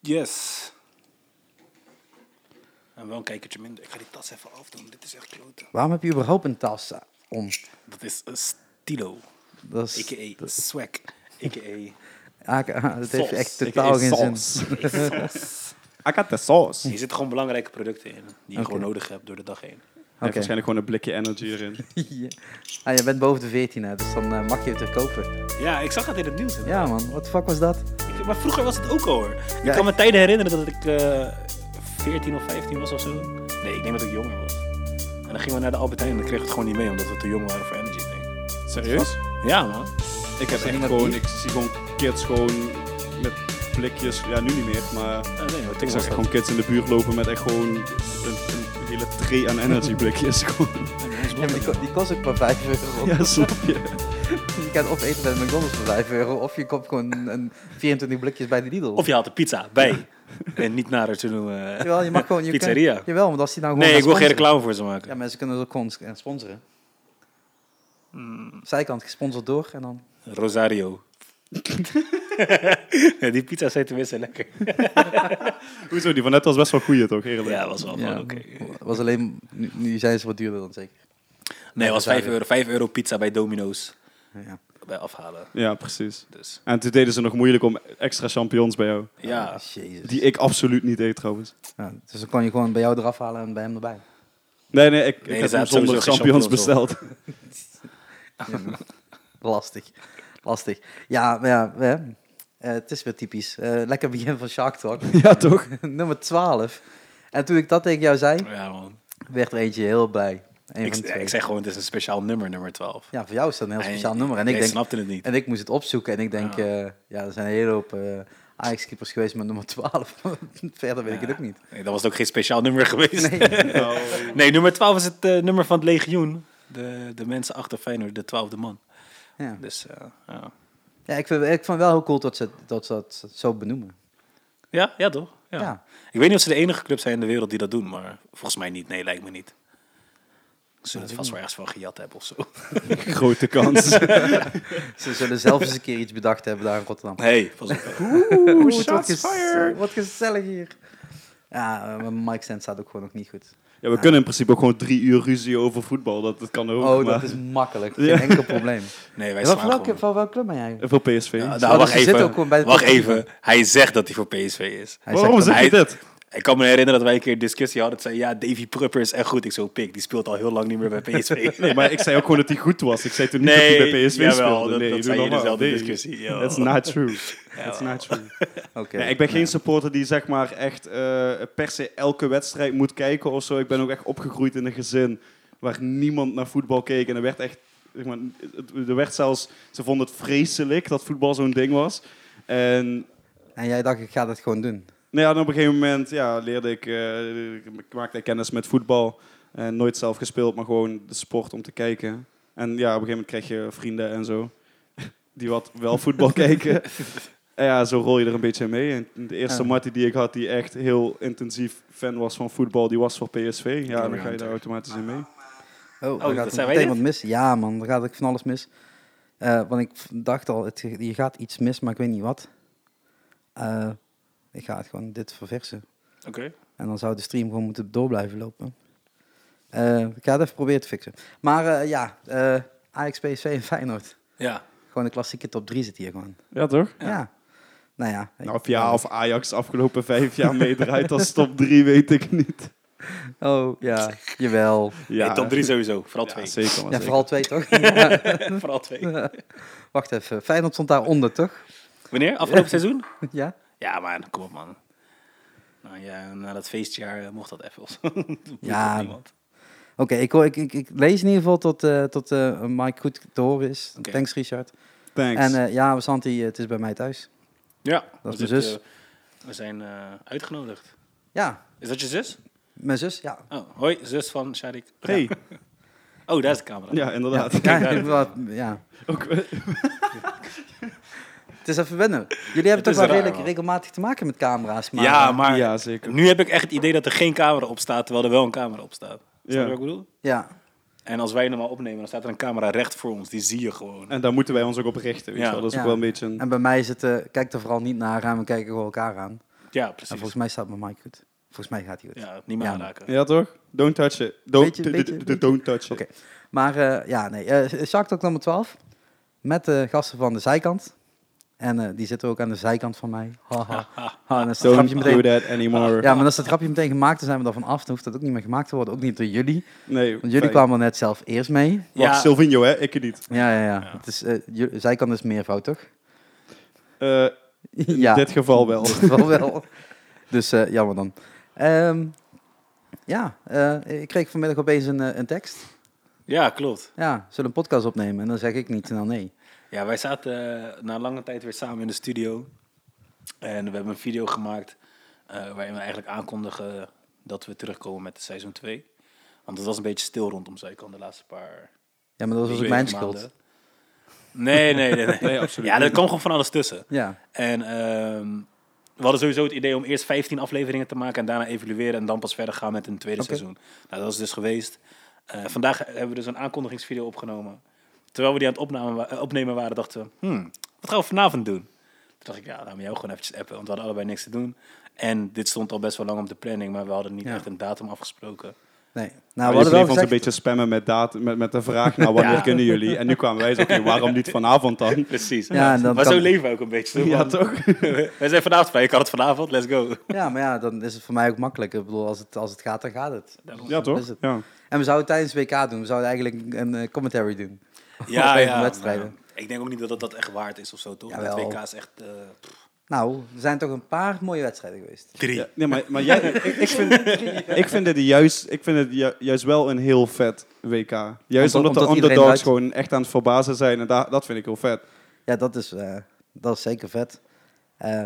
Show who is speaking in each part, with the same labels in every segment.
Speaker 1: Yes. En wel een kijkertje minder. Ik ga die tas even afdoen. Dit is echt klote.
Speaker 2: Waarom heb je überhaupt een tas om?
Speaker 1: Dat is een stilo.
Speaker 2: Dat is, Ah,
Speaker 1: A.k.a. swag. A.k.a.
Speaker 2: Aka, dat heeft
Speaker 1: Saus.
Speaker 2: echt
Speaker 1: Ik
Speaker 2: totaal
Speaker 3: eet
Speaker 2: geen
Speaker 3: saus.
Speaker 2: zin.
Speaker 3: Ik had de saus.
Speaker 1: Hier zitten gewoon belangrijke producten in. Die je
Speaker 2: Oké.
Speaker 1: gewoon nodig hebt door de dag heen.
Speaker 3: Hij
Speaker 2: Oké.
Speaker 3: heeft waarschijnlijk gewoon een blikje energy erin.
Speaker 2: Ja. Ah, je bent boven de 14, hè, dus dan eh, mag je het er kopen.
Speaker 1: Ja, ik zag het in het nieuws.
Speaker 2: Ja, man, wat fuck was dat?
Speaker 1: Ik- Maar vroeger was het ook al hoor. Ik
Speaker 2: Ja,
Speaker 1: kan me tijden herinneren dat ik eh 14 of 15 was of zo. Nee, ik denk dat ik jonger was. En dan gingen we naar de Albert Heijn en dan kregen we het gewoon niet mee omdat we te jong waren voor energy drink.
Speaker 3: Serieus?
Speaker 1: Ja man.
Speaker 3: Ik heb
Speaker 2: Zijn
Speaker 3: echt
Speaker 2: dat
Speaker 3: gewoon,
Speaker 2: die?
Speaker 3: ik zie gewoon kids gewoon met blikjes, ja nu niet meer, maar
Speaker 1: Ah, nee, wat
Speaker 3: ik zag echt gewoon kids in de buurt lopen met echt gewoon een, een hele tray aan energy blikjes. Gewoon.
Speaker 2: Ja, maar die, ko- die kost ook maar 5 euro.
Speaker 3: Ja, snap je?
Speaker 2: Je kan of eten bij de McDonald's voor 5 euro, of je koopt gewoon een- een 24 blikjes bij de Lidl.
Speaker 1: Of je haalt de pizza bij. en niet nader te noemen. eh,
Speaker 2: Jawel, je mag gewoon... Je
Speaker 1: Pizzeria.
Speaker 2: Kan, jawel, want als die nou gewoon...
Speaker 1: Nee, ik
Speaker 2: gaan
Speaker 1: wil geen
Speaker 2: sponsoren-
Speaker 1: reclame voor ze maken.
Speaker 2: Ja, mensen kunnen ze ook gewoon sc- eh, sponsoren.
Speaker 1: Hmm.
Speaker 2: Zijkant gesponsord door en dan...
Speaker 1: Rosario. Ja, die pizza zijn tenminste lekker.
Speaker 3: Hoezo, die van net was best wel goeie toch, eerlijk?
Speaker 1: Ja, was wel
Speaker 2: Ja,
Speaker 1: van oké.
Speaker 2: was alleen... Nu, nu zijn ze wat duurder dan zeker.
Speaker 1: Nee, was 5
Speaker 2: Rosario.
Speaker 1: euro, 5 euro pizza bij Domino's.
Speaker 2: Ja.
Speaker 1: Bij afhalen.
Speaker 3: Ja, precies.
Speaker 1: Dus
Speaker 3: En toen deden ze nog moeilijk om extra champignons bij jou.
Speaker 1: ja.
Speaker 2: Ah, Jezus.
Speaker 3: Die ik absoluut niet eet trouwens.
Speaker 2: Ja, dus dan kan je gewoon bij jou eraf halen en bij hem erbij.
Speaker 3: Nee, nee, ik,
Speaker 1: Nee,
Speaker 3: ik
Speaker 1: er
Speaker 3: heb
Speaker 1: zaten
Speaker 3: hem zonder
Speaker 1: sowieso geen champignons
Speaker 3: champignons besteld.
Speaker 2: Lastig. Lastig. Ja, maar ja hè. Eh, het is weer typisch. Eh, lekker begin van Shark Talk.
Speaker 3: Ja, toch?
Speaker 2: Nummer 12. En toen ik dat tegen jou zei,
Speaker 1: Ja, man.
Speaker 2: werd er eentje heel blij. Een
Speaker 1: Ik,
Speaker 2: van de twee.
Speaker 1: ik zeg gewoon, het is een speciaal nummer, nummer 12.
Speaker 2: Ja, voor jou is dat een heel
Speaker 1: Hij-
Speaker 2: speciaal nummer. En
Speaker 1: hij
Speaker 2: ik, denk,
Speaker 1: snapte het niet. Ah.
Speaker 2: en ik moest het opzoeken en ik denk, eh, ja, er zijn een hele hoop eh, Ajax-keepers geweest met nummer 12. Verder weet ik het ook niet. Oh.
Speaker 1: Nee, dat was ook geen speciaal nummer geweest. Nee,
Speaker 3: Nou,
Speaker 1: nummer 12 is het eh, nummer van het legioen. De, de mensen achter Feyenoord, de twaalfde man.
Speaker 2: Ja,
Speaker 1: Dus eh, ja.
Speaker 2: ja ik, vind, ik vond het wel heel cool dat ze dat, ze dat zo benoemen.
Speaker 1: ja, ja toch? Ja.
Speaker 2: Ja.
Speaker 1: Ik weet niet of ze de enige club zijn in de wereld die dat doen, maar volgens mij niet. Nee, lijkt me niet. Ze zullen het vast wel ergens van gejat hebben of zo.
Speaker 3: grote kans.
Speaker 2: Ze zullen zelf eens een keer iets bedacht hebben daar in Rotterdam.
Speaker 1: hey, pas op.
Speaker 2: Oeh,
Speaker 3: shots
Speaker 2: wat, gez-
Speaker 3: fired.
Speaker 2: wat gezellig hier. Ja, eh, maar Mike Sand staat ook gewoon nog niet goed.
Speaker 3: Ja, we kunnen in principe ook gewoon drie uur ruzie over voetbal. Dat, dat kan ook.
Speaker 2: Oh,
Speaker 3: maar-
Speaker 2: dat is makkelijk. Geen
Speaker 3: Ja.
Speaker 2: enkel probleem.
Speaker 1: Nee, wij
Speaker 2: Van
Speaker 1: slaan
Speaker 2: welke,
Speaker 1: gewoon.
Speaker 2: van welke club ben jij?
Speaker 3: Voor PSV.
Speaker 1: Nou,
Speaker 2: ze
Speaker 1: wacht
Speaker 2: zitten ook
Speaker 1: even.
Speaker 2: gewoon bij de
Speaker 1: wacht
Speaker 2: top drie,
Speaker 1: even. Hij zegt dat hij voor PSV is.
Speaker 2: Hij
Speaker 3: Waarom
Speaker 2: zegt
Speaker 3: zeg
Speaker 1: Hij-
Speaker 3: je dit?
Speaker 1: Ik kan me herinneren dat wij een keer een discussie hadden. Dat zei, ja, Davy Prupper is echt goed. Ik zo, pik, die speelt al heel lang niet meer bij PSV.
Speaker 3: Nee, maar ik zei ook gewoon dat hij goed was. Ik zei toen niet dat hij bij PSV
Speaker 1: jawel,
Speaker 3: speelde.
Speaker 1: dat-
Speaker 3: Nee,
Speaker 1: dat
Speaker 3: doe
Speaker 1: zei je
Speaker 3: normaal.
Speaker 1: dezelfde
Speaker 3: Nee.
Speaker 1: discussie. Ja.
Speaker 3: That's not true. That's not true.
Speaker 2: Oké.
Speaker 3: Nee, ik ben geen supporter die zeg maar echt eh, per se elke wedstrijd moet kijken of zo. Ik ben ook echt opgegroeid in een gezin waar niemand naar voetbal keek. En er werd echt, zeg maar, het- er werd zelfs, ze vonden het vreselijk dat voetbal zo'n ding was. En
Speaker 2: En jij dacht, ik ga dat gewoon doen.
Speaker 3: Nou ja, en op een gegeven moment ja, leerde ik, eh, ik maakte kennis met voetbal. En nooit zelf gespeeld, maar gewoon de sport om te kijken. En ja, op een gegeven moment krijg je vrienden en zo. Die wat wel voetbal kijken. En ja, zo rol je er een beetje mee. En de eerste
Speaker 2: Ja.
Speaker 3: Marty die ik had, die echt heel intensief fan was van voetbal, die was voor PSV. Ja, dan ga je daar automatisch in mee.
Speaker 2: Oh,
Speaker 1: dat
Speaker 2: dan gaat er
Speaker 1: zijn wij
Speaker 2: meteen
Speaker 1: dit?
Speaker 2: wat mis. Ja, man, dan gaat ik van alles mis. Eh, want ik v- dacht al, het, je gaat iets mis, maar ik weet niet wat. Eh, ik ga het gewoon dit verversen.
Speaker 1: Oké.
Speaker 2: En dan zou de stream gewoon moeten door blijven lopen. Eh, ik ga het even proberen te fixen. Maar eh, ja, eh Ajax, PSV en Feyenoord.
Speaker 1: Ja.
Speaker 2: Gewoon de klassieke top 3 zit hier gewoon.
Speaker 3: Ja, toch?
Speaker 2: Ja. Nou ja. ik-
Speaker 3: Nou, of ja, of Ajax afgelopen vijf jaar meedraait als top drie, weet ik niet.
Speaker 2: Oh, ja. Jawel.
Speaker 3: Ja,
Speaker 1: Hey, top drie sowieso. Vooral
Speaker 3: Ja,
Speaker 1: twee.
Speaker 3: zeker. maar
Speaker 2: Ja,
Speaker 3: zeker.
Speaker 2: vooral twee, toch? Ja.
Speaker 1: vooral twee.
Speaker 2: Wacht even. Feyenoord stond daaronder, toch?
Speaker 1: Wanneer? Afgelopen seizoen?
Speaker 2: ja?
Speaker 1: Ja, maar kom op, man. Nou ja, na dat feestjaar eh, mocht dat even. of zo. Toen
Speaker 2: Ja.
Speaker 1: mocht niemand.
Speaker 2: Oké, ik, hoor- ik, ik, ik lees in ieder geval tot, eh, tot eh, Mike goed te horen is.
Speaker 1: Oké.
Speaker 2: Thanks, Richard.
Speaker 3: Thanks.
Speaker 2: En eh, ja, Santi, eh, het is bij mij thuis.
Speaker 1: Ja.
Speaker 2: mijn
Speaker 3: dus
Speaker 1: we
Speaker 2: dus zus.
Speaker 1: zitten- we zijn eh, uitgenodigd.
Speaker 2: Ja,
Speaker 1: Is dat je zus?
Speaker 2: mijn zus, ja.
Speaker 1: Oh, hoi, zus van Sharik.
Speaker 3: hey.
Speaker 1: Oh, daar is de camera.
Speaker 3: Ja, inderdaad.
Speaker 2: Ja, ik bedoel, ja.
Speaker 3: Ook,
Speaker 2: Het is even wennen. Jullie hebben toch
Speaker 1: is
Speaker 2: wel
Speaker 1: raar,
Speaker 2: redelijk
Speaker 1: man.
Speaker 2: regelmatig te maken met camera's. Maar,
Speaker 1: ja,
Speaker 2: eh,
Speaker 1: maar
Speaker 3: Ja, zeker.
Speaker 1: nu heb ik echt het idee dat er geen camera op staat, terwijl er wel een camera op staat. Snap je
Speaker 3: Ja.
Speaker 1: wat ik bedoel?
Speaker 2: Ja,
Speaker 1: En als wij normaal opnemen, dan staat er een camera recht voor ons. Die zie je gewoon.
Speaker 3: En daar moeten wij ons ook op richten. Weet je
Speaker 1: Ja.
Speaker 3: wel. Dat is
Speaker 2: Ja.
Speaker 3: ook wel een beetje een...
Speaker 2: en bij mij is het, eh, kijk er vooral niet naar aan, we kijken gewoon elkaar aan.
Speaker 1: Ja,
Speaker 2: En
Speaker 1: precies.
Speaker 2: volgens mij staat mijn mic goed. Volgens mij gaat hij goed.
Speaker 1: Ja, niet meer
Speaker 2: Ja.
Speaker 1: aanraken.
Speaker 3: Ja, toch? Don't touch it. Don't,
Speaker 2: Beetje-
Speaker 3: d- d-
Speaker 2: beetje-
Speaker 3: d-
Speaker 2: beetje-
Speaker 3: don't touch it.
Speaker 2: Oké. Maar eh, ja, nee. eh Jacques Tok nummer 12. Met de gasten van de zijkant. En eh, die zitten ook aan de zijkant van mij. Haha. Ha, dan is dat
Speaker 3: Don't
Speaker 2: grapje
Speaker 3: do
Speaker 2: meteen... Ah,
Speaker 3: that anymore.
Speaker 2: Ja, maar als dat grapje meteen gemaakt is, zijn we daarvan af. Dan hoeft dat ook niet meer gemaakt te worden. Ook niet door jullie.
Speaker 3: Nee,
Speaker 2: Want jullie
Speaker 3: fijn.
Speaker 2: kwamen er net zelf eerst mee.
Speaker 3: Wacht,
Speaker 1: Ja.
Speaker 3: Silvino, hè? Ik niet.
Speaker 2: Ja, ja, ja.
Speaker 1: Ja.
Speaker 2: Het is, eh, ju- zijkant is meervoud, toch?
Speaker 3: Eh, in
Speaker 2: ja.
Speaker 3: dit geval wel.
Speaker 2: wel wel. Dus eh, jammer dan. Ehm, ja, eh, ik kreeg vanmiddag opeens een, eh, een tekst.
Speaker 1: Ja, klopt.
Speaker 2: Ja, zullen we een podcast opnemen? En dan zeg ik niet snel nee.
Speaker 1: Ja, wij zaten eh, na lange tijd weer samen in de studio. En we hebben een video gemaakt eh, waarin we eigenlijk aankondigen dat we terugkomen met seizoen 2. Want het was een beetje stil rondom Zijkant de laatste paar
Speaker 2: Ja, maar dat was ook
Speaker 1: weken,
Speaker 2: mijn
Speaker 1: maanden.
Speaker 2: schuld.
Speaker 1: Nee, nee, nee. nee.
Speaker 3: Nee, absoluut
Speaker 1: Ja, er
Speaker 3: niet.
Speaker 1: kwam gewoon van alles tussen.
Speaker 2: Ja,
Speaker 1: En ehm, we hadden sowieso het idee om eerst 15 afleveringen te maken en daarna evalueren en dan pas verder gaan met een tweede
Speaker 2: Oké.
Speaker 1: seizoen. Nou, dat is dus geweest. Eh, vandaag hebben we dus een aankondigingsvideo opgenomen. Terwijl we die aan het opname wa- eh, opnemen waren, dachten we, hmm, wat gaan we vanavond doen? Toen dacht ik, ja, laat me jou gewoon eventjes appen, want we hadden allebei niks te doen. En dit stond al best wel lang op de planning, maar we hadden niet
Speaker 2: Ja.
Speaker 1: echt een datum afgesproken.
Speaker 2: nee. Nou, we
Speaker 3: Nou,
Speaker 2: hadden
Speaker 3: je
Speaker 2: wel
Speaker 3: bleef ons
Speaker 2: gezegd...
Speaker 3: een beetje spammen met, daad, met, met de vraag, nou, wanneer
Speaker 1: Ja.
Speaker 3: kunnen jullie? En nu kwamen wij zo, oké, waarom niet vanavond dan?
Speaker 1: Precies.
Speaker 2: Ja, en dan
Speaker 1: maar
Speaker 2: kan-
Speaker 1: zo leven we ook een beetje.
Speaker 3: Ja,
Speaker 1: want
Speaker 3: toch?
Speaker 1: Wij zijn vanavond vrij, ik had het vanavond, let's go.
Speaker 2: Ja, maar ja, dan is het voor mij ook makkelijk. Ik bedoel, als het, als het gaat, dan gaat het.
Speaker 3: Ja,
Speaker 2: Is
Speaker 3: toch?
Speaker 2: het.
Speaker 3: Ja.
Speaker 2: En we zouden tijdens WK doen. We zouden eigenlijk een eh, commentary doen.
Speaker 1: Ja,
Speaker 2: Bij de
Speaker 1: ja.
Speaker 2: wedstrijden.
Speaker 1: maar Ik denk ook niet dat dat, dat echt waard is of zo, toch?
Speaker 2: Jawel.
Speaker 1: Dat WK is echt eh, pff,
Speaker 2: Nou, er zijn toch een paar mooie wedstrijden geweest.
Speaker 1: drie.
Speaker 3: Ja, nee, maar, maar jij, ik, ik vind, ik vind het juist, ik vind het ju- juist wel een heel vet WK.
Speaker 2: Omdat-
Speaker 3: Juist omdat,
Speaker 2: omdat
Speaker 3: de
Speaker 2: iedereen
Speaker 3: underdogs
Speaker 2: uit-
Speaker 3: gewoon echt aan het verbazen zijn. En da- dat vind ik heel vet.
Speaker 2: Ja, dat is, eh, dat is zeker vet. Eh,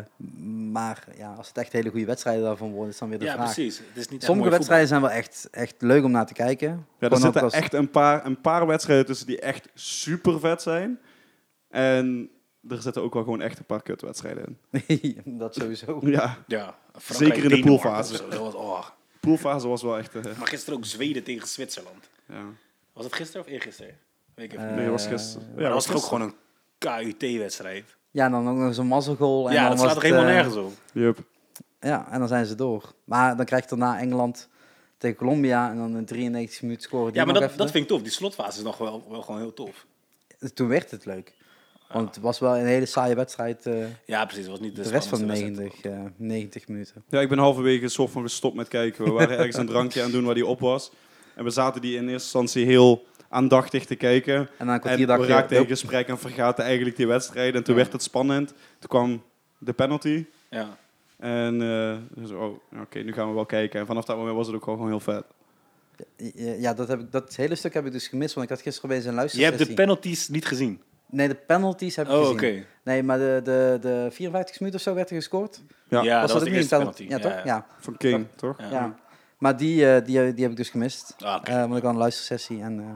Speaker 2: maar ja, als het echt hele goede wedstrijden daarvan worden, is dan weer de
Speaker 1: Ja,
Speaker 2: vraag.
Speaker 1: precies. Het is niet echt
Speaker 2: Sommige
Speaker 1: mooi voetbal.
Speaker 2: wedstrijden zijn wel echt, echt leuk om naar te kijken.
Speaker 3: Ja, er
Speaker 2: Gewoon ook
Speaker 3: zitten
Speaker 2: als-
Speaker 3: echt een paar, een paar wedstrijden tussen die echt super vet zijn. En er zitten ook wel gewoon echt een paar kutwedstrijden in.
Speaker 2: dat sowieso.
Speaker 3: Ja,
Speaker 1: Ja,
Speaker 3: Zeker in de
Speaker 1: Denemarken
Speaker 3: poolfase.
Speaker 1: of zo. Dat was- oh.
Speaker 3: poolfase was wel echt... eh,
Speaker 1: Maar gisteren ook Zweden tegen Zwitserland.
Speaker 3: ja.
Speaker 1: Was het gisteren of eergisteren? Weet ik even.
Speaker 2: Eh,
Speaker 1: niet.
Speaker 3: Nee, was gisteren.
Speaker 1: maar dat was
Speaker 3: was
Speaker 1: toch ook
Speaker 3: gisteren.
Speaker 1: gewoon een KUT-wedstrijd?
Speaker 2: Ja, dan ook nog eens een mazzelgoal. en
Speaker 1: Ja,
Speaker 2: dan
Speaker 1: dat
Speaker 2: was
Speaker 1: slaat toch
Speaker 2: het,
Speaker 1: helemaal
Speaker 2: eh,
Speaker 1: nergens op?
Speaker 3: Yup.
Speaker 2: Ja, en dan zijn ze door. Maar dan krijgt daarna Engeland tegen Colombia en dan in 93 minuten scoren. Die
Speaker 1: Ja, maar dat,
Speaker 2: nog even
Speaker 1: dat
Speaker 2: de-
Speaker 1: vind ik tof. Die slotfase is nog wel, wel gewoon heel tof.
Speaker 2: Toen werd het leuk. Want het was wel een hele saaie wedstrijd. eh,
Speaker 1: Ja, precies. Het was niet de,
Speaker 2: de rest van de
Speaker 1: spannendste wedstrijd.
Speaker 2: 90, eh, 90 minuten.
Speaker 3: Ja, ik ben halverwege een soort van gestopt met kijken. We waren ergens een drankje aan het doen waar die op was. En we zaten die in eerste instantie heel aandachtig te kijken.
Speaker 2: En na een kwartier
Speaker 3: En we
Speaker 2: dacht je,
Speaker 3: raakten in
Speaker 2: "Nope."
Speaker 3: gesprek en vergaten eigenlijk die wedstrijd. En toen werd het spannend. Toen kwam de penalty.
Speaker 1: Ja.
Speaker 3: En eh, dus, oh, oké, nu gaan we wel kijken. En vanaf dat moment was het ook wel gewoon heel vet.
Speaker 2: ja, dat, heb ik, dat hele stuk heb ik dus gemist, want ik had gisteren opeens een
Speaker 1: Je hebt
Speaker 2: luistersessie.
Speaker 1: de penalties niet gezien.
Speaker 2: Nee, de penalties heb ik
Speaker 1: Oh, oké.
Speaker 2: gezien. Nee, maar de, de, de 54 minuten of zo werd er gescoord.
Speaker 3: Ja,
Speaker 1: Ja, dat
Speaker 3: was
Speaker 1: was de
Speaker 2: ook niet
Speaker 1: eerste
Speaker 2: een
Speaker 1: penalty.
Speaker 2: Ja, toch? Ja.
Speaker 3: Van King, toch?
Speaker 2: ja.
Speaker 1: Ja.
Speaker 2: Maar die, eh, die, heb- die heb ik dus gemist.
Speaker 1: Ah, oké.
Speaker 2: Eh, want ik had een luistersessie en eh,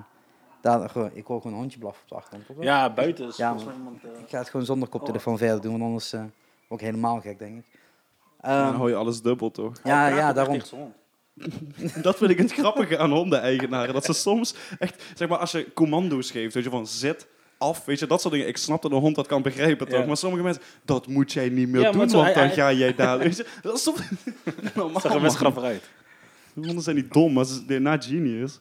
Speaker 2: daar, gewoon- ik hoor gewoon een hondje blaffen op de achtergrond. klopt dat?
Speaker 1: Ja, buiten is
Speaker 2: Ja,
Speaker 1: volgens mij
Speaker 2: maar-
Speaker 1: iemand... eh,
Speaker 2: Ik ga het gewoon zonder koptelefoon verder doen, want anders eh word ik helemaal gek, denk ik. Ehm,
Speaker 3: dan hoor je alles dubbel, toch?
Speaker 2: ja,
Speaker 1: elkaar
Speaker 2: ja,
Speaker 1: op
Speaker 2: daarom.
Speaker 1: tegen zijn hond.
Speaker 3: Dat vind ik het grappige aan hondeneigenaren. Dat ze soms echt, zeg maar, als je commando's geeft, weet je, van zit, af, weet je, dat soort dingen. Ik snap dat een hond dat kan begrijpen, toch?
Speaker 1: Ja.
Speaker 3: Maar sommige mensen, dat moet jij niet meer
Speaker 1: Ja, maar
Speaker 3: doen,
Speaker 1: zo,
Speaker 3: want
Speaker 1: hij-
Speaker 3: dan ga jij daar, weet je. Dat is soms... Normaal,
Speaker 1: Het zag er
Speaker 3: man.
Speaker 1: best grappig uit.
Speaker 3: Honden zijn niet dom, maar ze zijn na genius.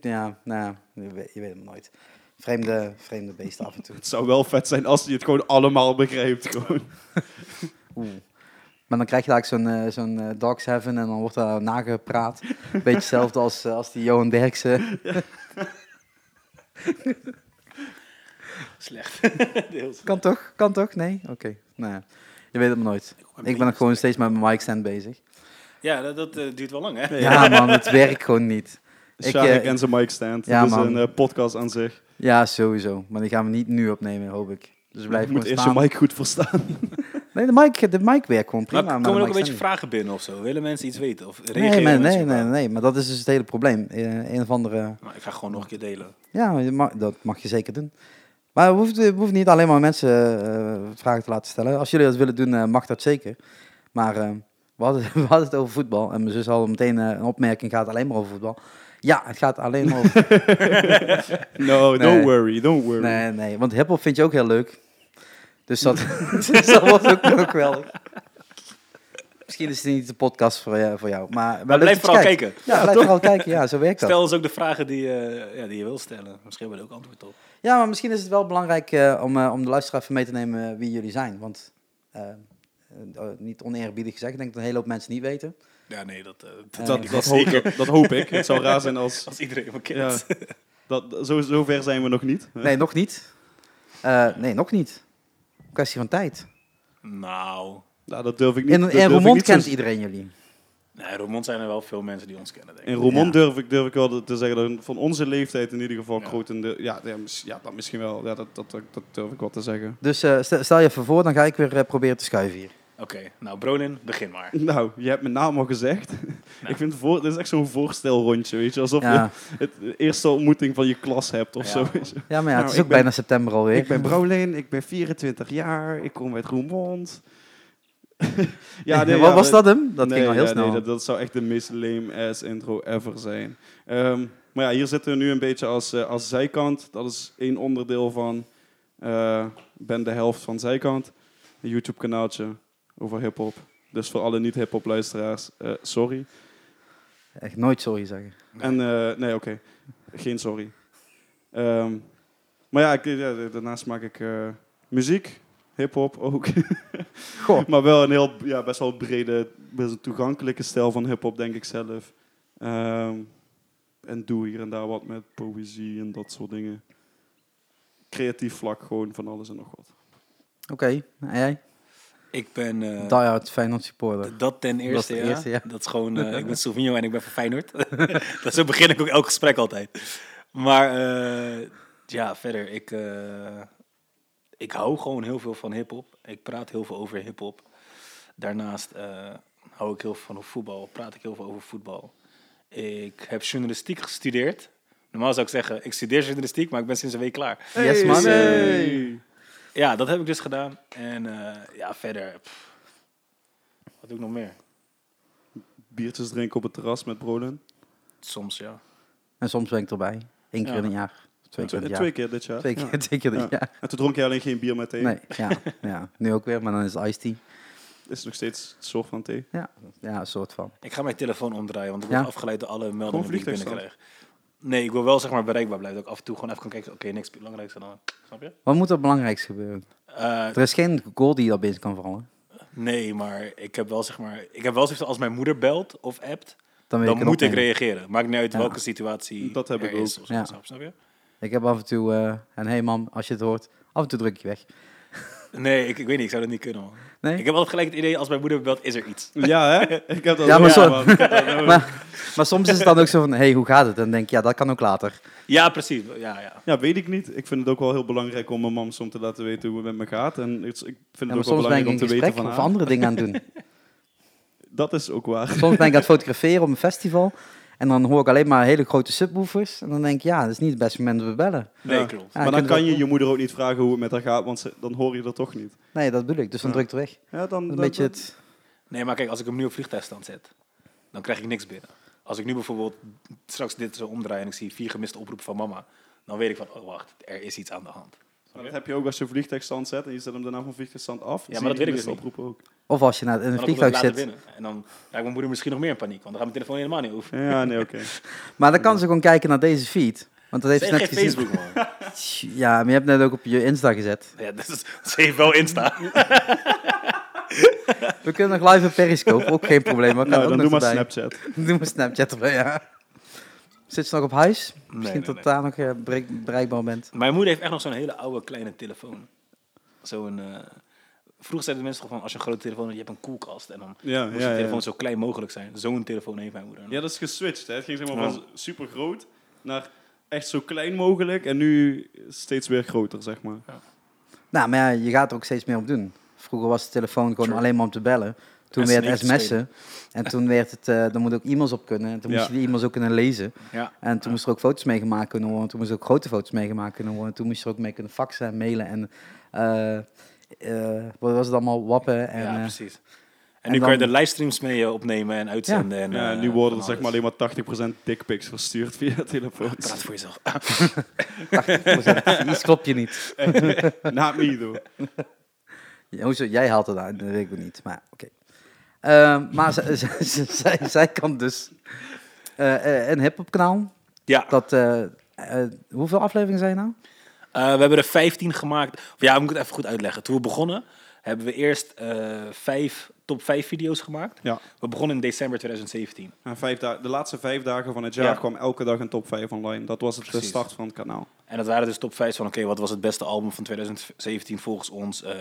Speaker 2: Ja, nou, ja, je weet, je weet het nooit. Vreemde, vreemde beesten af en toe.
Speaker 3: Het zou wel vet zijn als hij het gewoon allemaal begrijpt, gewoon.
Speaker 2: Oeh. Maar dan krijg je eigenlijk zo'n eh, zo'n eh, Dogs Heaven en dan wordt daar nagepraat. Beetje hetzelfde als, eh, als die Johan Derksen.
Speaker 1: Slecht.
Speaker 2: Kan toch? Kan toch? Nee? Oké. Nou ja, je weet het maar nooit. Ik ben ook gewoon steeds met mijn mic stand bezig.
Speaker 1: Ja, dat, dat eh, duurt wel lang, hè?
Speaker 2: Ja man, het werkt gewoon niet. Ik,
Speaker 3: Shark
Speaker 2: eh,
Speaker 3: en zijn mic stand.
Speaker 2: ja,
Speaker 3: dat is
Speaker 2: man.
Speaker 3: een eh, podcast aan zich.
Speaker 2: Ja, sowieso. Maar die gaan we niet nu opnemen, hoop ik. Dus blijf
Speaker 3: Je moet
Speaker 2: gewoon
Speaker 3: eerst je
Speaker 2: staan.
Speaker 3: mic goed verstaan.
Speaker 2: Nee, de mic, de mic werkt gewoon prima.
Speaker 1: Maar komen
Speaker 2: de
Speaker 1: er ook een
Speaker 2: mic
Speaker 1: beetje
Speaker 2: stand
Speaker 1: vragen binnen of zo? Willen mensen iets weten? Of
Speaker 2: niet.
Speaker 1: reageren
Speaker 2: Nee, nee,
Speaker 1: mensen
Speaker 2: nee, nee,
Speaker 1: überhaupt?
Speaker 2: nee, maar dat is dus het hele probleem. Eh, een of andere...
Speaker 1: Nou, ik ga gewoon nog een keer delen.
Speaker 2: Ja, je mag- dat mag je zeker doen. Maar we hoeven, we hoeven niet alleen maar mensen eh, vragen te laten stellen. Als jullie dat willen doen, eh, mag dat zeker. Maar eh, we, hadden, we hadden het over voetbal. En mijn zus had al meteen eh, een opmerking, gaat alleen maar over voetbal. Ja, het gaat alleen maar over...
Speaker 3: No,
Speaker 2: Nee.
Speaker 3: don't worry, don't worry.
Speaker 2: nee, nee, want hiphop vind je ook heel leuk. Dus dat, dus dat was ook nog geweldig. misschien is het niet de podcast voor, jou- voor jou. Maar, wel
Speaker 1: Maar
Speaker 2: leuk
Speaker 1: blijf
Speaker 2: dat je
Speaker 1: vooral
Speaker 2: kijkt.
Speaker 1: kijken.
Speaker 2: Ja, blijf vooral kijken. Ja, zo werkt dat.
Speaker 1: Stel ons ook de vragen die, eh, ja, die je wil stellen. Misschien hebben we er ook antwoord op.
Speaker 2: Ja, maar misschien is het wel belangrijk eh, om, eh, om de luisteraar even mee te nemen eh, wie jullie zijn. Want, eh, eh, eh, niet oneerbiedig gezegd, ik denk dat een hele hoop mensen niet weten.
Speaker 1: Ja, nee, dat, eh, dat-
Speaker 2: Eh,
Speaker 3: Dat,
Speaker 2: ik
Speaker 1: dat
Speaker 3: dat, hoop,
Speaker 1: zeker.
Speaker 3: ik- dat hoop ik. Het zou raar zijn als...
Speaker 1: Als iedereen me kent.
Speaker 3: Ja, dat, zo, zo ver zijn we nog niet.
Speaker 2: Nee, nog niet. Eh, nee, nog niet. Kwestie van tijd.
Speaker 1: Nou,
Speaker 3: Nou, dat durf ik niet.
Speaker 2: In,
Speaker 3: dat
Speaker 2: in
Speaker 3: durf ik
Speaker 2: Roermond
Speaker 3: niet zo-
Speaker 2: kent iedereen jullie.
Speaker 1: nee, in Roermond zijn er wel veel mensen die ons kennen, denk
Speaker 3: In
Speaker 1: ik.
Speaker 3: Roermond
Speaker 2: Ja.
Speaker 3: durf, ik, durf ik wel te zeggen dat van onze leeftijd in ieder geval
Speaker 1: Ja.
Speaker 3: grotende... Ja, ja, mis- ja, dat misschien wel. Ja, dat, dat, dat, dat durf ik wel te zeggen.
Speaker 2: Dus eh, stel, stel je even voor, dan ga ik weer eh, proberen te schuiven hier.
Speaker 1: Oké, nou Bronin, begin maar.
Speaker 3: Nou, je hebt mijn naam al gezegd. Ik vind voor, dit is echt zo'n voorstelrondje, weet je. Alsof
Speaker 2: Ja,
Speaker 3: je het de eerste ontmoeting van je klas hebt of
Speaker 1: Ja,
Speaker 3: zo.
Speaker 1: man.
Speaker 3: weet je.
Speaker 2: ja maar ja,
Speaker 3: Nou,
Speaker 2: het is
Speaker 3: ik
Speaker 2: ook
Speaker 3: ben-
Speaker 2: bijna september alweer.
Speaker 3: Ik ben Brolin, ik ben 24 jaar, ik kom uit Roermond.
Speaker 2: Ja,
Speaker 3: nee,
Speaker 2: Wat was
Speaker 3: maar-
Speaker 2: dat hem? Dat
Speaker 3: nee,
Speaker 2: ging al heel
Speaker 3: ja,
Speaker 2: snel.
Speaker 3: Nee, dat, dat zou echt de meest lame-ass intro ever zijn. Ehm, maar ja, hier zitten we nu een beetje als, eh, als zijkant. Dat is één onderdeel van... eh, Ik ben de helft van zijkant. Een YouTube-kanaaltje over hip-hop. Dus voor alle niet-hip-hop luisteraars, eh, sorry.
Speaker 2: Echt nooit sorry zeggen.
Speaker 3: En eh, nee, oké. Geen sorry. Ehm, maar ja, ik, ja, daarnaast maak ik eh, muziek, hip-hop ook.
Speaker 2: Goh.
Speaker 3: maar wel een heel, ja, best wel brede, best een toegankelijke stijl van hip-hop, denk ik zelf. Ehm, en doe hier en daar wat met poëzie en dat soort dingen. Creatief vlak, gewoon van alles en nog wat.
Speaker 2: Oké, en
Speaker 3: Eh.
Speaker 2: jij?
Speaker 1: Ik ben... eh,
Speaker 2: Die Hard Feyenoord supporter.
Speaker 1: dat ten eerste,
Speaker 2: was de
Speaker 1: ja.
Speaker 2: eerste, ja.
Speaker 1: Dat is gewoon... eh, ik ben Sauvignon en ik ben van Feyenoord. dat zo begin ik ook elk gesprek altijd. Maar eh, ja, verder. Ik, eh, ik hou gewoon heel veel van hiphop. Ik praat heel veel over hiphop. Daarnaast eh, hou ik heel veel van voetbal. Praat ik heel veel over voetbal. Ik heb journalistiek gestudeerd. Normaal zou ik zeggen, ik studeer journalistiek, maar ik ben sinds een week klaar. Dus, eh,
Speaker 2: Yes, man.
Speaker 3: Hey.
Speaker 1: Ja, dat heb ik dus gedaan. En eh, ja, verder. pff, Wat doe ik nog meer?
Speaker 3: Biertjes drinken op het terras met Brolin.
Speaker 1: Soms, ja.
Speaker 2: En soms ben ik erbij. Eén keer
Speaker 1: Ja.
Speaker 2: in een jaar. Twee keer in een
Speaker 3: Eh, Twee
Speaker 2: jaar.
Speaker 3: keer dit jaar.
Speaker 2: Twee keer,
Speaker 3: Ja.
Speaker 2: twee keer in een
Speaker 3: Ja.
Speaker 2: jaar.
Speaker 3: En toen dronk je alleen geen bier meteen.
Speaker 2: Nee, ja, ja. Nu ook weer, maar dan is het iced tea.
Speaker 3: Is nog steeds een soort van thee.
Speaker 2: Ja, ja een soort van.
Speaker 1: Ik ga mijn telefoon omdraaien, want ik word
Speaker 2: Ja?
Speaker 1: afgeleid door alle meldingen die ik
Speaker 3: vliegtuigstand.
Speaker 1: binnenkrijg. Nee, ik wil wel zeg maar bereikbaar blijven. Dat ik af en toe gewoon even kan kijken. Oké, niks belangrijks dan. Snap je?
Speaker 2: Wat moet er belangrijks gebeuren?
Speaker 1: Eh,
Speaker 2: Er is geen goal die daar binnen kan vallen.
Speaker 1: nee, maar ik heb wel zeg maar. Ik heb wel zoiets als mijn moeder belt of appt.
Speaker 2: Dan, wil
Speaker 1: Dan
Speaker 2: het
Speaker 1: moet ik
Speaker 2: opnemen.
Speaker 1: reageren. Maakt niet uit
Speaker 2: Ja.
Speaker 1: welke situatie.
Speaker 3: Dat heb
Speaker 1: er
Speaker 3: ik ook.
Speaker 1: Is, of zo,
Speaker 2: Ja.
Speaker 1: snap, snap je?
Speaker 2: Ik heb af en toe... eh, en hey mam, als je het hoort, af en toe druk ik je weg.
Speaker 1: Nee, ik, ik weet niet. Ik zou dat niet kunnen. man.
Speaker 2: Nee?
Speaker 1: Ik heb altijd gelijk het idee als mijn moeder belt, is er iets.
Speaker 3: Ja, hè? Ik heb dat
Speaker 2: Ja,
Speaker 3: ook,
Speaker 2: maar zo-
Speaker 3: man. Ik heb dat ook.
Speaker 2: maar, maar soms is het dan ook zo van, hey, hoe gaat het? En dan denk ik, ja, dat kan ook later.
Speaker 1: Ja, precies. Ja, ja.
Speaker 3: Ja, weet ik niet. Ik vind het ook wel heel belangrijk om mijn mam soms te laten weten hoe het met me gaat. En ik, ik vind
Speaker 2: Ja,
Speaker 3: het
Speaker 2: maar
Speaker 3: ook wel
Speaker 2: soms ben ik
Speaker 3: belangrijk
Speaker 2: in
Speaker 3: om te weten
Speaker 2: gesprek
Speaker 3: van ah.
Speaker 2: of
Speaker 3: haar.
Speaker 2: andere dingen aan het doen.
Speaker 3: Dat is ook waar.
Speaker 2: Soms ben ik aan het fotograferen op een festival. En dan hoor ik alleen maar hele grote subwoofers. En dan denk ik, ja, dat is niet het beste moment om te bellen.
Speaker 1: Nee,
Speaker 3: Ja.
Speaker 1: klopt.
Speaker 2: Ja, ik
Speaker 3: maar dan
Speaker 2: vind het
Speaker 3: kan
Speaker 2: wel
Speaker 3: je je moeder ook niet vragen hoe het met haar gaat, want ze- dan hoor je dat toch niet.
Speaker 2: Nee, dat bedoel ik. Dus dan
Speaker 3: Ja.
Speaker 2: druk ik het weg.
Speaker 3: Ja, dan,
Speaker 2: Een
Speaker 3: dat-
Speaker 2: beetje
Speaker 3: dat-
Speaker 2: het...
Speaker 1: Nee, maar kijk, als ik hem nu op vliegtuigstand zet, dan krijg ik niks binnen. Als ik nu bijvoorbeeld straks dit zo omdraai en ik zie vier gemiste oproepen van mama, dan weet ik van, oh wacht, er is iets aan de hand.
Speaker 3: Maar dat heb je ook als je vliegtuigstand zet en je zet hem daarna van vliegtuigstand af.
Speaker 1: Ja, maar dat weet ik dus niet.
Speaker 3: oproep ook.
Speaker 2: Of als je naar, in een
Speaker 1: Dan komt het
Speaker 2: vliegtuig
Speaker 1: later
Speaker 2: zit.
Speaker 1: binnen. En dan raakt mijn moeder misschien nog meer in paniek, want dan gaat mijn telefoon helemaal niet over.
Speaker 3: Ja, nee, oké.
Speaker 2: Maar dan kan ze gewoon kijken naar deze feed. Want dat heeft
Speaker 1: Ze
Speaker 2: ze
Speaker 1: heeft
Speaker 2: net
Speaker 1: geen
Speaker 2: gezien.
Speaker 1: Facebook, man.
Speaker 2: Ja, maar je hebt net ook op je Insta gezet.
Speaker 1: ja, dus, ze heeft wel Insta.
Speaker 2: We kunnen nog live op Periscope, ook geen probleem. Maar kan
Speaker 3: Nou,
Speaker 2: ook
Speaker 3: dan
Speaker 2: nog
Speaker 3: doe maar
Speaker 2: erbij.
Speaker 3: Snapchat.
Speaker 2: Doe maar Snapchat erbij, ja. Zit ze nog op huis? Misschien
Speaker 1: nee,
Speaker 2: dat
Speaker 1: nee.
Speaker 2: daar nog eh, bereik- bereikbaar bent.
Speaker 1: Mijn moeder heeft echt nog zo'n hele oude kleine telefoon. Zo'n... eh, Vroeger zeiden mensen toch van, als je een grote telefoon hebt, je hebt een koelkast. En dan
Speaker 3: Ja,
Speaker 1: moest
Speaker 3: ja,
Speaker 1: je
Speaker 3: ja.
Speaker 1: telefoon zo klein mogelijk zijn. Zo'n telefoon heeft mijn moeder.
Speaker 3: Ja, dat is geswitcht. Hè. Het ging zeg maar
Speaker 1: Ja.
Speaker 3: van super groot naar echt zo klein mogelijk en nu steeds weer groter, zeg maar.
Speaker 2: Nou, maar ja, je gaat er ook steeds meer op doen. Vroeger was de telefoon gewoon
Speaker 1: True.
Speaker 2: alleen maar om te bellen. Toen
Speaker 1: En
Speaker 2: werd het
Speaker 1: snake
Speaker 2: sms'en. En toen werd het, eh dan moet ook e-mails op kunnen. En toen moest
Speaker 3: Ja.
Speaker 2: je die e-mails ook kunnen lezen.
Speaker 1: Ja.
Speaker 2: En toen moest er ook foto's meegemaakt kunnen worden. Toen moest er ook grote foto's meegemaakt kunnen worden. Toen moest je er ook mee kunnen faxen en mailen. En eh, eh, wat was het allemaal? Wappen. En,
Speaker 1: ja,
Speaker 2: eh,
Speaker 1: precies. En,
Speaker 2: en
Speaker 1: nu kan je
Speaker 2: dan-
Speaker 1: er livestreams mee eh, opnemen en uitzenden. En,
Speaker 3: Ja,
Speaker 1: eh,
Speaker 3: nu
Speaker 1: van
Speaker 3: worden er zeg maar
Speaker 1: alles.
Speaker 3: alleen maar 80% dickpics verstuurd via telefoons.
Speaker 1: Ah, Praat voor jezelf.
Speaker 2: 80%. Iets klopt je niet.
Speaker 3: Not me, though.
Speaker 2: Ja, Hoezo, jij haalt het aan, dat weet ik ook niet. Maar oké. Ehm, maar ze- ze- ze- zij, zij kan dus eh, eh, een hip-hop kanaal.
Speaker 1: Ja,
Speaker 2: Dat, eh, eh, hoeveel afleveringen zijn er nou?
Speaker 1: Eh, we hebben er 15 gemaakt. Of ja, moet ik het even goed uitleggen. Toen we begonnen, hebben we eerst eh, vijf, top 5 video's gemaakt.
Speaker 3: Ja.
Speaker 1: We begonnen in december 2017.
Speaker 3: En vijf da- de laatste vijf dagen van het jaar
Speaker 1: Ja.
Speaker 3: kwam elke dag een top 5 online. Dat was het de
Speaker 1: Precies.
Speaker 3: start van het kanaal.
Speaker 1: En dat waren dus top 5 van, oké, wat was het beste album van 2017 volgens ons? Eh,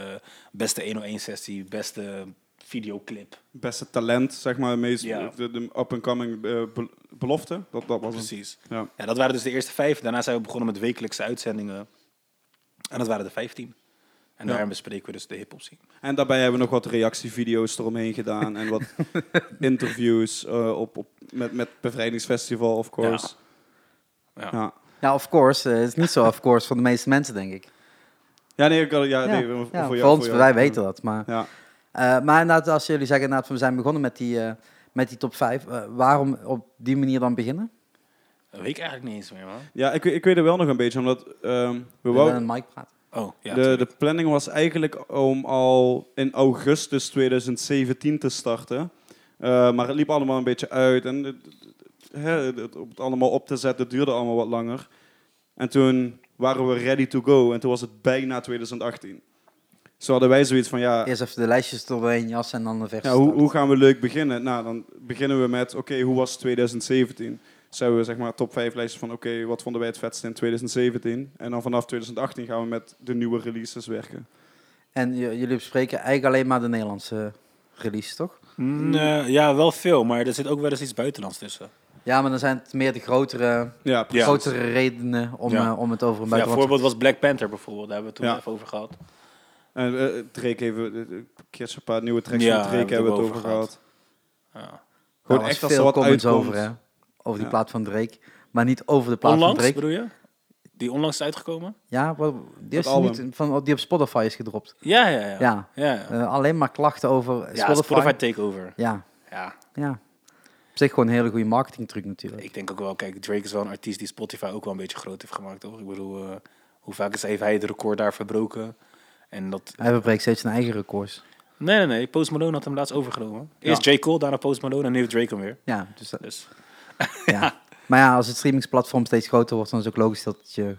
Speaker 1: beste 101-sessie, beste videoclip.
Speaker 3: Beste talent, zeg maar, meest,
Speaker 1: Ja.
Speaker 3: de, de up-and-coming eh, be- belofte. Dat, dat was het.
Speaker 1: Precies.
Speaker 3: Ja.
Speaker 1: Ja, dat waren dus de eerste vijf. Daarna zijn we begonnen met wekelijkse uitzendingen. En dat waren de 15. En
Speaker 3: Ja.
Speaker 1: daarin bespreken we dus de hip-hop scene.
Speaker 3: En daarbij hebben we nog wat reactievideo's eromheen gedaan. En wat interviews eh, op, op, met, met Bevrijdingsfestival, of course.
Speaker 1: Ja.
Speaker 3: Ja.
Speaker 2: Ja, of course. eh, het is niet zo of course van de meeste mensen, denk ik.
Speaker 3: Ja, nee, ik had, ja,
Speaker 2: Ja,
Speaker 3: nee,
Speaker 2: ja,
Speaker 3: voor,
Speaker 2: voor,
Speaker 3: jou.
Speaker 2: ons,
Speaker 3: voor jou.
Speaker 2: wij weten dat. Maar,
Speaker 3: Ja.
Speaker 2: eh, maar inderdaad, als jullie zeggen, inderdaad, we zijn begonnen met die, eh, met die top 5. waarom op die manier dan beginnen?
Speaker 1: Dat weet ik eigenlijk niet eens meer, man.
Speaker 3: ja, ik, ik weet er wel nog een beetje, omdat ehm, we
Speaker 2: We
Speaker 3: wou-
Speaker 2: willen een mic praten.
Speaker 1: Oh, ja.
Speaker 3: de, de
Speaker 1: tuurlijk.
Speaker 3: planning was eigenlijk om al in augustus 2017 te starten. Eh, maar het liep allemaal een beetje uit. En het, hè, het- het- om het allemaal op te zetten duurde allemaal wat langer. En toen waren we ready to go. En toen was het bijna 2018. Zo hadden wij zoiets van, ja,
Speaker 2: Eerst even de lijstjes er doorheen jas en dan de versie.
Speaker 3: ja hoe, hoe gaan we leuk beginnen? Nou, dan beginnen we met, oké, hoe was 2017? Zijn we zeg maar top 5 lijstjes van, oké, wat vonden wij het vetste in 2017? En dan vanaf 2018 gaan we met de nieuwe releases werken.
Speaker 2: En j- jullie bespreken eigenlijk alleen maar de Nederlandse release, toch?
Speaker 1: Mm, eh, ja, wel veel, maar er zit ook wel eens iets buitenlands tussen.
Speaker 2: Ja, maar dan zijn het meer de grotere,
Speaker 3: Ja, precies.
Speaker 2: grotere redenen om,
Speaker 1: Ja.
Speaker 2: eh, om het over een
Speaker 1: Ja,
Speaker 2: buitenlandse...
Speaker 1: voorbeeld was Black Panther bijvoorbeeld, daar hebben we het toen
Speaker 3: Ja.
Speaker 1: even over gehad.
Speaker 3: En eh, Drake heeft eh, een keer een paar nieuwe tracks
Speaker 1: Ja,
Speaker 3: van Drake hebben we het over gehad.
Speaker 1: Ja.
Speaker 3: Gewoon
Speaker 2: Daar was
Speaker 3: echt als er
Speaker 2: veel
Speaker 3: wat
Speaker 2: comments
Speaker 3: uitkomt.
Speaker 2: over, hè? Over die
Speaker 3: Ja.
Speaker 2: plaat van Drake. Maar niet over de plaat van
Speaker 1: Onlangs
Speaker 2: Drake.
Speaker 1: bedoel je? Die onlangs is uitgekomen?
Speaker 2: Ja, wat- die, is
Speaker 3: Dat
Speaker 2: niet, van, die op Spotify is gedropt.
Speaker 1: Ja, ja, ja.
Speaker 2: Ja.
Speaker 1: ja. ja.
Speaker 2: Eh, alleen maar klachten over
Speaker 1: Ja,
Speaker 2: Spotify.
Speaker 1: Spotify Takeover.
Speaker 2: Ja,
Speaker 1: Ja,
Speaker 2: ja. Op zich gewoon een hele goede marketingtruc natuurlijk.
Speaker 1: ik denk ook wel, kijk, Drake is wel een artiest die Spotify ook wel een beetje groot heeft gemaakt, toch? Ik bedoel, eh, hoe vaak is, heeft hij het record daar verbroken? En dat...
Speaker 2: Hij verbreekt steeds zijn eigen records.
Speaker 1: Nee, nee, nee, Post Malone had hem laatst overgenomen. Eerst J. Cole, daarna Post Malone en nu heeft Drake hem weer.
Speaker 2: Ja, dus dat-
Speaker 1: Dus,
Speaker 2: ja. Maar ja, als het streamingsplatform steeds groter wordt, dan is het ook logisch dat je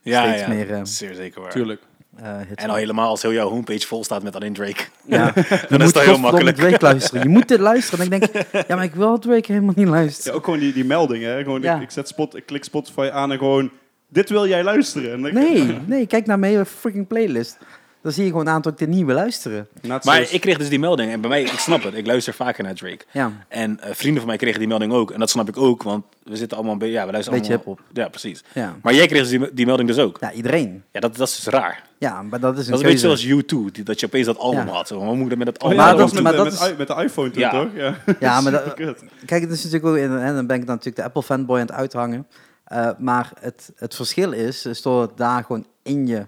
Speaker 1: ja,
Speaker 2: Steeds
Speaker 1: ja,
Speaker 2: meer, eh,
Speaker 1: zeer zeker waar.
Speaker 3: Tuurlijk.
Speaker 2: eh hits
Speaker 1: En al helemaal als heel jouw homepage vol staat met alleen Drake.
Speaker 2: Ja.
Speaker 1: dat
Speaker 2: Je moet
Speaker 1: heel
Speaker 2: godverdomme
Speaker 1: makkelijk.
Speaker 2: Drake luisteren. Je moet dit luisteren. En ik denk, ja, maar ik wil Drake helemaal niet
Speaker 3: Ja,
Speaker 2: luisteren.
Speaker 3: ook gewoon die, die melding, hè. Gewoon,
Speaker 2: Ja.
Speaker 3: ik, ik zet spot, ik klik Spotify aan en gewoon... Dit wil jij luisteren. En dan-
Speaker 2: Nee, nee, kijk naar mijn hele freaking playlist. Dan zie je gewoon een aantal dat ik dit niet wil luisteren.
Speaker 3: Net
Speaker 1: Maar
Speaker 3: zoals-
Speaker 1: ik kreeg dus die melding. En bij mij, ik snap het. Ik luister vaker naar Drake.
Speaker 2: Ja,
Speaker 1: En eh, vrienden van mij kregen die melding ook. En dat snap ik ook, want we zitten allemaal... een be- Ja, we luisteren
Speaker 2: Beetje
Speaker 1: allemaal... Ja, precies.
Speaker 2: ja.
Speaker 1: Maar jij kreeg dus die, die melding dus ook.
Speaker 2: ja iedereen.
Speaker 1: Ja, dat, dat is dus raar.
Speaker 2: Ja, maar dat is een
Speaker 1: Dat is een beetje
Speaker 2: keuze.
Speaker 1: zoals U2, die, dat je opeens dat album
Speaker 2: Ja.
Speaker 1: had. Zo, Wat moet ik met dat
Speaker 3: Oh,
Speaker 1: album?
Speaker 3: ja,
Speaker 2: maar
Speaker 3: dat
Speaker 2: dat-
Speaker 3: was met,
Speaker 2: maar
Speaker 3: eh,
Speaker 2: dat
Speaker 3: met,
Speaker 2: is-
Speaker 3: i- met de iPhone toen,
Speaker 1: Ja.
Speaker 3: toch? Ja,
Speaker 2: Ja, maar dat-
Speaker 3: Superkut.
Speaker 2: Kijk, het is natuurlijk ook, in- en dan ben ik dan natuurlijk de Apple fanboy aan het uithangen. Eh, maar het, het verschil is, is door het daar gewoon in je,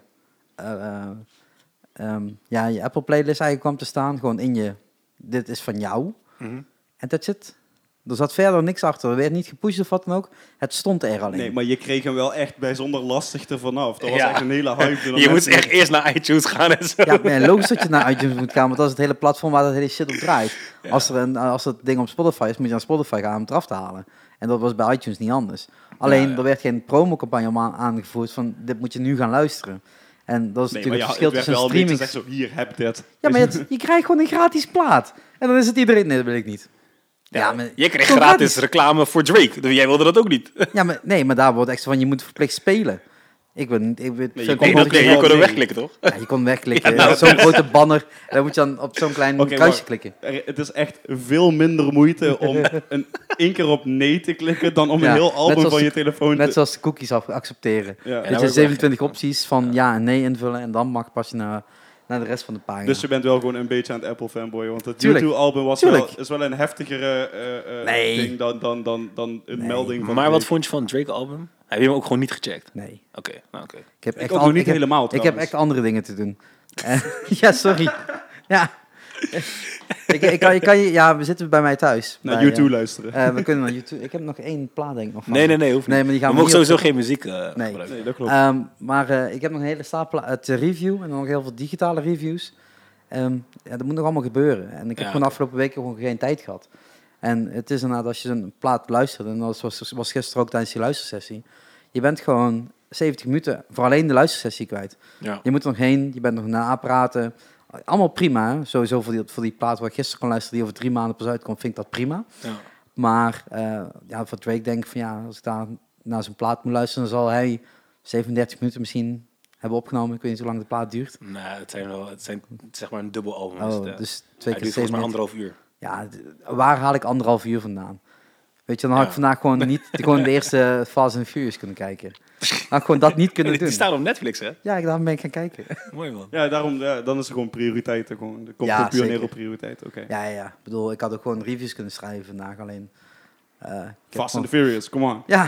Speaker 2: eh, ehm, ja, je Apple playlist eigenlijk kwam te staan. Gewoon in je, dit is van jou.
Speaker 1: Mhm.
Speaker 2: En that's it. Er zat verder niks achter. Er werd niet gepusht of wat dan ook. Het stond er alleen.
Speaker 3: Nee, maar je kreeg hem wel echt bijzonder lastig er vanaf. Dat was
Speaker 1: Ja.
Speaker 3: echt een hele hype. toen
Speaker 1: Je
Speaker 3: dat
Speaker 1: moet
Speaker 3: mensen-
Speaker 1: echt eerst naar iTunes gaan en zo.
Speaker 2: Ja, nee, logisch dat je naar iTunes moet gaan, want dat is het hele platform waar dat hele shit op draait. Als, er een, als dat ding op Spotify is, moet je naar Spotify gaan om het eraf te halen. En dat was bij iTunes niet anders. Alleen,
Speaker 1: ja.
Speaker 2: er werd geen promocampagne om aan- aangevoerd van, dit moet je nu gaan luisteren. En dat is
Speaker 3: Nee,
Speaker 2: natuurlijk
Speaker 3: maar ja,
Speaker 2: het
Speaker 3: het
Speaker 2: verschil
Speaker 3: werd
Speaker 2: tussen
Speaker 3: wel een beetje
Speaker 2: streaming...
Speaker 3: gezegd zo, hier, heb dit.
Speaker 2: Ja, maar het- je krijgt gewoon een gratis plaat. En dan is het iedereen... Nee, dat wil ik niet. Ja, maar...
Speaker 1: Je kreeg
Speaker 2: Gewoon
Speaker 1: gratis reclame voor Drake. Dus Jij wilde dat ook niet.
Speaker 2: Ja, maar nee, maar daar wordt echt zo van, je moet verplicht spelen. Ik wil niet... Ik wil,
Speaker 3: je
Speaker 2: zo'n
Speaker 3: kon-
Speaker 1: Nee,
Speaker 2: commercial-
Speaker 1: dat, nee, je kon hem
Speaker 3: nee.
Speaker 1: wegklikken, toch?
Speaker 2: ja, je kon wegklikken. zo'n grote banner. Daar moet je dan op zo'n klein
Speaker 3: Oké,
Speaker 2: kruisje
Speaker 3: maar-
Speaker 2: klikken.
Speaker 3: Er- het is echt veel minder moeite om een, één keer op nee te klikken dan om
Speaker 2: Ja,
Speaker 3: een heel
Speaker 2: net
Speaker 3: album
Speaker 2: zoals
Speaker 3: van
Speaker 2: de-
Speaker 3: je telefoon
Speaker 2: Net
Speaker 3: te...
Speaker 2: zoals de cookies af accepteren.
Speaker 3: Ja.
Speaker 1: Ja, daar
Speaker 2: Weet je,
Speaker 1: word ik wel
Speaker 2: 27 opties van ja en nee invullen en dan mag pas je naar, naar de rest van de pagina.
Speaker 3: Dus je bent wel gewoon een beetje aan het Apple fanboy, want het
Speaker 2: Tuurlijk.
Speaker 3: YouTube-album was
Speaker 2: Tuurlijk.
Speaker 3: wel, is wel een heftigere eh, eh,
Speaker 2: Nee.
Speaker 3: ding dan, dan, dan, dan een
Speaker 2: Nee.
Speaker 3: melding. Van
Speaker 1: Maar wat
Speaker 3: Drake.
Speaker 1: vond je van het Drake-album? Heb je hem ook gewoon niet gecheckt?
Speaker 2: nee,
Speaker 1: Oké, nou oké.
Speaker 2: ik heb
Speaker 3: Ik
Speaker 2: echt,
Speaker 3: ook
Speaker 2: al-
Speaker 3: nog niet
Speaker 2: ik heb,
Speaker 3: helemaal
Speaker 2: ik heb
Speaker 3: trouwens.
Speaker 2: echt andere dingen te doen. Eh, ja, sorry. Ja. ik, ik kan, ik kan, je- ja, we zitten bij mij thuis.
Speaker 3: naar
Speaker 2: Bij,
Speaker 3: YouTube
Speaker 2: eh,
Speaker 3: luisteren.
Speaker 2: eh, we kunnen naar YouTube. Ik heb nog één plaat denk ik nog van.
Speaker 1: Nee, nee, nee, hoeft niet.
Speaker 2: Nee, maar die gaan
Speaker 1: we
Speaker 2: we
Speaker 1: mogen
Speaker 2: niet op-
Speaker 1: sowieso geen muziek eh,
Speaker 2: Nee.
Speaker 1: gebruiken.
Speaker 3: nee,
Speaker 2: Ah.
Speaker 3: dat klopt.
Speaker 2: Ehm, maar eh, ik heb nog een hele stapel uit de review en dan nog heel veel digitale reviews. Eh, Ehm, ja, dat moet nog allemaal gebeuren. En ik heb
Speaker 1: Ja,
Speaker 2: gewoon de
Speaker 1: oké.
Speaker 2: afgelopen weken gewoon geen tijd gehad. En het is inderdaad, als je een plaat luistert, en dat was, was gisteren ook tijdens die luistersessie, je bent gewoon 70 minuten voor alleen de luistersessie kwijt.
Speaker 1: Ja.
Speaker 2: Je moet er nog heen, je bent nog na praten. Allemaal prima, hè. sowieso voor die, voor die plaat waar ik gisteren kon luisteren, die over drie maanden pas uitkomt, vind ik dat prima.
Speaker 1: Ja.
Speaker 2: Maar eh, ja, voor Drake denk ik van ja, als ik daar naar zijn plaat moet luisteren, dan zal hij 37 minuten misschien hebben opgenomen. Ik weet niet hoe lang de plaat duurt.
Speaker 1: Nee, het zijn wel, het zijn zeg maar een dubbel album. is het,
Speaker 2: Oh,
Speaker 1: eh.
Speaker 2: dus twee
Speaker 1: Hij
Speaker 2: keer
Speaker 1: duurt volgens
Speaker 2: 7
Speaker 1: mij
Speaker 2: minuten.
Speaker 1: anderhalf uur.
Speaker 2: Ja, d- waar haal ik anderhalf uur vandaan? Weet je, dan had ik
Speaker 1: Ja.
Speaker 2: vandaag gewoon niet gewoon de eerste Fast and Furious kunnen kijken. Had ik gewoon dat niet kunnen
Speaker 1: Die, die
Speaker 2: doen.
Speaker 1: staan op Netflix, hè?
Speaker 2: Ja, ik daarom ben ik gaan kijken.
Speaker 1: Mooi man.
Speaker 3: Ja, daarom, ja, dan is er gewoon prioriteiten. Gewoon, er komt
Speaker 2: Ja,
Speaker 3: gewoon puur neer
Speaker 2: zeker.
Speaker 3: op prioriteit. Oké.
Speaker 2: Ja, ja, ja. Ik bedoel, ik had ook gewoon reviews kunnen schrijven vandaag, alleen... eh, ik heb gewoon-
Speaker 3: Fast and the Furious, come on.
Speaker 2: Ja.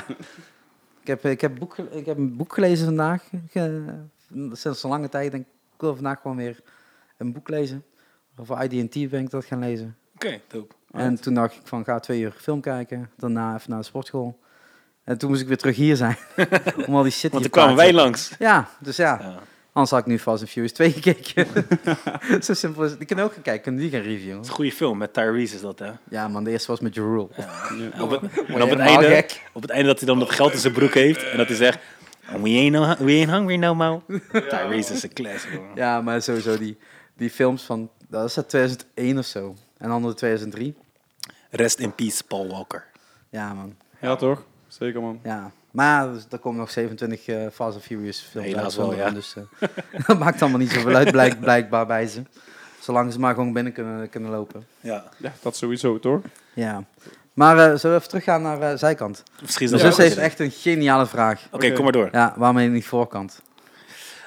Speaker 2: ik, heb, eh, ik, heb boek, ge- ik heb een boek gelezen vandaag. Ge- sinds een lange tijd. En ik wil vandaag gewoon weer een boek lezen. Over IDT ben ik dat gaan lezen.
Speaker 1: Oké, dope.
Speaker 2: En toen dacht ik van, ga twee uur film kijken. Daarna even naar de sportschool. En toen moest ik weer terug hier zijn. om al die
Speaker 1: Want
Speaker 2: shit hier
Speaker 1: toen kwamen
Speaker 2: te
Speaker 1: wij
Speaker 2: plaatsen.
Speaker 1: langs.
Speaker 2: Ja, dus ja.
Speaker 1: Ja.
Speaker 2: Anders had ik nu Fast and Furious 2 gekeken. Zo simpel is het. Ik kan ook gaan kijken. Kunnen die gaan reviewen?
Speaker 1: Het is een goede film met Tyrese is dat, hè?
Speaker 2: Ja man, de eerste was met Jerul.
Speaker 1: En op, het, en op, het
Speaker 2: Helemaal
Speaker 1: einde,
Speaker 2: gek.
Speaker 1: op het einde dat hij dan dat geld in zijn broek heeft en dat hij zegt... "Oh, We ain't, no, we ain't hungry no more. Tyrese is een classic, man.
Speaker 2: Ja, maar sowieso die, die films van, dat is uit 2001 of zo. En andere 2003.
Speaker 1: Rest in peace, Paul Walker.
Speaker 2: Ja, man.
Speaker 3: Ja, toch? Zeker, man.
Speaker 2: Ja. Maar dus, er komen nog 27 eh, Fast and Furious films
Speaker 1: Helaas
Speaker 2: uit zonder
Speaker 1: wel,
Speaker 2: hem,
Speaker 1: ja.
Speaker 2: Dus eh, dat maakt allemaal niet zoveel uit, blijk, blijkbaar bij ze. Zolang ze maar gewoon binnen kunnen, kunnen lopen.
Speaker 1: Ja.
Speaker 3: Ja, dat sowieso, toch?
Speaker 2: Ja. Maar eh zullen we even teruggaan naar eh, zijkant?
Speaker 1: Misschien is
Speaker 2: De
Speaker 1: dat
Speaker 2: zus
Speaker 1: wel-
Speaker 2: heeft echt een geniale vraag.
Speaker 1: Oké, kom maar door.
Speaker 2: Ja, waarmee niet voorkant?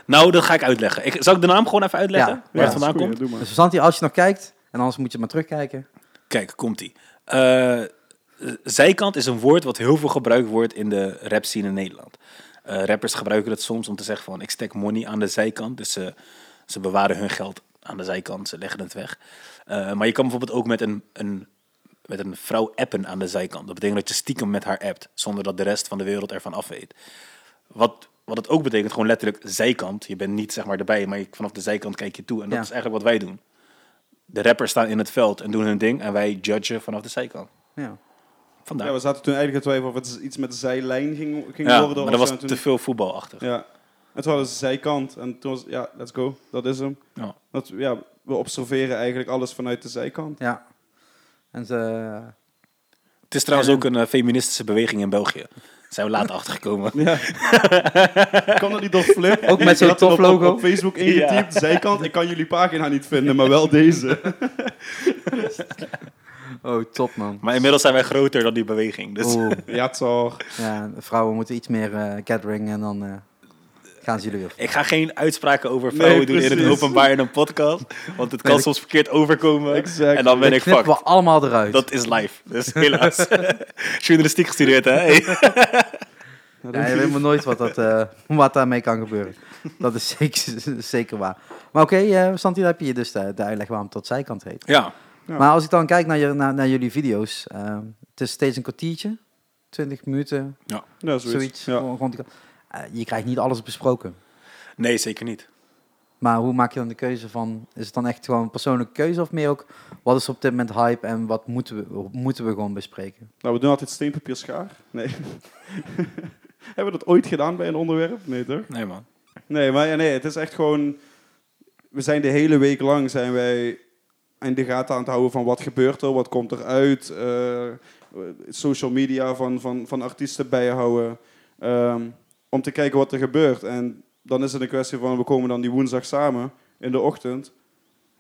Speaker 1: Nou, dat ga ik uitleggen. Ik, zal ik de naam gewoon even uitleggen?
Speaker 2: Ja.
Speaker 1: Waar het vandaan
Speaker 3: dat is
Speaker 1: komt?
Speaker 3: goed, ja, doe maar.
Speaker 2: Dus Santi, als je nog kijkt, en anders moet je het maar terugkijken.
Speaker 1: Kijk, komt ie. Eh, zijkant is een woord wat heel veel gebruikt wordt in de rap scene in Nederland. Eh, rappers gebruiken het soms om te zeggen van ik stek money aan de zijkant. Dus ze, ze bewaren hun geld aan de zijkant, ze leggen het weg. Eh, maar je kan bijvoorbeeld ook met een, een, met een vrouw appen aan de zijkant. Dat betekent dat je stiekem met haar appt, zonder dat de rest van de wereld ervan af weet. Wat, wat het ook betekent, gewoon letterlijk zijkant. Je bent niet zeg maar erbij, maar je, vanaf de zijkant kijk je toe. En dat
Speaker 2: Ja.
Speaker 1: is eigenlijk wat wij doen. De rappers staan in het veld en doen hun ding en wij judgen vanaf de zijkant.
Speaker 2: Ja.
Speaker 1: Vandaar.
Speaker 3: Ja, we zaten toen eigenlijk te twijfelen of het iets met de zijlijn ging, ging
Speaker 1: Ja,
Speaker 3: worden.
Speaker 1: maar dat
Speaker 3: of zo.
Speaker 1: was
Speaker 3: En toen-
Speaker 1: te veel voetbalachtig.
Speaker 3: Ja. En toen hadden ze zijkant. En toen was ja, let's go. Dat is hem.
Speaker 1: Ja.
Speaker 3: Dat, ja, we observeren eigenlijk alles vanuit de zijkant.
Speaker 2: Ja. En ze... eh,
Speaker 1: Het is trouwens ook een eh, feministische beweging in België. Daar zijn we later achtergekomen.
Speaker 3: Ja. kan dat niet door Flip?
Speaker 2: Ook met zo'n
Speaker 3: Die had hem op-
Speaker 2: toplogo.
Speaker 3: Op, op Facebook ingetypt, zijkant. Ik kan jullie pagina niet vinden, maar wel deze.
Speaker 2: Oh, top man.
Speaker 1: Maar inmiddels zijn wij groter dan die beweging. Dus
Speaker 2: Oeh.
Speaker 3: Ja, toch.
Speaker 2: Ja, vrouwen moeten iets meer eh gathering en dan eh, gaan ze jullie weer.
Speaker 1: ik ga geen uitspraken over vrouwen
Speaker 3: Nee,
Speaker 1: doen in het
Speaker 3: precies.
Speaker 1: openbaar in een podcast. Want het kan
Speaker 2: Nee, dat-
Speaker 1: soms verkeerd overkomen.
Speaker 3: Exact.
Speaker 1: En dan ben
Speaker 2: Dat
Speaker 1: ik
Speaker 2: knippen
Speaker 1: fucked.
Speaker 2: we allemaal eruit.
Speaker 1: Dat is live. Dus helaas. Journalistiek gestudeerd, hè? Hey.
Speaker 2: Ja, je weet maar nooit wat, dat, eh, wat daarmee kan gebeuren. Dat is zeker, zeker waar. Maar oké, eh Santi, daar heb je hier dus de, de uitleg waarom het tot zijkant heet.
Speaker 1: Ja.
Speaker 3: Ja.
Speaker 2: Maar als ik dan kijk naar, je, naar, naar jullie video's, ehm, het is steeds een kwartiertje, 20 minuten,
Speaker 3: Ja, zoiets.
Speaker 2: zoiets.
Speaker 3: Ja.
Speaker 2: gewoon- gewoon die kant. Eh, je krijgt niet alles besproken.
Speaker 1: Nee, zeker niet.
Speaker 2: Maar hoe maak je dan de keuze van, is het dan echt gewoon een persoonlijke keuze of meer ook, wat is op dit moment hype en wat moeten we, moeten we gewoon bespreken?
Speaker 3: Nou, we doen altijd steenpapier schaar. Nee. Hebben we dat ooit gedaan bij een onderwerp? Nee, toch?
Speaker 1: Nee, man.
Speaker 3: Nee, maar ja, nee, het is echt gewoon... We zijn de hele week lang zijn wij in de gaten aan het houden van wat gebeurt er, wat komt eruit. eh, social media van, van, van artiesten bijhouden. ehm, om te kijken wat er gebeurt. En dan is het een kwestie van, we komen dan die woensdag samen in de ochtend.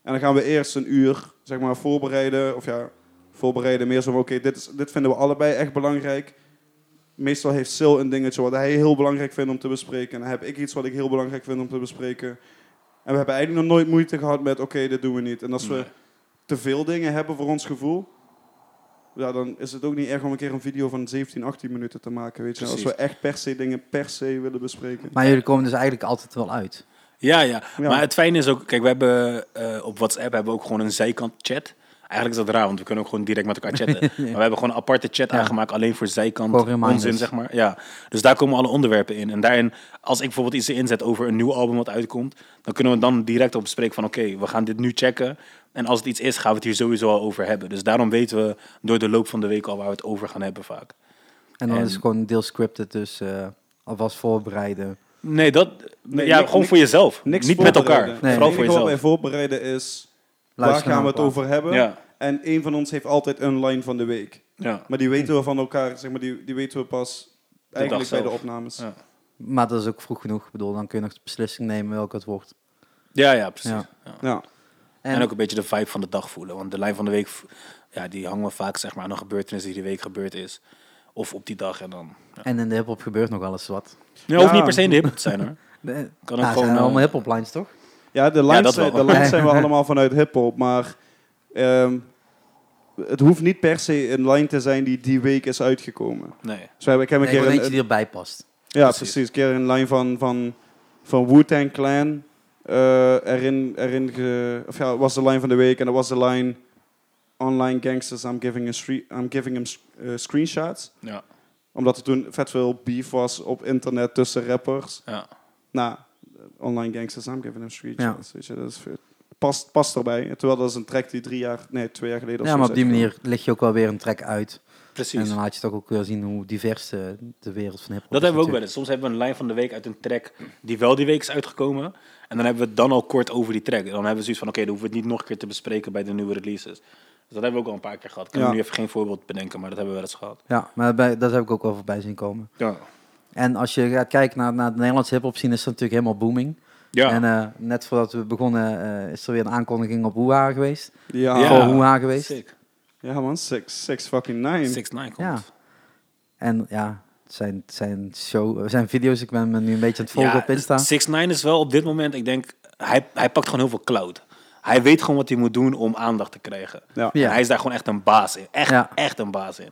Speaker 3: En dan gaan we eerst een uur zeg maar, voorbereiden. Of ja, voorbereiden meer zo van, oké, dit dit, dit vinden we allebei echt belangrijk. Meestal heeft Sil een dingetje wat hij heel belangrijk vindt om te bespreken. En dan heb ik iets wat ik heel belangrijk vind om te bespreken. En we hebben eigenlijk nog nooit moeite gehad met, oké, dit doen we niet. En als we
Speaker 1: Nee.
Speaker 3: te veel dingen hebben voor ons gevoel... Ja, dan is het ook niet erg om een keer een video van 17, 18 minuten te maken, weet je.
Speaker 1: Precies.
Speaker 3: Als we echt per se dingen per se willen bespreken.
Speaker 2: Maar jullie komen dus eigenlijk altijd wel uit.
Speaker 1: Ja, ja,
Speaker 3: Ja.
Speaker 1: Maar het fijne is ook, kijk, we hebben eh, op WhatsApp hebben we ook gewoon een zijkant chat. Eigenlijk is dat raar, want we kunnen ook gewoon direct met elkaar chatten. Maar we hebben gewoon een aparte chat aangemaakt, alleen voor zijkant
Speaker 2: Voor reminders.
Speaker 1: onzin, zeg maar. Ja. Dus daar komen alle onderwerpen in. En daarin, als ik bijvoorbeeld iets inzet over een nieuw album wat uitkomt, dan kunnen we dan direct op bespreken van, oké, we gaan dit nu checken. En als het iets is, gaan we het hier sowieso al over hebben. Dus daarom weten we door de loop van de week al waar we het over gaan hebben vaak.
Speaker 2: En dan
Speaker 1: En-
Speaker 2: is het gewoon deels scripted, dus eh, alvast voorbereiden.
Speaker 1: Nee, dat...
Speaker 3: Nee,
Speaker 1: ja,
Speaker 3: ni-
Speaker 1: gewoon
Speaker 3: ni-
Speaker 1: voor jezelf.
Speaker 3: Niks
Speaker 1: Niet met elkaar.
Speaker 3: voorbereiden.
Speaker 2: Nee.
Speaker 1: Vooral
Speaker 3: Het
Speaker 1: voor
Speaker 3: enige wat wij
Speaker 1: jezelf.
Speaker 3: voorbereiden is, waar
Speaker 2: Luisteren
Speaker 3: gaan we
Speaker 2: naar
Speaker 3: het
Speaker 2: elkaar.
Speaker 3: over hebben?
Speaker 1: Ja,
Speaker 3: En één van ons heeft altijd een line van de week.
Speaker 1: ja.
Speaker 3: Maar die weten we van elkaar, zeg maar, die, die weten we pas eigenlijk
Speaker 1: dag
Speaker 3: bij de
Speaker 1: zelf.
Speaker 3: opnames.
Speaker 1: Ja.
Speaker 2: Maar dat is ook vroeg genoeg. Ik bedoel, dan kun je nog de beslissing nemen welke het wordt.
Speaker 1: ja, ja, precies.
Speaker 2: Ja.
Speaker 1: Ja.
Speaker 3: Ja.
Speaker 1: En, ook een beetje de vibe van de dag voelen. Want de lijn van de week, v- ja, die hangen we vaak zeg maar, aan een gebeurtenis die die week gebeurd is. Of op die dag en dan... Ja.
Speaker 2: En in de hip-hop gebeurt nog wel eens wat.
Speaker 1: Nee,
Speaker 3: Ja.
Speaker 1: hoeft niet per se in de hip te zijn hoor.
Speaker 2: De,
Speaker 1: Kan ook
Speaker 2: nou,
Speaker 1: gewoon...
Speaker 2: zijn
Speaker 1: eh,
Speaker 2: allemaal hip-hop lines, toch?
Speaker 3: Ja, de
Speaker 1: dat
Speaker 3: lines, zijn-
Speaker 1: wel.
Speaker 3: de lines zijn we allemaal vanuit hip-hop, maar ehm, het hoeft niet per se een line te zijn die die week is uitgekomen.
Speaker 1: nee.
Speaker 3: Dus we hebben, ik heb een
Speaker 2: Nee, gewoon
Speaker 3: keer een,
Speaker 2: eentje die erbij past.
Speaker 3: ja,
Speaker 1: Precies.
Speaker 3: precies. een keer een line van, van, van Wu-Tang Clan eh, erin, erin ge, of ja, was de line van de week en dat was de line online gangsters, I'm giving, a stre- I'm giving him s- eh, screenshots.
Speaker 1: Ja,
Speaker 3: Omdat er toen vet veel beef was op internet tussen rappers.
Speaker 1: ja.
Speaker 3: Nou, online gangsters, I'm giving him screenshots. Weet je, dat is veel- Past, past erbij. Terwijl dat is een track die drie jaar, nee, twee jaar geleden of
Speaker 2: Ja,
Speaker 3: zo
Speaker 2: maar
Speaker 3: is
Speaker 2: op die
Speaker 3: uitgekomen.
Speaker 2: manier leg je ook wel weer een track uit. En
Speaker 1: precies.
Speaker 2: dan laat je toch ook weer zien hoe divers eh, de wereld van
Speaker 1: Dat hebben
Speaker 2: hip-hop is
Speaker 1: we ook wel
Speaker 2: natuurlijk.
Speaker 1: eens. Soms hebben we een lijn van de week uit een track die wel die week is uitgekomen. En dan hebben we het dan al kort over die track. En dan hebben we zoiets van, oké, dan hoeven we het niet nog een keer te bespreken bij de nieuwe releases. Dus dat hebben we ook al een paar keer gehad. Ik kan
Speaker 3: Ja.
Speaker 1: nu even geen voorbeeld bedenken, maar dat hebben we wel eens gehad.
Speaker 2: Ja, maar bij, dat heb ik ook wel voorbij zien komen.
Speaker 1: Ja.
Speaker 2: En als je gaat kijken naar, naar de Nederlandse hip-hop scene, is dat natuurlijk helemaal booming.
Speaker 1: Ja.
Speaker 2: En eh, net voordat we begonnen, eh, is er weer een aankondiging op Hoeha geweest.
Speaker 3: Ja,
Speaker 1: Ja.
Speaker 2: Voor Hoeha geweest.
Speaker 1: Sick.
Speaker 3: ja man, six, six fucking nine.
Speaker 1: 6 9 komt.
Speaker 2: Ja. En ja, zijn, zijn, show, eh, zijn video's, ik ben me nu een beetje aan het volgen op Insta.
Speaker 1: 6 9 is wel op dit moment, ik denk, hij, hij pakt gewoon heel veel cloud. Hij weet gewoon wat hij moet doen om aandacht te krijgen.
Speaker 3: Ja.
Speaker 2: Ja.
Speaker 1: En hij is daar gewoon echt een baas in. Echt,
Speaker 2: Ja.
Speaker 1: echt een baas in.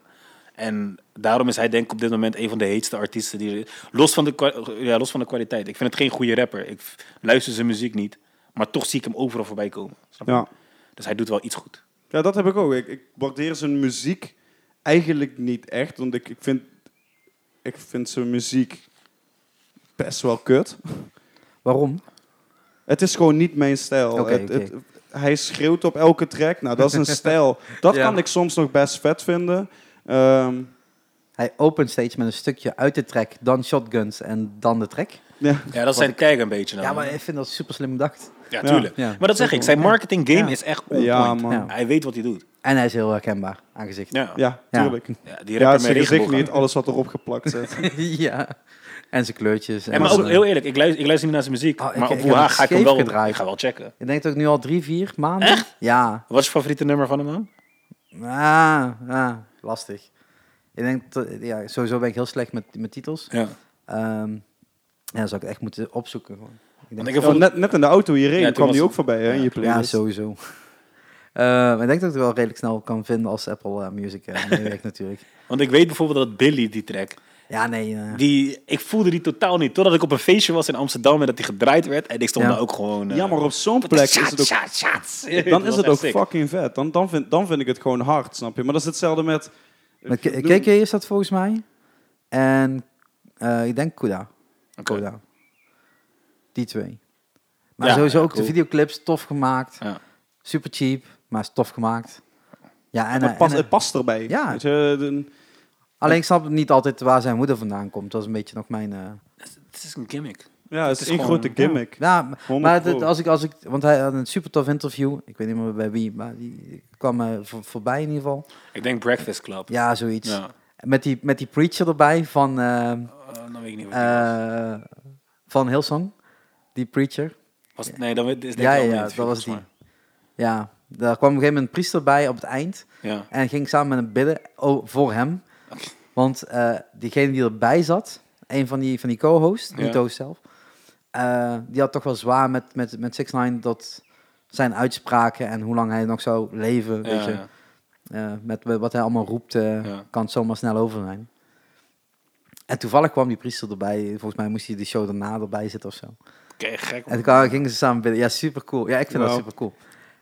Speaker 1: En daarom is hij denk ik op dit moment een van de heetste artiesten. Die, er- los, van de, kwa- ja, los van de kwaliteit. Ik vind het geen goede rapper. Ik f- luister zijn muziek niet. Maar toch zie ik hem overal voorbij komen. Snap je?
Speaker 3: Ja.
Speaker 1: Dus hij doet wel iets goed.
Speaker 3: ja, dat heb ik ook. Ik, ik waardeer zijn muziek eigenlijk niet echt, want ik, ik, vind, ik vind zijn muziek best wel kut.
Speaker 2: Waarom?
Speaker 3: Het is gewoon niet mijn stijl.
Speaker 2: Oké,
Speaker 3: Het-
Speaker 2: oké.
Speaker 3: het- hij schreeuwt op elke track. Nou, dat is een stijl. Dat
Speaker 2: Ja.
Speaker 3: kan ik soms nog best vet vinden. Ehm,
Speaker 2: Hij opent steeds met een stukje uit de track, dan shotguns en dan de track.
Speaker 3: ja.
Speaker 1: Ja, dat is zijn tag een beetje. Dan.
Speaker 2: Ja, maar ik vind dat super slim bedacht.
Speaker 1: Ja,
Speaker 3: Ja.
Speaker 1: tuurlijk.
Speaker 2: Ja.
Speaker 1: Maar dat zeg ik. Zijn marketing game
Speaker 2: Ja.
Speaker 1: is echt on
Speaker 3: ja,
Speaker 1: point.
Speaker 3: man.
Speaker 2: Ja.
Speaker 1: Hij weet wat hij doet.
Speaker 2: En hij is heel herkenbaar, aangezicht.
Speaker 1: Ja.
Speaker 3: Ja,
Speaker 2: Ja.
Speaker 3: tuurlijk.
Speaker 1: Ja, die
Speaker 3: Ja,
Speaker 1: rapper
Speaker 3: zijn
Speaker 1: met
Speaker 3: gezicht
Speaker 1: regenboog.
Speaker 3: niet, alles wat erop geplakt zit.
Speaker 2: ja. En zijn kleurtjes.
Speaker 1: En maar
Speaker 2: zijn-
Speaker 1: ook heel eerlijk, ik luister, ik luister niet naar zijn muziek.
Speaker 2: Oh,
Speaker 1: maar
Speaker 2: ik- ik
Speaker 1: op
Speaker 2: heb
Speaker 1: Hoera
Speaker 2: het
Speaker 1: ga ik hem
Speaker 2: scheef
Speaker 1: wel,
Speaker 2: gedraaid.
Speaker 1: ik ga wel checken.
Speaker 2: Ik denk dat ik nu al drie, vier maanden. Ja.
Speaker 1: Wat is je favoriete nummer van hem dan?
Speaker 2: Ah, ah, lastig. Ik denk, dat- ja, sowieso ben ik heel slecht met, met titels.
Speaker 1: Ja.
Speaker 2: Ehm ja, dan zou ik het echt moeten opzoeken. Gewoon. Ik denk,
Speaker 1: Want ik heb
Speaker 3: Ja,
Speaker 1: bijvoorbeeld-
Speaker 3: net, net in de auto hierheen
Speaker 1: Ja, toen
Speaker 3: kwam die
Speaker 1: was-
Speaker 3: ook voorbij hè, in je
Speaker 2: ja,
Speaker 3: playlist.
Speaker 2: sowieso. Eh, ik denk dat ik het wel redelijk snel kan vinden als Apple eh, Music eh, meewerkt natuurlijk.
Speaker 1: Want ik weet bijvoorbeeld dat Billy, die track,
Speaker 2: Ja, nee. eh,
Speaker 1: die, ik voelde die totaal niet. Totdat ik op een feestje was in Amsterdam en dat die gedraaid werd. En ik stond
Speaker 2: Ja.
Speaker 1: daar ook gewoon... eh,
Speaker 3: Ja, maar op zo'n
Speaker 1: wat
Speaker 3: plek is
Speaker 1: shots,
Speaker 3: het ook
Speaker 1: shots, shots.
Speaker 3: dan
Speaker 1: Dat
Speaker 3: is
Speaker 1: was
Speaker 3: het
Speaker 1: echt
Speaker 3: ook
Speaker 1: sick.
Speaker 3: fucking vet. Dan, dan, vind, dan vind ik het gewoon hard, snap je? Maar dat is hetzelfde met...
Speaker 2: maar K- KK is dat volgens mij. En eh, ik denk Kuda.
Speaker 1: Oké.
Speaker 2: Koda. Die twee. Maar
Speaker 1: Ja,
Speaker 2: sowieso
Speaker 1: ja,
Speaker 2: ook
Speaker 1: cool.
Speaker 2: de videoclips, tof gemaakt.
Speaker 1: Ja.
Speaker 2: Super cheap, maar is tof gemaakt. Ja, en,
Speaker 3: Maar
Speaker 2: eh,
Speaker 3: het, past,
Speaker 2: en, eh,
Speaker 3: het past erbij.
Speaker 2: Ja.
Speaker 3: Weet je, de-
Speaker 2: alleen ik snap niet altijd waar zijn moeder vandaan komt. Dat is een beetje nog mijn... eh,
Speaker 1: Het is een gimmick.
Speaker 3: ja het is
Speaker 1: is
Speaker 3: één
Speaker 1: gewoon-
Speaker 3: grote gimmick.
Speaker 2: Ja, m-
Speaker 3: 100
Speaker 2: maar het-
Speaker 3: pro.
Speaker 2: als ik, als ik, want hij had een super tof interview. Ik weet niet meer bij wie, maar die kwam eh, voor- voorbij in ieder geval.
Speaker 1: Ik denk Breakfast Club.
Speaker 2: Ja, zoiets.
Speaker 1: Ja.
Speaker 2: Met, die, met die preacher erbij van, eh
Speaker 1: Eh, dan weet ik niet wat die was.
Speaker 2: eh van Hillsong. Die preacher.
Speaker 1: was. het- Nee, dan weet- is denk ik
Speaker 2: Ja,
Speaker 1: een
Speaker 2: ja,
Speaker 1: ander
Speaker 2: ja,
Speaker 1: interview,
Speaker 2: dat was die.
Speaker 1: volgens
Speaker 2: Ja, daar kwam op een gegeven moment een priester bij op het eind.
Speaker 1: mij. Ja.
Speaker 2: En ging samen met hem bidden oh, voor hem. Want eh, diegene die erbij zat, een van die, van die co-hosts,
Speaker 1: Ja.
Speaker 2: niet de host zelf, eh, die had toch wel zwaar met, met, met 6 9 dat zijn uitspraken en hoe lang hij nog zou leven, weet
Speaker 1: Ja,
Speaker 2: je.
Speaker 1: ja.
Speaker 2: Eh, met met wat hij allemaal roept, eh,
Speaker 1: Ja.
Speaker 2: kan het zomaar snel over zijn. En toevallig kwam die priester erbij. Volgens mij moest hij de show daarna erbij zitten of zo.
Speaker 1: Oké, gek.
Speaker 2: En
Speaker 1: man.
Speaker 2: toen kwamen- gingen ze samen bidden. Ja, super cool. Ja, ik vind dat
Speaker 3: Wauw.
Speaker 2: super cool.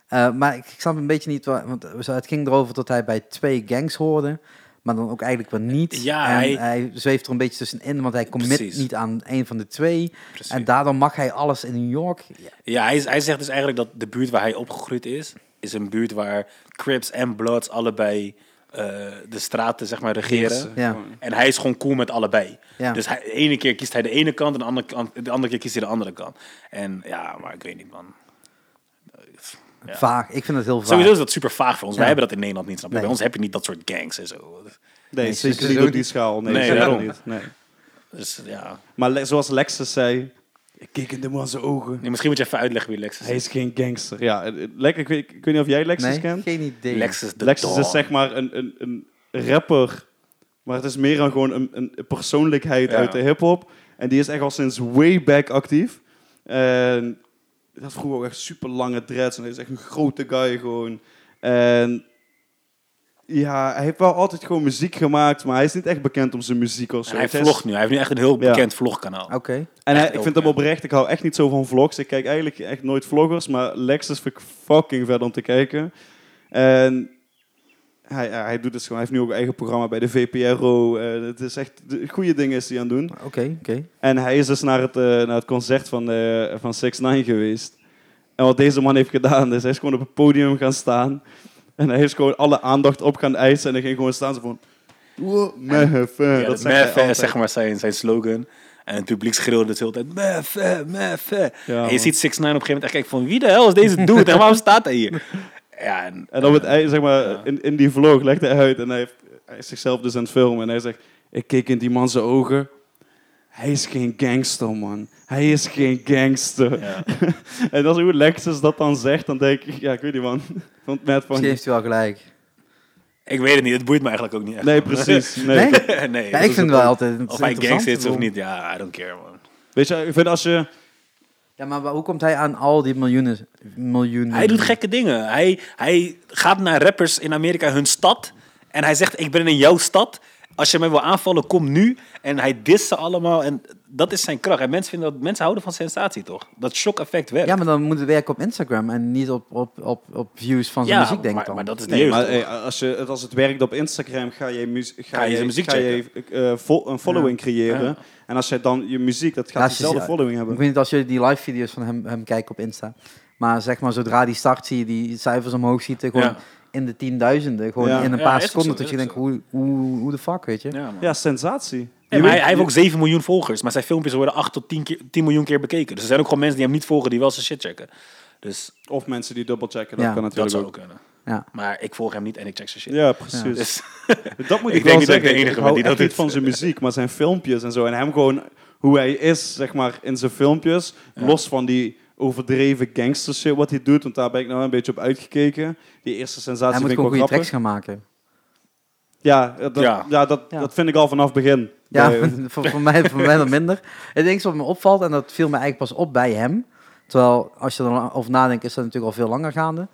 Speaker 2: Eh, maar ik, ik snap een beetje niet, waar, want het ging erover dat hij bij twee gangs hoorde, maar dan ook eigenlijk wel niet.
Speaker 1: Ja,
Speaker 2: en
Speaker 1: hij-
Speaker 2: hij, zweeft er een beetje tussenin, want hij commit
Speaker 1: Precies.
Speaker 2: niet aan een van de twee.
Speaker 1: Precies.
Speaker 2: En daardoor mag hij alles in New York.
Speaker 1: Ja, hij, hij zegt dus eigenlijk dat de buurt waar hij opgegroeid is, is een buurt waar Crips en Bloods allebei eh, de straten zeg maar regeren.
Speaker 2: Ja.
Speaker 1: En hij is gewoon cool met allebei.
Speaker 2: Ja.
Speaker 1: Dus hij, de ene keer kiest hij de ene kant en de andere, kant, de andere keer kiest hij de andere kant. En ja, maar ik weet niet man. Ja.
Speaker 2: Vaag. Ik vind het heel vaag.
Speaker 1: Sowieso is dat super vaag voor ons. Wij
Speaker 2: Ja.
Speaker 1: hebben dat in Nederland niet, snap je?
Speaker 2: Nee.
Speaker 1: Bij ons heb je niet dat soort gangs en zo.
Speaker 3: Nee,
Speaker 2: Nee,
Speaker 3: zeker
Speaker 2: zeker
Speaker 3: niet
Speaker 2: ook
Speaker 3: op die
Speaker 2: niet.
Speaker 3: schaal. Nee,
Speaker 1: Nee,
Speaker 3: zeker
Speaker 1: daarom.
Speaker 3: niet. Nee.
Speaker 1: Dus ja.
Speaker 3: Maar le- zoals Lexus zei, ik keek in de man zijn ogen.
Speaker 1: Nee, misschien moet je even uitleggen wie Lexus
Speaker 3: Hij
Speaker 1: is.
Speaker 3: is geen gangster. Ja, eh, eh, Lex- ik, weet, ik weet niet of jij Lexus
Speaker 2: nee,
Speaker 3: kent.
Speaker 2: geen idee.
Speaker 1: Lexus de
Speaker 3: Lexus
Speaker 1: Dawn.
Speaker 3: is dus zeg maar een, een, een rapper, maar het is meer dan gewoon een, een persoonlijkheid
Speaker 1: Ja.
Speaker 3: uit de hip-hop. En die is echt al sinds way back actief. En dat vroeger ook echt super lange dreads en hij is echt een grote guy gewoon. En ja, hij heeft wel altijd gewoon muziek gemaakt, maar hij is niet echt bekend om zijn muziek of zo.
Speaker 1: En hij
Speaker 3: Het is-
Speaker 1: vlogt nu. Hij heeft nu echt een heel
Speaker 3: Ja.
Speaker 1: bekend vlogkanaal.
Speaker 2: Oké.
Speaker 3: en
Speaker 1: Echt
Speaker 3: hij- ik
Speaker 1: ook,
Speaker 3: vind hem
Speaker 1: ja.
Speaker 3: oprecht, ik hou echt niet zo van vlogs. Ik kijk eigenlijk echt nooit vloggers, maar Lexus vind ik fucking vet om te kijken. En hij, ja, hij doet dus gewoon, hij heeft nu ook een eigen programma bij de VPRO. Eh, het is echt, de goede dingen is hij aan het doen.
Speaker 2: Oké, oké.
Speaker 3: En hij is dus naar het, eh, naar het concert van, eh van 6 9 geweest. En wat deze man heeft gedaan, is hij is gewoon op het podium gaan staan. En hij is gewoon alle aandacht op gaan eisen. En hij ging gewoon staan zo van... "Wow, meh,
Speaker 1: Ja,
Speaker 3: eh,
Speaker 1: dat
Speaker 3: dat zegt hij
Speaker 1: Mef, eh,
Speaker 3: altijd.
Speaker 1: is zeg maar zijn, zijn slogan. En het publiek schreeuwde het de hele tijd. Mef, eh, mef, eh.
Speaker 3: Ja,
Speaker 1: en je
Speaker 3: man.
Speaker 1: ziet 6 9 op een gegeven moment echt kijken van wie de hel is deze dude en waarom staat hij hier? Ja, en,
Speaker 3: En op het ei- zeg maar,
Speaker 1: Ja.
Speaker 3: in, in die vlog legt hij uit en hij, heeft, hij is zichzelf dus aan het filmen. En hij zegt, ik keek in die man zijn ogen. Hij is geen gangster, man. Hij is geen gangster.
Speaker 1: ja.
Speaker 3: En als hoe Lexus dat dan zegt, dan denk ik, ja, ik weet niet, man. Vond het mad van
Speaker 2: Misschien heeft hij wel gelijk.
Speaker 1: Ik weet het niet, het boeit me eigenlijk ook niet echt.
Speaker 3: Nee,
Speaker 1: man.
Speaker 3: precies. Nee.
Speaker 2: Nee?
Speaker 1: nee,
Speaker 2: Ja,
Speaker 1: dat
Speaker 2: ik
Speaker 1: is
Speaker 2: vind
Speaker 1: het
Speaker 2: wel
Speaker 1: ook.
Speaker 2: altijd
Speaker 1: Of hij
Speaker 2: interessant.
Speaker 1: gangst is of niet, ja, I don't care man.
Speaker 3: Weet je, ik vind als je...
Speaker 2: Ja, maar wa- hoe komt hij aan al die miljoenen? miljoenen
Speaker 1: Hij doet gekke dingen. Hij, hij gaat naar rappers in Amerika hun stad. En hij zegt, ik ben in jouw stad. Als je mij wil aanvallen, kom nu. En hij dist ze allemaal. En dat is zijn kracht. En mensen, vinden dat, mensen houden van sensatie, toch? Dat shock effect werkt.
Speaker 2: Ja, maar dan moet het werken op Instagram en niet op, op, op, op views van zijn
Speaker 1: Ja,
Speaker 2: muziek, denk ik
Speaker 1: maar,
Speaker 2: dan.
Speaker 1: maar dat is de
Speaker 3: Nee,
Speaker 1: jeugd,
Speaker 3: maar
Speaker 1: toch?
Speaker 3: eh, als, je, het- als het werkt op Instagram, ga je, mu- ga
Speaker 1: Ga je
Speaker 3: je,
Speaker 1: zijn muziek
Speaker 3: ga je eh, vol- een following creëren.
Speaker 1: Ja.
Speaker 3: En als jij dan je muziek, dat gaat
Speaker 2: Laatst is-
Speaker 3: dezelfde following
Speaker 2: Ik
Speaker 3: hebben.
Speaker 2: weet niet als jullie die live video's van hem, hem kijken op Insta. Maar zeg maar, zodra die start zie je die cijfers omhoog ziet, eh, gewoon
Speaker 1: Ja.
Speaker 2: in de tienduizenden. Gewoon
Speaker 3: Ja.
Speaker 2: in een
Speaker 1: Ja,
Speaker 2: paar
Speaker 1: is ook
Speaker 2: seconden
Speaker 1: zo,
Speaker 2: dat je
Speaker 1: is ook
Speaker 2: denkt, hoe, hoe, hoe de fuck, weet je?
Speaker 1: Ja, man.
Speaker 3: Ja, sensatie.
Speaker 1: Nee, maar
Speaker 3: Je weet-
Speaker 1: hij, hij
Speaker 3: je-
Speaker 1: heeft ook 7 miljoen volgers, maar zijn filmpjes worden 8 tot 10, keer, 10 miljoen keer bekeken. Dus er zijn ook gewoon mensen die hem niet volgen, die wel zijn shit checken. Dus
Speaker 3: Of mensen die dubbelchecken, dat
Speaker 2: Ja,
Speaker 3: kan
Speaker 1: dat
Speaker 3: natuurlijk
Speaker 1: zou
Speaker 3: ook.
Speaker 1: ook kunnen.
Speaker 2: Ja.
Speaker 1: Maar ik volg hem niet en ik check zijn shit.
Speaker 3: Ja, precies.
Speaker 1: Dus
Speaker 3: Dat moet ik,
Speaker 1: Ik
Speaker 3: wel
Speaker 1: denk niet dat ik
Speaker 3: zeggen.
Speaker 1: de enige
Speaker 3: ik
Speaker 1: ben
Speaker 3: hou
Speaker 1: die
Speaker 3: echt
Speaker 1: dat
Speaker 3: niet
Speaker 1: doet.
Speaker 3: van zijn muziek, maar zijn filmpjes en zo. En hem gewoon, hoe hij is, zeg maar, in zijn filmpjes. Los van die overdreven gangster shit wat hij doet. Want daar ben ik nou een beetje op uitgekeken. Die eerste sensatie
Speaker 2: Hij moet
Speaker 3: vind ik
Speaker 2: gewoon
Speaker 3: wel
Speaker 2: goede tracks
Speaker 3: grappig.
Speaker 2: gaan maken.
Speaker 3: Ja, dat, ja.
Speaker 1: Ja.
Speaker 3: dat,
Speaker 2: Ja.
Speaker 3: dat vind ik al vanaf het begin.
Speaker 2: Ja,
Speaker 3: Bij-
Speaker 2: voor, voor, mij, voor mij dan minder. Het enige wat me opvalt, en dat viel me eigenlijk pas op bij hem. Terwijl, als je er dan over nadenkt, is dat natuurlijk al veel langer gaande.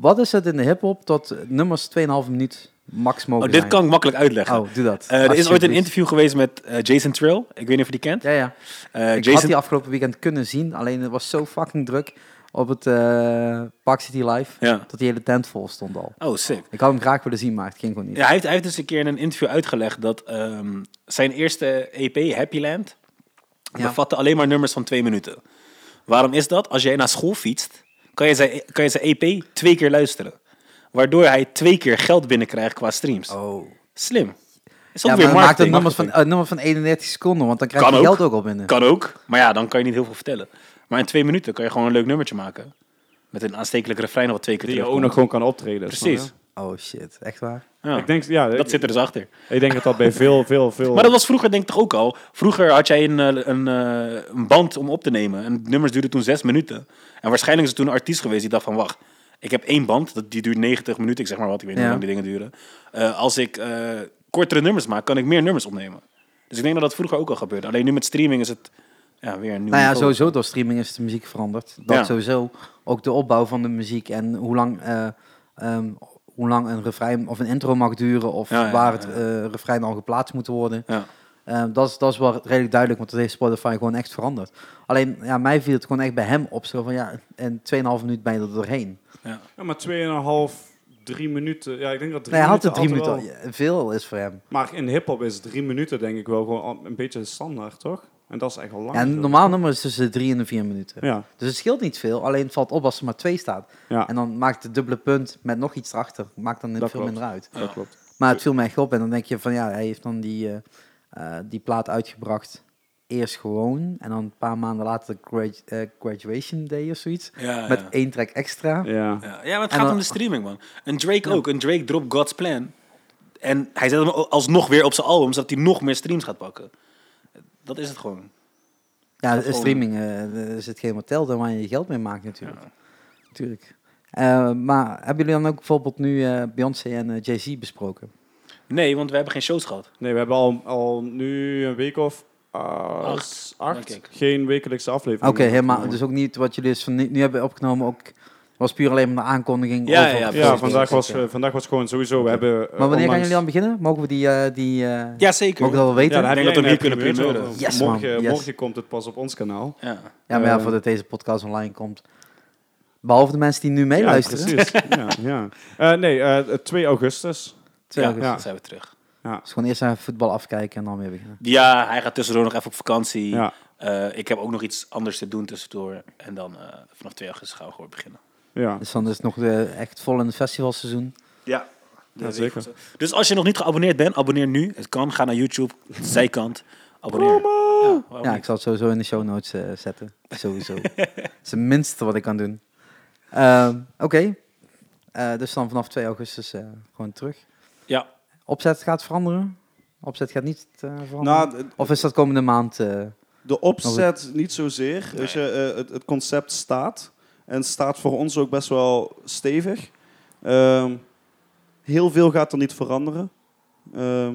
Speaker 2: Wat is het in de hip-hop dat nummers 2,5 minuut max mogen
Speaker 1: oh, dit
Speaker 2: zijn?
Speaker 1: kan ik makkelijk uitleggen.
Speaker 2: Oh, doe dat.
Speaker 1: Eh, er is ooit een
Speaker 2: Alsjeblieft.
Speaker 1: interview geweest met eh, Jason Trill. Ik weet niet of je die kent.
Speaker 2: Ja, ja.
Speaker 1: Eh,
Speaker 2: Ik had
Speaker 1: Jason,
Speaker 2: die afgelopen weekend kunnen zien, alleen het was zo fucking druk op het eh Park City Live,
Speaker 1: Ja.
Speaker 2: dat die hele tent vol stond al.
Speaker 1: Oh, sick.
Speaker 2: Ik had hem graag willen zien, maar het ging gewoon niet.
Speaker 1: Ja, hij, heeft, hij heeft dus een keer in een interview uitgelegd dat ehm, zijn eerste EP, Happy Land,
Speaker 2: Ja.
Speaker 1: bevatte alleen maar nummers van twee minuten. Waarom is dat? Als jij naar school fietst, kan je zijn, kan je zijn EP twee keer luisteren. Waardoor hij twee keer geld binnenkrijgt qua streams.
Speaker 2: Oh.
Speaker 1: Slim. Is ook weer
Speaker 2: Ja, maar dan maakt het
Speaker 1: marketing.
Speaker 2: nummers van, eh, nummer van 31 seconden, want dan krijg
Speaker 1: Kan
Speaker 2: je
Speaker 1: ook.
Speaker 2: geld ook al binnen.
Speaker 1: Kan ook, maar ja, dan kan je niet heel veel vertellen. Maar in twee minuten kan je gewoon een leuk nummertje maken. Met een aanstekelijk refrein wat twee keer
Speaker 3: die je ook
Speaker 1: terugkomt.
Speaker 3: nog gewoon kan optreden. snap je?
Speaker 1: Precies.
Speaker 2: Oh shit, echt waar?
Speaker 1: Ja.
Speaker 3: Ik denk, ja,
Speaker 1: dat
Speaker 3: ik,
Speaker 1: zit er dus achter.
Speaker 3: ik denk dat dat bij veel, veel, veel...
Speaker 1: Maar dat was vroeger denk ik toch ook al. Vroeger had jij een, eh, een, eh, een band om op te nemen. En de nummers duurden toen zes minuten. En waarschijnlijk is er toen een artiest geweest die dacht van... wacht, ik heb één band, dat- die duurt 90 minuten. Ik zeg maar wat, ik weet niet
Speaker 2: Ja.
Speaker 1: hoe lang die dingen duren. Eh, als ik eh, kortere nummers maak, kan ik meer nummers opnemen. Dus ik denk dat dat vroeger ook al gebeurde. Alleen nu met streaming is het ja, weer een nieuw
Speaker 2: Nou ja,
Speaker 1: niveau.
Speaker 2: sowieso door streaming is de muziek veranderd. Dat
Speaker 1: Ja.
Speaker 2: sowieso ook de opbouw van de muziek en hoe lang, eh, ehm, hoe lang een refrein of een intro mag duren of
Speaker 1: Ja, ja,
Speaker 2: waar
Speaker 1: ja,
Speaker 2: het eh refrein al geplaatst moet worden.
Speaker 1: Ja.
Speaker 2: Eh, dat, is, dat is wel redelijk duidelijk, want dat heeft Spotify gewoon echt veranderd. Alleen, ja, mij viel het gewoon echt bij hem op. Zo van, ja, en 2,5 minuut ben je er doorheen.
Speaker 3: Ja, maar 2,5, 3 minuten. Ja, ik denk dat drie
Speaker 2: Nee, Nou hij had
Speaker 3: minuten
Speaker 2: het drie
Speaker 3: altijd
Speaker 2: minuten.
Speaker 3: wel-
Speaker 2: al- ja, Veel is voor hem.
Speaker 3: Maar in hip-hop is drie minuten, denk ik wel, gewoon al een beetje standaard, toch? En dat is echt al lang.
Speaker 2: Ja, een
Speaker 3: Ah, zo.
Speaker 2: normaal nummer is tussen de drie en de vier minuten.
Speaker 3: Ja,
Speaker 2: Dus het scheelt niet veel, alleen het valt op als er maar twee staat.
Speaker 3: Ja.
Speaker 2: En dan maakt het dubbele punt met nog iets erachter, maakt dan veel
Speaker 3: Dat klopt.
Speaker 2: minder uit.
Speaker 3: dat klopt.
Speaker 2: Maar het viel mij echt op en dan denk je van ja, hij heeft dan die, eh, eh, die plaat uitgebracht. Eerst gewoon en dan een paar maanden later gradu- eh, Graduation Day of zoiets.
Speaker 1: Ja,
Speaker 2: met
Speaker 1: ja.
Speaker 2: één track extra.
Speaker 3: Ja.
Speaker 1: Ja, ja maar het
Speaker 2: En
Speaker 1: gaat
Speaker 2: dan-
Speaker 1: om de streaming, man. En Drake ook. En Drake dropt God's Plan. En hij zet hem alsnog weer op zijn album, zodat hij nog meer streams gaat pakken. Dat is het gewoon.
Speaker 2: Ja,
Speaker 1: gewoon-
Speaker 2: streaming eh, is het geen hotel daar waar je je geld mee maakt natuurlijk. Tuurlijk. Eh, maar hebben jullie dan ook bijvoorbeeld nu eh, Beyoncé en eh, Jay-Z besproken?
Speaker 1: Nee, want we hebben geen shows gehad.
Speaker 3: Nee, we hebben al, al nu een week of ah,
Speaker 1: Acht,
Speaker 3: acht
Speaker 1: denk ik.
Speaker 3: geen wekelijkse aflevering.
Speaker 2: Oké, helemaal.
Speaker 3: opgenomen.
Speaker 2: Dus ook niet wat jullie dus van nu, nu hebben opgenomen. Ook was puur alleen maar de aankondiging.
Speaker 1: Ja,
Speaker 2: over
Speaker 1: ja,
Speaker 2: het
Speaker 1: precies,
Speaker 3: Ja,
Speaker 2: project.
Speaker 3: vandaag was,
Speaker 2: Oké.
Speaker 3: eh, vandaag was gewoon sowieso. We hebben, eh,
Speaker 2: dus- Maar wanneer gaan
Speaker 3: onlangs-
Speaker 2: jullie dan beginnen? Mogen we die. eh, die eh,
Speaker 1: Ja, zeker.
Speaker 2: Mogen we dat wel weten?
Speaker 3: Ja, dan
Speaker 2: Ja,
Speaker 1: Ik denk dat
Speaker 3: heb je
Speaker 1: we hem
Speaker 3: een
Speaker 1: hier kunnen
Speaker 3: primeur.
Speaker 1: primeuren.
Speaker 2: Yes, man.
Speaker 3: morgen,
Speaker 2: Yes.
Speaker 3: morgen komt het pas op ons kanaal.
Speaker 1: Ja.
Speaker 2: maar ja,
Speaker 3: eh,
Speaker 2: voordat deze podcast online komt. Behalve de mensen die nu meeluisteren.
Speaker 3: Ja, precies. ja, ja. Eh, nee, eh, 2 augustus.
Speaker 2: Twee
Speaker 1: Ja,
Speaker 2: augustus.
Speaker 1: dan zijn we terug.
Speaker 2: Dus gewoon eerst even voetbal afkijken en dan weer beginnen.
Speaker 1: Ja, hij gaat tussendoor nog even op vakantie.
Speaker 3: Ja.
Speaker 1: Eh, ik heb ook nog iets anders te doen tussendoor. En dan eh, vanaf 2 augustus gaan we gewoon beginnen.
Speaker 3: Ja.
Speaker 2: Dus dan is het nog de, echt vol in het festivalseizoen.
Speaker 1: Ja.
Speaker 3: Ja, zeker.
Speaker 1: Dus als je nog niet geabonneerd bent, abonneer nu. Het kan, ga naar YouTube, zijkant. Abonneer. Ja,
Speaker 3: Oh,
Speaker 1: waarom
Speaker 2: Ja,
Speaker 1: niet?
Speaker 2: ik zal het sowieso in de show notes eh, zetten. Sowieso. Het is het minste wat ik kan doen. Ehm, Oké. Eh, dus dan vanaf 2 augustus eh, gewoon terug.
Speaker 1: ja.
Speaker 2: Opzet gaat veranderen? Opzet gaat niet eh, veranderen?
Speaker 3: Nou, d-
Speaker 2: of is dat komende maand? eh,
Speaker 3: de opzet niet zozeer. Weet je, eh, het, het concept staat. En staat voor ons ook best wel stevig. Ehm, heel veel gaat er niet veranderen. Ehm,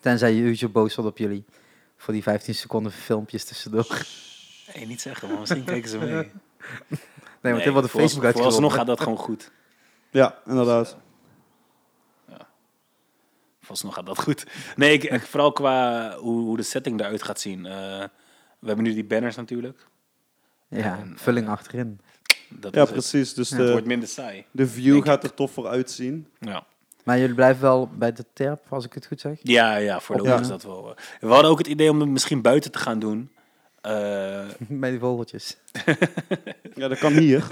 Speaker 2: tenzij YouTube boos wordt op jullie. Voor die 15 seconden filmpjes tussendoor.
Speaker 1: Nee, niet zeggen, man. Misschien kijken ze mee.
Speaker 2: Nee, want dit wordt de
Speaker 1: voorals-
Speaker 2: Facebook uitgerold.
Speaker 1: Vooralsnog gaat dat gewoon goed.
Speaker 3: ja, inderdaad.
Speaker 1: Vooralsnog gaat dat goed. Nee, ik, ik- vooral qua hoe, hoe de setting eruit gaat zien. Eh, we hebben nu die banners natuurlijk.
Speaker 2: Ja, vulling achterin.
Speaker 1: Dat
Speaker 3: Ja,
Speaker 1: is het.
Speaker 3: precies. Dus
Speaker 1: Het wordt
Speaker 3: de,
Speaker 1: minder saai.
Speaker 3: de view
Speaker 1: denk
Speaker 3: gaat er toffer uitzien.
Speaker 1: Ja,
Speaker 2: Maar jullie blijven wel bij de terp, als ik het goed zeg?
Speaker 1: ja, ja voorlopig
Speaker 3: Ja.
Speaker 1: is dat wel. eh. We hadden ook het idee om het misschien buiten te gaan doen. Eh,
Speaker 2: bij die vogeltjes.
Speaker 3: Ja, dat kan hier.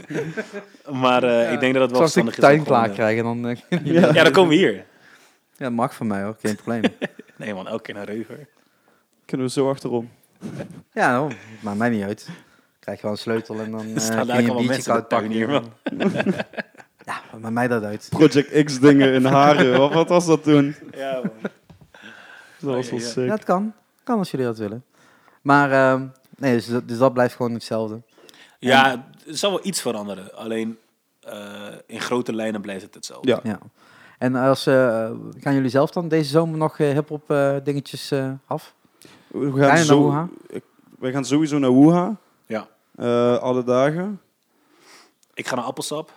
Speaker 1: maar eh, ik denk dat het wel
Speaker 2: Zoals
Speaker 1: verstandig
Speaker 2: ik
Speaker 1: is. om
Speaker 2: tuin
Speaker 1: gewoon,
Speaker 2: klaar
Speaker 1: eh,
Speaker 2: krijgen, dan... eh,
Speaker 1: Ja, dan komen we hier.
Speaker 2: ja, mag van mij hoor, geen probleem.
Speaker 1: Nee man, elke keer naar Reuver.
Speaker 3: Kunnen we zo achterom.
Speaker 2: ja, nou, maakt mij niet uit. Krijg je wel een sleutel en dan eh
Speaker 1: Er staan
Speaker 2: kun
Speaker 1: daar
Speaker 2: je een
Speaker 1: allemaal
Speaker 2: biertje
Speaker 1: mensen in de
Speaker 2: koud
Speaker 1: tuin
Speaker 2: pakken.
Speaker 1: hier, man.
Speaker 2: Ja, maakt mij dat uit.
Speaker 3: Project X dingen in Haren. Wat, wat was dat toen?
Speaker 1: Ja, man.
Speaker 3: Dat was wel
Speaker 1: Ja.
Speaker 3: sick.
Speaker 2: Ja, dat kan. Kan als jullie dat willen. Maar ehm, nee, dus, dat- dus dat blijft gewoon hetzelfde.
Speaker 1: Ja, er zal wel iets veranderen. Alleen eh, in grote lijnen blijft het hetzelfde.
Speaker 3: Ja.
Speaker 2: Ja. En als, eh, gaan jullie zelf dan deze zomer nog eh, hip-hop eh, dingetjes eh, af?
Speaker 3: We
Speaker 2: Ga
Speaker 3: gaan,
Speaker 2: je naar
Speaker 3: zo,
Speaker 2: Wuha?
Speaker 3: we gaan sowieso naar Wuha.
Speaker 1: Ja.
Speaker 3: Eh, alle dagen.
Speaker 1: Ik ga naar Appelsap.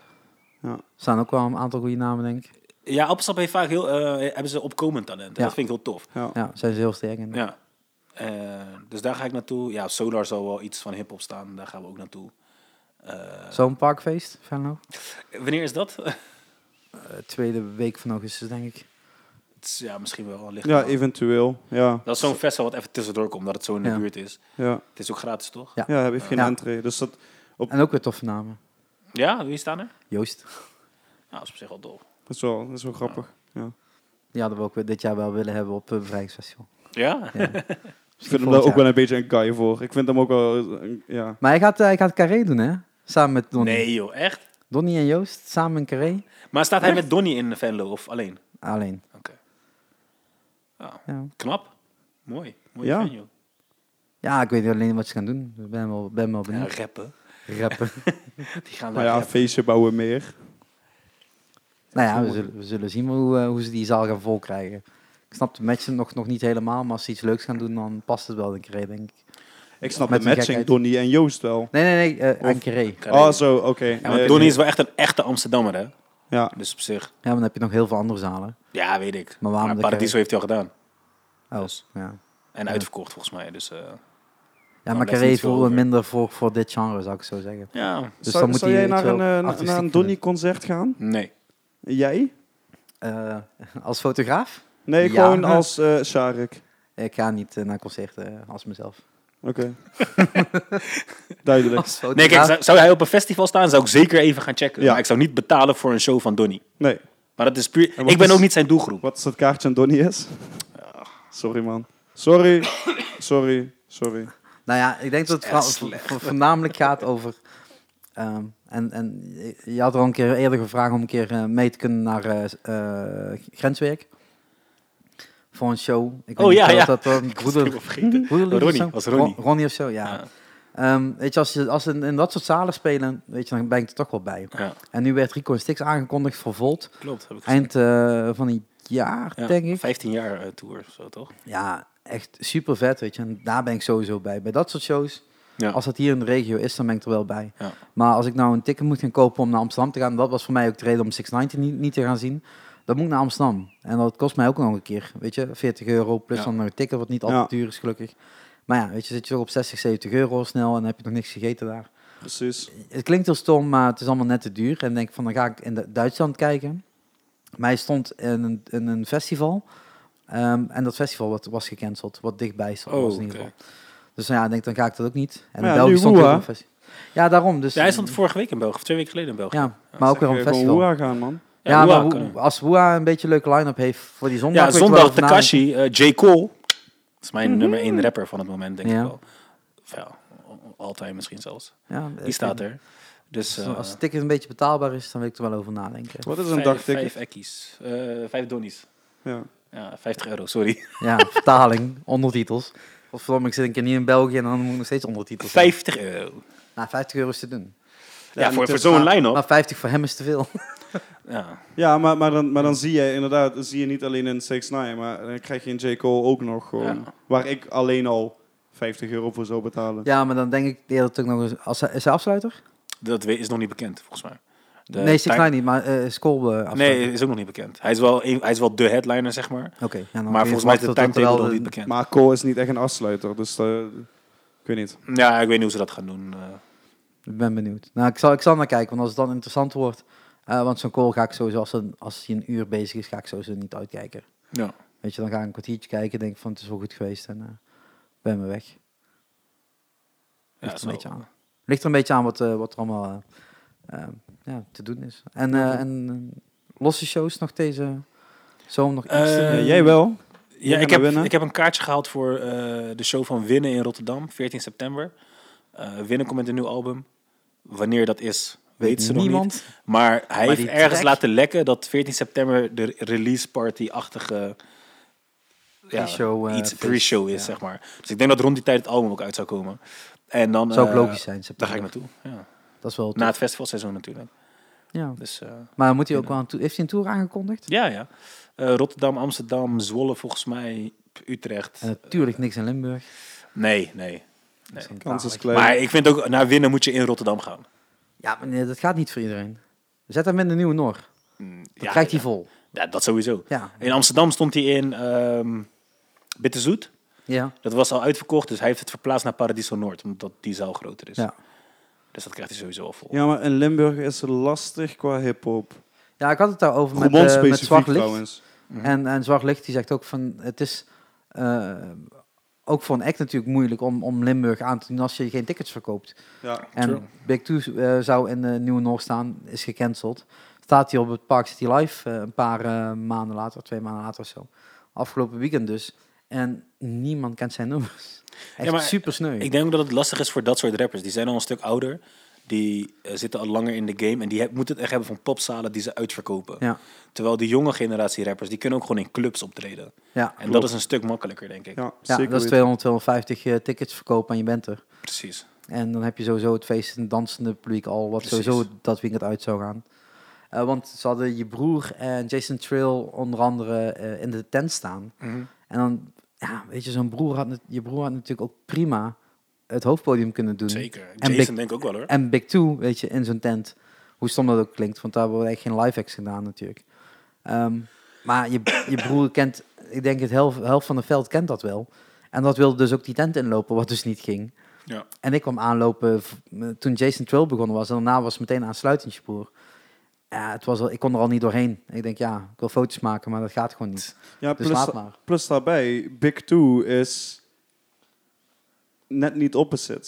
Speaker 2: Er staan ook wel een aantal goede namen, denk ik.
Speaker 1: Ja, Appelsap heeft vaak heel, eh, hebben ze opkomend talent.
Speaker 2: Ja.
Speaker 1: Dat vind ik heel tof.
Speaker 3: Ja.
Speaker 2: Ja, zijn ze heel sterk in.
Speaker 1: Ja. Eh, dus daar ga ik naartoe. Ja, Solar zal wel iets van hip-hop staan. Daar gaan we ook naartoe. Eh,
Speaker 2: Zo'n parkfeest, Venlo?
Speaker 1: wanneer is dat?
Speaker 2: Eh, tweede week van augustus, denk ik.
Speaker 1: Het is- ja, misschien wel. Ligt
Speaker 3: Ja,
Speaker 1: eraan.
Speaker 3: eventueel. Ja,
Speaker 1: Dat is zo'n festival wat even tussendoor komt, dat het zo in de
Speaker 2: Ja.
Speaker 1: buurt is.
Speaker 3: ja.
Speaker 1: Het is ook gratis, toch?
Speaker 2: Ja.
Speaker 3: ja heb ik geen
Speaker 2: Ja.
Speaker 3: entree. Dus dat,
Speaker 2: En ook weer toffe namen.
Speaker 1: Ja, wie staan er?
Speaker 2: Joost.
Speaker 1: Nou, dat is op zich wel tof.
Speaker 3: dat is, wel, dat is wel grappig. Ja.
Speaker 2: Die hadden we ook weer dit jaar wel willen hebben op het Bevrijdingsfestival.
Speaker 1: Ja?
Speaker 2: Ja.
Speaker 3: Ik vind hem
Speaker 2: volgend
Speaker 3: daar ook
Speaker 2: jaar.
Speaker 3: wel een beetje een guy voor. Ik vind hem ook wel... een- Ja.
Speaker 2: Maar hij gaat, eh, hij gaat Carré doen, hè? Samen met Donnie.
Speaker 1: Nee joh, echt?
Speaker 2: Donnie en Joost, samen in Carré.
Speaker 1: Maar staat hij met Donnie in Venlo of alleen?
Speaker 2: Alleen.
Speaker 1: Oké.
Speaker 2: Ja.
Speaker 1: Knap. Mooi. Mooi
Speaker 3: Ja.
Speaker 1: fan, joh.
Speaker 2: ja, ik weet alleen niet wat ze gaan doen. Ik ben wel, ben wel
Speaker 1: Ja,
Speaker 2: benieuwd.
Speaker 1: rappen.
Speaker 2: Rappen.
Speaker 1: Die gaan
Speaker 3: Maar
Speaker 1: daar
Speaker 3: ja,
Speaker 1: rappen.
Speaker 3: feestje bouwen meer.
Speaker 2: Nou ja, we zullen, we zullen zien hoe, eh, hoe ze die zaal gaan vol krijgen. Ik snap de matchen nog, nog niet helemaal, maar als ze iets leuks gaan doen, dan past het wel een keer, denk ik.
Speaker 3: Ik snap
Speaker 2: Met
Speaker 3: de
Speaker 2: die
Speaker 3: matching
Speaker 2: gekheid.
Speaker 3: Donnie en Joost wel.
Speaker 2: Nee, nee, nee, eh,
Speaker 3: Of-
Speaker 2: een keer.
Speaker 1: Carré.
Speaker 3: Ah, zo, oké.
Speaker 1: Ja,
Speaker 3: Nee,
Speaker 1: want Donnie
Speaker 3: nee.
Speaker 1: is wel echt een echte Amsterdammer, hè?
Speaker 3: Ja.
Speaker 1: Dus op zich,
Speaker 2: Ja, maar dan heb je nog heel veel andere zalen.
Speaker 1: ja, weet ik.
Speaker 2: Maar
Speaker 1: Maar,
Speaker 2: waarom de
Speaker 1: Paradiso heeft hij al gedaan.
Speaker 2: Oh,
Speaker 1: Dus.
Speaker 2: ja.
Speaker 1: En uitverkocht volgens mij. Dus eh,
Speaker 2: Ja,
Speaker 1: Nou, daar is
Speaker 2: maar Carré
Speaker 1: niet
Speaker 2: is
Speaker 1: veel
Speaker 2: wel
Speaker 1: over.
Speaker 2: minder voor, voor dit genre, zou ik zo zeggen.
Speaker 1: ja,
Speaker 2: Dus
Speaker 3: zou
Speaker 2: dan moet
Speaker 3: zou
Speaker 2: hij
Speaker 3: jij
Speaker 2: iets
Speaker 3: naar een,
Speaker 2: wel
Speaker 3: eh, na-
Speaker 2: artistiek
Speaker 3: naar een
Speaker 2: vinden.
Speaker 3: Donny-concert gaan?
Speaker 1: nee.
Speaker 3: Jij?
Speaker 2: Eh, als fotograaf?
Speaker 3: Nee,
Speaker 2: Ja.
Speaker 3: gewoon als eh Sharik.
Speaker 2: Ik ga niet eh, naar concerten eh, als mezelf.
Speaker 3: Oké. Duidelijk.
Speaker 2: Als
Speaker 1: Nee,
Speaker 2: fotograaf?
Speaker 1: kijk, zou, zou hij op een festival staan, zou ik zeker even gaan checken.
Speaker 3: Ja.
Speaker 1: Maar ik zou niet betalen voor een show van Donny.
Speaker 3: Nee.
Speaker 1: Maar dat is puur...
Speaker 3: En wat
Speaker 1: Ik ben
Speaker 3: is-
Speaker 1: ook niet zijn doelgroep.
Speaker 3: Wat is dat kaartje aan Donny is? Sorry, man. Sorry. Sorry. Sorry.
Speaker 2: Nou ja, ik denk dat het
Speaker 1: echt
Speaker 2: vooral-
Speaker 1: slecht.
Speaker 2: vo- voornamelijk gaat over... ehm, en, en je had er al een keer eerder gevraagd om een keer eh, mee te kunnen naar eh, s- eh, grenswerk. Voor een show. Ik
Speaker 1: Oh, ja,
Speaker 2: of
Speaker 1: ja.
Speaker 2: Dat, dat, broeder,
Speaker 1: Ik was vergeten. Oh,
Speaker 2: Broederliefde
Speaker 1: Ronnie,
Speaker 2: of zo?
Speaker 1: was Ronnie.
Speaker 2: Ron- Ronnie of zo, ja.
Speaker 1: Ja.
Speaker 2: Ehm, weet je, als ze als ze in, in dat soort zalen spelen, weet je, dan ben ik er toch wel bij.
Speaker 1: Ja,
Speaker 2: En nu werd Rico en Stix aangekondigd voor Volt.
Speaker 1: klopt. Heb ik gezien.
Speaker 2: Eind eh, van het jaar,
Speaker 1: Ja,
Speaker 2: denk ik.
Speaker 1: 15 jaar eh, tour, of zo toch?
Speaker 2: Ja, echt super vet, weet je. En daar ben ik sowieso bij. Bij dat soort shows,
Speaker 1: Ja.
Speaker 2: als dat hier in de regio is, dan ben ik er wel bij.
Speaker 1: Ja.
Speaker 2: Maar als ik nou een ticket moet gaan kopen om naar Amsterdam te gaan, dat was voor mij ook de reden om 690 niet, niet te gaan zien. Dan moet ik naar Amsterdam. En dat kost mij ook nog een keer, weet je, 40 euro plus
Speaker 1: Ja.
Speaker 2: dan nog een ticket, wat niet
Speaker 3: Ja.
Speaker 2: altijd duur is, gelukkig. Maar ja, weet je, zit je toch op 60, 70 euro snel en dan heb je nog niks gegeten daar.
Speaker 3: Precies.
Speaker 2: Het klinkt heel stom, maar het is allemaal net te duur. En denk van, dan ga ik in de- Duitsland kijken. Maar hij stond in een, in een festival. ehm, en dat festival wat, was gecanceld, wat dichtbij stond,
Speaker 1: Oh,
Speaker 2: was in ieder
Speaker 1: oké.
Speaker 2: geval. Dus nou ja, ik denk, dan ga ik dat ook niet. En
Speaker 3: Maar ja,
Speaker 2: in België
Speaker 3: nu
Speaker 2: stond
Speaker 3: Woeha.
Speaker 2: ook een festival. Ja, daarom. Dus,
Speaker 1: Ja, hij stond vorige week in België, of twee weken geleden in België.
Speaker 2: Ja, maar ook weer op een
Speaker 3: Gewoon
Speaker 2: festival.
Speaker 3: hoera gaan, man.
Speaker 2: Ja,
Speaker 1: Ja,
Speaker 2: maar
Speaker 1: Woeha
Speaker 2: hoe-
Speaker 1: kunnen.
Speaker 2: als Woeha een beetje een leuke line-up heeft voor die zondag...
Speaker 1: Ja,
Speaker 2: weet je wel
Speaker 1: zondag
Speaker 2: over nadenken.
Speaker 1: Takashi, eh, J. Cole. Dat is mijn nummer één rapper van het moment, denk
Speaker 2: Mhm. Ja.
Speaker 1: ik wel. Of ja, altijd misschien zelfs.
Speaker 2: Ja,
Speaker 1: Die staat er. Dus,
Speaker 2: Dus
Speaker 1: eh,
Speaker 2: als het ticket een beetje betaalbaar is, dan wil ik er wel over nadenken.
Speaker 3: Wat is een
Speaker 1: vijf-
Speaker 3: dagticket?
Speaker 1: Vijf ekkies. Eh, vijf donnies.
Speaker 3: Ja.
Speaker 1: Ja, 50 euro, sorry.
Speaker 2: Ja, vertaling, ondertitels. Of ik zit een keer niet in België en dan moet ik nog steeds ondertitels hebben.
Speaker 1: 50 euro.
Speaker 2: Nou, 50 euro is te doen.
Speaker 1: Ja, voor,
Speaker 3: Ja,
Speaker 1: voor
Speaker 3: natuurlijk.
Speaker 1: zo'n
Speaker 3: Maar-
Speaker 1: line-up.
Speaker 2: Maar 50 voor hem is te veel.
Speaker 1: Ja.
Speaker 3: Ja, maar, maar, dan, maar dan zie je inderdaad, dan zie je niet alleen een 6 9 maar dan krijg je een J. Cole ook nog gewoon.
Speaker 1: Ja.
Speaker 3: Waar ik alleen al 50 euro voor zou betalen.
Speaker 2: Ja, maar dan denk ik eerder dat ik nog eens... Als, hij- is hij afsluiter?
Speaker 1: Dat we- is nog niet bekend, volgens mij. De
Speaker 2: nee, Six
Speaker 1: time-
Speaker 2: Nine niet, maar eh Skull eh, afsluiter.
Speaker 1: Nee, is ook nog niet bekend. Hij is wel, een- hij is wel de headliner, zeg maar.
Speaker 2: Oké. ja, dan
Speaker 1: maar
Speaker 2: kun je
Speaker 1: volgens mij is de
Speaker 2: verwachten dat er
Speaker 1: timetable
Speaker 2: wel
Speaker 1: nog niet
Speaker 2: een-
Speaker 1: bekend.
Speaker 3: Maar Cole is niet echt een afsluiter, dus eh, ik weet niet.
Speaker 1: ja, ik weet niet hoe ze dat gaan doen. eh.
Speaker 2: Ik ben benieuwd. Nou, ik zal, ik zal naar kijken, want als het dan interessant wordt... eh, want zo'n call ga ik sowieso, als, een, als hij een uur bezig is, ga ik sowieso niet uitkijken.
Speaker 1: ja.
Speaker 2: Weet je, dan ga ik een kwartiertje kijken, denk van het is wel goed geweest en eh, ben we weg.
Speaker 1: Ja,
Speaker 2: Ligt er
Speaker 1: zo.
Speaker 2: een beetje aan. Ligt er een beetje aan wat, eh, wat er allemaal eh, eh, ja, te doen is. En, eh, en eh, losse shows nog deze zomer nog iets te
Speaker 1: Eh,
Speaker 2: doen?
Speaker 3: Ja, jij wel?
Speaker 1: Ja,
Speaker 3: gaat
Speaker 1: ik
Speaker 3: naar
Speaker 1: heb,
Speaker 3: Winnen.
Speaker 1: ik heb een kaartje gehaald voor eh, de show van Winnen in Rotterdam, 14 september. Eh, Winnen komt met een nieuw album. Wanneer dat is, weet ze nog niet.
Speaker 2: niemand.
Speaker 1: Maar hij
Speaker 2: Maar die
Speaker 1: heeft ergens
Speaker 2: track-
Speaker 1: laten lekken dat 14 september de release party-achtige ja,
Speaker 2: Pre-show, eh,
Speaker 1: iets
Speaker 2: feest,
Speaker 1: pre-show is,
Speaker 2: ja.
Speaker 1: zeg maar. Dus ik denk dat rond die tijd het album ook uit zou komen. En dan,
Speaker 2: Zou ook
Speaker 1: eh,
Speaker 2: logisch zijn.
Speaker 1: Daar ga ik
Speaker 2: september.
Speaker 1: naartoe. Ja.
Speaker 2: Dat is wel
Speaker 1: Na
Speaker 2: tof.
Speaker 1: het festivalseizoen natuurlijk.
Speaker 2: ja.
Speaker 1: Dus, eh,
Speaker 2: Maar moet hij ook wel aan toe? Heeft hij een tour aangekondigd?
Speaker 1: ja, ja. Eh, Rotterdam, Amsterdam, Zwolle volgens mij, Utrecht.
Speaker 2: En natuurlijk niks in Limburg.
Speaker 1: Nee, nee.
Speaker 2: Dat is
Speaker 1: Nee.
Speaker 3: Kans is
Speaker 2: kwalijk.
Speaker 3: klein.
Speaker 1: Maar ik vind ook, naar winnen moet je in Rotterdam gaan.
Speaker 2: Ja, maar nee, dat gaat niet voor iedereen. Zet hem in de Nieuwe Noor.
Speaker 1: Mm,
Speaker 2: Dan krijgt hij
Speaker 1: ja.
Speaker 2: vol.
Speaker 1: Ja, dat sowieso.
Speaker 2: Ja.
Speaker 1: In Amsterdam stond hij in ehm Bitterzoet.
Speaker 2: Ja.
Speaker 1: Dat was al uitverkocht, dus hij heeft het verplaatst naar Paradiso Noord, omdat die zaal groter is.
Speaker 2: Ja.
Speaker 1: Dus dat krijgt hij sowieso al vol.
Speaker 3: Ja, maar in Limburg is lastig qua hip-hop.
Speaker 2: ja, ik had het daarover met,
Speaker 3: Gewoon
Speaker 2: eh, met
Speaker 3: specifiek
Speaker 2: Zwart Licht.
Speaker 3: trouwens.
Speaker 1: Mhm.
Speaker 2: En, en Zwart Licht die zegt ook van, het is eh, ook voor een act natuurlijk moeilijk om, om Limburg aan te doen als je geen tickets verkoopt.
Speaker 3: Ja.
Speaker 2: En
Speaker 1: True.
Speaker 2: Big Two eh, zou in de Nieuwe Noord staan, is gecanceld. Staat hij op het Park City Live eh, een paar eh, maanden later, twee maanden later of zo. Afgelopen weekend dus. En niemand kent zijn nummers. Echt
Speaker 1: maar
Speaker 2: super sneu.
Speaker 1: Ik denk ook dat het lastig is voor dat soort rappers. Die zijn al een stuk ouder, die eh, zitten al langer in de game en die heb- moeten het echt hebben van popzalen die ze uitverkopen.
Speaker 2: Ja,
Speaker 1: Terwijl die jonge generatie rappers, die kunnen ook gewoon in clubs optreden.
Speaker 2: ja.
Speaker 1: En dat is een stuk makkelijker, denk ik.
Speaker 3: Ja,
Speaker 2: ja
Speaker 3: zeker
Speaker 2: dat is
Speaker 3: weten.
Speaker 2: 200, 250 eh, tickets verkopen en je bent er.
Speaker 1: Precies.
Speaker 2: En dan heb je sowieso het feest en dansende publiek al, wat
Speaker 1: Precies.
Speaker 2: sowieso dat weekend uit zou gaan. Eh, want ze hadden je broer en Jason Trail onder andere eh, in de tent staan.
Speaker 1: Mhm.
Speaker 2: En dan, ja, weet je, zo'n broer had, nat- je broer had natuurlijk ook prima het hoofdpodium kunnen doen.
Speaker 1: Zeker.
Speaker 2: En
Speaker 1: Jason
Speaker 2: Big-
Speaker 1: denk ik ook wel hoor.
Speaker 2: En Big Two, weet je, in zo'n tent. Hoe stom dat ook klinkt, want daar worden echt geen live acts gedaan natuurlijk. Ehm, maar je, je broer kent, ik denk het helft, helft van het veld kent dat wel. En dat wilde dus ook die tent inlopen, wat dus niet ging.
Speaker 1: Ja.
Speaker 2: En ik kwam aanlopen v- m- toen Jason Trail begonnen was. En daarna was het meteen aansluitingspoor. Ja, het was al, ik kon er al niet doorheen. Ik denk, ja, ik wil foto's maken, maar dat gaat gewoon niet.
Speaker 3: Ja,
Speaker 2: Dus
Speaker 3: plus,
Speaker 2: laat maar.
Speaker 3: plus daarbij, Big Two is net niet opposite.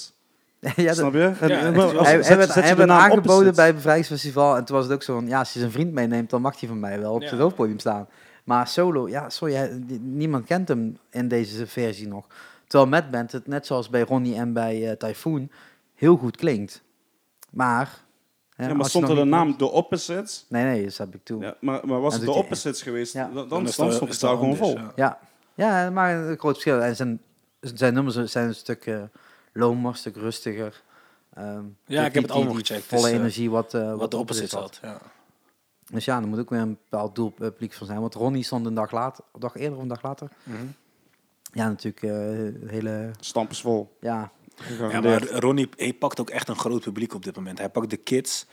Speaker 2: ja, dat-
Speaker 3: Snap je? En-
Speaker 1: Ja,
Speaker 3: en-
Speaker 1: het is
Speaker 3: maar
Speaker 1: wel-
Speaker 3: als-
Speaker 2: hij
Speaker 3: zet-
Speaker 2: hij werd,
Speaker 3: zet je
Speaker 2: hij
Speaker 3: de
Speaker 2: werd
Speaker 3: naam
Speaker 2: aangeboden
Speaker 3: opposite.
Speaker 2: bij het Bevrijdingsfestival. En toen was het ook zo van, ja, als je zijn vriend meeneemt, dan mag hij van mij wel op
Speaker 1: Ja.
Speaker 2: het hoofdpodium staan. Maar solo, ja, sorry, hij- die- niemand kent hem in deze versie nog. Terwijl met band het, net zoals bij Ronnie en bij eh, Typhoon, heel goed klinkt. Maar... hè,
Speaker 3: Ja,
Speaker 2: als
Speaker 3: maar
Speaker 2: je
Speaker 3: stond er
Speaker 2: nog
Speaker 3: de
Speaker 2: niet-
Speaker 3: naam The Opposites?
Speaker 2: Nee, nee, dat heb ik toe. Ja.
Speaker 3: Ja, maar, maar was
Speaker 2: Ja,
Speaker 3: het The
Speaker 2: dat die-
Speaker 3: Opposites geweest,
Speaker 2: Ja.
Speaker 3: dan, dan,
Speaker 1: Dan
Speaker 3: dan
Speaker 1: is het wel-
Speaker 3: stond
Speaker 1: is
Speaker 3: het
Speaker 1: het
Speaker 3: daar
Speaker 1: wel
Speaker 3: gewoon vol.
Speaker 1: anders, ja.
Speaker 2: Ja. maar een groot verschil. En zijn, zijn nummers zijn een stuk eh lomer, een stuk rustiger. Ehm, die-
Speaker 1: heb het
Speaker 2: die-
Speaker 1: allemaal
Speaker 2: die
Speaker 1: gecheckt.
Speaker 2: Volle
Speaker 1: Dus, eh,
Speaker 2: energie wat, eh,
Speaker 1: Wat de opposite
Speaker 2: opposite
Speaker 1: zat. Ja.
Speaker 2: Dus ja, er moet ook weer een bepaald doelpubliek van zijn. Want Ronnie stond een dag later, een dag eerder of een dag later.
Speaker 1: Mhm.
Speaker 2: Ja, natuurlijk eh hele,
Speaker 3: Stamp is vol.
Speaker 2: ja,
Speaker 1: Ja,
Speaker 3: gegarandeerd.
Speaker 1: maar Ronnie hij pakt ook echt een groot publiek op dit moment. Hij pakt de kids.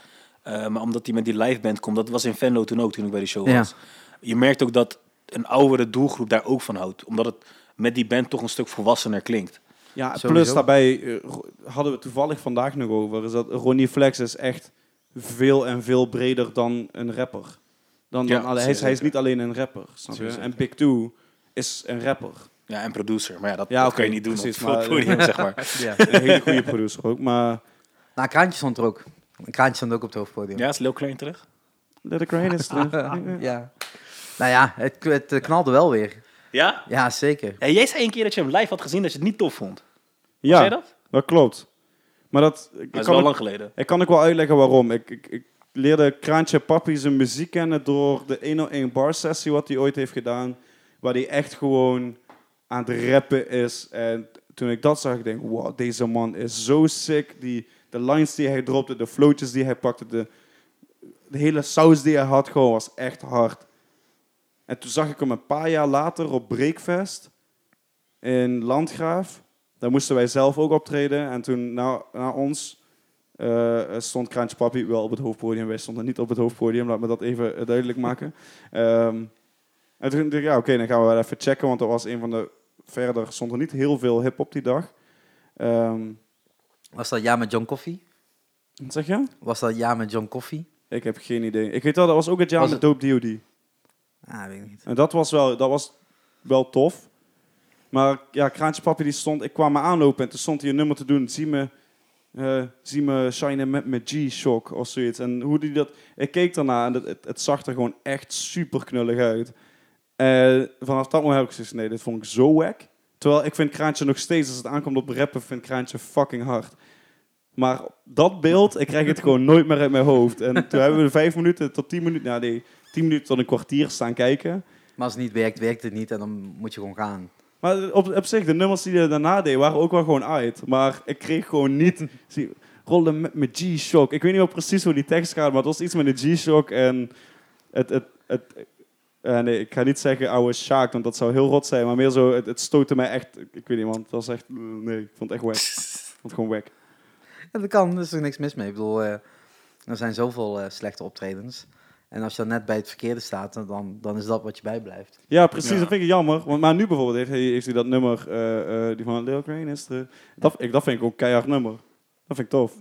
Speaker 1: eh, maar omdat hij met die live band komt, dat was in Venlo toen ook, toen ik bij die show
Speaker 2: Ja.
Speaker 1: was. Je merkt ook dat een oudere doelgroep daar ook van houdt. Omdat het met die band toch een stuk volwassener klinkt.
Speaker 3: Ja,
Speaker 2: Sowieso.
Speaker 3: plus daarbij eh, ro- hadden we het toevallig vandaag nog over. Is dat Ronnie Flex is echt veel en veel breder dan een rapper. Dan,
Speaker 1: Ja,
Speaker 3: dan alle- hij, is, hij is
Speaker 1: zeker.
Speaker 3: niet alleen een rapper. Snap je?
Speaker 1: Zeker.
Speaker 3: En Big Two is een rapper.
Speaker 1: Ja, en producer. Maar ja, dat,
Speaker 3: Ja,
Speaker 1: dat
Speaker 3: oké,
Speaker 1: kun je niet doen
Speaker 3: precies,
Speaker 1: op het
Speaker 3: maar-
Speaker 1: podium, zeg maar.
Speaker 2: ja.
Speaker 3: Een hele goede producer ook. Maar
Speaker 2: Nou, Kraantje stond er ook. Kraantje stond ook op het hoofdpodium.
Speaker 1: Ja, is Lil Klein terug?
Speaker 3: Let It Rain is terug.
Speaker 2: ja. Nou ja, het, het knalde wel weer.
Speaker 1: Ja?
Speaker 2: Ja, zeker.
Speaker 1: Ja, jij zei een keer dat je hem live had gezien, dat je het niet tof vond. Ja.
Speaker 3: Ja,
Speaker 1: dat?
Speaker 3: dat klopt. Maar dat, ik,
Speaker 1: Dat is
Speaker 3: kan
Speaker 1: wel
Speaker 3: ook-
Speaker 1: lang geleden.
Speaker 3: Ik kan ook wel uitleggen waarom. Ik, ik, ik leerde Kraantje Papi zijn muziek kennen door de 101 bar sessie wat hij ooit heeft gedaan. Waar hij echt gewoon aan het rappen is. En toen ik dat zag, ik denk wow, deze man is zo sick. Die, de lines die hij dropte, de floatjes die hij pakte, de, de hele saus die hij had, gewoon was echt hard. En toen zag ik hem een paar jaar later op Breakfest in Landgraaf. Daar moesten wij zelf ook optreden. En toen na, na ons eh, stond Kraantje Papi wel op het hoofdpodium. Wij stonden niet op het hoofdpodium, laat me dat even eh, duidelijk maken. Ehm, en toen dacht ik, ja, oké, dan gaan we wel even checken, want dat was een van de... Verder stond er niet heel veel hip op die dag. Ehm,
Speaker 2: Was dat ja met John Coffee?
Speaker 3: wat zeg je?
Speaker 2: Was dat ja met John Coffee?
Speaker 3: Ik heb geen idee. Ik weet wel, dat was ook het jaar
Speaker 2: Was
Speaker 3: met Dope D.O.D.
Speaker 2: Ah, weet ik niet.
Speaker 3: En dat was wel, dat was wel tof. Maar ja, Kraantje Papi die stond... Ik kwam me aanlopen en toen stond hij een nummer te doen. Zie me, eh, zie me shinen met mijn G-Shock of zoiets. En hoe die dat... Ik keek daarna en het, het, het zag er gewoon echt super knullig uit. Eh, vanaf dat moment heb ik zoiets nee, dit vond ik zo wack. Terwijl ik vind Kraantje nog steeds, als het aankomt op rappen, vind ik Kraantje fucking hard. Maar dat beeld, ik krijg het gewoon nooit meer uit mijn hoofd. En toen hebben we vijf minuten tot tien minuten... Nou nee, tien minuten tot een kwartier staan kijken.
Speaker 2: Maar als het niet werkt, werkt het niet. En dan moet je gewoon gaan.
Speaker 3: Maar op, op zich, de nummers die hij daarna deed, waren ook wel gewoon uit. Maar ik kreeg gewoon niet... Zie, rollen met mijn G-Shock. Ik weet niet wel precies hoe die tekst gaat, maar het was iets met de G-Shock en... Het, het, het, eh, nee, ik ga niet zeggen oude Sjaak, want dat zou heel rot zijn. Maar meer zo, het, het stootte mij echt... Ik weet niet, want het was echt... Nee, ik vond het echt wack. Ik vond het gewoon wack.
Speaker 2: Ja, dat kan, er is er niks mis mee. Ik bedoel, eh, er zijn zoveel eh, slechte optredens. En als je dan net bij het verkeerde staat, dan- dan, dan is dat wat je bijblijft.
Speaker 3: Ja, precies.
Speaker 1: Ja.
Speaker 3: Dat vind ik jammer. Want, maar nu bijvoorbeeld heeft hij, heeft hij dat nummer, eh, eh, die van Lil Crane is terug. Dat, ik, dat vind ik ook een keihard nummer. Dat vind ik tof.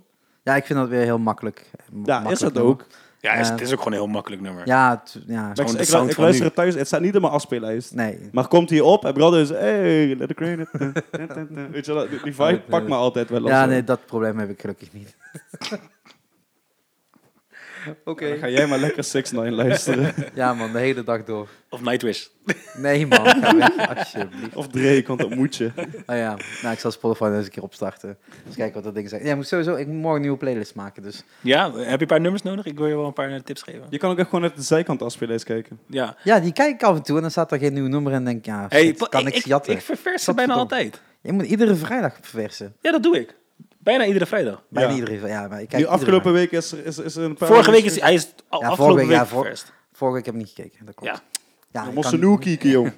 Speaker 2: Ja, ik vind dat weer heel makkelijk. eh, m-
Speaker 3: Ja,
Speaker 2: makkelijk
Speaker 3: is dat
Speaker 2: nummer.
Speaker 3: ook.
Speaker 1: Ja, het is,
Speaker 2: Eh,
Speaker 1: het is ook gewoon een heel makkelijk nummer.
Speaker 2: Ja, het- ja.
Speaker 1: Gewoon
Speaker 3: Ik,
Speaker 1: de
Speaker 3: ik,
Speaker 1: sound
Speaker 3: ik
Speaker 1: van
Speaker 3: luister
Speaker 1: nu.
Speaker 3: het thuis, het staat niet in mijn afspeellijst.
Speaker 2: nee.
Speaker 3: Maar komt hij op, heb ik altijd dus, hey, let the crane. Weet je, wel, die die
Speaker 2: Oh,
Speaker 3: vibe
Speaker 2: dat-
Speaker 3: pakt me altijd wel.
Speaker 2: Ja, nee, dat probleem heb ik gelukkig niet. Oké.
Speaker 3: Dan ga jij maar lekker 6 9 luisteren.
Speaker 2: Ja man, de hele dag door.
Speaker 1: Of Nightwish.
Speaker 2: Nee man, ga weg, alsjeblieft.
Speaker 3: Of Drake, want dat moet je.
Speaker 2: Oh ja, nou, ik zal Spotify nog eens een keer opstarten. Eens kijken wat dat ding zegt. Ja, ik moet sowieso, ik moet morgen een nieuwe playlist maken, dus...
Speaker 1: Ja, heb je een paar nummers nodig? Ik wil je wel een paar eh, tips geven.
Speaker 3: Je kan ook echt gewoon naar de zijkant afspeellijst kijken.
Speaker 1: Ja.
Speaker 2: Ja, die kijk ik af en toe en dan staat er geen nieuw nummer in en denk ik, ja,
Speaker 1: Hey,
Speaker 2: shit,
Speaker 1: pa-
Speaker 2: kan
Speaker 1: ik,
Speaker 2: ik,
Speaker 1: ik,
Speaker 2: jatten.
Speaker 1: ik ververs ze
Speaker 2: Wat
Speaker 1: bijna
Speaker 2: verdomme.
Speaker 1: altijd.
Speaker 2: Je moet iedere vrijdag verversen.
Speaker 1: Ja, dat doe ik. Bijna iedere vrijdag.
Speaker 2: Bijna
Speaker 3: Ja.
Speaker 2: iedere ja, maar ik kijk
Speaker 3: Nu,
Speaker 2: iedere
Speaker 3: afgelopen week is er, is, is er een paar...
Speaker 1: Vorige week is hij is al
Speaker 2: Ja, vorige
Speaker 1: afgelopen
Speaker 2: week,
Speaker 1: week,
Speaker 2: ja, Oh, vor-
Speaker 1: ververst.
Speaker 2: vrijdag. Vorige week heb ik niet gekeken, dat klopt.
Speaker 1: Ja.
Speaker 2: Ja,
Speaker 3: We
Speaker 2: ik
Speaker 3: moesten
Speaker 2: Ah, kan-
Speaker 3: nieuw kieken, jong.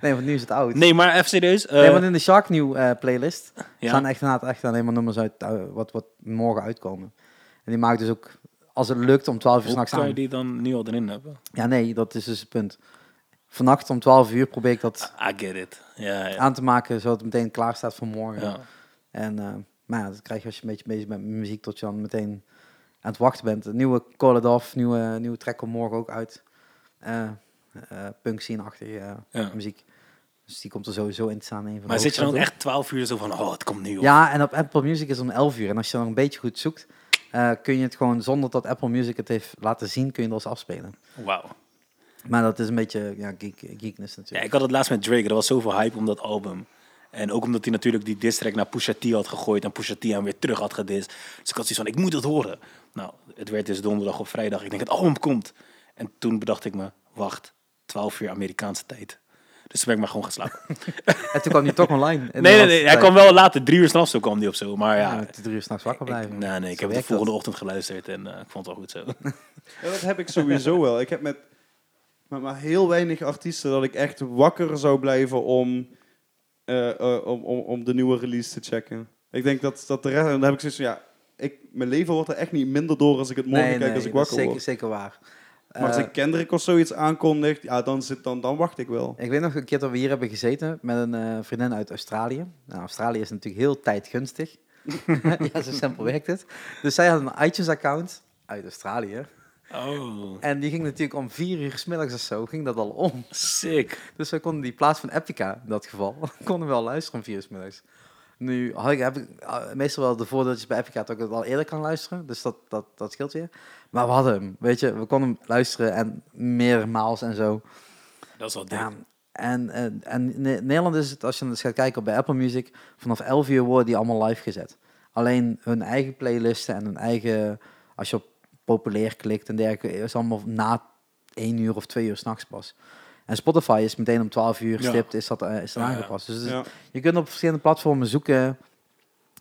Speaker 2: Nee, want nu is het oud.
Speaker 1: Nee, maar even serieus. eh,
Speaker 2: Nee, want in de Shark New eh, playlist
Speaker 1: Ja.
Speaker 2: staan echt, inderdaad echt alleen maar nummers uit eh, wat, wat morgen uitkomen. En die maakt dus ook, als het lukt, om 12 uur
Speaker 1: hoe
Speaker 2: s'nachts
Speaker 1: kan je
Speaker 2: aan.
Speaker 1: die dan nu al erin hebben?
Speaker 2: Ja, nee, dat is dus het punt. vannacht om 12 uur probeer ik dat
Speaker 1: I get it. Ja, ja.
Speaker 2: aan te maken, zodat het meteen klaar staat voor morgen.
Speaker 1: ja.
Speaker 2: En, eh, maar ja, dat krijg je als je een beetje bezig bent met muziek, tot je dan meteen aan het wachten bent. Een nieuwe Call It Off, nieuwe, nieuwe track komt morgen ook uit. Eh eh punk scene-achtige eh,
Speaker 1: Ja.
Speaker 2: muziek. Dus die komt er sowieso in te staan. Een van de
Speaker 1: Maar zit je dan
Speaker 2: hoofdstukken.
Speaker 1: echt 12 uur zo van, oh, het komt nu op.
Speaker 2: Ja, en op Apple Music is het om 11 uur. En als je dan een beetje goed zoekt, eh, kun je het gewoon zonder dat Apple Music het heeft laten zien, kun je het als afspelen.
Speaker 1: Wauw.
Speaker 2: Maar dat is een beetje ja, geek, geekness
Speaker 1: Ja,
Speaker 2: natuurlijk.
Speaker 1: ik had het laatst met Drake. Er was zoveel hype om dat album. En ook omdat hij natuurlijk die diss track naar Pusha T had gegooid. En Pusha T hem weer terug had gedist. Dus ik had zoiets van, ik moet het horen. Nou, het werd dus donderdag of vrijdag. Ik denk, het album komt. En toen bedacht ik me, wacht, 12 uur Amerikaanse tijd. Dus toen ben ik maar gewoon geslapen.
Speaker 2: En toen kwam die toch online.
Speaker 1: nee, nee, nee, hij kwam wel later. Drie uur s'nachts zo kwam hij op zo. Maar ja,
Speaker 2: Ja, drie uur s'nachts wakker
Speaker 1: ik,
Speaker 2: blijven.
Speaker 1: nee, nee, ik heb het
Speaker 2: Zo
Speaker 1: de
Speaker 2: werkt
Speaker 1: volgende
Speaker 2: dat.
Speaker 1: ochtend geluisterd. En eh, ik vond het wel goed zo.
Speaker 3: Ja, dat heb ik sowieso wel. Ik heb met, met maar heel weinig artiesten dat ik echt wakker zou blijven om, eh, eh, om, om, om de nieuwe release te checken. Ik denk dat, dat de rest... Dan heb ik zoiets van, ja, ik, mijn leven wordt er echt niet minder door als ik het morgen
Speaker 2: Nee,
Speaker 3: kijk
Speaker 2: nee,
Speaker 3: als ik
Speaker 2: dat is
Speaker 3: wakker
Speaker 2: zeker,
Speaker 3: word.
Speaker 2: Zeker waar.
Speaker 3: maar
Speaker 2: Eh,
Speaker 3: als ik Kendrick of zoiets aankondigt, ja, dan, zit, dan, dan wacht ik wel.
Speaker 2: Ik weet nog een keer dat we hier hebben gezeten met een eh, vriendin uit Australië. Nou, Australië is natuurlijk heel tijdgunstig. ja, zo simpel werkt het. Dus zij had een iTunes-account uit Australië.
Speaker 1: Oh,
Speaker 2: En die ging natuurlijk om vier uur 's middags of zo, ging dat al om.
Speaker 1: sick.
Speaker 2: Dus wij konden die plaats van Epica, in dat geval, konden wel luisteren om vier uur 's middags. Nu had ik, heb ik eh, meestal wel de voordeeltjes bij Epica dat ik het al eerder kan luisteren. Dus dat, dat, dat scheelt weer. Maar we hadden hem, weet je. We konden hem luisteren en meermaals en zo.
Speaker 1: Dat is wel dik.
Speaker 2: Ja, en, en, en in Nederland is het, als je eens gaat kijken bij Apple Music, vanaf 11 uur worden die allemaal live gezet. Alleen hun eigen playlisten en hun eigen, als je op populair klikt en dergelijke, is allemaal na 1 uur of 2 uur s'nachts pas. En Spotify is meteen om 12 uur
Speaker 1: Ja.
Speaker 2: stipt, is dat, eh, is dat
Speaker 1: Ja, ja.
Speaker 2: aangepast. Dus het is-
Speaker 3: Ja.
Speaker 2: je kunt op verschillende platformen zoeken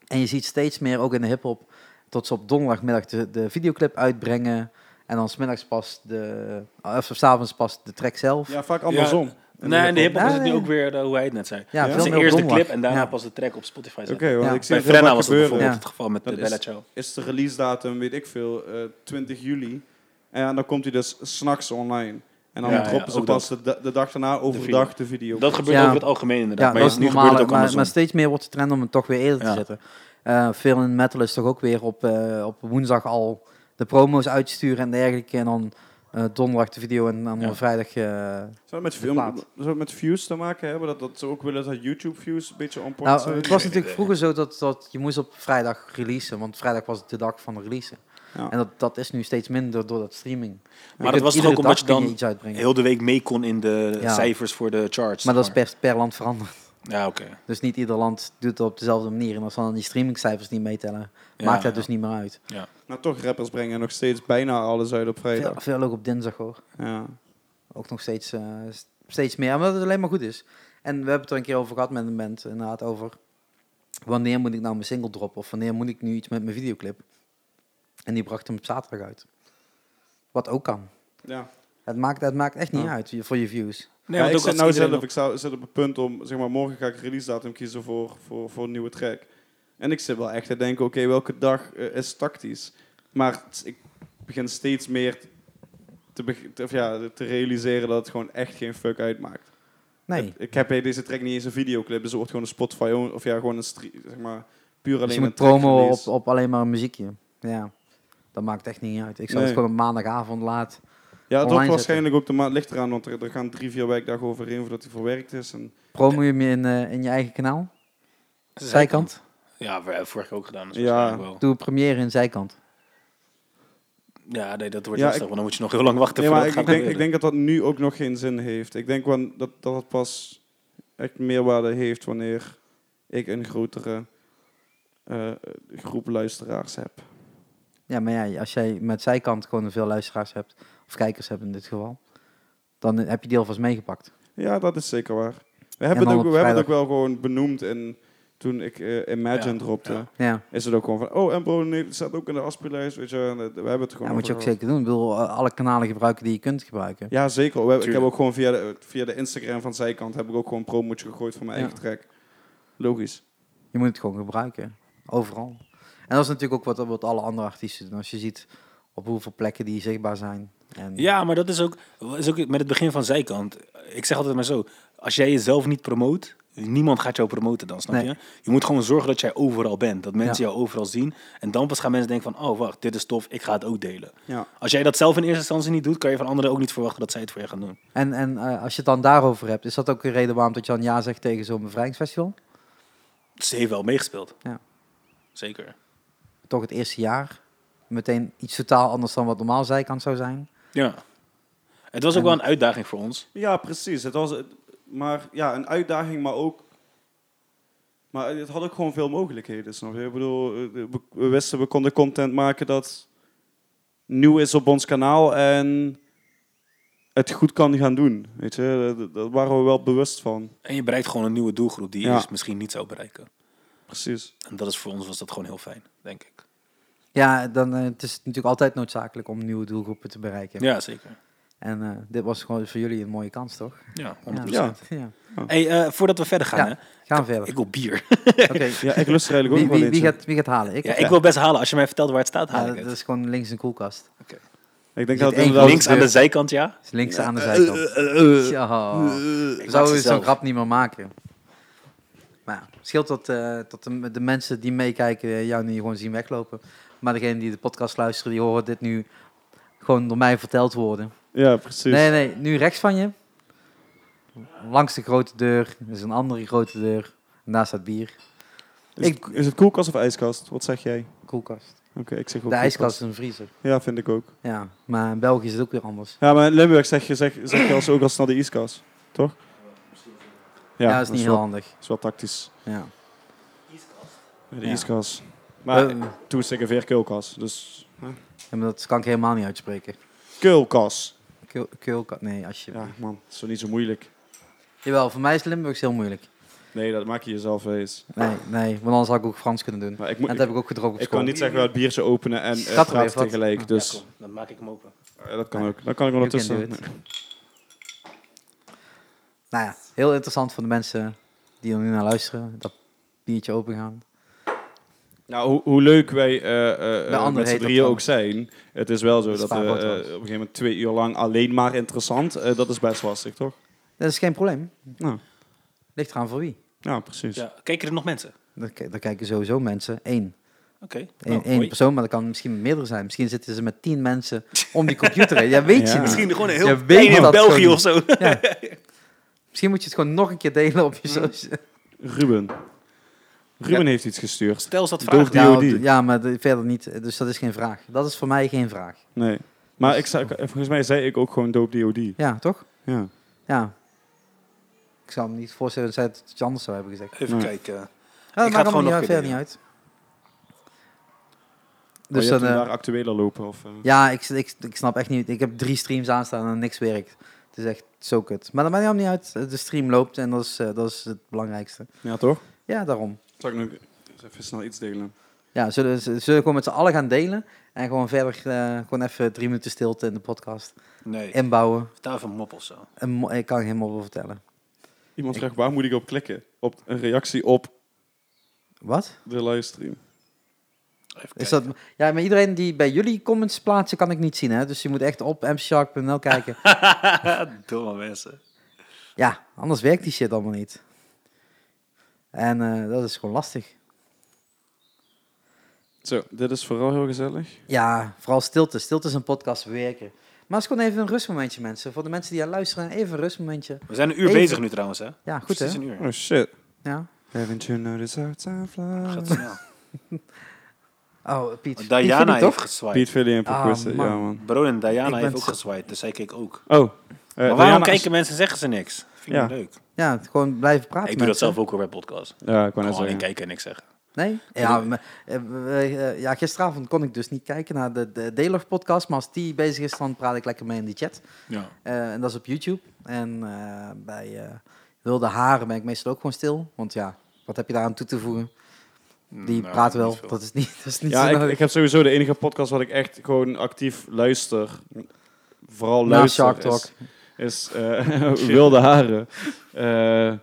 Speaker 2: en je ziet steeds meer, ook in de hip-hop, tot ze op donderdagmiddag de, de videoclip uitbrengen. En dan smiddags pas de, of s'avonds pas de track zelf.
Speaker 3: Ja, vaak andersom.
Speaker 1: Ja, nee, in de hip-hop is het nu
Speaker 2: Nee.
Speaker 1: ook weer eh, hoe hij het net zei. Ja,
Speaker 2: Ja, veel
Speaker 1: dus
Speaker 2: meer op
Speaker 1: eerst de
Speaker 2: donderdag.
Speaker 1: clip en daarna
Speaker 2: Ja.
Speaker 1: pas de track op Spotify
Speaker 3: Oké,
Speaker 1: zetten.
Speaker 3: want
Speaker 2: Ja.
Speaker 3: ik zie
Speaker 1: Bij
Speaker 3: het heel
Speaker 1: Frenna
Speaker 3: vaak
Speaker 1: was dat
Speaker 3: gebeuren.
Speaker 1: bijvoorbeeld
Speaker 2: Ja.
Speaker 1: het geval met
Speaker 3: Dat
Speaker 1: de
Speaker 3: is-
Speaker 1: Bella Ciao.
Speaker 3: Is de release datum, weet ik veel, eh, 20 juli. En dan komt hij dus s'nachts online. En dan
Speaker 1: Ja, ja,
Speaker 3: droppen ze
Speaker 1: ook
Speaker 3: pas de, da- de dag daarna overdag de video.
Speaker 1: Dat gebeurt
Speaker 2: Ja.
Speaker 1: over het algemeen inderdaad.
Speaker 2: Ja,
Speaker 1: maar
Speaker 2: dat
Speaker 1: ja,
Speaker 2: is
Speaker 1: nu
Speaker 2: normaal,
Speaker 1: gebeurt het ook
Speaker 2: maar,
Speaker 1: andersom.
Speaker 2: maar steeds meer wordt de trend om het toch weer eerder
Speaker 1: Ja.
Speaker 2: te zetten. Eh, veel in metal is toch ook weer op, eh, op woensdag al de promo's uitsturen en dergelijke. En dan eh, donderdag de video en dan
Speaker 1: Ja.
Speaker 2: vrijdag... eh,
Speaker 3: Zou het met,
Speaker 2: De
Speaker 3: film,
Speaker 2: plaat.
Speaker 3: zou het met views te maken hebben? Dat, dat ze ook willen dat YouTube views een beetje on point
Speaker 2: nou,
Speaker 3: zijn?
Speaker 2: het
Speaker 1: geen
Speaker 2: was natuurlijk
Speaker 1: idee.
Speaker 2: vroeger zo dat, dat je moest op vrijdag releasen. Want vrijdag was de dag van de releasen.
Speaker 3: Ja.
Speaker 2: En dat, dat is nu steeds minder door dat streaming. Je
Speaker 1: Maar dat
Speaker 2: kunt
Speaker 1: was toch
Speaker 2: iedere
Speaker 1: ook omdat
Speaker 2: dag
Speaker 1: je
Speaker 2: kun
Speaker 1: dan
Speaker 2: iets uitbrengen.
Speaker 1: heel de week mee kon in de
Speaker 2: Ja.
Speaker 1: cijfers voor de charts.
Speaker 2: Maar dat is
Speaker 1: zeg
Speaker 2: per, per land veranderd.
Speaker 1: maar. Ja, oké.
Speaker 2: Dus niet ieder land doet het op dezelfde manier. En als dan die streamingcijfers niet meetellen,
Speaker 1: Ja,
Speaker 2: maakt dat
Speaker 1: ja.
Speaker 2: dus niet meer uit.
Speaker 3: Maar toch, rappers brengen nog steeds bijna alles uit op
Speaker 2: Veel,
Speaker 3: vrijdag.
Speaker 2: veel ook op dinsdag hoor.
Speaker 3: Ja.
Speaker 2: ook nog steeds, eh, st- steeds meer. Omdat het alleen maar goed is. En we hebben het er een keer over gehad met een band. Inderdaad, over wanneer moet ik nou mijn single droppen? Of wanneer moet ik nu iets met mijn videoclip? En die bracht hem op zaterdag uit. Wat ook kan.
Speaker 3: ja.
Speaker 2: Het maakt, het maakt echt niet
Speaker 3: Ja.
Speaker 2: uit voor je views.
Speaker 1: Nee,
Speaker 3: Ja,
Speaker 1: want
Speaker 3: ik
Speaker 1: ook als
Speaker 3: zit nou
Speaker 1: iedereen
Speaker 3: zelf, ik zou, zit op het punt om, zeg maar, morgen ga ik release datum kiezen voor, voor, voor een nieuwe track. En ik zit wel echt te denken, oké, welke dag eh, is tactisch? Maar het- ik begin steeds meer te, beg- te- of ja, te realiseren dat het gewoon echt geen fuck uitmaakt.
Speaker 2: Nee. Dus
Speaker 3: Ik, ik heb bij deze track niet eens een videoclip, dus er wordt gewoon een Spotify, on- of ja, gewoon een stream, zeg maar, puur alleen
Speaker 2: Dus je
Speaker 3: een
Speaker 2: moet promo op,
Speaker 3: trackrelease.
Speaker 2: op alleen maar een muziekje. Ja. Dat maakt echt niet uit. Ik zou
Speaker 3: Nee.
Speaker 2: het gewoon op maandagavond laat.
Speaker 3: Ja, het wordt
Speaker 2: online
Speaker 3: waarschijnlijk ook de maand ligt eraan, want er, er gaan drie, vier wijkdagen overheen voordat hij verwerkt is. En
Speaker 2: Promo je me in, eh, in je eigen kanaal.
Speaker 1: nog-
Speaker 2: Zijkant.
Speaker 1: Ja, we hebben vorig jaar ook gedaan. Dus
Speaker 3: Ja.
Speaker 1: ja. Wel.
Speaker 2: Doe première in zijkant.
Speaker 1: ja, nee, dat wordt
Speaker 3: Ja,
Speaker 1: lastig.
Speaker 3: ik-
Speaker 1: Want dan moet je nog heel lang wachten
Speaker 3: Nee,
Speaker 1: voor
Speaker 3: maar
Speaker 1: dat
Speaker 3: ik,
Speaker 1: gaat
Speaker 3: ik denk, ik
Speaker 1: gebeuren.
Speaker 3: denk dat dat nu ook nog geen zin heeft. Ik denk wan- dat, dat het pas echt meerwaarde heeft wanneer ik een grotere eh, groep luisteraars heb.
Speaker 2: Ja, maar ja, als jij met zijkant gewoon veel luisteraars hebt, of kijkers hebt in dit geval, dan heb je die alvast meegepakt.
Speaker 3: Ja, dat is zeker waar. We hebben,
Speaker 2: dan
Speaker 3: het ook,
Speaker 2: op
Speaker 3: we hebben het
Speaker 2: vrijdag.
Speaker 3: ook wel gewoon benoemd en toen ik eh, Imagine
Speaker 1: Ja,
Speaker 3: dropte.
Speaker 1: ja.
Speaker 2: Ja,
Speaker 3: Is het ook gewoon van, oh, en bro, nee, het staat ook in de afspeellijst, weet je. en, eh, we hebben het er gewoon
Speaker 2: ja moet je ook
Speaker 3: over gehad.
Speaker 2: zeker doen. Ik bedoel, eh, alle kanalen gebruiken die je kunt gebruiken.
Speaker 3: Ja, zeker. We- ik heb
Speaker 1: Tuurlijk.
Speaker 3: ook gewoon via de, via de Instagram van zijkant heb ik ook gewoon een promotje gegooid van mijn
Speaker 2: Ja.
Speaker 3: eigen track. Logisch.
Speaker 2: Je moet het gewoon gebruiken, overal. En dat is natuurlijk ook wat, wat alle andere artiesten doen. Als je ziet op hoeveel plekken die zichtbaar zijn. En
Speaker 1: Ja, maar dat is ook, is ook met het begin van zijkant. ik zeg altijd maar zo, als jij jezelf niet promoot, niemand gaat jou promoten dan, snap
Speaker 2: Nee.
Speaker 1: je? Je moet gewoon zorgen dat jij overal bent, dat mensen jou overal zien. En dan pas gaan mensen denken van, oh wacht, dit is tof, ik ga het ook delen.
Speaker 3: Ja.
Speaker 1: Als jij dat zelf in eerste instantie niet doet, kan je van anderen ook niet verwachten dat zij het voor je gaan doen.
Speaker 2: En, en eh, als je het dan daarover hebt, is dat ook een reden waarom dat je dan ja zegt tegen zo'n bevrijdingsfestival?
Speaker 1: Dus Ze heeft wel meegespeeld.
Speaker 2: Ja.
Speaker 1: Zeker.
Speaker 2: Toch het eerste jaar. Meteen iets totaal anders dan wat normaal zijkant zou zijn.
Speaker 1: Ja. Het was ook
Speaker 2: En-
Speaker 1: wel een uitdaging voor ons.
Speaker 3: Ja, precies. Het was eh, maar, ja, een uitdaging, maar ook. Maar het had ook gewoon veel mogelijkheden. Snap je? Ik bedoel, eh, we, we wisten, we konden content maken dat nieuw is op ons kanaal en het goed kan gaan doen. Weet je, dat, dat waren we wel bewust van.
Speaker 1: En je bereikt gewoon een nieuwe doelgroep die je
Speaker 3: Ja.
Speaker 1: eerst misschien niet zou bereiken.
Speaker 3: Precies.
Speaker 1: En dat is voor ons was dat gewoon heel fijn, denk ik.
Speaker 2: Ja, dan, eh, het is natuurlijk altijd noodzakelijk om nieuwe doelgroepen te bereiken.
Speaker 1: Ja, zeker.
Speaker 2: En eh, dit was gewoon voor jullie een mooie kans, toch?
Speaker 1: Ja, 100%.
Speaker 2: Ja. ja.
Speaker 1: Hey, eh, voordat we verder gaan, hè?
Speaker 2: Ja. Gaan we verder.
Speaker 1: Ik wil bier.
Speaker 2: Oké.
Speaker 3: Ja, ik lust er eigenlijk ook
Speaker 2: Wie,
Speaker 3: nog wel
Speaker 2: wie, wie,
Speaker 3: eentje.
Speaker 2: gaat, wie gaat halen? Ik?
Speaker 1: Ja, ik wil best halen. Als je mij vertelt waar het staat,
Speaker 2: Ja,
Speaker 1: haal ik
Speaker 2: dat
Speaker 1: het.
Speaker 2: is gewoon links een koelkast.
Speaker 1: Oké.
Speaker 3: Ik denk dat
Speaker 2: Zit
Speaker 3: het
Speaker 2: één
Speaker 3: inderdaad-
Speaker 1: Links aan de
Speaker 2: deur.
Speaker 1: zijkant, ja?
Speaker 2: Is links aan de
Speaker 1: Eh,
Speaker 2: zijkant.
Speaker 1: eh, eh, eh.
Speaker 2: Ja.
Speaker 1: Ik maak
Speaker 2: Zouden
Speaker 1: ze
Speaker 2: we zo'n
Speaker 1: zelf.
Speaker 2: grap niet meer maken? Maar ja, scheelt dat, eh, dat de, de mensen die meekijken eh, jou nu gewoon zien weglopen. Maar degene die de podcast luisteren, die horen dit nu gewoon door mij verteld worden.
Speaker 3: Ja, precies.
Speaker 2: Nee, nee, nu rechts van je. Langs de grote deur is een andere grote deur. En daar staat bier.
Speaker 3: Is,
Speaker 2: Ik-
Speaker 3: het, is het koelkast of ijskast? Wat zeg jij?
Speaker 2: Koelkast.
Speaker 3: Oké, ik zeg ook
Speaker 2: De ijskast is een vriezer.
Speaker 3: Ja, vind ik ook.
Speaker 2: Ja, maar in België is het ook weer anders.
Speaker 3: Ja, maar in Limburg zeg je, zeg, zeg je als ook als naar de ijskast, toch?
Speaker 2: Ja, dat is niet heel
Speaker 3: wel,
Speaker 2: handig.
Speaker 3: is wel tactisch.
Speaker 2: Ja.
Speaker 3: Ja, De
Speaker 2: Ja. Eh,
Speaker 3: ijskast. Maar
Speaker 2: Maar,
Speaker 3: toen toen zeg ik weer keulkas. Dus
Speaker 2: dat kan ik helemaal niet uitspreken.
Speaker 3: keulkas.
Speaker 2: Keul, keulka- nee, alsjeblieft.
Speaker 3: Ja, man, dat is toch niet zo moeilijk.
Speaker 2: Jawel, voor mij is Limburgs heel moeilijk.
Speaker 3: Nee, dat maak je jezelf eens.
Speaker 2: Nee, nee, want anders had ik ook Frans kunnen doen.
Speaker 3: Maar ik,
Speaker 2: En
Speaker 3: moet,
Speaker 2: dat
Speaker 3: ik,
Speaker 2: heb ik ook gedronken op
Speaker 3: ik
Speaker 2: school.
Speaker 3: kan niet zeggen wel het biertje openen en eh,
Speaker 2: Gaat er weer
Speaker 3: praten
Speaker 2: wat?
Speaker 3: tegelijk. Dus
Speaker 1: Ja, kom, dan maak ik hem open.
Speaker 3: eh, dat kan ook. Dan kan ik ondertussen.
Speaker 2: You can do Nou ja, heel interessant voor de mensen die er nu naar luisteren. Dat biertje opengaan.
Speaker 3: Nou, hoe, hoe leuk wij eh, eh,
Speaker 2: De ander
Speaker 3: met z'n
Speaker 2: heet dat
Speaker 3: drieën
Speaker 2: dan.
Speaker 3: ook zijn, het is wel zo
Speaker 2: Dat is
Speaker 3: dat we
Speaker 2: vaak
Speaker 3: eh,
Speaker 2: wat
Speaker 3: op
Speaker 2: was.
Speaker 3: een gegeven moment twee uur lang alleen maar interessant, eh, dat is best lastig, toch?
Speaker 2: Dat is geen probleem.
Speaker 3: Nou,
Speaker 2: Ligt eraan voor wie.
Speaker 3: ja, precies.
Speaker 1: Ja. Kijken er nog mensen?
Speaker 2: Dan k- dan kijken sowieso mensen. Eén.
Speaker 1: Oké.
Speaker 2: Eén,
Speaker 1: Nou,
Speaker 2: één
Speaker 1: mooi.
Speaker 2: persoon, maar dat kan misschien meerdere zijn. Misschien zitten ze met tien mensen om die computer heen. Ja, weet
Speaker 3: Ja.
Speaker 2: je niet.
Speaker 1: Misschien gewoon een heel
Speaker 2: Je
Speaker 1: klein
Speaker 2: weet
Speaker 1: in
Speaker 2: dat
Speaker 1: België
Speaker 2: gewoon
Speaker 1: of zo.
Speaker 2: Ja. Misschien moet je het gewoon nog een keer delen op je
Speaker 1: Hmm.
Speaker 2: social.
Speaker 3: Ruben. Ruben heeft iets gestuurd.
Speaker 1: Stel eens dat
Speaker 3: Doe-
Speaker 1: vraag.
Speaker 3: Ja,
Speaker 2: Ja,
Speaker 3: DOD.
Speaker 2: op- ja, maar de- verder niet. Dus dat is geen vraag. Dat is voor mij geen vraag.
Speaker 3: Nee. Maar ik zei, volgens mij zei ik ook gewoon doop DOD.
Speaker 2: Ja, toch?
Speaker 3: Ja.
Speaker 2: Ja. Ik zou me niet voorstellen dat zij het iets anders zou hebben gezegd.
Speaker 1: Even
Speaker 3: Nee.
Speaker 1: kijken.
Speaker 2: Ja, dat
Speaker 1: Ik ga
Speaker 2: maakt
Speaker 1: het gewoon
Speaker 2: allemaal
Speaker 1: nog
Speaker 2: niet uit,
Speaker 1: een
Speaker 2: verder niet
Speaker 1: keer
Speaker 2: uit.
Speaker 3: Dus Oh,
Speaker 2: Dus dan, eh,
Speaker 3: daar actueler lopen? Of, eh?
Speaker 2: ja, ik, ik, ik snap echt niet. Ik heb drie streams aanstaan en niks werkt. Het is echt zo kut. Maar dat maakt helemaal niet uit. De stream loopt en dat is, eh, dat is het belangrijkste.
Speaker 3: ja, toch?
Speaker 2: Ja, daarom.
Speaker 3: Zal ik nog eens even snel iets delen?
Speaker 2: Ja, zullen we zullen we gewoon met z'n allen gaan delen en gewoon verder, eh, gewoon even drie minuten stilte in de podcast
Speaker 1: Nee,
Speaker 2: inbouwen.
Speaker 1: vertel even een mop of zo.
Speaker 2: En mo- ik kan geen mobbel vertellen.
Speaker 3: Iemand vraagt, waar moet ik op klikken? Op een reactie op
Speaker 2: Wat?
Speaker 3: de livestream.
Speaker 1: Even
Speaker 2: Is dat, ja, maar iedereen die bij jullie comments plaatsen, kan ik niet zien. Hè? Dus je moet echt op mshark.nl kijken.
Speaker 1: kijken. Domme mensen.
Speaker 2: Ja, anders werkt die shit allemaal niet. En eh, dat is gewoon lastig.
Speaker 3: Zo, dit is vooral heel gezellig.
Speaker 2: Ja, vooral stilte. Stilte is een podcast werken. Maar het is gewoon even een rustmomentje, mensen. Voor de mensen die aan luisteren, even een rustmomentje.
Speaker 1: We zijn een uur
Speaker 2: Even.
Speaker 1: bezig nu trouwens, hè?
Speaker 2: Ja, Ah, goed hè?
Speaker 1: Precies een uur.
Speaker 3: Oh shit.
Speaker 2: Ja.
Speaker 3: Haven't you noticed our time flies?
Speaker 1: Gaat snel.
Speaker 2: Oh, Piet. Piet
Speaker 1: Diana
Speaker 2: Philly,
Speaker 1: heeft
Speaker 2: toch?
Speaker 1: gezwaaid.
Speaker 3: Piet Philly en
Speaker 2: Ah,
Speaker 3: Paquista,
Speaker 2: man.
Speaker 3: ja man.
Speaker 1: Bro en Diana
Speaker 2: ben
Speaker 1: heeft ook
Speaker 2: zo-
Speaker 1: gezwaaid, dus zij keek ook.
Speaker 3: Oh. eh,
Speaker 1: maar waarom
Speaker 3: Diana-
Speaker 1: kijken mensen, zeggen ze niks? Vind ik
Speaker 3: Ja.
Speaker 1: niet leuk.
Speaker 2: Ja, gewoon blijven praten.
Speaker 1: ik doe dat
Speaker 2: mensen.
Speaker 1: zelf ook al bij podcast.
Speaker 3: Ja, ik wou net
Speaker 1: Gewoon alleen
Speaker 3: zeggen.
Speaker 1: kijken en niks zeggen.
Speaker 2: Nee? Ja, maar, eh, eh, eh, ja, gisteravond kon ik dus niet kijken naar de, de Delog podcast. Maar als die bezig is, dan praat ik lekker mee in die chat.
Speaker 1: Ja.
Speaker 2: Eh, en dat is op YouTube. En eh, bij eh, wilde haren ben ik meestal ook gewoon stil. Want ja, wat heb je daaraan toe te voegen?
Speaker 1: Mm,
Speaker 2: Die
Speaker 1: nou,
Speaker 2: praat wel. Dat is Nou, niet, dat is niet
Speaker 3: Ja,
Speaker 2: zo
Speaker 3: ik,
Speaker 2: nodig.
Speaker 3: ik heb sowieso de enige podcast wat ik echt gewoon actief luister. Vooral
Speaker 2: Na
Speaker 3: luister
Speaker 2: Shark Talk.
Speaker 3: is, is eh, Wilde Haren. Eh,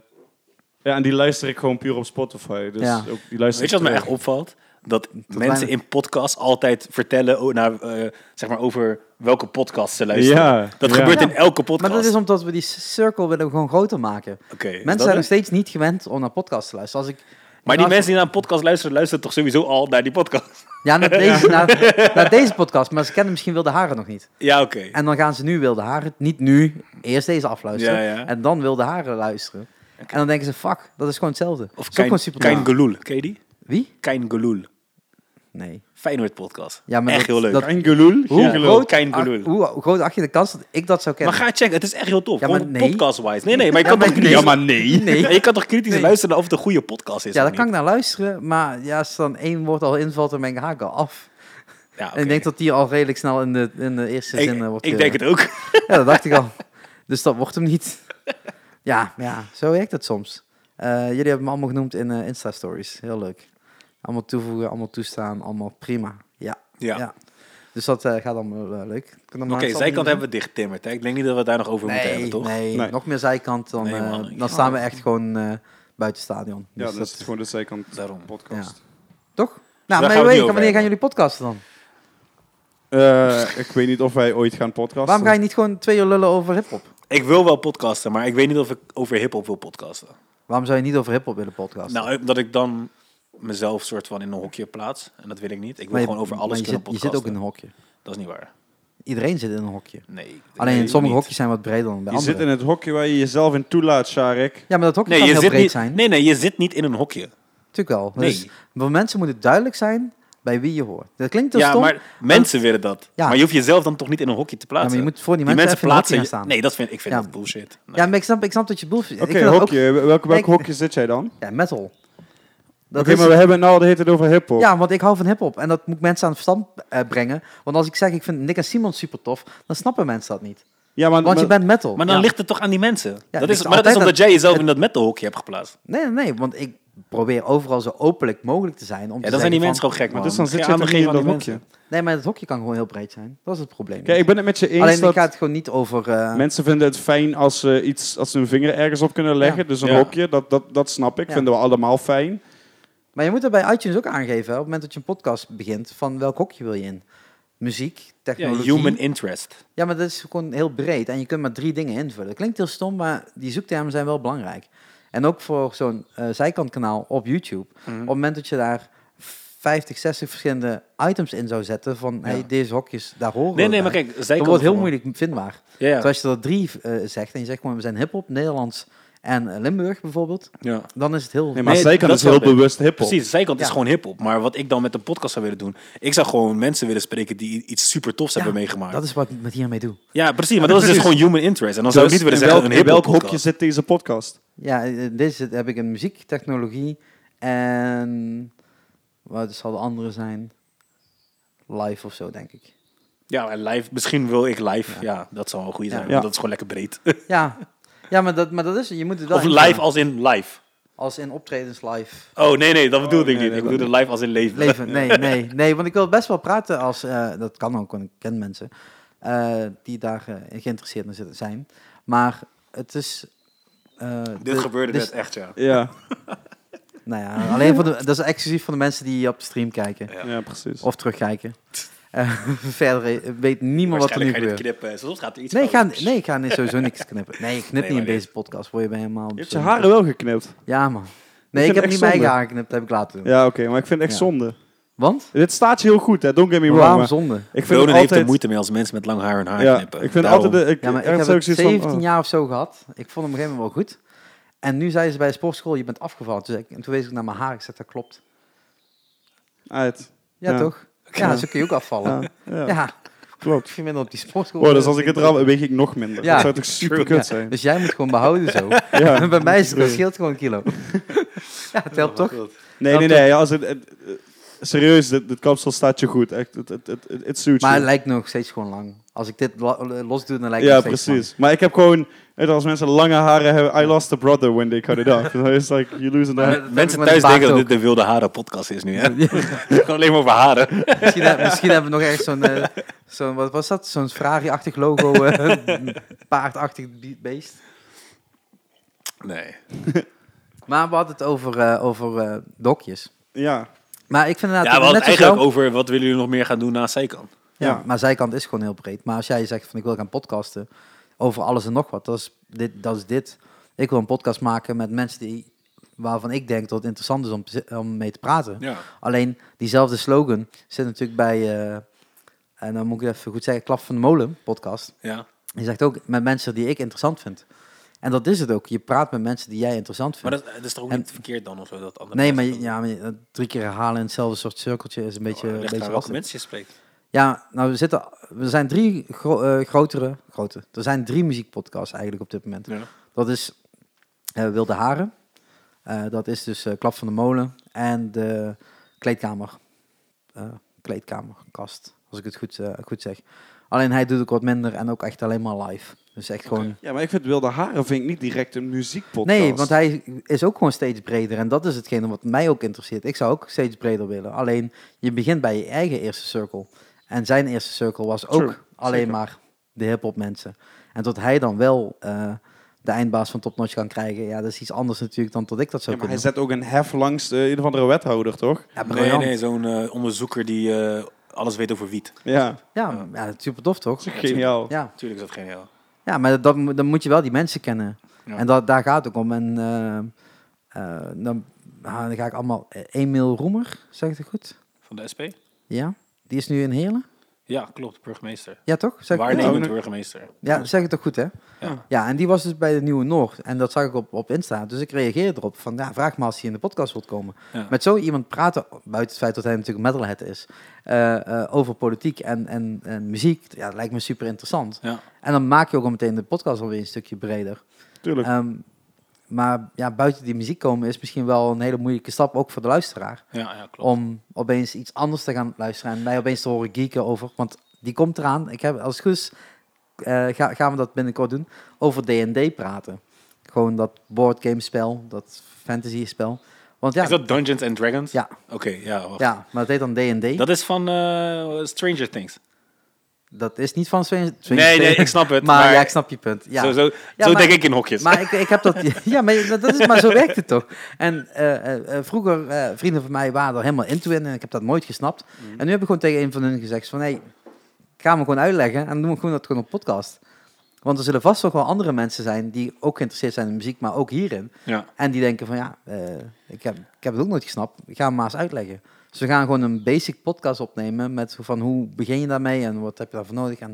Speaker 3: ja, en die luister ik gewoon puur op Spotify. Dus
Speaker 2: Ja.
Speaker 3: ook, die luister
Speaker 1: Weet je wat me
Speaker 3: ik
Speaker 1: echt
Speaker 3: terug.
Speaker 1: opvalt? dat mensen
Speaker 2: weinig.
Speaker 1: in podcasts altijd vertellen o- naar, eh, zeg maar over welke podcasts ze luisteren.
Speaker 3: Ja,
Speaker 1: dat
Speaker 3: ja.
Speaker 1: gebeurt
Speaker 2: Ja.
Speaker 1: in elke podcast.
Speaker 2: Nou, Maar dat is omdat we die cirkel willen gewoon groter maken.
Speaker 1: Oké, is dat
Speaker 2: Mensen zijn nog
Speaker 1: het?
Speaker 2: steeds niet gewend om naar podcasts te luisteren. Als ik
Speaker 1: Maar die
Speaker 2: als-
Speaker 1: mensen die naar een podcast luisteren, luisteren toch sowieso al naar die podcast?
Speaker 2: Ja, naar deze, naar, naar deze podcast, maar ze kennen misschien Wilde Haren nog niet.
Speaker 1: Ja, oké.
Speaker 2: En dan gaan ze nu Wilde Haren, niet nu, eerst deze afluisteren.
Speaker 1: Ja, ja.
Speaker 2: En dan Wilde Haren luisteren. En dan denken ze, fuck, dat is gewoon hetzelfde.
Speaker 1: Of
Speaker 2: Zo
Speaker 1: Kein,
Speaker 2: super
Speaker 1: Kein
Speaker 2: taal.
Speaker 1: Geloel. Ken je die?
Speaker 2: Wie?
Speaker 1: Kein Geloel.
Speaker 2: Nee.
Speaker 1: Feyenoord podcast.
Speaker 2: Ja, maar
Speaker 1: echt
Speaker 2: dat-
Speaker 1: heel leuk.
Speaker 2: dat-
Speaker 3: Kein geloel.
Speaker 2: Hoe,
Speaker 1: Geen gelul,
Speaker 2: groot,
Speaker 1: kein
Speaker 2: ach-
Speaker 1: gelul.
Speaker 2: hoe groot acht je de kans dat ik dat zou
Speaker 1: maar
Speaker 2: kennen?
Speaker 1: ga checken, het is echt heel tof.
Speaker 2: Ja, maar
Speaker 1: Gewoon
Speaker 2: nee.
Speaker 1: podcast-wise. Nee, nee, maar je kan toch
Speaker 2: Ja, maar
Speaker 1: kritisch...
Speaker 2: nee. Ja, maar
Speaker 1: nee.
Speaker 2: Nee.
Speaker 1: je kan toch kritisch
Speaker 2: Nee.
Speaker 1: luisteren of het een goede podcast is
Speaker 2: ja,
Speaker 1: of
Speaker 2: daar kan ik
Speaker 1: niet?
Speaker 2: naar luisteren, maar ja, als dan één woord al invalt, dan ben ik haak al af.
Speaker 1: Ja,
Speaker 2: En
Speaker 1: Ah, oké.
Speaker 2: ik denk dat die al redelijk snel in de, in de eerste zin eh,
Speaker 1: ik,
Speaker 2: wordt...
Speaker 1: ik
Speaker 2: eh,
Speaker 1: denk het ook.
Speaker 2: Ja, dat dacht ik al. Dus dat wordt hem niet. Ja, maar ja zo werkt het soms. Eh, jullie hebben me allemaal genoemd in eh, Insta-stories. Heel leuk. Allemaal toevoegen, allemaal toestaan, allemaal prima. Ja.
Speaker 1: Ja.
Speaker 2: ja. Dus dat eh, gaat allemaal eh, leuk.
Speaker 1: Oké, zijkant hebben we dicht, Timmer. Ik denk niet dat we het daar nog over
Speaker 2: nee,
Speaker 1: moeten hebben, toch?
Speaker 2: Nee,
Speaker 3: Nee.
Speaker 2: nog meer zijkant, dan,
Speaker 1: Nee,
Speaker 2: eh,
Speaker 1: man.
Speaker 2: dan staan we echt gewoon eh buiten het stadion.
Speaker 3: Ja,
Speaker 2: Dus
Speaker 3: dat is
Speaker 2: dat-
Speaker 3: gewoon de zijkant
Speaker 1: Daarom.
Speaker 3: podcast.
Speaker 2: Toch? Nou,
Speaker 1: gaan we
Speaker 2: maar
Speaker 1: het niet
Speaker 2: anyway,
Speaker 1: over
Speaker 2: wanneer gaan
Speaker 1: hebben.
Speaker 2: jullie podcasten dan?
Speaker 3: Eh, ik weet niet of wij ooit gaan podcasten.
Speaker 2: Waarom ga je niet gewoon twee uur lullen over hip-hop?
Speaker 1: Ik wil wel podcasten, maar ik weet niet of ik over hip-hop wil podcasten.
Speaker 2: Waarom zou je niet over hip-hop willen podcasten?
Speaker 1: Nou, omdat ik dan mezelf soort van in een hokje plaats. En dat wil ik niet. Ik wil
Speaker 2: Maar je-
Speaker 1: gewoon over
Speaker 2: maar
Speaker 1: alles
Speaker 2: je
Speaker 1: kunnen
Speaker 2: zit, je
Speaker 1: podcasten.
Speaker 2: zit ook in een hokje.
Speaker 1: Dat is niet waar.
Speaker 2: Iedereen zit in een hokje.
Speaker 1: Nee.
Speaker 2: Alleen
Speaker 1: nee,
Speaker 2: sommige
Speaker 1: niet.
Speaker 2: hokjes zijn wat breder dan bij
Speaker 3: Je
Speaker 2: andere.
Speaker 3: zit in het hokje waar je jezelf in toelaat, Sharek.
Speaker 2: Ja, maar dat hokje
Speaker 1: Nee
Speaker 2: kan
Speaker 1: je,
Speaker 2: heel
Speaker 1: zit
Speaker 2: breed
Speaker 1: niet,
Speaker 2: zijn.
Speaker 1: nee, nee, je zit niet in een hokje.
Speaker 2: Natuurlijk wel.
Speaker 1: Nee.
Speaker 2: Dus voor mensen moet het duidelijk zijn bij wie je hoort. Dat klinkt heel
Speaker 1: ja,
Speaker 2: stom.
Speaker 1: maar mensen willen dat.
Speaker 2: Ja.
Speaker 1: Maar je hoeft jezelf dan toch niet in een hokje te plaatsen.
Speaker 2: Ja, maar je moet voor die mensen even in een hokje gaan staan.
Speaker 1: Nee, dat vind, ik vind
Speaker 2: Ja.
Speaker 1: dat bullshit. Nee.
Speaker 2: Ja, maar ik snap, ik snap dat je bedoelt. Ik
Speaker 3: Oké,
Speaker 2: vind dat ook-
Speaker 3: hokje. Welk, welk
Speaker 2: Kijk-
Speaker 3: hokje zit jij dan?
Speaker 2: Ja, metal.
Speaker 3: Oké,
Speaker 2: Dat is-
Speaker 3: maar we hebben het nou al de hele tijd over hiphop.
Speaker 2: Ja, want ik hou van hip-hop en dat moet mensen aan het verstand eh, brengen. Want als ik zeg, ik vind Nick en Simon super tof, dan snappen mensen dat niet.
Speaker 3: Ja, maar,
Speaker 2: Want je
Speaker 3: maar-
Speaker 2: bent metal.
Speaker 1: Maar dan
Speaker 2: Ja.
Speaker 1: ligt het toch aan die mensen.
Speaker 2: het
Speaker 1: dat
Speaker 2: ligt
Speaker 1: is, maar dat is
Speaker 2: altijd
Speaker 1: omdat
Speaker 2: aan-
Speaker 1: jij jezelf in dat metalhokje hebt geplaatst.
Speaker 2: Nee, nee, nee, want ik probeer overal zo openlijk mogelijk te zijn. Om
Speaker 1: Ja,
Speaker 2: te
Speaker 1: dan zijn die
Speaker 2: zeggen
Speaker 1: mensen
Speaker 2: van-
Speaker 1: gewoon gek, man.
Speaker 3: dus dan
Speaker 1: Geen
Speaker 3: zit je toch
Speaker 1: aandacht
Speaker 3: niet in
Speaker 1: geven
Speaker 3: dat
Speaker 1: aan die
Speaker 3: hokje.
Speaker 1: mensen.
Speaker 2: Nee, maar het hokje kan gewoon heel breed zijn. Dat is het probleem.
Speaker 3: Kijk, ik ben het met je eens
Speaker 2: Alleen
Speaker 3: dat
Speaker 2: ik ga het gewoon niet over... eh,
Speaker 3: mensen vinden het fijn als ze, iets, als ze hun vinger ergens op kunnen leggen.
Speaker 2: Ja.
Speaker 3: Dus een
Speaker 1: Ja.
Speaker 3: hokje, dat, dat, dat snap ik.
Speaker 2: Ja.
Speaker 3: Vinden we allemaal fijn.
Speaker 2: Maar je moet er bij iTunes ook aangeven, hè, op het moment dat je een podcast begint, van welk hokje wil je in? Muziek,
Speaker 1: Ja,
Speaker 2: technologie.
Speaker 1: human interest.
Speaker 2: Ja, maar dat is gewoon heel breed en je kunt maar drie dingen invullen. Dat klinkt heel stom, maar die zoektermen zijn wel belangrijk. En ook voor zo'n eh, zijkantkanaal op YouTube.
Speaker 1: Mhm.
Speaker 2: Op het moment dat je daar 50, 60 verschillende items in zou zetten, van hey, deze hokjes, daar horen
Speaker 1: Nee,
Speaker 2: we
Speaker 1: nee,
Speaker 2: bij.
Speaker 1: maar kijk, zij kan
Speaker 2: Dat wordt heel
Speaker 1: ervoor.
Speaker 2: moeilijk vindbaar.
Speaker 1: Ja,
Speaker 2: Terwijl
Speaker 1: ja.
Speaker 2: als je er drie eh, zegt en je zegt gewoon, we zijn hip-hop, Nederlands en eh, Limburg bijvoorbeeld,
Speaker 1: ja.
Speaker 2: dan is het heel...
Speaker 3: Nee, maar
Speaker 1: Nee,
Speaker 3: zeker
Speaker 1: dat
Speaker 3: is heel
Speaker 1: snap ik.
Speaker 3: bewust hiphop.
Speaker 1: Precies, de zijkant is
Speaker 2: Ja.
Speaker 1: gewoon hip-hop. Maar wat ik dan met een podcast zou willen doen, ik zou gewoon mensen willen spreken die iets super tofs
Speaker 2: Ja,
Speaker 1: hebben meegemaakt.
Speaker 2: Dat is Dus wat ik met hiermee doe.
Speaker 1: Ja, precies, maar dat is dus
Speaker 3: precies.
Speaker 1: gewoon human interest. En dan zou ik niet willen
Speaker 3: in
Speaker 1: zeggen
Speaker 3: welk,
Speaker 1: een
Speaker 3: in welk
Speaker 1: hip-hop
Speaker 3: hokje
Speaker 1: podcast.
Speaker 3: zit deze podcast?
Speaker 2: Ja, eh, deze heb ik in muziek, technologie en wat zal de andere zijn? Live of zo, denk ik.
Speaker 1: Ja, en live, misschien wil ik live. Ja, dat zou wel een goede zijn.
Speaker 2: Ja.
Speaker 1: want
Speaker 3: Ja.
Speaker 1: Dat is gewoon lekker breed.
Speaker 2: Ja, ja maar, dat, maar dat is het. Je moet het wel
Speaker 1: of
Speaker 2: invullen.
Speaker 1: live als in live.
Speaker 2: als in optredens live.
Speaker 1: Oh nee, nee, dat bedoelde
Speaker 3: nee,
Speaker 1: ik niet.
Speaker 3: nee,
Speaker 1: ik bedoelde live als in leven.
Speaker 2: Leven, nee, nee, nee. Want ik wil best wel praten als, eh, dat kan ook, want ik ken mensen eh, die daar eh, geïnteresseerd in zitten- zijn. Maar het is... eh,
Speaker 1: Dit
Speaker 2: de-
Speaker 1: gebeurde
Speaker 2: dus-
Speaker 1: net echt, ja.
Speaker 3: Ja,
Speaker 2: Nou ja, alleen voor de, dat is exclusief voor de mensen die op de stream kijken.
Speaker 1: Ja.
Speaker 3: ja. precies.
Speaker 2: Of terugkijken. Eh, verder eh, weet niemand wat er nu
Speaker 1: Waarschijnlijk ga je dit
Speaker 2: gebeurt.
Speaker 1: knippen. Soms gaat er iets
Speaker 2: Nee, ik ga,
Speaker 1: fout.
Speaker 2: nee, ik ga niet- sowieso niks knippen. Nee, ik knip
Speaker 1: Nee,
Speaker 2: niet in
Speaker 1: maar
Speaker 2: deze podcast. Word je bij helemaal...
Speaker 3: Je hebt je haren wel geknipt.
Speaker 2: Ja, man.
Speaker 3: vind
Speaker 2: Nee, ik
Speaker 3: het
Speaker 2: heb
Speaker 3: echt
Speaker 2: niet mijn
Speaker 3: zonde.
Speaker 2: eigen haren geknipt. Dat heb ik laten doen.
Speaker 3: Ja, oké, maar ik vind het echt
Speaker 2: Ja.
Speaker 3: zonde.
Speaker 2: Want?
Speaker 3: Dit staat je heel goed, hè? Don't get me
Speaker 2: Maar
Speaker 3: wrong.
Speaker 2: Waarom
Speaker 3: maar
Speaker 2: zonde?
Speaker 3: ik vind
Speaker 1: Ronan
Speaker 3: het
Speaker 1: heeft er
Speaker 3: altijd...
Speaker 1: moeite mee als mensen met lang haar hun haar
Speaker 3: ja,
Speaker 1: knippen.
Speaker 3: ik vind
Speaker 1: Daarom-
Speaker 3: altijd... De, ik,
Speaker 2: Ja, maar ik
Speaker 3: ergens
Speaker 2: heb
Speaker 3: heb
Speaker 2: het
Speaker 3: zoiets van,
Speaker 2: 17
Speaker 3: oh.
Speaker 2: jaar of zo gehad. Ik vond hem op een gegeven moment wel goed. En nu zeiden ze bij de sportschool, je bent afgevallen. Toen, zei ik, en toen wees ik naar mijn haar. Ik zeg, dat klopt.
Speaker 3: Uit. Oh,
Speaker 2: Ja,
Speaker 3: Ja.
Speaker 2: toch? Ja, zo kun je ook afvallen.
Speaker 3: Ja,
Speaker 2: Ja,
Speaker 3: ja.
Speaker 2: klopt. Je minder op die sportschool.
Speaker 3: Oh, dus als ik het eraf weeg ik nog minder.
Speaker 2: Ja.
Speaker 3: Dat zou toch super
Speaker 2: Ja,
Speaker 3: kut zijn?
Speaker 2: Dus jij moet gewoon behouden zo.
Speaker 3: Ja.
Speaker 2: En bij mij is het, dat scheelt gewoon een kilo. ja, het helpt toch?
Speaker 3: Nee, nee, nee. Als het, het- eh, serieus, dit, dit kapsel staat je goed. Echt, het, het, het, het, het suit je.
Speaker 2: Maar het lijkt nog steeds gewoon lang. Als ik dit la- los doe, dan lijkt het
Speaker 3: ja,
Speaker 2: nog steeds
Speaker 3: precies. Maar ik heb gewoon... weet je, Als mensen lange haren hebben... I lost a brother when they cut it off. So It's like, you lose an
Speaker 2: Maar
Speaker 3: eye.
Speaker 2: dat heb ik
Speaker 1: Mensen
Speaker 2: met een
Speaker 1: thuis
Speaker 2: baard
Speaker 1: denken dat
Speaker 2: ook.
Speaker 1: dit de Wilde Haren podcast is nu, hè? Gewoon alleen maar over haren.
Speaker 2: Misschien, he- misschien hebben we nog echt zo'n, eh, zo'n wat was dat? Zo'n Ferrari-achtig logo, eh, paardachtig be- beest.
Speaker 1: Nee.
Speaker 2: Maar we hadden het over, eh over eh, dokjes.
Speaker 3: Ja.
Speaker 2: Maar ik vind inderdaad...
Speaker 1: ja, we hadden het
Speaker 2: net zoals
Speaker 1: eigenlijk
Speaker 2: jou-
Speaker 1: over wat willen jullie nog meer gaan doen naast zijkant.
Speaker 2: Ja, maar zijkant is gewoon heel breed. Maar als jij zegt van ik wil gaan podcasten over alles en nog wat, dat is dit. Dat is dit. Ik wil een podcast maken met mensen die, waarvan ik denk dat het interessant is om, te- om mee te praten.
Speaker 1: Ja.
Speaker 2: Alleen diezelfde slogan zit natuurlijk bij, eh, en dan moet ik het even goed zeggen, Klap van de Molen podcast.
Speaker 1: Ja.
Speaker 2: Die zegt ook met mensen die ik interessant vind. En dat is het ook. Je praat met mensen die jij interessant vindt.
Speaker 1: Maar dat, dat is toch ook niet verkeerd dan of zo? Dat andere
Speaker 2: nee, maar,
Speaker 1: mensen-
Speaker 2: je- ja, maar je- drie keer herhalen in hetzelfde soort cirkeltje is een beetje,
Speaker 1: Ligt
Speaker 2: een
Speaker 1: eraan
Speaker 2: beetje
Speaker 1: welke
Speaker 2: lastig.
Speaker 1: mensen je spreekt.
Speaker 2: Ja, nou we zitten. Er zijn drie gro- eh, grotere, grote. Er zijn drie muziekpodcasts eigenlijk op dit moment.
Speaker 1: Ja.
Speaker 2: Dat is eh, Wilde Haren. Eh, dat is dus eh, Klap van de Molen en de kleedkamer. eh kleedkamerkast, als ik het goed, eh, goed zeg. Alleen hij doet ook wat minder en ook echt alleen maar live. Dus echt gewoon.
Speaker 3: Ja, maar ik vind Wilde Haren vind ik niet direct een muziekpodcast.
Speaker 2: Nee, want hij is ook gewoon steeds breder. En dat is hetgene wat mij ook interesseert. Ik zou ook steeds breder willen. Alleen, je begint bij je eigen eerste cirkel. En zijn eerste cirkel was ook
Speaker 3: True,
Speaker 2: alleen
Speaker 3: zeker.
Speaker 2: maar de hip-hop mensen. En tot hij dan wel eh, de eindbaas van Top Notch kan krijgen. Ja, dat is iets anders natuurlijk dan tot ik dat
Speaker 3: Ja,
Speaker 2: zou
Speaker 3: maar hij
Speaker 2: kunnen.
Speaker 3: zet ook een hef langs eh, een of andere wethouder, toch?
Speaker 2: Ja,
Speaker 1: Nee,
Speaker 2: briljant.
Speaker 1: nee, zo'n eh, onderzoeker die eh, alles weet over wiet.
Speaker 3: Ja,
Speaker 2: Ja, ja, super tof toch?
Speaker 3: geniaal.
Speaker 2: Ja,
Speaker 1: Natuurlijk is dat geniaal.
Speaker 2: ja maar dat, moet- dan moet je wel die mensen kennen.
Speaker 1: Ja.
Speaker 2: En dat, daar gaat het ook om. En eh, eh, dan, ah, dan ga ik allemaal... Emil Roemer, zeg ik het goed?
Speaker 1: Van de SP?
Speaker 2: Ja, die is nu in Heerlen.
Speaker 1: Ja, klopt. Burgemeester.
Speaker 2: Ja, toch? Zeg nou, ik het
Speaker 1: Waarnemend
Speaker 3: Ja.
Speaker 1: burgemeester.
Speaker 2: goed? ja, zeg het toch goed, hè? Ja. en die was dus bij de Nieuwe Noord. En dat zag ik op, op Insta. Dus ik reageerde erop van, ja, vraag maar als hij in de podcast wilt komen.
Speaker 1: Ja.
Speaker 2: Met zo iemand praten, buiten het feit dat hij natuurlijk een metalhead is, eh, eh, over politiek en, en, en muziek, ja, dat lijkt me super interessant.
Speaker 1: Ja.
Speaker 2: En dan maak je ook al meteen de podcast alweer een stukje breder.
Speaker 3: tuurlijk.
Speaker 2: Ehm, maar ja, buiten die muziek komen is misschien wel een hele moeilijke stap, ook voor de luisteraar.
Speaker 1: Ja, ja, klopt.
Speaker 2: Om opeens iets anders te gaan luisteren en mij opeens te horen geeken over. Want die komt eraan. Ik heb, als het goed is, eh, ga, gaan we dat binnenkort doen. Over DD praten. Gewoon dat boardgamespel, dat fantasy spel. Want ja,
Speaker 1: Is dat Dungeons and Dragons?
Speaker 2: ja,
Speaker 1: Oké, ja, wacht.
Speaker 2: ja, maar dat heet dan DD. Dat,
Speaker 1: Dat is van eh, Stranger Things.
Speaker 2: is niet van Stranger Stranger
Speaker 1: Nee, nee,
Speaker 2: Things.
Speaker 1: ik snap het.
Speaker 2: Maar,
Speaker 1: maar
Speaker 2: ja, ik snap je punt. Ja.
Speaker 1: Zo, zo,
Speaker 2: Ja,
Speaker 1: zo
Speaker 2: maar-
Speaker 1: denk ik in hokjes.
Speaker 2: Maar ik, ik heb dat. Ja, maar dat dat is maar zo werkt het toch. En eh, eh, eh, vroeger, eh, vrienden van mij waren er helemaal into in en ik heb dat nooit gesnapt.
Speaker 1: Mm.
Speaker 2: En nu heb ik gewoon tegen een van hun gezegd: van hé, hey, ga me gewoon uitleggen en doen we gewoon dat gewoon op podcast. Want er zullen vast nog wel andere mensen zijn die ook geïnteresseerd zijn in muziek, maar ook hierin.
Speaker 1: ja.
Speaker 2: En die denken van ja, eh, ik, heb, ik heb het ook nooit gesnapt. Ik ga hem maar eens uitleggen. Dus we gaan gewoon een basic podcast opnemen met van hoe begin je daarmee en wat heb je daarvoor nodig. En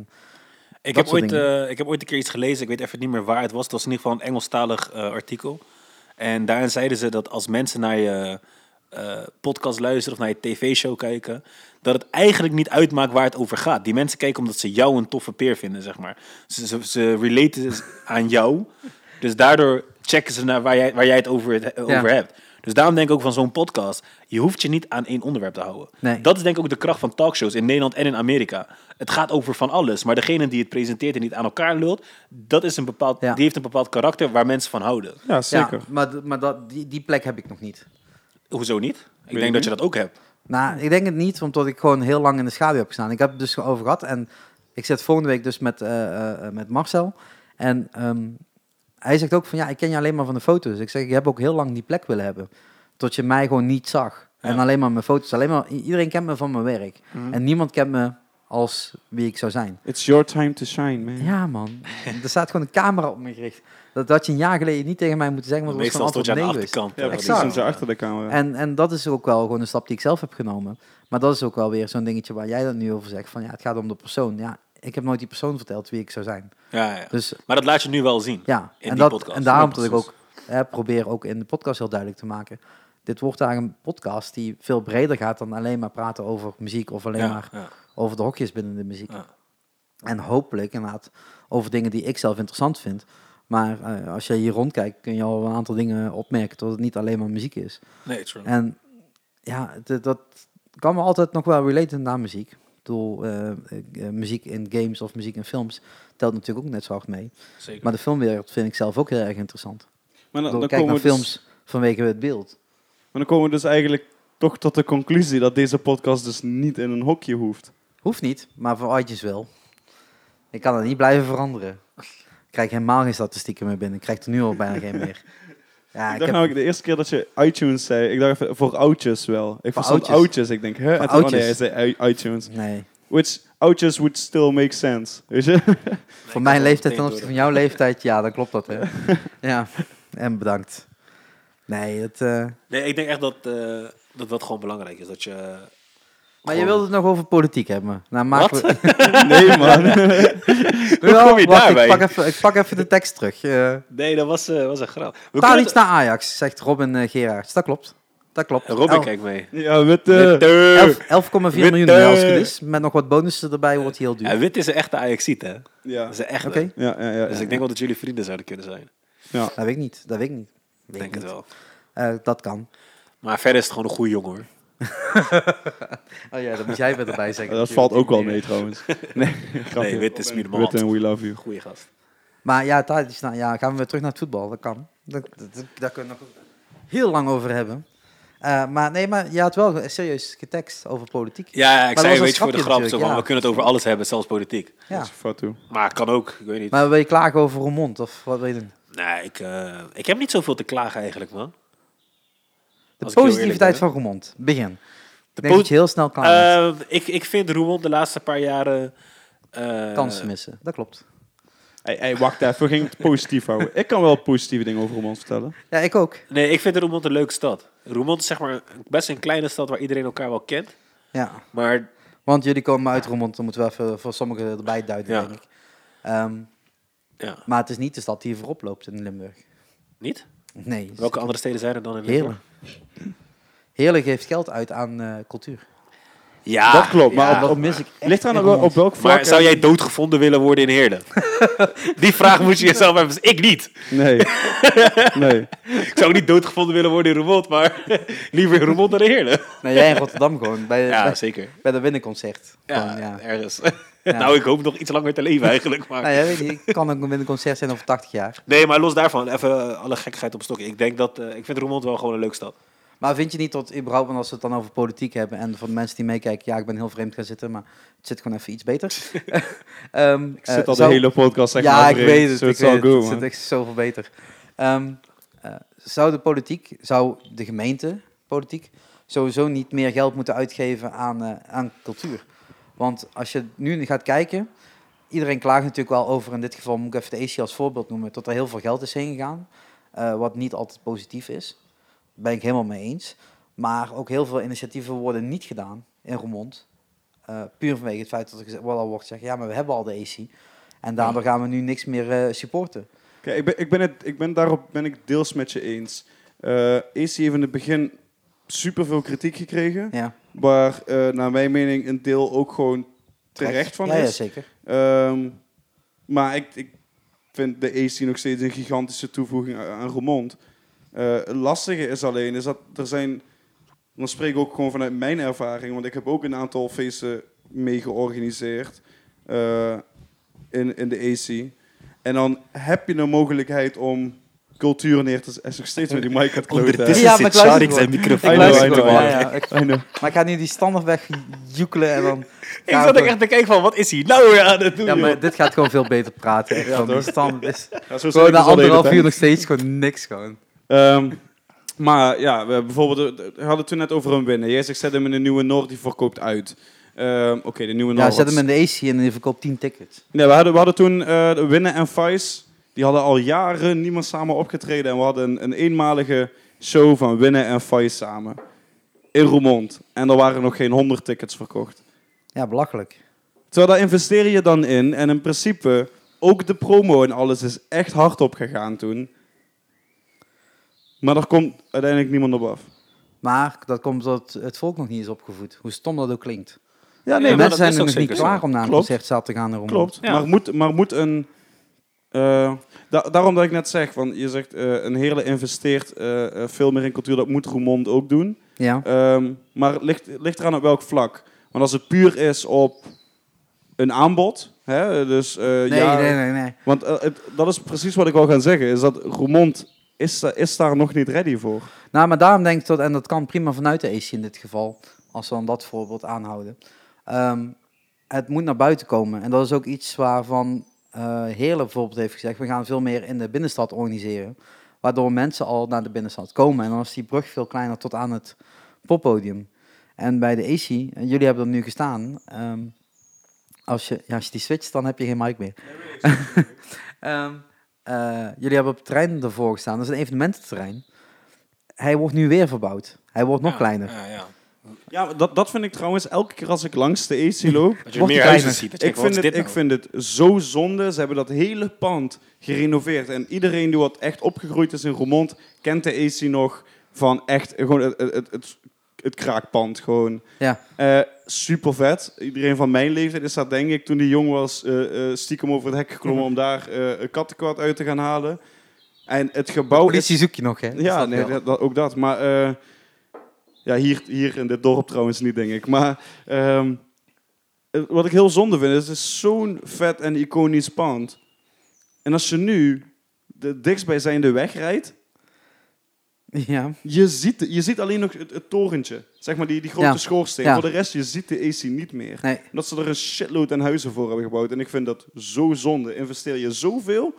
Speaker 1: Ik,
Speaker 2: Dat
Speaker 1: heb
Speaker 2: soort
Speaker 1: ooit,
Speaker 2: dingen.
Speaker 1: eh, ik heb ooit een keer iets gelezen, ik weet even niet meer waar het was. Het was in ieder geval een Engelstalig eh, artikel. En daarin zeiden ze dat als mensen naar je eh, podcast luisteren of naar je tv-show kijken, dat het eigenlijk niet uitmaakt waar het over gaat. Die mensen kijken omdat ze jou een toffe peer vinden, zeg maar. Ze, ze, ze relaten aan jou, dus daardoor checken ze naar waar jij, waar jij het over, het, eh,
Speaker 2: Ja.
Speaker 1: over hebt. Dus daarom denk ik ook van zo'n podcast, je hoeft je niet aan één onderwerp te houden.
Speaker 2: Nee.
Speaker 1: Dat is denk ik ook de kracht van talkshows in Nederland en in Amerika. Het gaat over van alles, maar degene die het presenteert en niet aan elkaar lult, dat is een bepaald,
Speaker 2: Ja.
Speaker 1: die heeft een bepaald karakter waar mensen van houden.
Speaker 3: ja, zeker.
Speaker 2: Ja, maar d- maar dat, die, die plek heb ik nog niet.
Speaker 1: Hoezo niet? Ik
Speaker 3: ik
Speaker 1: denk dat
Speaker 3: niet.
Speaker 1: je dat ook hebt.
Speaker 2: Nou, ik denk het niet, omdat ik gewoon heel lang in de schaduw heb gestaan. Ik heb het dus over gehad en ik zit volgende week dus met, eh, eh, eh, met Marcel. En ehm, hij zegt ook van, ja, ik ken je alleen maar van de foto's. Ik zeg, ik heb ook heel lang die plek willen hebben. Tot je mij gewoon niet zag. En alleen maar mijn foto's. Alleen maar, i- iedereen kent me van mijn werk.
Speaker 1: Mhm.
Speaker 2: En niemand kent me als wie ik zou zijn.
Speaker 3: It's your time to shine,
Speaker 1: Mhm.
Speaker 3: man.
Speaker 2: Ja, man. er staat gewoon een camera op me gericht. Dat had je een jaar geleden niet tegen mij moeten zeggen, want dat was
Speaker 1: Meestal
Speaker 2: gewoon
Speaker 1: stond
Speaker 2: antwoord
Speaker 1: je aan de
Speaker 2: nee geweest.
Speaker 1: achterkant.
Speaker 3: Ja,
Speaker 1: eh,
Speaker 3: precies.
Speaker 2: Exact.
Speaker 3: Soms zo achter de camera.
Speaker 2: En, en dat is ook wel gewoon een stap die ik zelf heb genomen. Maar dat is ook wel weer zo'n dingetje waar jij dat nu over zegt. Van ja, het gaat om de persoon. Ja, ik heb nooit die persoon verteld wie ik zou zijn.
Speaker 1: Ja, ja.
Speaker 2: Dus
Speaker 1: Maar dat laat je nu wel zien.
Speaker 2: ja,
Speaker 1: In
Speaker 2: en,
Speaker 1: die
Speaker 2: dat,
Speaker 1: podcast.
Speaker 2: en daarom
Speaker 1: Ja,
Speaker 2: dat ik
Speaker 1: precies.
Speaker 2: ook hè, probeer ook in de podcast heel duidelijk te maken. Dit wordt daar een podcast die veel breder gaat dan alleen maar praten over muziek of alleen
Speaker 1: Ja,
Speaker 2: maar
Speaker 1: ja.
Speaker 2: over de hokjes binnen de muziek.
Speaker 1: Ja.
Speaker 2: En hopelijk inderdaad over dingen die ik zelf interessant vind. Maar eh, als je hier rondkijkt kun je al een aantal dingen opmerken dat het niet alleen maar muziek is.
Speaker 1: Nee, true.
Speaker 2: En ja, het- dat kan me altijd nog wel relaten naar muziek. Ik bedoel, eh, eh, muziek in games of muziek in films telt natuurlijk ook net zo hard mee.
Speaker 1: Zeker.
Speaker 2: Maar de filmwereld vind ik zelf ook heel erg interessant.
Speaker 3: maar, Nou, dan,
Speaker 2: Ik
Speaker 3: dan
Speaker 2: kijk
Speaker 3: komen
Speaker 2: naar
Speaker 3: we dus,
Speaker 2: films vanwege het beeld.
Speaker 3: maar dan komen we dus eigenlijk toch tot de conclusie dat deze podcast dus niet in een hokje hoeft.
Speaker 2: Hoeft niet, maar voor uitjes wel. Ik kan het niet blijven veranderen. Ik krijg helemaal geen statistieken meer binnen. Ik krijg er nu al bijna geen meer. Ja,
Speaker 3: ik
Speaker 2: ik
Speaker 3: dacht
Speaker 2: heb,
Speaker 3: nou, de eerste keer dat je iTunes zei, ik dacht even voor oudjes wel. Ik verstond
Speaker 2: oudjes.
Speaker 3: oudjes, ik denk, hè? En toen, oh nee, hij
Speaker 2: oudjes.
Speaker 3: zei i- iTunes.
Speaker 2: nee,
Speaker 3: Which oudjes would still make sense, weet je?
Speaker 2: voor mijn leeftijd ten opzichte van jouw leeftijd, ja, dan klopt dat. Hè. ja, en bedankt. Nee, dat... eh,
Speaker 1: Nee, ik denk echt dat, eh, dat dat gewoon belangrijk is. Dat je...
Speaker 2: Maar
Speaker 1: gewoon-
Speaker 2: je wilde het nog over politiek hebben. Nou, maken we...
Speaker 3: nee, man.
Speaker 2: Wel,
Speaker 1: kom je
Speaker 2: wacht,
Speaker 1: daarbij?
Speaker 2: ik, pak even, ik pak even de tekst terug. Eh
Speaker 1: Nee, dat was, eh, was een grap. We kunnen
Speaker 2: Tadic
Speaker 1: het-
Speaker 2: naar Ajax, zegt Robin eh, Gerards. Dat klopt. Dat klopt.
Speaker 1: Robin
Speaker 2: El-
Speaker 1: kijkt mee.
Speaker 3: ja, met eh,
Speaker 2: elf- 11,4
Speaker 1: Witte.
Speaker 2: miljoen eh, als het goed is. Met nog wat bonussen erbij wordt hij heel duur.
Speaker 1: Ja, wit is een echte Ajaxiet, hè?
Speaker 3: Ja,
Speaker 1: Dat is een echte.
Speaker 2: Oké.
Speaker 3: ja, ja. ja,
Speaker 1: Dus ik denk wel dat jullie vrienden zouden kunnen zijn.
Speaker 3: ja.
Speaker 2: Dat weet ik niet. Dat weet ik niet. Weet
Speaker 1: Ik denk
Speaker 2: ik
Speaker 1: het
Speaker 2: niet.
Speaker 1: wel.
Speaker 2: Eh, dat kan.
Speaker 1: Maar verder is het gewoon een goede jongen, hoor.
Speaker 2: Oh ja, dat moet jij weer erbij zeggen.
Speaker 3: Dat valt ook wel mee trouwens. Nee, grapje.
Speaker 1: Nee, wit is meer
Speaker 3: Wit
Speaker 1: normaal.
Speaker 3: en we love you.
Speaker 1: Goeie gast.
Speaker 2: Maar ja, Tadic, nou, ja, gaan we weer terug naar het voetbal. Dat kan. Dat, dat, dat- daar kunnen we nog heel lang over hebben. Eh, maar nee, maar je had wel serieus getekst over politiek.
Speaker 1: Ja, ja, ik
Speaker 2: dat
Speaker 1: zei,
Speaker 2: was
Speaker 1: weet
Speaker 2: een
Speaker 1: je, voor de
Speaker 2: grapje
Speaker 1: grap, zo, van,
Speaker 2: natuurlijk, ja.
Speaker 1: we kunnen het over alles hebben, zelfs politiek.
Speaker 2: Ja.
Speaker 3: Dat is fout toe.
Speaker 1: Maar het kan ook, ik weet niet.
Speaker 2: Maar wil je klagen over Roermond of wat wil je doen?
Speaker 1: Nee, ik, eh, ik heb niet zoveel te klagen eigenlijk, man.
Speaker 2: De
Speaker 1: Als ik heel
Speaker 2: positiviteit
Speaker 1: eerlijk ben,
Speaker 2: van Roermond. Begin.
Speaker 1: De
Speaker 2: ik denk dat
Speaker 1: poot-
Speaker 2: je heel snel klaar bent.
Speaker 1: Eh, ik, ik vind Roermond de laatste paar jaren... eh,
Speaker 2: Kansen missen. Dat klopt.
Speaker 3: Hey, hey, wacht even, we gingen het positief houden. Ik kan wel positieve dingen over ons vertellen.
Speaker 2: Ja, ik ook.
Speaker 1: Nee, ik vind Roermond een leuke stad. Roermond is zeg maar best een kleine stad waar iedereen elkaar wel kent.
Speaker 2: Ja.
Speaker 1: Maar
Speaker 2: Want jullie komen uit Roermond. Dan moeten we even voor sommigen erbij duiden,
Speaker 1: Ja.
Speaker 2: denk ik. Ehm,
Speaker 1: ja,
Speaker 2: maar het is niet de stad die voorop loopt in Limburg.
Speaker 1: niet.
Speaker 2: Nee.
Speaker 1: Welke andere steden zijn er dan in Limburg?
Speaker 2: Heerlijk. Heerlijk geeft geld uit aan eh, cultuur.
Speaker 1: Ja,
Speaker 3: dat klopt, maar
Speaker 1: ja.
Speaker 3: op, op,
Speaker 2: mis ik echt
Speaker 3: ligt eraan
Speaker 2: in
Speaker 3: op, wel-
Speaker 2: Roermond.
Speaker 3: op welk vlak...
Speaker 1: Maar zou jij doodgevonden willen worden in Heerlen? Die vraag moet je jezelf even... Ik niet.
Speaker 3: Nee. nee.
Speaker 1: Ik zou niet doodgevonden willen worden in Roermond, maar liever in Roermond dan in Heerlen.
Speaker 2: Nee, jij in Rotterdam gewoon. Eh, Bij,
Speaker 1: Ja,
Speaker 2: bij,
Speaker 1: zeker.
Speaker 2: bij de winnenconcert.
Speaker 1: Ja,
Speaker 2: Gewoon, ja.
Speaker 1: ergens.
Speaker 2: Ja.
Speaker 1: nou, ik hoop nog iets langer te leven eigenlijk. Maar...
Speaker 2: Nou ja, weet je, ik kan ook een winnenconcert zijn over 80 jaar.
Speaker 1: Nee, maar los daarvan, even eh, alle gekkigheid op stokje. Ik denk dat, eh, ik vind Roermond wel gewoon een leuke stad.
Speaker 2: Maar vind je niet dat, überhaupt, want als we het dan over politiek hebben en voor de mensen die meekijken, ja, ik ben heel vreemd gaan zitten, maar het zit gewoon even iets beter. Ehm,
Speaker 3: Ik zit
Speaker 2: eh,
Speaker 3: al
Speaker 2: zou-
Speaker 3: de hele podcast zeg
Speaker 2: Ja,
Speaker 3: maar
Speaker 2: ik
Speaker 3: overheen,
Speaker 2: weet het.
Speaker 3: so
Speaker 2: Ik
Speaker 3: it's
Speaker 2: weet
Speaker 3: all
Speaker 2: het.
Speaker 3: good,
Speaker 2: het zit
Speaker 3: man.
Speaker 2: echt zoveel beter. Ehm, eh, zou de politiek, zou de gemeente politiek sowieso niet meer geld moeten uitgeven aan, eh, aan cultuur? Want als je nu gaat kijken, iedereen klaagt natuurlijk wel over, in dit geval moet ik even de EC als voorbeeld noemen, dat er heel veel geld is heen gegaan, eh, wat niet altijd positief is. Daar ben ik helemaal mee eens. Maar ook heel veel initiatieven worden niet gedaan in Roermond. Eh, puur vanwege het feit dat er geze- wel al wordt gezegd, ja, maar we hebben al de AC. En daardoor gaan we nu niks meer eh, supporten.
Speaker 3: Kijk, ik ben, ik ben het, ik ben, daarop ben ik deels met je eens. Eh AC heeft in het begin superveel kritiek gekregen.
Speaker 2: Ja.
Speaker 3: Waar, eh, naar mijn mening, een deel ook gewoon terecht van
Speaker 2: ja,
Speaker 3: is.
Speaker 2: Ja, zeker.
Speaker 3: Ehm, maar ik, ik vind de AC nog steeds een gigantische toevoeging aan aan Roermond. Eh, Het lastige is alleen, is dat er zijn... Dan spreek ik ook gewoon vanuit mijn ervaring, want ik heb ook een aantal feesten mee georganiseerd eh, in, in de AC. En dan heb je de mogelijkheid om cultuur neer te zetten. Is nog steeds met die mic aan het kloten. hè?
Speaker 2: Ondertussen- Ja, maar ik luister
Speaker 1: Sharik
Speaker 2: gewoon.
Speaker 1: zijn microfoon.
Speaker 3: I
Speaker 2: Ik
Speaker 3: know,
Speaker 2: luister
Speaker 3: I know,
Speaker 2: gewoon.
Speaker 3: I
Speaker 2: Ja,
Speaker 3: know.
Speaker 2: ja, ik-
Speaker 3: I know.
Speaker 2: maar ik ga nu die standaard wegjoekelen en dan...
Speaker 1: Ik zat ook echt te kijken van, wat is hij nou weer aan het doen?
Speaker 2: Ja, maar
Speaker 1: joh?
Speaker 2: dit gaat gewoon veel beter praten. Echt,
Speaker 3: Ja,
Speaker 2: gewoon die
Speaker 3: toch?
Speaker 2: stand is
Speaker 3: Ja, zo zit
Speaker 2: gewoon
Speaker 3: ik
Speaker 2: na
Speaker 3: dus al de hele
Speaker 2: anderhalf
Speaker 3: tijd.
Speaker 2: uur nog steeds gewoon niks gewoon.
Speaker 3: Ehm, maar ja, we, bijvoorbeeld, eh, we hadden het toen net over een winnen. Jij zegt, zet hem in een nieuwe Noord, die verkoopt uit. Ehm, Oké, de nieuwe
Speaker 2: Ja,
Speaker 3: Noord.
Speaker 2: zet hem in de AC en die verkoopt 10 tickets.
Speaker 3: Nee, we, hadden, we hadden toen eh, de winnen en Vice. Die hadden al jaren niemand samen opgetreden. En we hadden een, een eenmalige show van winnen en Vice samen. In Roermond. En er waren nog geen 100 tickets verkocht.
Speaker 2: Ja, belachelijk.
Speaker 3: Terwijl daar investeer je dan in. En in principe, ook de promo en alles is echt hard opgegaan toen. Maar daar komt uiteindelijk niemand op af.
Speaker 2: Maar dat komt omdat het volk nog niet is opgevoed. Hoe stom dat ook klinkt.
Speaker 3: Ja,
Speaker 1: nee,
Speaker 2: de
Speaker 1: maar dat
Speaker 2: mensen zijn
Speaker 1: is
Speaker 2: er
Speaker 1: ook
Speaker 2: nog niet
Speaker 1: zeker zo.
Speaker 2: klaar om naar een
Speaker 3: Klopt.
Speaker 2: concertzaal te gaan. Erom.
Speaker 3: Klopt,
Speaker 1: Ja.
Speaker 3: maar, moet, maar moet een... eh, da- daarom dat ik net zeg, want je zegt eh, een hele investeert eh, eh, veel meer in cultuur, dat moet Roermond ook doen.
Speaker 2: Ja.
Speaker 3: Ehm, maar het ligt, ligt eraan op welk vlak. Want als het puur is op een aanbod, hè, dus eh,
Speaker 2: Nee,
Speaker 3: ja...
Speaker 2: nee, nee, nee.
Speaker 3: Want eh, het- dat is precies wat ik wil gaan zeggen, is dat Roermond is, da- is daar nog niet ready voor.
Speaker 2: Nou, maar daarom denk ik dat, en dat kan prima vanuit de AC in dit geval, als we dan dat voorbeeld aanhouden. Ehm, het moet naar buiten komen. En dat is ook iets waarvan eh Heerlen bijvoorbeeld heeft gezegd, we gaan veel meer in de binnenstad organiseren. Waardoor mensen al naar de binnenstad komen. En dan is die brug veel kleiner tot aan het poppodium. En bij de AC, en jullie hebben er nu gestaan. ehm, als, je, ja, als je die switcht, dan heb je geen mic meer. Ehm, eh, jullie hebben op het terrein ervoor gestaan. Dat is een evenemententerrein. Hij wordt nu weer verbouwd. Hij wordt nog
Speaker 1: Ja,
Speaker 2: kleiner.
Speaker 1: Ja, ja.
Speaker 3: Ja, maar dat, dat vind ik trouwens elke keer als ik langs de AC loop.
Speaker 1: Dat je
Speaker 2: Wordt
Speaker 1: meer
Speaker 2: kleiner.
Speaker 1: huizen ziet. dat je
Speaker 3: ik,
Speaker 1: denkt, wat
Speaker 3: vind
Speaker 1: is
Speaker 3: het,
Speaker 1: dit
Speaker 3: ik
Speaker 1: nou?
Speaker 3: vind het zo zonde. Ze hebben dat hele pand gerenoveerd. En iedereen die wat echt opgegroeid is in Roermond, kent de AC nog van echt gewoon het, het, het, het, het kraakpand. Gewoon. Eh,
Speaker 2: Ja.
Speaker 3: super vet. Iedereen van mijn leeftijd is daar denk ik toen die jong was eh, eh, stiekem over het hek geklommen
Speaker 1: Mhm.
Speaker 3: om daar eh een kattenkwad uit te gaan halen. En het gebouw is
Speaker 2: Politie zoek je nog, hè? Oh, Is
Speaker 3: ja,
Speaker 2: dat
Speaker 3: nee,
Speaker 2: wel?
Speaker 3: dat, dat- ook dat. Maar eh, ja, hier, hier in dit dorp trouwens niet, denk ik. Maar ehm, eh, wat ik heel zonde vind, is het is zo'n vet en iconisch pand. En als je nu de dichtstbijzijnde weg rijdt,
Speaker 2: Ja.
Speaker 3: je ziet, de- je ziet alleen nog het, het torentje. Zeg maar die, die grote
Speaker 2: Ja.
Speaker 3: schoorsteen.
Speaker 2: Ja.
Speaker 3: Voor de rest, je ziet de AC niet meer.
Speaker 2: Nee.
Speaker 3: Dat ze er een shitload aan huizen voor hebben gebouwd. En ik vind dat zo zonde. Investeer je zoveel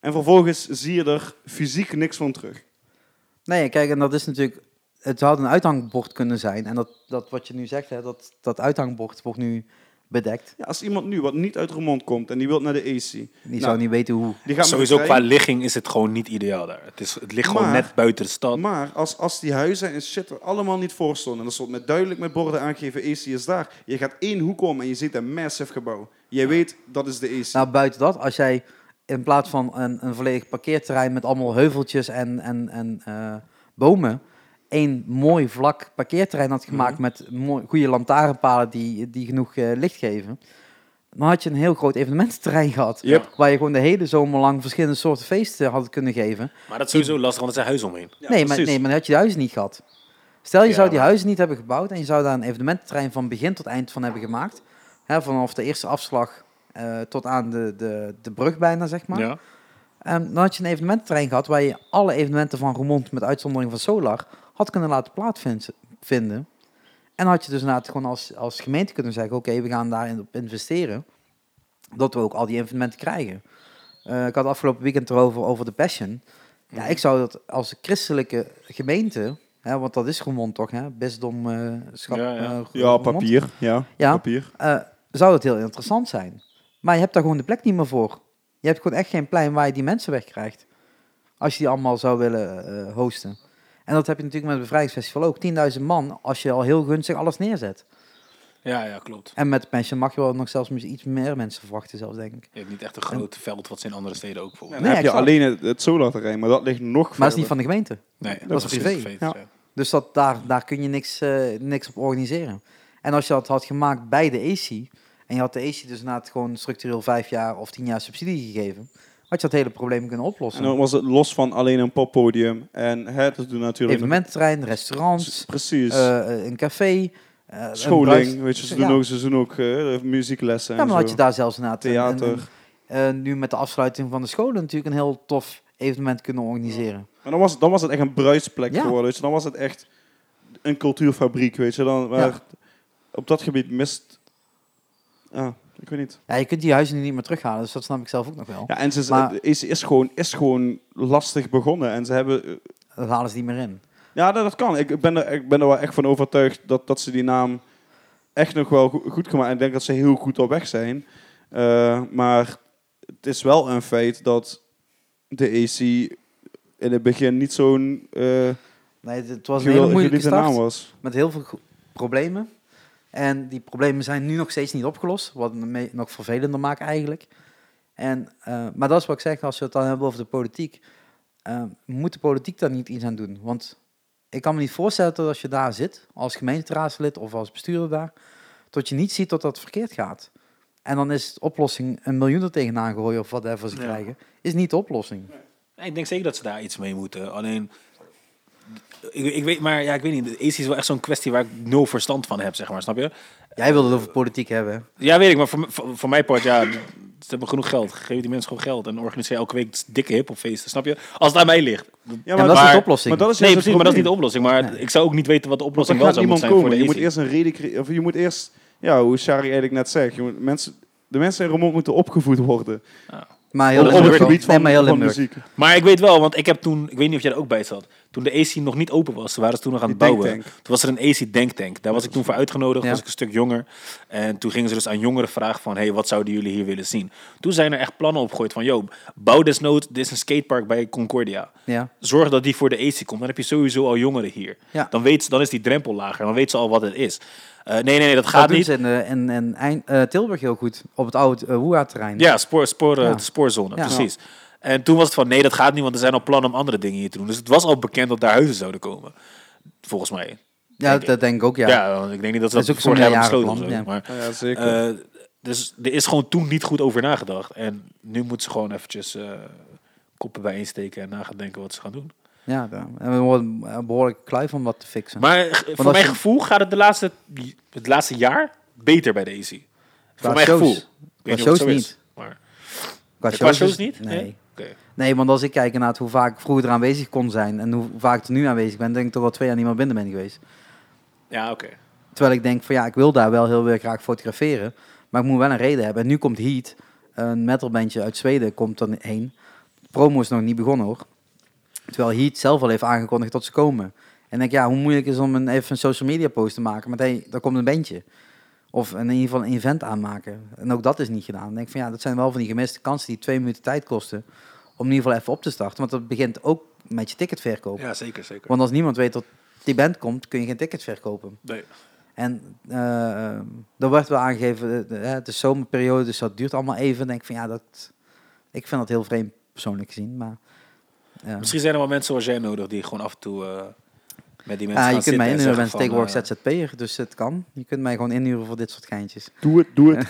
Speaker 3: en vervolgens zie je er fysiek niks van terug.
Speaker 2: Nee, kijk, en dat is natuurlijk. Het zou een uithangbord kunnen zijn. En dat, dat wat je nu zegt, hè, dat, dat uithangbord wordt nu bedekt.
Speaker 3: Ja, als iemand nu wat niet uit Roermond komt en die wil naar de AC. Die
Speaker 2: Die zou niet weten hoe.
Speaker 3: Die gaat
Speaker 1: Sowieso qua
Speaker 3: kwaad.
Speaker 1: ligging is het gewoon niet ideaal daar. Het, is, het ligt gewoon
Speaker 3: Maar-
Speaker 1: net buiten de stad.
Speaker 3: Maar als, als die huizen en shit er allemaal niet voor stonden... en er stond met duidelijk met borden aangegeven AC is daar... je gaat één hoek om en je ziet een massive gebouw. Jij weet, dat is de AC.
Speaker 2: Nou, buiten dat, als jij in plaats van een, een volledig parkeerterrein met allemaal heuveltjes en, en, en eh, bomen. één mooi vlak parkeerterrein had gemaakt met mooi, goede lantaarnpalen die, die genoeg eh, licht geven. Dan had je een heel groot evenemententerrein gehad.
Speaker 1: Yep.
Speaker 2: Waar je gewoon de hele zomer lang verschillende soorten feesten had kunnen geven.
Speaker 1: Maar dat is sowieso lastig, want er zijn huizen omheen.
Speaker 3: Ja,
Speaker 2: nee, maar,
Speaker 3: precies.
Speaker 2: nee, maar dan had je de huizen niet gehad. Stel, je
Speaker 1: Ja,
Speaker 2: zou die
Speaker 1: maar-
Speaker 2: huizen niet hebben gebouwd en je zou daar een evenemententerrein van begin tot eind van hebben gemaakt. Hè, vanaf de eerste afslag eh, tot aan de, de, de brug bijna, zeg maar.
Speaker 1: Ja.
Speaker 2: Ehm, dan had je een evenemententerrein gehad waar je alle evenementen van Roermond, met uitzondering van Solar, had kunnen laten plaatsvinden. En had je dus inderdaad gewoon als, als gemeente kunnen zeggen, oké, we gaan daarin op investeren. Dat we ook al die evenementen krijgen. Eh, ik had afgelopen weekend erover, over de Passion. Ja,
Speaker 1: Mhm.
Speaker 2: ik zou dat als christelijke gemeente, hè, want dat is Roermond toch, hè, bisdom, eh, schap,
Speaker 1: Ja, ja.
Speaker 2: eh,
Speaker 3: Ja,
Speaker 2: Roermond,
Speaker 3: papier. Ja,
Speaker 2: Ja.
Speaker 3: papier.
Speaker 2: eh, zou dat heel interessant zijn. Maar je hebt daar gewoon de plek niet meer voor. Je hebt gewoon echt geen plein waar je die mensen wegkrijgt. Als je die allemaal zou willen eh, hosten. En dat heb je natuurlijk met het Bevrijdingsfestival ook. 10.000 man, als je al heel gunstig alles neerzet.
Speaker 1: ja, ja, klopt.
Speaker 2: En met pension mag je wel nog zelfs iets meer mensen verwachten, zelfs denk ik.
Speaker 1: Je hebt niet echt een groot veld wat ze in andere steden ook
Speaker 3: Ja,
Speaker 1: volgen.
Speaker 3: dan
Speaker 2: Nee,
Speaker 3: heb je
Speaker 2: exact.
Speaker 3: alleen het, het solarterrein, maar dat ligt nog
Speaker 2: Maar dat is niet van de gemeente.
Speaker 1: Nee,
Speaker 2: dat is privé.
Speaker 1: Ja.
Speaker 2: Ja. Dus dat, daar, daar kun je niks, eh, niks op organiseren. En als je dat had gemaakt bij de AC, en je had de AC dus na het gewoon structureel vijf jaar of tien jaar subsidie gegeven, had je dat hele probleem kunnen oplossen.
Speaker 3: En dan was het los van alleen een poppodium. En het doen natuurlijk...
Speaker 2: evenemententerrein, restaurants,
Speaker 3: Precies.
Speaker 2: eh, een café, eh, een bruis-
Speaker 3: Dus- Scholing, weet je, ze doen
Speaker 2: Ja.
Speaker 3: ook, ze doen ook eh, muzieklessen
Speaker 2: Ja,
Speaker 3: en
Speaker 2: maar
Speaker 3: zo.
Speaker 2: had je daar zelfs na
Speaker 3: Theater.
Speaker 2: eh, nu met de afsluiting van de scholen natuurlijk een heel tof evenement kunnen organiseren.
Speaker 3: Maar dan was, dan was het echt een bruidsplek
Speaker 2: Ja.
Speaker 3: geworden. Weet je. Dan was het echt een cultuurfabriek, weet je. Dan, maar op dat gebied mist... Ja, ik weet niet.
Speaker 2: Ja, je kunt die huizen nu niet meer terughalen, dus dat snap ik zelf ook nog wel.
Speaker 3: Ja, en ze is,
Speaker 2: Maar-
Speaker 3: is, is, gewoon, is gewoon lastig begonnen. En ze hebben... eh,
Speaker 2: Dat halen ze niet meer in.
Speaker 3: Ja, dat, dat kan. Ik ben, er, ik ben er wel echt van overtuigd dat, dat ze die naam echt nog wel go- goed gemaakt. En ik denk dat ze heel goed op weg zijn. Eh, maar het is wel een feit dat de AC in het begin niet zo'n eh
Speaker 2: Nee, het, het was een hele
Speaker 3: gewel-
Speaker 2: moeilijke
Speaker 3: geliefde naam
Speaker 2: start.
Speaker 3: was.
Speaker 2: met heel veel go- problemen. En die problemen zijn nu nog steeds niet opgelost, wat het me- nog vervelender maakt eigenlijk. En, eh, maar dat is wat ik zeg, als we het dan hebben over de politiek, eh, moet de politiek daar niet iets aan doen? Want ik kan me niet voorstellen dat als je daar zit, als gemeenteraadslid of als bestuurder daar, dat je niet ziet dat dat verkeerd gaat. En dan is de oplossing een miljoen er tegenaan gooien of whatever ze
Speaker 1: Ja.
Speaker 2: krijgen, is niet de oplossing.
Speaker 1: Nee, ik denk zeker dat ze daar iets mee moeten. Alleen, ik, ik weet, maar ja, ik weet niet. De AC is wel echt zo'n kwestie waar ik nul verstand van heb, zeg maar, snap je?
Speaker 2: Jij wilde het over politiek hebben, hè?
Speaker 1: Ja, weet ik, maar voor, m- voor, voor mijn part, ja, d- ze hebben genoeg geld. Geef die mensen gewoon geld en organiseer elke week dikke hiphopfeesten, snap je? Als het aan mij ligt.
Speaker 3: Ja,
Speaker 2: maar dat is niet de oplossing.
Speaker 3: Maar dat is
Speaker 1: nee, precies,
Speaker 3: juist het
Speaker 1: maar dat is niet de
Speaker 3: probleem.
Speaker 1: oplossing. Maar ik zou ook niet weten wat de oplossing
Speaker 3: Want
Speaker 1: wel
Speaker 3: dan gaat
Speaker 1: zou moeten
Speaker 3: niemand
Speaker 1: zijn voor de
Speaker 3: komen. Je moet
Speaker 1: AC.
Speaker 3: eerst een reden creë- Of je moet eerst... Ja, hoe Shari eigenlijk net zegt. Je moet mensen, de mensen in Roermond moeten opgevoed worden.
Speaker 1: Ja.
Speaker 2: Maar heel
Speaker 1: Op-
Speaker 3: Op,
Speaker 1: Limburg
Speaker 2: Limburg wel.
Speaker 3: het gebied van,
Speaker 2: nee, maar heel
Speaker 3: van
Speaker 2: Limburg.
Speaker 3: muziek.
Speaker 1: Maar ik weet wel, want ik heb toen, ik weet niet of jij er ook bij zat, toen de AC nog niet open was, waren ze toen nog aan
Speaker 3: Die
Speaker 1: het bouwen.
Speaker 3: denktank.
Speaker 1: Toen was er een AC denktank. Daar was ik toen voor uitgenodigd,
Speaker 2: Ja.
Speaker 1: was ik een stuk jonger. En toen gingen ze dus aan jongeren vragen van, hey, wat zouden jullie hier willen zien? Toen zijn er echt plannen opgegooid van, yo, bouw desnoods, dit is een skatepark bij Concordia.
Speaker 2: Ja.
Speaker 1: Zorg dat die voor de AC komt. Dan heb je sowieso al jongeren hier.
Speaker 2: Ja.
Speaker 1: Dan, weet, ze- dan is die drempel lager. Dan weet ze al wat het is. Eh, nee, nee, nee, dat
Speaker 2: Dat
Speaker 1: gaat
Speaker 2: doen
Speaker 1: niet.
Speaker 2: ze in, eh, in, in Eind- eh, Tilburg heel goed. Op het oude eh, Woeha-terrein.
Speaker 1: Ja, spoor, spoor, eh,
Speaker 2: Ja.
Speaker 1: de spoorzone,
Speaker 2: Ja.
Speaker 1: precies. En toen was het van, nee, dat gaat niet, want er zijn al plannen om andere dingen hier te doen. Dus het was al bekend dat daar huizen zouden komen, volgens mij.
Speaker 2: Ja,
Speaker 1: denk ik.
Speaker 2: dat denk ik ook, ja.
Speaker 1: Ja, want ik denk niet dat ze
Speaker 2: Dat
Speaker 1: dat,
Speaker 2: is ook
Speaker 1: vorig
Speaker 2: zo'n
Speaker 1: jaar hebben besloten.
Speaker 2: meerjarenplan,
Speaker 1: of zo,
Speaker 3: Ja,
Speaker 1: maar,
Speaker 3: ja, zeker.
Speaker 1: eh, dus er is gewoon toen niet goed over nagedacht. En nu moeten ze gewoon eventjes eh, koppen bijeensteken en na gaan denken wat ze gaan doen.
Speaker 2: Ja, daar- en we worden eh, behoorlijk klui van wat te fixen.
Speaker 1: Maar eh, voor
Speaker 2: als
Speaker 1: mijn
Speaker 2: je-
Speaker 1: gevoel gaat het de laatste, het laatste jaar beter bij de AC. Voor
Speaker 2: Qua
Speaker 1: mijn
Speaker 2: shows.
Speaker 1: gevoel. Ik
Speaker 2: Qua
Speaker 1: weet niet of het
Speaker 2: shows
Speaker 1: zo is,
Speaker 2: niet.
Speaker 1: Maar,
Speaker 2: qua
Speaker 1: qua
Speaker 2: is-
Speaker 1: shows niet?
Speaker 2: Nee.
Speaker 1: Nee? Oké.
Speaker 2: nee, want als ik kijk naar hoe vaak ik vroeger aanwezig kon zijn en hoe vaak ik er nu aanwezig ben, denk ik toch al twee jaar niet meer binnen ben geweest.
Speaker 1: Ja, oké.
Speaker 2: Terwijl ik denk van ja, ik wil daar wel heel weer graag fotograferen. Maar ik moet wel een reden hebben. En nu komt Heat, een metalbandje uit Zweden, komt dan heen. De promo is nog niet begonnen hoor. Terwijl Heat zelf al heeft aangekondigd dat ze komen. En ik denk ja, hoe moeilijk is het om een, even een social media post te maken. Maar hey, daar komt een bandje. Of in ieder geval een event aanmaken. En ook dat is niet gedaan. Dan denk ik van ja, dat zijn wel van die gemiste kansen die twee minuten tijd kosten. Om in ieder geval even op te starten. Want dat begint ook met je ticketverkoop.
Speaker 1: Ja, zeker, zeker.
Speaker 2: Want als niemand weet dat die band komt, kun je geen tickets verkopen.
Speaker 1: Nee.
Speaker 2: En eh er werd wel aangegeven, eh, de, hè, de zomerperiode, dus dat duurt allemaal even. Dan denk ik van ja, dat, ik vind dat heel vreemd persoonlijk gezien. Maar, eh, ja.
Speaker 1: Misschien zijn er wel mensen zoals jij nodig die gewoon af en toe eh, met die mensen
Speaker 2: Ah,
Speaker 1: gaan
Speaker 2: je kunt
Speaker 1: zitten
Speaker 2: mij
Speaker 1: en
Speaker 2: inhuren,
Speaker 1: zeggen
Speaker 2: ben
Speaker 1: van,
Speaker 2: tegenwoordig
Speaker 1: eh,
Speaker 2: ZZP'er, dus het kan. Je kunt mij gewoon inhuren voor dit soort geintjes.
Speaker 3: Doe het, doe het.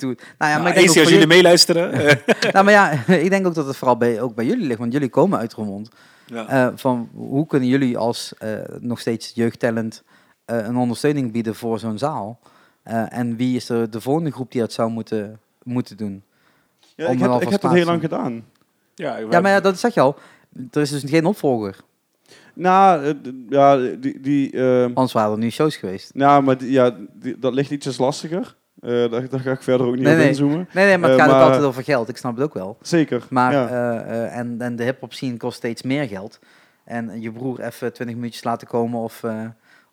Speaker 2: Doe- nou, ja,
Speaker 1: nou,
Speaker 2: maar ik
Speaker 1: AC,
Speaker 2: denk ook
Speaker 1: als
Speaker 2: voor
Speaker 1: jullie meeluisteren. eh,
Speaker 2: jullie- nou, maar ja, ik denk ook dat het vooral bij, ook bij jullie ligt, want jullie komen uit Roermond.
Speaker 1: ja.
Speaker 2: Eh, van hoe kunnen jullie als eh, nog steeds jeugdtalent eh, een ondersteuning bieden voor zo'n zaal? Eh, en wie is er de volgende groep die dat zou moeten, moeten doen?
Speaker 3: Ja,
Speaker 2: Om er
Speaker 3: ik heb, ik
Speaker 2: alvast
Speaker 3: heb dat
Speaker 2: plaats
Speaker 3: heel
Speaker 2: te
Speaker 3: lang gedaan.
Speaker 1: Ja, wij-
Speaker 2: Ja, maar ja, dat zeg je al. Er is dus geen opvolger.
Speaker 3: Nou, eh, d- ja, die... die eh,
Speaker 2: Anders waren er nu shows geweest.
Speaker 3: nou, maar die- ja, die- dat ligt ietsjes lastiger. Eh, daar, daar ga ik verder ook niet
Speaker 2: Nee,
Speaker 3: op
Speaker 2: nee.
Speaker 3: inzoomen.
Speaker 2: Nee, nee, maar het
Speaker 3: Eh,
Speaker 2: gaat ook
Speaker 3: maar-
Speaker 2: altijd over geld. Ik snap het ook wel.
Speaker 3: Zeker.
Speaker 2: Maar,
Speaker 3: ja.
Speaker 2: eh, eh, en, en de hip-hop scene kost steeds meer geld. En je broer even 20 minuutjes laten komen of, eh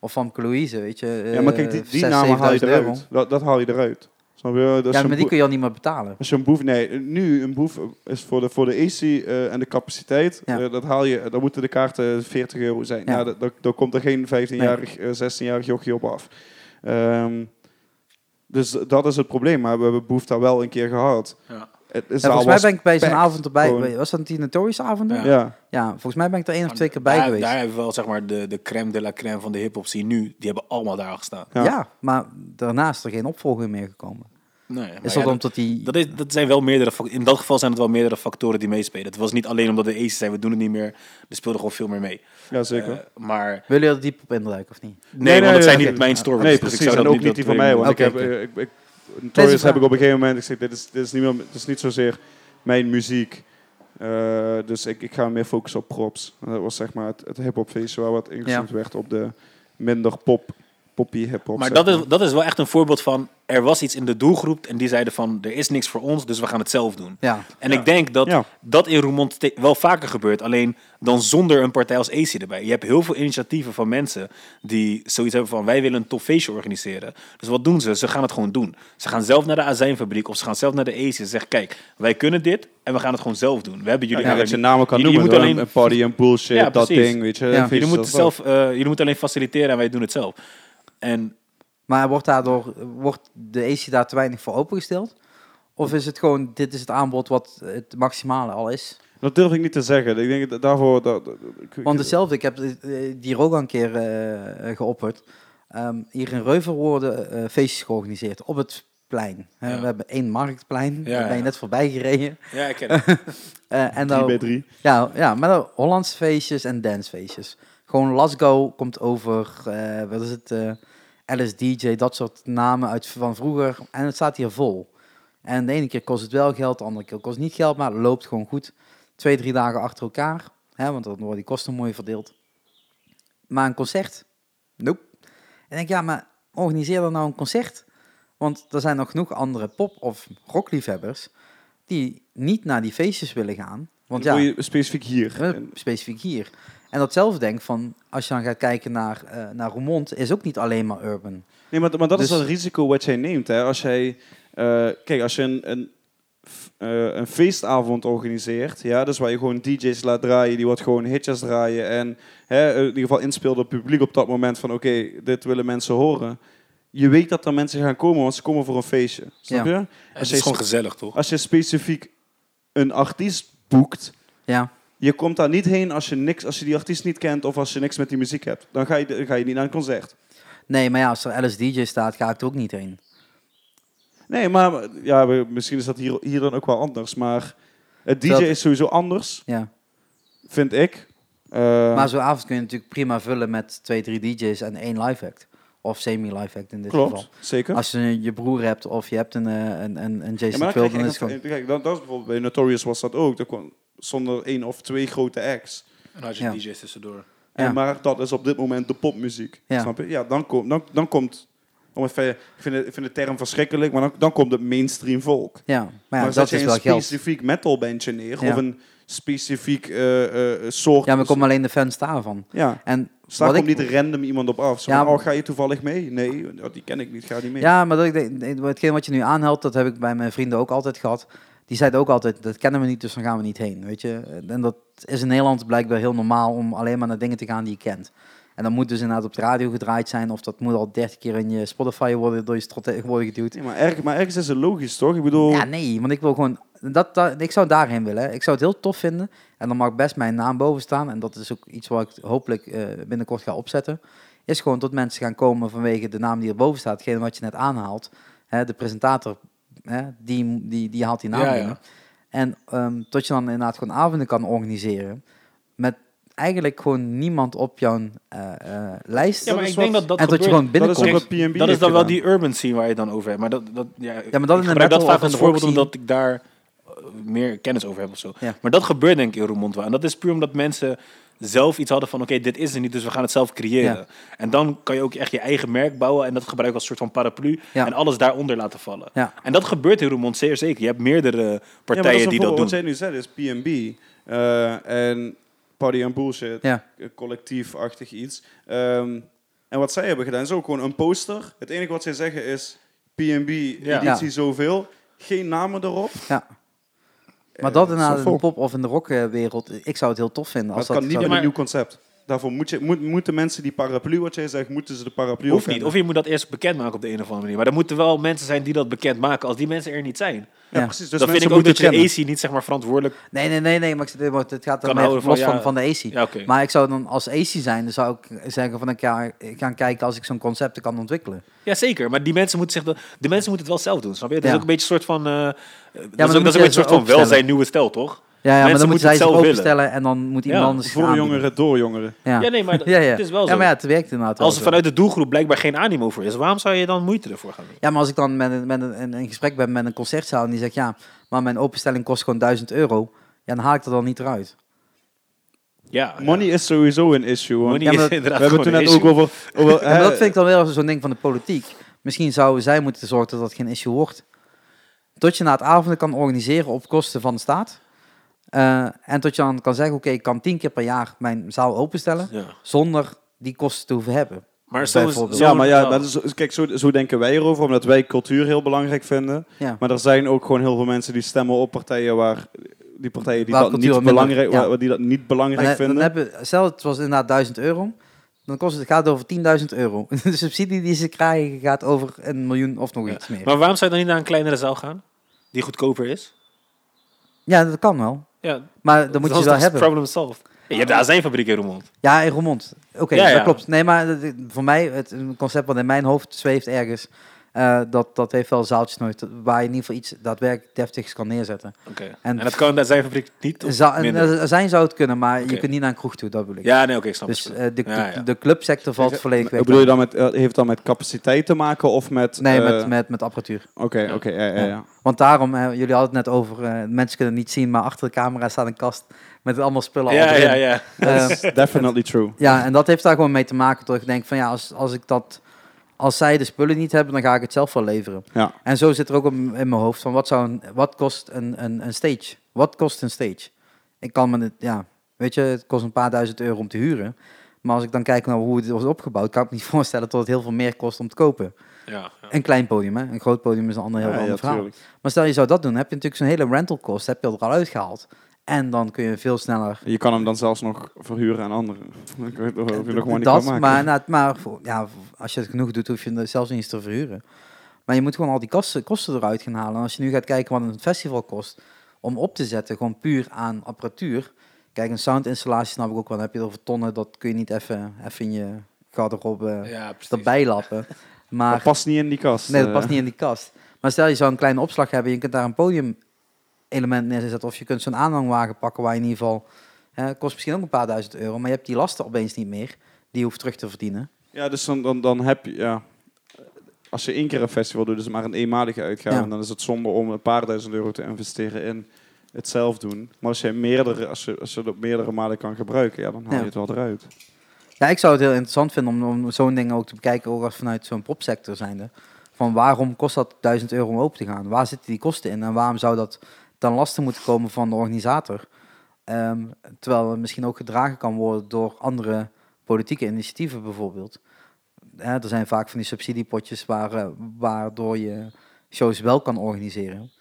Speaker 2: of van Louise, weet je. eh,
Speaker 3: ja, maar kijk, die, die
Speaker 2: zes,
Speaker 3: namen haal je
Speaker 2: 7000 euro.
Speaker 3: eruit. Dat, dat haal je eruit. Snap je? Dat is
Speaker 2: Ja,
Speaker 3: een
Speaker 2: maar die
Speaker 3: boe-
Speaker 2: kun je al niet meer betalen.
Speaker 3: als je Dus een boef, nee, nu een boef is voor de, voor de AC eh, en de capaciteit,
Speaker 2: Ja.
Speaker 3: eh, dat haal je, dan moeten de kaarten 40 euro zijn.
Speaker 2: Ja.
Speaker 3: Nou, dat, dat, daar komt er geen 15-jarig, eh, 16-jarig jochie op af. Ehm, dus dat is het probleem, maar we hebben boef daar wel een keer gehad.
Speaker 1: Ja.
Speaker 3: Het
Speaker 2: Ja,
Speaker 3: is daar
Speaker 2: volgens mij
Speaker 3: was-
Speaker 2: ben ik bij zo'n
Speaker 3: packed,
Speaker 2: avond erbij.
Speaker 3: gewoon.
Speaker 2: Was dat die Notorious avond?
Speaker 1: Ja.
Speaker 2: Ja.
Speaker 1: ik-
Speaker 3: ja.
Speaker 2: ja, volgens mij ben ik er één of twee keer
Speaker 1: daar,
Speaker 2: bij geweest.
Speaker 1: Daar hebben we wel zeg maar de, de crème de la crème van de hip-hop scene nu. Die hebben allemaal daar gestaan.
Speaker 3: Ja.
Speaker 2: ja. maar daarna is er geen opvolger meer gekomen.
Speaker 1: Nee, maar
Speaker 2: Is
Speaker 1: ja,
Speaker 2: dat omdat die...
Speaker 1: dat, is, dat zijn wel meerdere fac- In dat geval zijn het wel meerdere factoren die meespelen. Het was niet alleen omdat de AC zei we doen het niet meer. Er speelde gewoon veel meer mee.
Speaker 3: ja, zeker.
Speaker 1: Eh, maar
Speaker 2: Wil je er diep op induiken of niet?
Speaker 1: nee, want het
Speaker 3: nee,
Speaker 1: zijn
Speaker 3: nee,
Speaker 1: niet mijn stories.
Speaker 3: nee,
Speaker 1: dus ik
Speaker 3: precies.
Speaker 1: zou
Speaker 3: en
Speaker 1: dat
Speaker 3: ook niet die van
Speaker 1: dat
Speaker 3: mij,
Speaker 1: twee-
Speaker 3: want
Speaker 2: Oké,
Speaker 3: ik heb...
Speaker 2: oké.
Speaker 3: eh, Ik, ik,
Speaker 2: Deze
Speaker 3: Notorious
Speaker 2: vraag.
Speaker 3: heb ik op een gegeven moment gezegd, dit is, dit is, niet, meer, dit is niet zozeer mijn muziek. Eh, dus ik, ik ga meer focussen op props. En Dat was zeg maar het, het hip-hop feestje waar wat ingezoomd werd op de minder pop, poppy hip-hop.
Speaker 1: Maar
Speaker 3: zeg
Speaker 1: dat is, dat is wel echt een voorbeeld van... Er was iets in de doelgroep en die zeiden van... Er is niks voor ons, dus we gaan het zelf doen.
Speaker 2: Ja.
Speaker 1: En ik denk dat
Speaker 3: Ja.
Speaker 1: dat in Roermond ste- wel vaker gebeurt. Alleen dan zonder een partij als AC erbij. Je hebt heel veel initiatieven van mensen die zoiets hebben van... wij willen een tof feestje organiseren. Dus wat doen ze? Ze gaan het gewoon doen. Ze gaan zelf naar de azijnfabriek of ze gaan zelf naar de AC. Ze zeggen, kijk, wij kunnen dit en we gaan het gewoon zelf doen. We hebben jullie...
Speaker 3: Ja, dat je
Speaker 1: eigenlijk-
Speaker 3: namen kan
Speaker 1: jullie-
Speaker 3: noemen.
Speaker 1: jullie
Speaker 3: alleen...
Speaker 1: moeten
Speaker 3: Een party en bullshit,
Speaker 1: Ja,
Speaker 3: dat
Speaker 1: precies.
Speaker 3: ding, weet je.
Speaker 2: Ja.
Speaker 3: feestjes
Speaker 1: Jullie moeten,
Speaker 3: als dat.
Speaker 1: zelf, eh, jullie moeten alleen faciliteren en wij doen het zelf. En
Speaker 2: Maar wordt, daardoor, wordt de AC daar te weinig voor opengesteld? Of is het gewoon, dit is het aanbod wat het maximale al is?
Speaker 3: Dat durf ik niet te zeggen. Ik denk dat daarvoor... Dat, dat- ik-
Speaker 2: Want
Speaker 3: ik-
Speaker 2: hetzelfde, ik heb eh, die Rogan een keer eh, eh, geopperd. Ehm, hier in Reuver worden eh, feestjes georganiseerd op het plein. Hè,
Speaker 1: Ja.
Speaker 2: We hebben één marktplein,
Speaker 1: Ja,
Speaker 2: daar ben je
Speaker 1: ja.
Speaker 2: net voorbij gereden.
Speaker 1: ja, ik ken het.
Speaker 2: Eh, en
Speaker 3: drie
Speaker 2: dan,
Speaker 3: bij drie.
Speaker 2: Ja, ja maar dan Hollandse feestjes en dancefeestjes. Gewoon Lasgo komt over, eh, wat is het, eh LSDJ, dat soort namen uit van vroeger. En het staat hier vol. En de ene keer kost het wel geld, de andere keer kost het niet geld, maar het loopt gewoon goed. Twee, drie dagen achter elkaar, hè, want dan worden die kosten mooi verdeeld. Maar een concert? Nope. En ik denk, ja, maar organiseer dan nou een concert. Want er zijn nog genoeg andere pop- of rockliefhebbers die niet naar die feestjes willen gaan. Want
Speaker 3: Dat
Speaker 2: ja,
Speaker 3: doe je specifiek hier.
Speaker 2: eh, specifiek hier. En datzelfde denk van, als je dan gaat kijken naar, eh naar Roermond, is ook niet alleen maar urban.
Speaker 3: Nee, maar, maar dat is
Speaker 2: Dus-
Speaker 3: het risico wat jij neemt. Hè? Als jij, eh, kijk, als je een, een, f- eh, een feestavond organiseert, ja, dus waar je gewoon DJ's laat draaien, die wat gewoon hitjes draaien en hè, eh, in ieder geval inspeelt op het publiek op dat moment van, oké, dit willen mensen horen. Je weet dat er mensen gaan komen, want ze komen voor een feestje. Snap
Speaker 2: Ja.
Speaker 3: je?
Speaker 1: Het
Speaker 3: je
Speaker 1: is gewoon
Speaker 3: sp-
Speaker 1: gezellig, toch?
Speaker 3: Als je specifiek een artiest boekt,
Speaker 2: Ja,
Speaker 3: je komt daar niet heen als je, niks, als je die artiest niet kent of als je niks met die muziek hebt. Dan ga je, dan ga je niet naar een concert.
Speaker 2: nee, maar ja, als er LSDJ staat, ga ik er ook niet heen.
Speaker 3: Nee, maar ja, we- misschien is dat hier, hier dan ook wel anders. Maar het DJ
Speaker 2: Dat-
Speaker 3: is sowieso anders,
Speaker 2: Ja.
Speaker 3: vind ik. Eh,
Speaker 2: Maar zo'n avond kun je natuurlijk prima vullen met twee, drie DJ's en één live act. Of semi-live act in dit
Speaker 3: klopt,
Speaker 2: geval.
Speaker 3: zeker.
Speaker 2: Als je je broer hebt of je hebt een, eh, een, een, een
Speaker 3: Ja,
Speaker 2: Jason
Speaker 3: maar dan
Speaker 2: Phil,
Speaker 3: krijg je
Speaker 2: dan is het
Speaker 3: echt
Speaker 2: gewoon...
Speaker 3: een- kijk, dat, dat is bijvoorbeeld bij Notorious was dat ook. Dat kwam zonder één of twee grote acts.
Speaker 1: En als je
Speaker 2: Ja.
Speaker 1: DJ's tussendoor.
Speaker 3: En,
Speaker 2: Ja.
Speaker 3: Maar dat is op dit moment de popmuziek.
Speaker 2: Ja.
Speaker 3: Snap je? Ja, dan, kom, dan, dan komt... Om even, ik, vind het, ik vind de term verschrikkelijk, maar dan, dan komt het mainstream volk.
Speaker 2: Ja, maar ja,
Speaker 3: maar
Speaker 2: dat
Speaker 3: zet
Speaker 2: is
Speaker 3: je
Speaker 2: wel
Speaker 3: een
Speaker 2: geld.
Speaker 3: specifiek metalbandje neer,
Speaker 2: Ja.
Speaker 3: of een specifiek eh, eh, soort...
Speaker 2: Ja, maar kom alleen de fans daarvan.
Speaker 3: Ja.
Speaker 2: En
Speaker 3: Dus daar
Speaker 2: Wat
Speaker 3: komt
Speaker 2: ik-
Speaker 3: niet random iemand op af. Zo
Speaker 2: Ja,
Speaker 3: van,
Speaker 2: maar-
Speaker 3: oh, ga je toevallig mee? Nee, oh, die ken ik niet, ga niet mee.
Speaker 2: ja, maar dat, ik denk- nee, hetgeen wat je nu aanhaalt, dat heb ik bij mijn vrienden ook altijd gehad. Die zeiden ook altijd, dat kennen we niet, dus dan gaan we niet heen, weet je. En dat is in Nederland blijkbaar heel normaal om alleen maar naar dingen te gaan die je kent. En dat moet dus inderdaad op de radio gedraaid zijn, of dat moet al dertig keer in je Spotify worden door je strot worden geduwd.
Speaker 3: Nee, maar, erg, maar ergens is het logisch, toch? Ik bedoel,
Speaker 2: Ja, nee, want ik wil gewoon... Dat, dat, ik zou daarheen willen. hè. Ik zou het heel tof vinden. En dan mag best mijn naam boven staan. En dat is ook iets wat ik hopelijk eh, binnenkort ga opzetten. Is gewoon dat mensen gaan komen vanwege de naam die erboven staat. Hetgene wat je net aanhaalt. Hè, de presentator, hè, die, die, die haalt die naam
Speaker 1: Ja,
Speaker 2: binnen.
Speaker 1: ja.
Speaker 2: En ehm tot je dan inderdaad gewoon avonden kan organiseren. Met eigenlijk gewoon niemand op jouw eh, eh, lijst.
Speaker 1: Ja, maar
Speaker 3: is
Speaker 1: ik
Speaker 3: wat-
Speaker 1: denk dat dat
Speaker 2: en dat je
Speaker 1: gebeurt.
Speaker 2: gewoon binnenkomt.
Speaker 3: dat is ook
Speaker 1: Kijk,
Speaker 3: wat PNB heeft
Speaker 1: dat is dan wel
Speaker 3: gedaan.
Speaker 1: die urban scene waar je het dan over hebt. Maar dat, dat, ja,
Speaker 2: in
Speaker 1: ik
Speaker 2: de
Speaker 1: gebruik
Speaker 2: metal
Speaker 1: dat
Speaker 2: of
Speaker 1: vaak
Speaker 2: in
Speaker 1: als
Speaker 2: de
Speaker 1: voorbeeld
Speaker 2: rock scene.
Speaker 1: omdat ik daar eh, meer kennis over heb of zo.
Speaker 2: Ja.
Speaker 1: Maar dat gebeurt denk ik in Roermond wel. En dat is puur omdat mensen zelf iets hadden van... oké, dit is er niet, dus we gaan het zelf creëren.
Speaker 2: Ja.
Speaker 1: En dan kan je ook echt je eigen merk bouwen... en dat gebruiken als soort van paraplu...
Speaker 2: Ja.
Speaker 1: en alles daaronder laten vallen.
Speaker 2: Ja.
Speaker 1: En dat gebeurt in Roermond zeer zeker. Je hebt meerdere partijen
Speaker 3: ja, maar dat is een
Speaker 1: die
Speaker 3: voorbeeld.
Speaker 1: dat doen.
Speaker 3: Wat jij nu zegt is PNB eh, en Party and Bullshit,
Speaker 2: Ja.
Speaker 3: eh, collectiefachtig iets. Ehm, en wat zij hebben gedaan is ook gewoon een poster. Het enige wat zij zeggen is PNB,
Speaker 1: Ja.
Speaker 3: editie
Speaker 2: Ja.
Speaker 3: zoveel. Geen namen erop.
Speaker 2: Ja.
Speaker 1: Eh,
Speaker 2: Maar dat
Speaker 3: zo
Speaker 2: inderdaad in de
Speaker 3: vol.
Speaker 2: pop- of in de rockwereld, ik zou het heel tof vinden.
Speaker 3: Maar
Speaker 2: Als
Speaker 3: het kan
Speaker 2: dat zou-
Speaker 3: niet met
Speaker 1: maar-
Speaker 3: een nieuw concept. Daarvoor moet je, moet, moeten mensen die paraplu, wat jij zegt, moeten ze de paraplu
Speaker 1: Hoeft niet.
Speaker 3: ook hebben.
Speaker 1: Of je moet dat eerst bekendmaken op de een of andere manier. Maar er moeten wel mensen zijn die dat bekendmaken. Als die mensen er niet zijn,
Speaker 3: Ja,
Speaker 2: Ja.
Speaker 3: precies. Dus
Speaker 1: dan vind
Speaker 3: mensen
Speaker 1: ik ook dat
Speaker 3: moeten
Speaker 1: je de
Speaker 3: kennen.
Speaker 1: AC niet zeg maar, verantwoordelijk
Speaker 2: Nee, nee, nee, nee, maar ik zeg- want het gaat
Speaker 1: Kan
Speaker 2: dan even
Speaker 1: houden
Speaker 2: los
Speaker 1: van,
Speaker 2: van,
Speaker 1: ja.
Speaker 2: van de AC.
Speaker 1: Ja, oké.
Speaker 2: Maar ik zou dan als AC zijn, dan zou ik zeggen van ik ga, ik ga kijken als ik zo'n concept kan ontwikkelen.
Speaker 1: Ja, zeker. Maar die mensen moeten, zich dat, de mensen moeten het wel zelf doen, snap je? Het is
Speaker 2: Ja.
Speaker 1: ook een beetje een soort van... eh,
Speaker 2: dan
Speaker 1: dat is ook, dat is ook
Speaker 2: moet je
Speaker 1: een beetje een soort
Speaker 2: ze
Speaker 1: van
Speaker 2: openstellen.
Speaker 1: welzijn nieuwe stijl, toch?
Speaker 2: Ja, ja maar
Speaker 1: Mensen
Speaker 2: dan
Speaker 1: moeten
Speaker 2: moeten zij
Speaker 1: het
Speaker 2: zich
Speaker 1: zelf willen.
Speaker 2: openstellen en dan moet iemand
Speaker 1: Ja,
Speaker 2: anders zich
Speaker 3: Voor
Speaker 2: aanbieden.
Speaker 3: jongeren, door jongeren.
Speaker 2: Ja.
Speaker 1: Ja, nee, maar dat-
Speaker 2: ja, ja.
Speaker 1: het is wel
Speaker 2: Ja,
Speaker 1: zo.
Speaker 2: maar ja, het werkt inderdaad wel
Speaker 1: Als er
Speaker 2: zo.
Speaker 1: vanuit de doelgroep blijkbaar geen animo voor is, waarom zou je dan moeite ervoor gaan doen?
Speaker 2: Ja, maar als ik dan met een, met een, in een gesprek ben met een concertzaal en die zegt ja, maar mijn openstelling kost gewoon 1000 euro, ja, dan haal ik er dan niet eruit.
Speaker 1: Ja,
Speaker 2: Ah,
Speaker 1: ja.
Speaker 3: Money is sowieso een issue. want
Speaker 1: Money
Speaker 2: Ja, maar
Speaker 1: is
Speaker 2: dat-
Speaker 1: inderdaad
Speaker 3: we hebben het toen
Speaker 1: gewoon
Speaker 3: net
Speaker 1: een
Speaker 3: ook
Speaker 1: issue.
Speaker 3: over... over
Speaker 2: Ja, maar
Speaker 3: hè,
Speaker 2: dat vind ik dan wel zo'n ding van de politiek. Misschien zouden zij moeten zorgen dat dat geen issue wordt. Dat je na het avonden kan organiseren op kosten van de staat. Eh, en dat je dan kan zeggen, oké, ik kan tien keer per jaar mijn zaal openstellen.
Speaker 1: Ja.
Speaker 2: Zonder die kosten te hoeven hebben.
Speaker 1: Maar zo is,
Speaker 2: Bijvoorbeeld.
Speaker 1: zo-
Speaker 3: Ja, maar ja, dat is, kijk, zo, zo denken wij erover, omdat wij cultuur heel belangrijk vinden.
Speaker 2: Ja.
Speaker 3: Maar er zijn ook gewoon heel veel mensen die stemmen op partijen waar die partijen die
Speaker 2: Waar
Speaker 3: dat
Speaker 2: cultuur
Speaker 3: niet
Speaker 2: minder-
Speaker 3: belangrijk,
Speaker 2: ja.
Speaker 3: waar- die dat niet
Speaker 2: Maar
Speaker 3: belangrijk
Speaker 2: dan, dan
Speaker 3: vinden.
Speaker 2: hebben, stel het was inderdaad 1000 euro. Dan kost het, gaat het over 10.000 euro. De subsidie die ze krijgen gaat over een miljoen of nog
Speaker 1: Ja.
Speaker 2: iets meer.
Speaker 1: Maar waarom zou je dan niet naar een kleinere zaal gaan? Die goedkoper is?
Speaker 2: Ja, dat kan wel.
Speaker 1: Ja,
Speaker 2: Maar dan moet
Speaker 1: dat
Speaker 2: je
Speaker 1: is
Speaker 2: wel
Speaker 1: toch
Speaker 2: hebben.
Speaker 1: problem solved. Ja, je hebt de azijnfabriek in Roermond.
Speaker 2: Ja, in Roermond. Oké,
Speaker 1: Ja, ja.
Speaker 2: dat klopt. Nee, maar dat- voor mij, het een concept wat in mijn hoofd zweeft ergens, eh, dat, dat heeft wel zaaltjes nooit, waar je in ieder geval iets daadwerkelijk deftigs kan neerzetten.
Speaker 1: Oké. En,
Speaker 2: En-
Speaker 1: dat kan de azijnfabriek niet? of
Speaker 2: Za- en,
Speaker 1: minder?
Speaker 2: eh, zijn zou het kunnen, maar
Speaker 1: Oké.
Speaker 2: je kunt niet naar een kroeg toe, dat bedoel ik.
Speaker 1: ja, nee, oké, ik snap
Speaker 2: dus
Speaker 1: het.
Speaker 2: eh, de, de,
Speaker 1: Ja, ja.
Speaker 2: de clubsector valt
Speaker 3: Zeg,
Speaker 2: volledig weg.
Speaker 3: Bedoel je dan met, eh, heeft dat met capaciteit te maken of met...
Speaker 2: nee,
Speaker 3: eh,
Speaker 2: met, met, met apparatuur.
Speaker 3: Oké, oké, ja, ja,
Speaker 2: Ja.
Speaker 3: ja.
Speaker 2: Want daarom, eh, jullie hadden het net over, eh, mensen kunnen het niet zien, maar achter de camera staat een kast met allemaal spullen. al
Speaker 1: ja,
Speaker 2: erin.
Speaker 1: ja, ja.
Speaker 2: Eh,
Speaker 3: Definitely true.
Speaker 2: Ja, en dat heeft daar gewoon mee te maken. Dat ik denk van ja, als, als ik dat als zij de spullen niet hebben, dan ga ik het zelf wel leveren.
Speaker 3: Ja.
Speaker 2: En zo zit er ook in in mijn hoofd van wat, zou een, wat kost een, een, een stage? Wat kost een stage? Ik kan me het, ja, weet je, het kost een paar duizend euro om te huren. Maar als ik dan kijk naar hoe het was opgebouwd, kan ik me niet voorstellen dat het heel veel meer kost om te kopen.
Speaker 1: Ja, ja.
Speaker 2: Een klein podium, hè? Een groot podium is een ander heel
Speaker 3: Ja, ja,
Speaker 2: ander verhaal.
Speaker 3: tuurlijk.
Speaker 2: Maar stel je zou dat doen, heb je natuurlijk zo'n hele rentalkost, heb je er al uitgehaald. En dan kun je veel sneller
Speaker 3: Je kan hem dan zelfs nog verhuren aan anderen. Ik weet nog of je nog gewoon
Speaker 2: dat,
Speaker 3: niet kan maken.
Speaker 2: maar, nou, maar voor- ja, als je het genoeg doet, hoef je het zelfs niet eens te verhuren. Maar je moet gewoon al die kosten, kosten eruit gaan halen. En als je nu gaat kijken wat een festival kost om op te zetten, gewoon puur aan apparatuur. Kijk, een soundinstallatie snap ik ook wel. Dan heb je het over tonnen, dat kun je niet even, even in je garderobe eh,
Speaker 1: Ja, precies.
Speaker 2: erbij lappen. Maar
Speaker 3: dat past niet in die kast.
Speaker 2: Nee, dat past
Speaker 3: eh.
Speaker 2: niet in die kast. Maar stel je zou een kleine opslag hebben, je kunt daar een podium element neerzetten. Of je kunt zo'n aanhangwagen pakken waar je in ieder geval hè, kost misschien ook een paar duizend euro, maar je hebt die lasten opeens niet meer. Die je hoeft terug te verdienen.
Speaker 3: Ja, dus dan, dan, dan heb je... Ja. Als je één keer een festival doet, dus maar een eenmalige uitgave...
Speaker 2: Ja.
Speaker 3: en dan is het zonde om een paar duizend euro te investeren in het zelf doen. Maar als je, meerdere, als je, als je dat meerdere malen kan gebruiken, ja, dan haal je
Speaker 2: Ja.
Speaker 3: het wel eruit.
Speaker 2: Ja, ik zou het heel interessant vinden om, om zo'n ding ook te bekijken, ook als vanuit zo'n popsector zijnde. Van waarom kost dat duizend euro om open te gaan? Waar zitten die kosten in? En waarom zou dat ten laste moeten komen van de organisator? Ehm, terwijl het misschien ook gedragen kan worden door andere politieke initiatieven bijvoorbeeld. Hè, er zijn vaak van die subsidiepotjes waar, eh, waardoor je shows wel kan organiseren.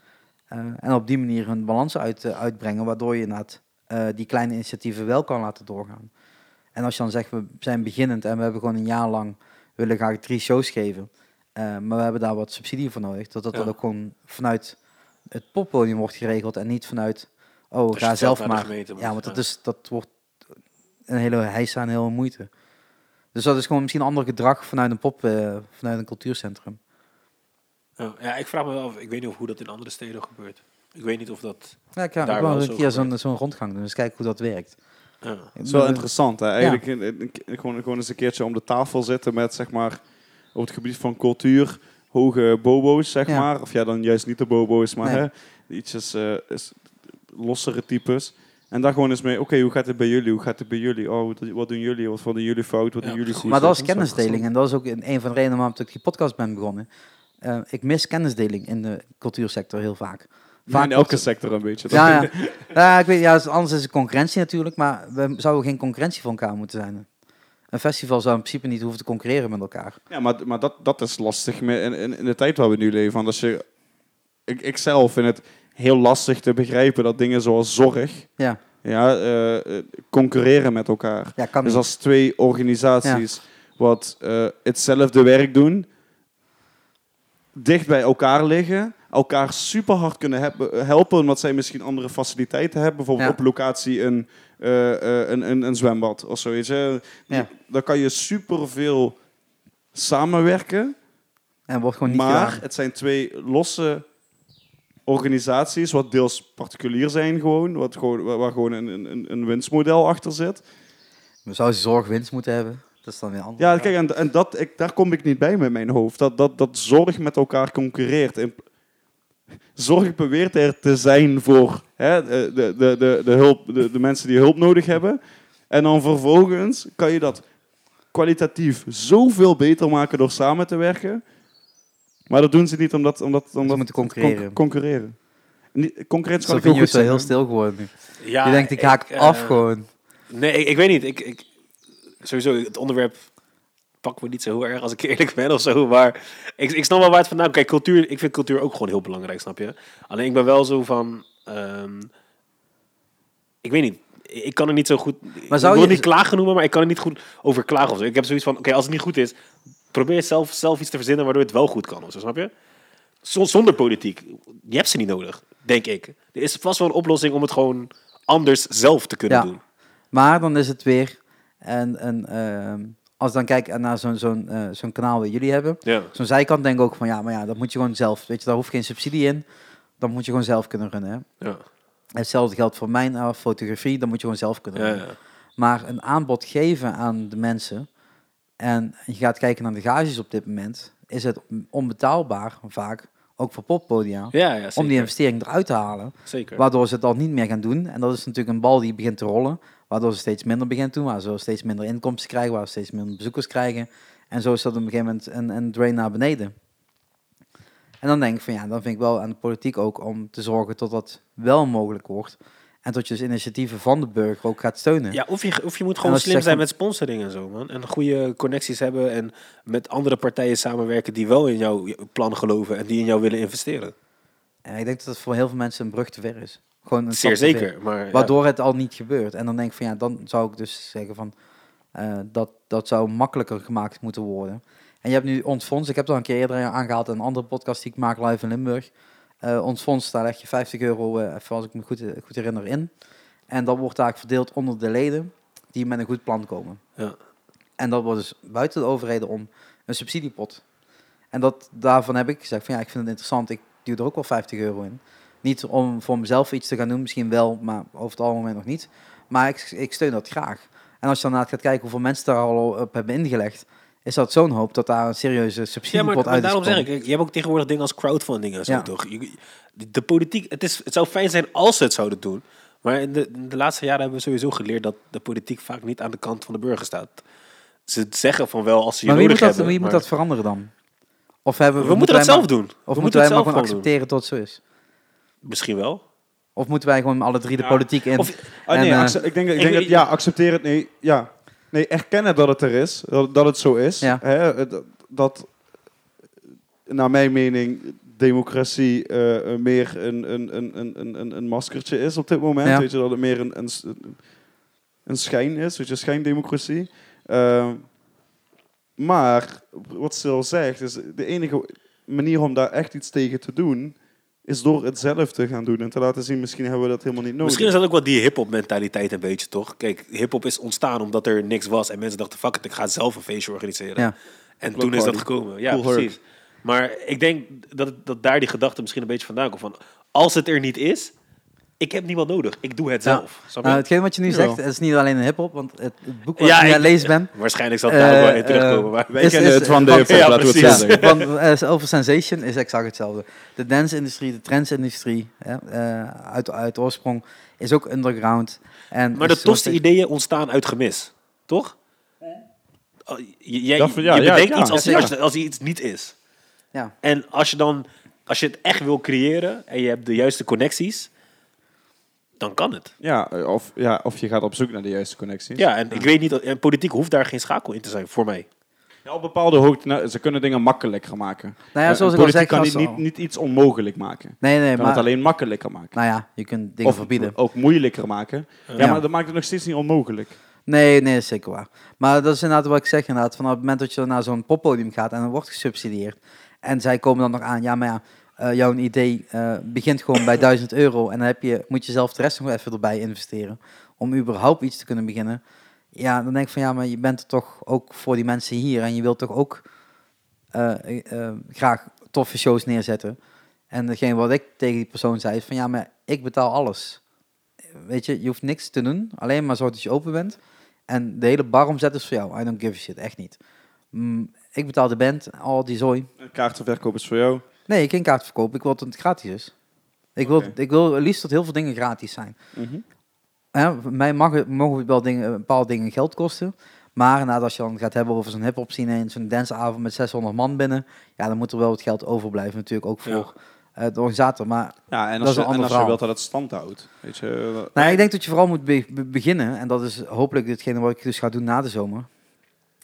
Speaker 2: Eh, en op die manier hun balans uit, eh, uitbrengen, waardoor je inderdaad, eh, die kleine initiatieven wel kan laten doorgaan. En als je dan zegt, we zijn beginnend en we hebben gewoon een jaar lang, we willen graag drie shows geven, eh, maar we hebben daar wat subsidie voor nodig, dat dat
Speaker 1: Ja.
Speaker 2: dan ook gewoon vanuit het poppodium wordt geregeld en niet vanuit, oh,
Speaker 1: je
Speaker 2: ga
Speaker 1: het zelf
Speaker 2: zelf
Speaker 1: naar de
Speaker 2: maar.
Speaker 1: gemeente moet,
Speaker 2: ja, want dat,
Speaker 1: ja.
Speaker 2: is, dat wordt een hele heisa en heel veel moeite. Dus dat is gewoon misschien een ander gedrag vanuit een pop, eh, vanuit een cultuurcentrum.
Speaker 1: Ja, Oh, ja, ik vraag me wel af, ik weet niet of hoe dat in andere steden gebeurt. Ik weet niet of dat...
Speaker 2: Ja, ik ga
Speaker 1: Daar
Speaker 2: ook
Speaker 1: wel
Speaker 2: wel
Speaker 1: zo
Speaker 2: een keer zo'n
Speaker 1: gebeurt.
Speaker 2: zo'n rondgang doen, dus kijken hoe dat werkt.
Speaker 1: ja.
Speaker 3: Het is wel
Speaker 2: Eh,
Speaker 3: interessant, hè? Eigenlijk eh, eh, gewoon, gewoon eens een keertje om de tafel zitten met, zeg maar, op het gebied van cultuur, hoge bobo's, zeg
Speaker 2: Ja.
Speaker 3: maar. Of ja, dan juist niet de bobo's, maar
Speaker 2: Nee.
Speaker 3: hè, ietsjes eh, is- lossere types. En daar gewoon eens mee, oké, hoe gaat het bij jullie? Hoe gaat het bij jullie? Oh, wat- wat doen jullie? Wat vonden jullie fout? Wat
Speaker 1: Ja,
Speaker 3: doen jullie
Speaker 1: precies.
Speaker 3: goed?
Speaker 2: maar dat is
Speaker 3: Weet je, wel
Speaker 2: kennisdeling en dat is ook een een van de redenen waarom ik die podcast ben begonnen. Eh, ik mis kennisdeling in de cultuursector heel vaak.
Speaker 3: interessant. In
Speaker 2: wordt-
Speaker 3: elke sector een beetje.
Speaker 2: Ja, ja. ja, ik weet, ja, dus anders is het concurrentie natuurlijk, maar we zouden geen concurrentie van elkaar moeten zijn. Een festival zou in principe niet hoeven te concurreren met elkaar.
Speaker 3: Ja, maar, maar dat, dat is lastig me- in, in, in de tijd waar we nu leven. Want als je, ik, ik zelf vind het heel lastig te begrijpen dat dingen zoals zorg
Speaker 2: Ja,
Speaker 3: ja, eh, eh, concurreren met elkaar.
Speaker 2: ja kan
Speaker 3: Dus
Speaker 2: niet.
Speaker 3: als twee organisaties wat eh, hetzelfde werk doen, dicht bij elkaar liggen, elkaar super hard kunnen heb- helpen, omdat zij misschien andere faciliteiten hebben. Bijvoorbeeld
Speaker 2: Ja.
Speaker 3: op locatie een, eh, eh, een, een, een zwembad of zoiets. Hè.
Speaker 2: Ja.
Speaker 3: Dan kan je super veel samenwerken,
Speaker 2: En wordt gewoon niet
Speaker 3: maar
Speaker 2: gedaan.
Speaker 3: het zijn twee losse organisaties, wat deels particulier zijn gewoon, wat gewoon waar waar gewoon een, een, een winstmodel achter zit.
Speaker 2: We zouden zorgwinst moeten hebben. Dat is dan weer anders.
Speaker 3: Ja, kijk, en, en dat, ik, daar kom ik niet bij met mijn hoofd. Dat, dat, dat zorg met elkaar concurreert. En zorg beweert er te zijn voor hè, de, de, de, de, de hulp, de, de mensen die hulp nodig hebben. En dan vervolgens kan je dat kwalitatief zoveel beter maken door samen te werken. Maar dat doen ze niet omdat, omdat, omdat
Speaker 2: moeten
Speaker 3: con-
Speaker 2: concurreren.
Speaker 3: concurreren. Niet- Concurrentie kan ik heel
Speaker 2: Salvini
Speaker 3: goed
Speaker 2: is wel
Speaker 3: zijn.
Speaker 2: heel
Speaker 3: hè.
Speaker 2: stil geworden nu.
Speaker 1: Ja,
Speaker 2: je denkt, ik haak
Speaker 1: eh,
Speaker 2: af gewoon.
Speaker 1: Nee, ik, ik weet niet. Ik, ik, sowieso, het onderwerp pakken we niet zo heel erg als ik eerlijk ben of zo. Maar ik, ik snap wel waar het vandaan komt. Kijk, cultuur, ik vind cultuur ook gewoon heel belangrijk, snap je? Alleen ik ben wel zo van... ehm, ik weet niet. Ik ik kan er niet zo goed... Maar zou
Speaker 2: Maar zou
Speaker 1: ik wil
Speaker 2: je-
Speaker 1: het niet klagen noemen, maar ik kan er niet goed over klagen of zo. Ik heb zoiets van, oké, als het niet goed is, probeer zelf, zelf iets te verzinnen waardoor het wel goed kan of zo, snap je? Zon- zonder politiek. Je hebt ze niet nodig, denk ik. Er is vast wel een oplossing om het gewoon anders zelf te kunnen
Speaker 2: Ja.
Speaker 1: doen.
Speaker 2: Maar dan is het weer. En, en ehm, als ik dan kijk naar zo'n zo'n eh, zo'n kanaal wat jullie hebben.
Speaker 1: Ja.
Speaker 2: Zo'n zijkant denk ik ook van ja, maar ja, dat moet je gewoon zelf. Weet je, daar hoeft geen subsidie in. Dan moet je gewoon zelf kunnen runnen. Hè?
Speaker 1: Ja.
Speaker 2: Hetzelfde geldt voor mijn eh, fotografie. Dan moet je gewoon zelf kunnen
Speaker 1: Ja,
Speaker 2: runnen.
Speaker 1: ja.
Speaker 2: Maar een aanbod geven aan de mensen. En je gaat kijken naar de gages op dit moment. Is het onbetaalbaar vaak. Ook voor poppodia.
Speaker 1: ja, ja zeker.
Speaker 2: om die investering eruit te halen.
Speaker 1: zeker.
Speaker 2: Waardoor ze het al niet meer gaan doen. En dat is natuurlijk een bal die begint te rollen. Waardoor ze steeds minder begint te doen. Waar ze steeds minder inkomsten krijgen. Waar ze steeds minder bezoekers krijgen. En zo is dat op een gegeven moment een, een drain naar beneden. En dan denk ik van ja, dan vind ik wel aan de politiek ook om te zorgen tot dat wel mogelijk wordt. En tot je dus initiatieven van de burger ook gaat steunen.
Speaker 1: Ja, of je, of je moet
Speaker 2: En
Speaker 1: gewoon
Speaker 2: als je
Speaker 1: slim zijn
Speaker 2: zegt van-
Speaker 1: met sponsoring en zo, man. En goede connecties hebben en met andere partijen samenwerken die wel in jouw plan geloven en die in jou willen investeren.
Speaker 2: En ik denk dat het voor heel veel mensen een brug te ver is. Gewoon een
Speaker 1: Zeer
Speaker 2: stap te ver.
Speaker 1: zeker. Maar, ja.
Speaker 2: Waardoor het al niet gebeurt. En dan denk ik van ja, dan zou ik dus zeggen van eh, dat, dat zou makkelijker gemaakt moeten worden. En je hebt nu ons fonds, ik heb dat een keer eerder aangehaald in een andere podcast die ik maak live in Limburg. Eh ons fonds, daar leg je 50 euro, eh, even als ik me goed, goed herinner, in. En dat wordt eigenlijk verdeeld onder de leden die met een goed plan komen.
Speaker 1: Ja.
Speaker 2: En dat wordt dus buiten de overheden om een subsidiepot. En dat, daarvan heb ik gezegd van ja, ik vind het interessant, ik duw er ook wel 50 euro in. Niet om voor mezelf iets te gaan doen, misschien wel, maar over het algemeen nog niet. Maar ik, ik steun dat graag. En als je daarna gaat kijken hoeveel mensen daar al op hebben ingelegd, is dat zo'n hoop dat daar een serieuze
Speaker 1: Ja, maar,
Speaker 2: subsidiepot
Speaker 1: maar
Speaker 2: uit is
Speaker 1: daarom zeg
Speaker 2: gekomen.
Speaker 1: ik, kijk, je hebt ook tegenwoordig dingen als crowdfunding en zo,
Speaker 2: Ja.
Speaker 1: toch? Je- de- De politiek, het, is, het zou fijn zijn als ze het zouden doen. Maar in de, in de laatste jaren hebben we sowieso geleerd dat de politiek vaak niet aan de kant van de burger staat. Ze zeggen van wel als ze je
Speaker 2: Maar wie moet,
Speaker 1: nodig
Speaker 2: dat,
Speaker 1: hebben.
Speaker 2: wie moet
Speaker 1: maar
Speaker 2: dat veranderen dan? Of hebben,
Speaker 1: we, moeten dat
Speaker 2: wij
Speaker 1: zelf
Speaker 2: maar-
Speaker 1: doen.
Speaker 2: Of
Speaker 1: we
Speaker 2: moeten
Speaker 1: het
Speaker 2: wij maar gewoon
Speaker 1: gewoon doen.
Speaker 2: accepteren tot zo is?
Speaker 1: Misschien wel.
Speaker 2: Of moeten wij gewoon alle drie de politiek in?
Speaker 1: Of-
Speaker 3: Ah,
Speaker 2: En,
Speaker 3: nee,
Speaker 2: eh,
Speaker 3: acce- ik denk, ik
Speaker 1: ik
Speaker 3: denk
Speaker 1: weet-
Speaker 3: dat, ja, accepteer het. Nee, ja. nee, erkennen dat het er is, dat, dat het zo is.
Speaker 2: Ja.
Speaker 3: Hè, eh, dat, dat, naar mijn mening, democratie eh, eh, meer een, een, een, een, een- een, een maskertje is op dit moment.
Speaker 2: Ja.
Speaker 3: Weet je, dat het meer een, een, s- een schijn is, weet je, schijndemocratie. Ehm, maar, wat ze al zegt, is de enige manier om daar echt iets tegen te doen, is door het zelf te gaan doen en te laten zien, misschien hebben we dat helemaal niet nodig.
Speaker 1: Misschien is dat ook wel die hip-hop mentaliteit een beetje, toch? Kijk, hip-hop is ontstaan omdat er niks was en mensen dachten: fuck it, ik ga zelf een feestje organiseren.
Speaker 2: Ja.
Speaker 1: En
Speaker 3: Block
Speaker 1: toen is dat
Speaker 3: party.
Speaker 1: gekomen. Ja,
Speaker 3: Cool Herc.
Speaker 1: precies. Maar ik denk dat, dat daar die gedachte misschien een beetje vandaan komt: van als het er niet is, ik heb niemand nodig, ik doe het
Speaker 2: Ja.
Speaker 1: zelf. Snap je?
Speaker 2: Nou, hetgeen wat je nu
Speaker 3: Ja.
Speaker 2: zegt, het is niet alleen een hip-hop, want het, het boek wat ik nu
Speaker 1: ik-
Speaker 2: aan het lezen ben.
Speaker 1: Waarschijnlijk zal het daar ook wel in
Speaker 2: eh,
Speaker 1: terugkomen. Maar
Speaker 2: eh,
Speaker 3: Wij
Speaker 2: is-
Speaker 3: kennen
Speaker 2: is-
Speaker 3: het van de
Speaker 2: van-
Speaker 3: hip-hop,
Speaker 1: ja,
Speaker 3: laten we het zo
Speaker 1: precies.
Speaker 3: zeggen.
Speaker 2: Ja, want eh, Over Sensation is exact hetzelfde. De dance-industrie, de trends-industrie, hè, eh, uit, uit oorsprong, is ook underground. En
Speaker 1: Maar
Speaker 2: is
Speaker 1: de
Speaker 2: zo
Speaker 1: tofste
Speaker 2: steeds-
Speaker 1: ideeën ontstaan uit gemis, toch? Oh, je- jij-
Speaker 3: Dat- ja,
Speaker 1: je
Speaker 3: ja,
Speaker 1: bedenkt
Speaker 3: ja,
Speaker 1: iets als,
Speaker 2: ja,
Speaker 1: als, als iets niet is.
Speaker 2: Ja.
Speaker 1: En als je dan, als je het echt wil creëren en je hebt de juiste connecties, dan kan het.
Speaker 3: Ja, of, ja, of je gaat op zoek naar de juiste connecties.
Speaker 1: Ja, en ik weet niet, en politiek hoeft daar geen schakel in te zijn voor mij.
Speaker 3: Ja, op bepaalde hoogte, nou, ze kunnen dingen makkelijker maken.
Speaker 2: Nou ja,
Speaker 3: Eh,
Speaker 2: zoals ik al
Speaker 3: politiek
Speaker 2: zei,
Speaker 3: kan niet,
Speaker 2: gasten
Speaker 3: niet,
Speaker 2: al.
Speaker 3: niet iets onmogelijk maken.
Speaker 2: Nee, nee,
Speaker 3: Je kan het
Speaker 2: maar...
Speaker 3: alleen makkelijker maken.
Speaker 2: Nou ja, je kunt dingen
Speaker 3: of
Speaker 2: verbieden.
Speaker 3: ook moeilijker maken. ja,
Speaker 2: Ja.
Speaker 3: maar dat maakt het nog steeds niet onmogelijk.
Speaker 2: Nee, nee, dat is zeker waar. Maar dat is inderdaad wat ik zeg, inderdaad. Van op het moment dat je naar zo'n poppodium gaat en dan wordt gesubsidieerd. En zij komen dan nog aan, ja, maar ja, eh, jouw idee eh, begint gewoon bij 1000 euro. En dan heb je, moet je zelf de rest nog even erbij investeren. Om überhaupt iets te kunnen beginnen. Ja, dan denk ik van ja, maar je bent er toch ook voor die mensen hier. En je wilt toch ook eh, eh, graag toffe shows neerzetten. En degene wat ik tegen die persoon zei is van ja, maar ik betaal alles. Weet je, je hoeft niks te doen. Alleen maar zorg dat je open bent. En de hele baromzet is voor jou. I don't give a shit, echt niet. Mm, ik betaal de band, al die zooi.
Speaker 3: Een Kaartenverkoop is voor jou.
Speaker 2: Nee, ik geen kaart verkopen. Ik wil dat het gratis is. Ik wil,
Speaker 3: Oké.
Speaker 2: ik wil liefst dat heel veel dingen gratis zijn. Hè, voor mij mag, het- mogen wel dingen, bepaalde dingen geld kosten. Maar inderdaad, als je dan gaat hebben over zo'n hip-hop scene en zo'n danceavond met 600 man binnen, ja, dan moet er wel wat geld overblijven, natuurlijk ook voor eh, de organisator. Maar
Speaker 3: Ja, en
Speaker 2: Dat is
Speaker 3: als,
Speaker 2: een
Speaker 3: je, en
Speaker 2: ander
Speaker 3: als je
Speaker 2: verhaal.
Speaker 3: wilt dat het stand houdt. Weet je, eh, dat-
Speaker 2: Nou, ik denk dat je vooral moet be- be- beginnen, en dat is hopelijk hetgene wat ik dus ga doen na de zomer,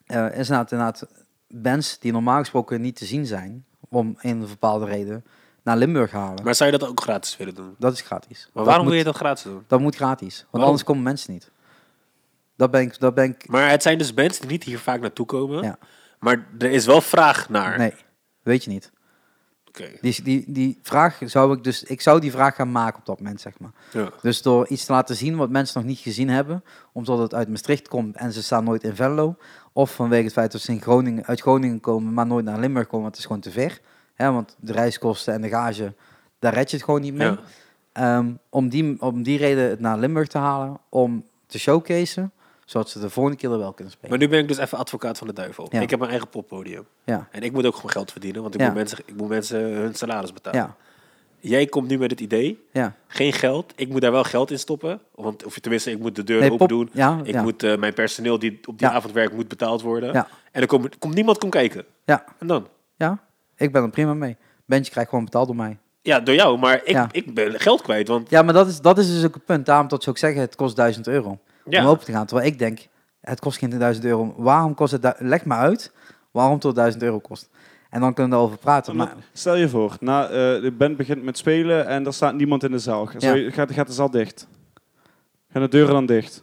Speaker 2: Eh is inderdaad, inderdaad bands die normaal gesproken niet te zien zijn, om een bepaalde reden, naar Limburg halen.
Speaker 1: Maar zou je dat ook gratis willen doen?
Speaker 2: dat is gratis.
Speaker 1: Maar
Speaker 2: Dat
Speaker 1: waarom
Speaker 2: moet-
Speaker 1: wil je dat gratis doen?
Speaker 2: Dat moet gratis, want
Speaker 1: Waarom?
Speaker 2: anders komen mensen niet. Dat ben ik, dat ben ik,
Speaker 1: Maar het zijn dus bands die niet hier vaak naartoe komen.
Speaker 2: Ja.
Speaker 1: Maar er is wel vraag naar.
Speaker 2: nee, weet je niet.
Speaker 1: Oké.
Speaker 2: Die, die, die vraag zou ik dus, ik zou die vraag gaan maken op dat moment, zeg maar.
Speaker 1: Ja.
Speaker 2: Dus door iets te laten zien wat mensen nog niet gezien hebben, omdat het uit Maastricht komt en ze staan nooit in Venlo, of vanwege het feit dat ze in Groningen, uit Groningen komen, maar nooit naar Limburg komen, want het is gewoon te ver. Hè, want de reiskosten en de gage, daar red je het gewoon niet mee.
Speaker 1: Ja.
Speaker 2: Ehm, om, die, om die reden het naar Limburg te halen, om te showcasen, zodat ze de volgende keer er wel kunnen spelen.
Speaker 1: Maar nu ben ik dus even advocaat van de duivel.
Speaker 2: Ja.
Speaker 1: Ik heb mijn eigen poppodium.
Speaker 2: Ja,
Speaker 1: En ik moet ook gewoon geld verdienen, want ik,
Speaker 2: Ja.
Speaker 1: moet, mensen, ik moet mensen hun salaris betalen.
Speaker 2: ja.
Speaker 1: jij komt nu met het idee,
Speaker 2: Ja.
Speaker 1: geen geld, ik moet daar wel geld in stoppen. Want, of tenminste, ik moet de deur
Speaker 2: Nee,
Speaker 1: open
Speaker 2: pop-
Speaker 1: doen.
Speaker 2: Ja,
Speaker 1: Ik
Speaker 2: ja.
Speaker 1: moet, eh, mijn personeel die op die
Speaker 2: Ja.
Speaker 1: avond werkt, moet betaald worden.
Speaker 2: Ja.
Speaker 1: En dan komt komt niemand kom kijken.
Speaker 2: Ja.
Speaker 1: En dan?
Speaker 2: ja, ik ben er prima mee. Bandje krijgt gewoon betaald door mij.
Speaker 1: Ja, door jou, maar ik,
Speaker 2: Ja.
Speaker 1: ik ben geld kwijt. Want
Speaker 2: Ja, maar dat is, dat is dus ook het punt. Daarom dat ze ook zeggen, het kost 1000 euro
Speaker 1: ja,
Speaker 2: om open te gaan. Terwijl ik denk, het kost geen 1000 euro. Waarom kost het... du- Leg maar uit waarom het 1000 euro kost. En dan kunnen we erover praten.
Speaker 3: Omdat-
Speaker 2: Nou, Maar,
Speaker 3: Nou, Stel je voor, na, eh, de band begint met spelen en er staat niemand in de zaal. Zou je- gaat, gaat de zaal dicht? Gaan de deuren dan dicht?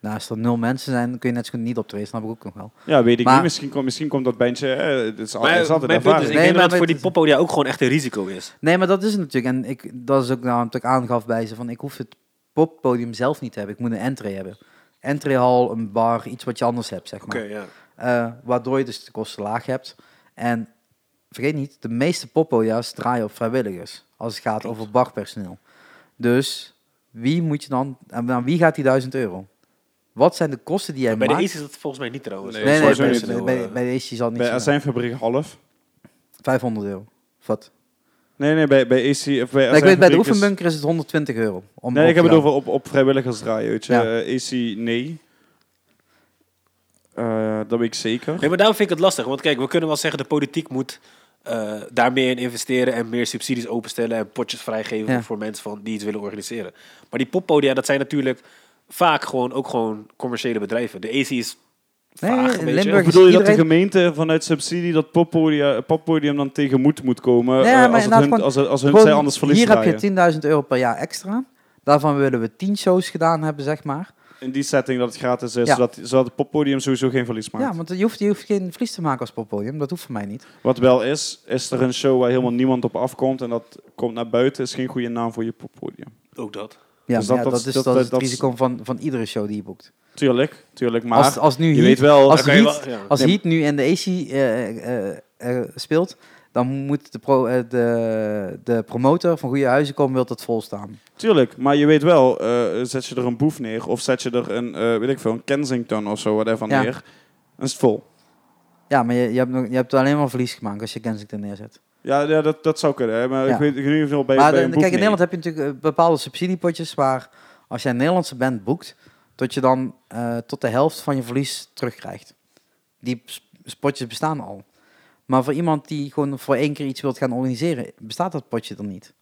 Speaker 2: nou, als er nul mensen zijn, dan kun je net zo goed niet optreden. Snap ik ook nog wel.
Speaker 3: Ja, weet ik
Speaker 2: Maar-
Speaker 3: niet. Misschien, komt- misschien komt dat bandje... eh, het is al,
Speaker 1: maar
Speaker 3: het is altijd
Speaker 1: mijn punt is,
Speaker 3: ervaring.
Speaker 1: ik
Speaker 2: Nee,
Speaker 1: denk
Speaker 2: maar
Speaker 1: dat het voor
Speaker 2: weet-
Speaker 1: die poppodia ook gewoon echt een risico is.
Speaker 2: Nee, maar dat is het natuurlijk. En ik, dat is ook nou, wat ik aangaf bij ze. Van, ik hoef het poppodium zelf niet te hebben. Ik moet een entree hebben. Entreehal, een bar, iets wat je anders hebt, zeg maar.
Speaker 1: Oké, ja.
Speaker 2: Eh, waardoor je dus de kosten laag hebt. En vergeet niet, de meeste poppodia's draaien op vrijwilligers. Als het gaat over barpersoneel. Dus wie moet je dan... en Aan wie gaat die 1000 euro? Wat zijn de kosten die jij
Speaker 1: Bij de
Speaker 2: maakt?
Speaker 1: Ace is dat volgens mij niet trouwens.
Speaker 3: Nee,
Speaker 1: Dat
Speaker 2: nee,
Speaker 1: is
Speaker 2: nee,
Speaker 1: voor
Speaker 2: bij,
Speaker 3: sowieso
Speaker 1: personeel,
Speaker 2: bij- bij,
Speaker 1: eh,
Speaker 2: bij de Ace zal het niet
Speaker 3: Bij
Speaker 2: zijn.
Speaker 3: Azijnfabriek half.
Speaker 2: 500 euro. Of Wat?
Speaker 3: Nee, nee, bij, bij AC... Of bij
Speaker 2: Nee, ik weet, bij de
Speaker 3: Azijnfabriek is-
Speaker 2: oefenbunker is het 120 euro. Om
Speaker 3: Nee,
Speaker 2: op
Speaker 3: ik heb
Speaker 2: te
Speaker 3: het
Speaker 2: gaan.
Speaker 3: over op, op vrijwilligers draaien, weet je.
Speaker 2: Ja.
Speaker 3: Eh, AC, nee. Eh, dat weet ik zeker.
Speaker 1: Nee, maar daarom vind ik het lastig. Want kijk, we kunnen wel zeggen, de politiek moet eh, daar meer in investeren en meer subsidies openstellen en potjes vrijgeven
Speaker 2: Ja.
Speaker 1: voor mensen van, die iets willen organiseren. Maar die poppodia, dat zijn natuurlijk vaak gewoon ook gewoon commerciële bedrijven. De AC is
Speaker 2: Nee,
Speaker 1: vaag,
Speaker 2: in
Speaker 1: weet
Speaker 2: Limburg-
Speaker 1: je.
Speaker 3: Of bedoel je dat de
Speaker 2: Iedereen-
Speaker 3: gemeente vanuit subsidie dat poppodia- poppodium dan tegenmoet moet komen?
Speaker 2: Ja,
Speaker 3: eh,
Speaker 2: maar
Speaker 3: als, het
Speaker 2: inderdaad
Speaker 3: hun,
Speaker 2: gewoon-
Speaker 3: als, het- als hun
Speaker 2: Gewoon,
Speaker 3: zij anders eh. verlies
Speaker 2: Hier
Speaker 3: draaien.
Speaker 2: heb je 10.000 euro per jaar extra. Daarvan willen we 10 shows gedaan hebben, zeg maar.
Speaker 3: In die setting dat het gratis is,
Speaker 2: Ja.
Speaker 3: zodat, zodat het poppodium sowieso geen verlies maakt.
Speaker 2: Ja, want je hoeft, je hoeft geen verlies te maken als poppodium. Dat hoeft voor mij niet.
Speaker 3: Wat wel is, is er een show waar helemaal niemand op afkomt en dat komt naar buiten, is geen goede naam voor je poppodium.
Speaker 1: Ook dat.
Speaker 2: Ja,
Speaker 3: Dus
Speaker 2: maar
Speaker 3: dat-
Speaker 2: ja,
Speaker 3: dat-
Speaker 2: dat, is,
Speaker 3: dat-
Speaker 2: dat, is het
Speaker 3: dat-
Speaker 2: risico van, van iedere show die je boekt.
Speaker 3: Tuurlijk, tuurlijk, maar
Speaker 2: als, als nu
Speaker 3: je
Speaker 2: Heat,
Speaker 3: weet wel...
Speaker 2: als
Speaker 1: Dan kan je
Speaker 2: Heat-
Speaker 1: wel- ja.
Speaker 2: als
Speaker 3: Nee,
Speaker 2: Heat nu in de AC eh, eh, eh, eh, speelt, dan moet de, pro, eh, de, de promotor van Goede Huizen komen, wil dat volstaan.
Speaker 3: Tuurlijk, maar je weet wel, eh, zet je er een boef neer of zet je er een, eh, weet ik veel, een Kensington of zo, whatever
Speaker 2: Ja.
Speaker 3: neer, dan is het vol.
Speaker 2: Ja, maar je, je, hebt, nog, je hebt alleen maar verlies gemaakt als je Kensington neerzet.
Speaker 3: Ja, ja dat, dat zou kunnen, hè, maar
Speaker 2: Ja.
Speaker 3: ik weet in ieder geval bij,
Speaker 2: maar
Speaker 3: bij
Speaker 2: de-
Speaker 3: een boef
Speaker 2: kijk, in
Speaker 3: neer.
Speaker 2: Nederland heb je natuurlijk eh, bepaalde subsidiepotjes waar als jij een Nederlandse band boekt, dat je dan eh, tot de helft van je verlies terugkrijgt. Die s- potjes bestaan al. Maar voor iemand die gewoon voor één keer iets wilt gaan organiseren, bestaat dat potje dan niet.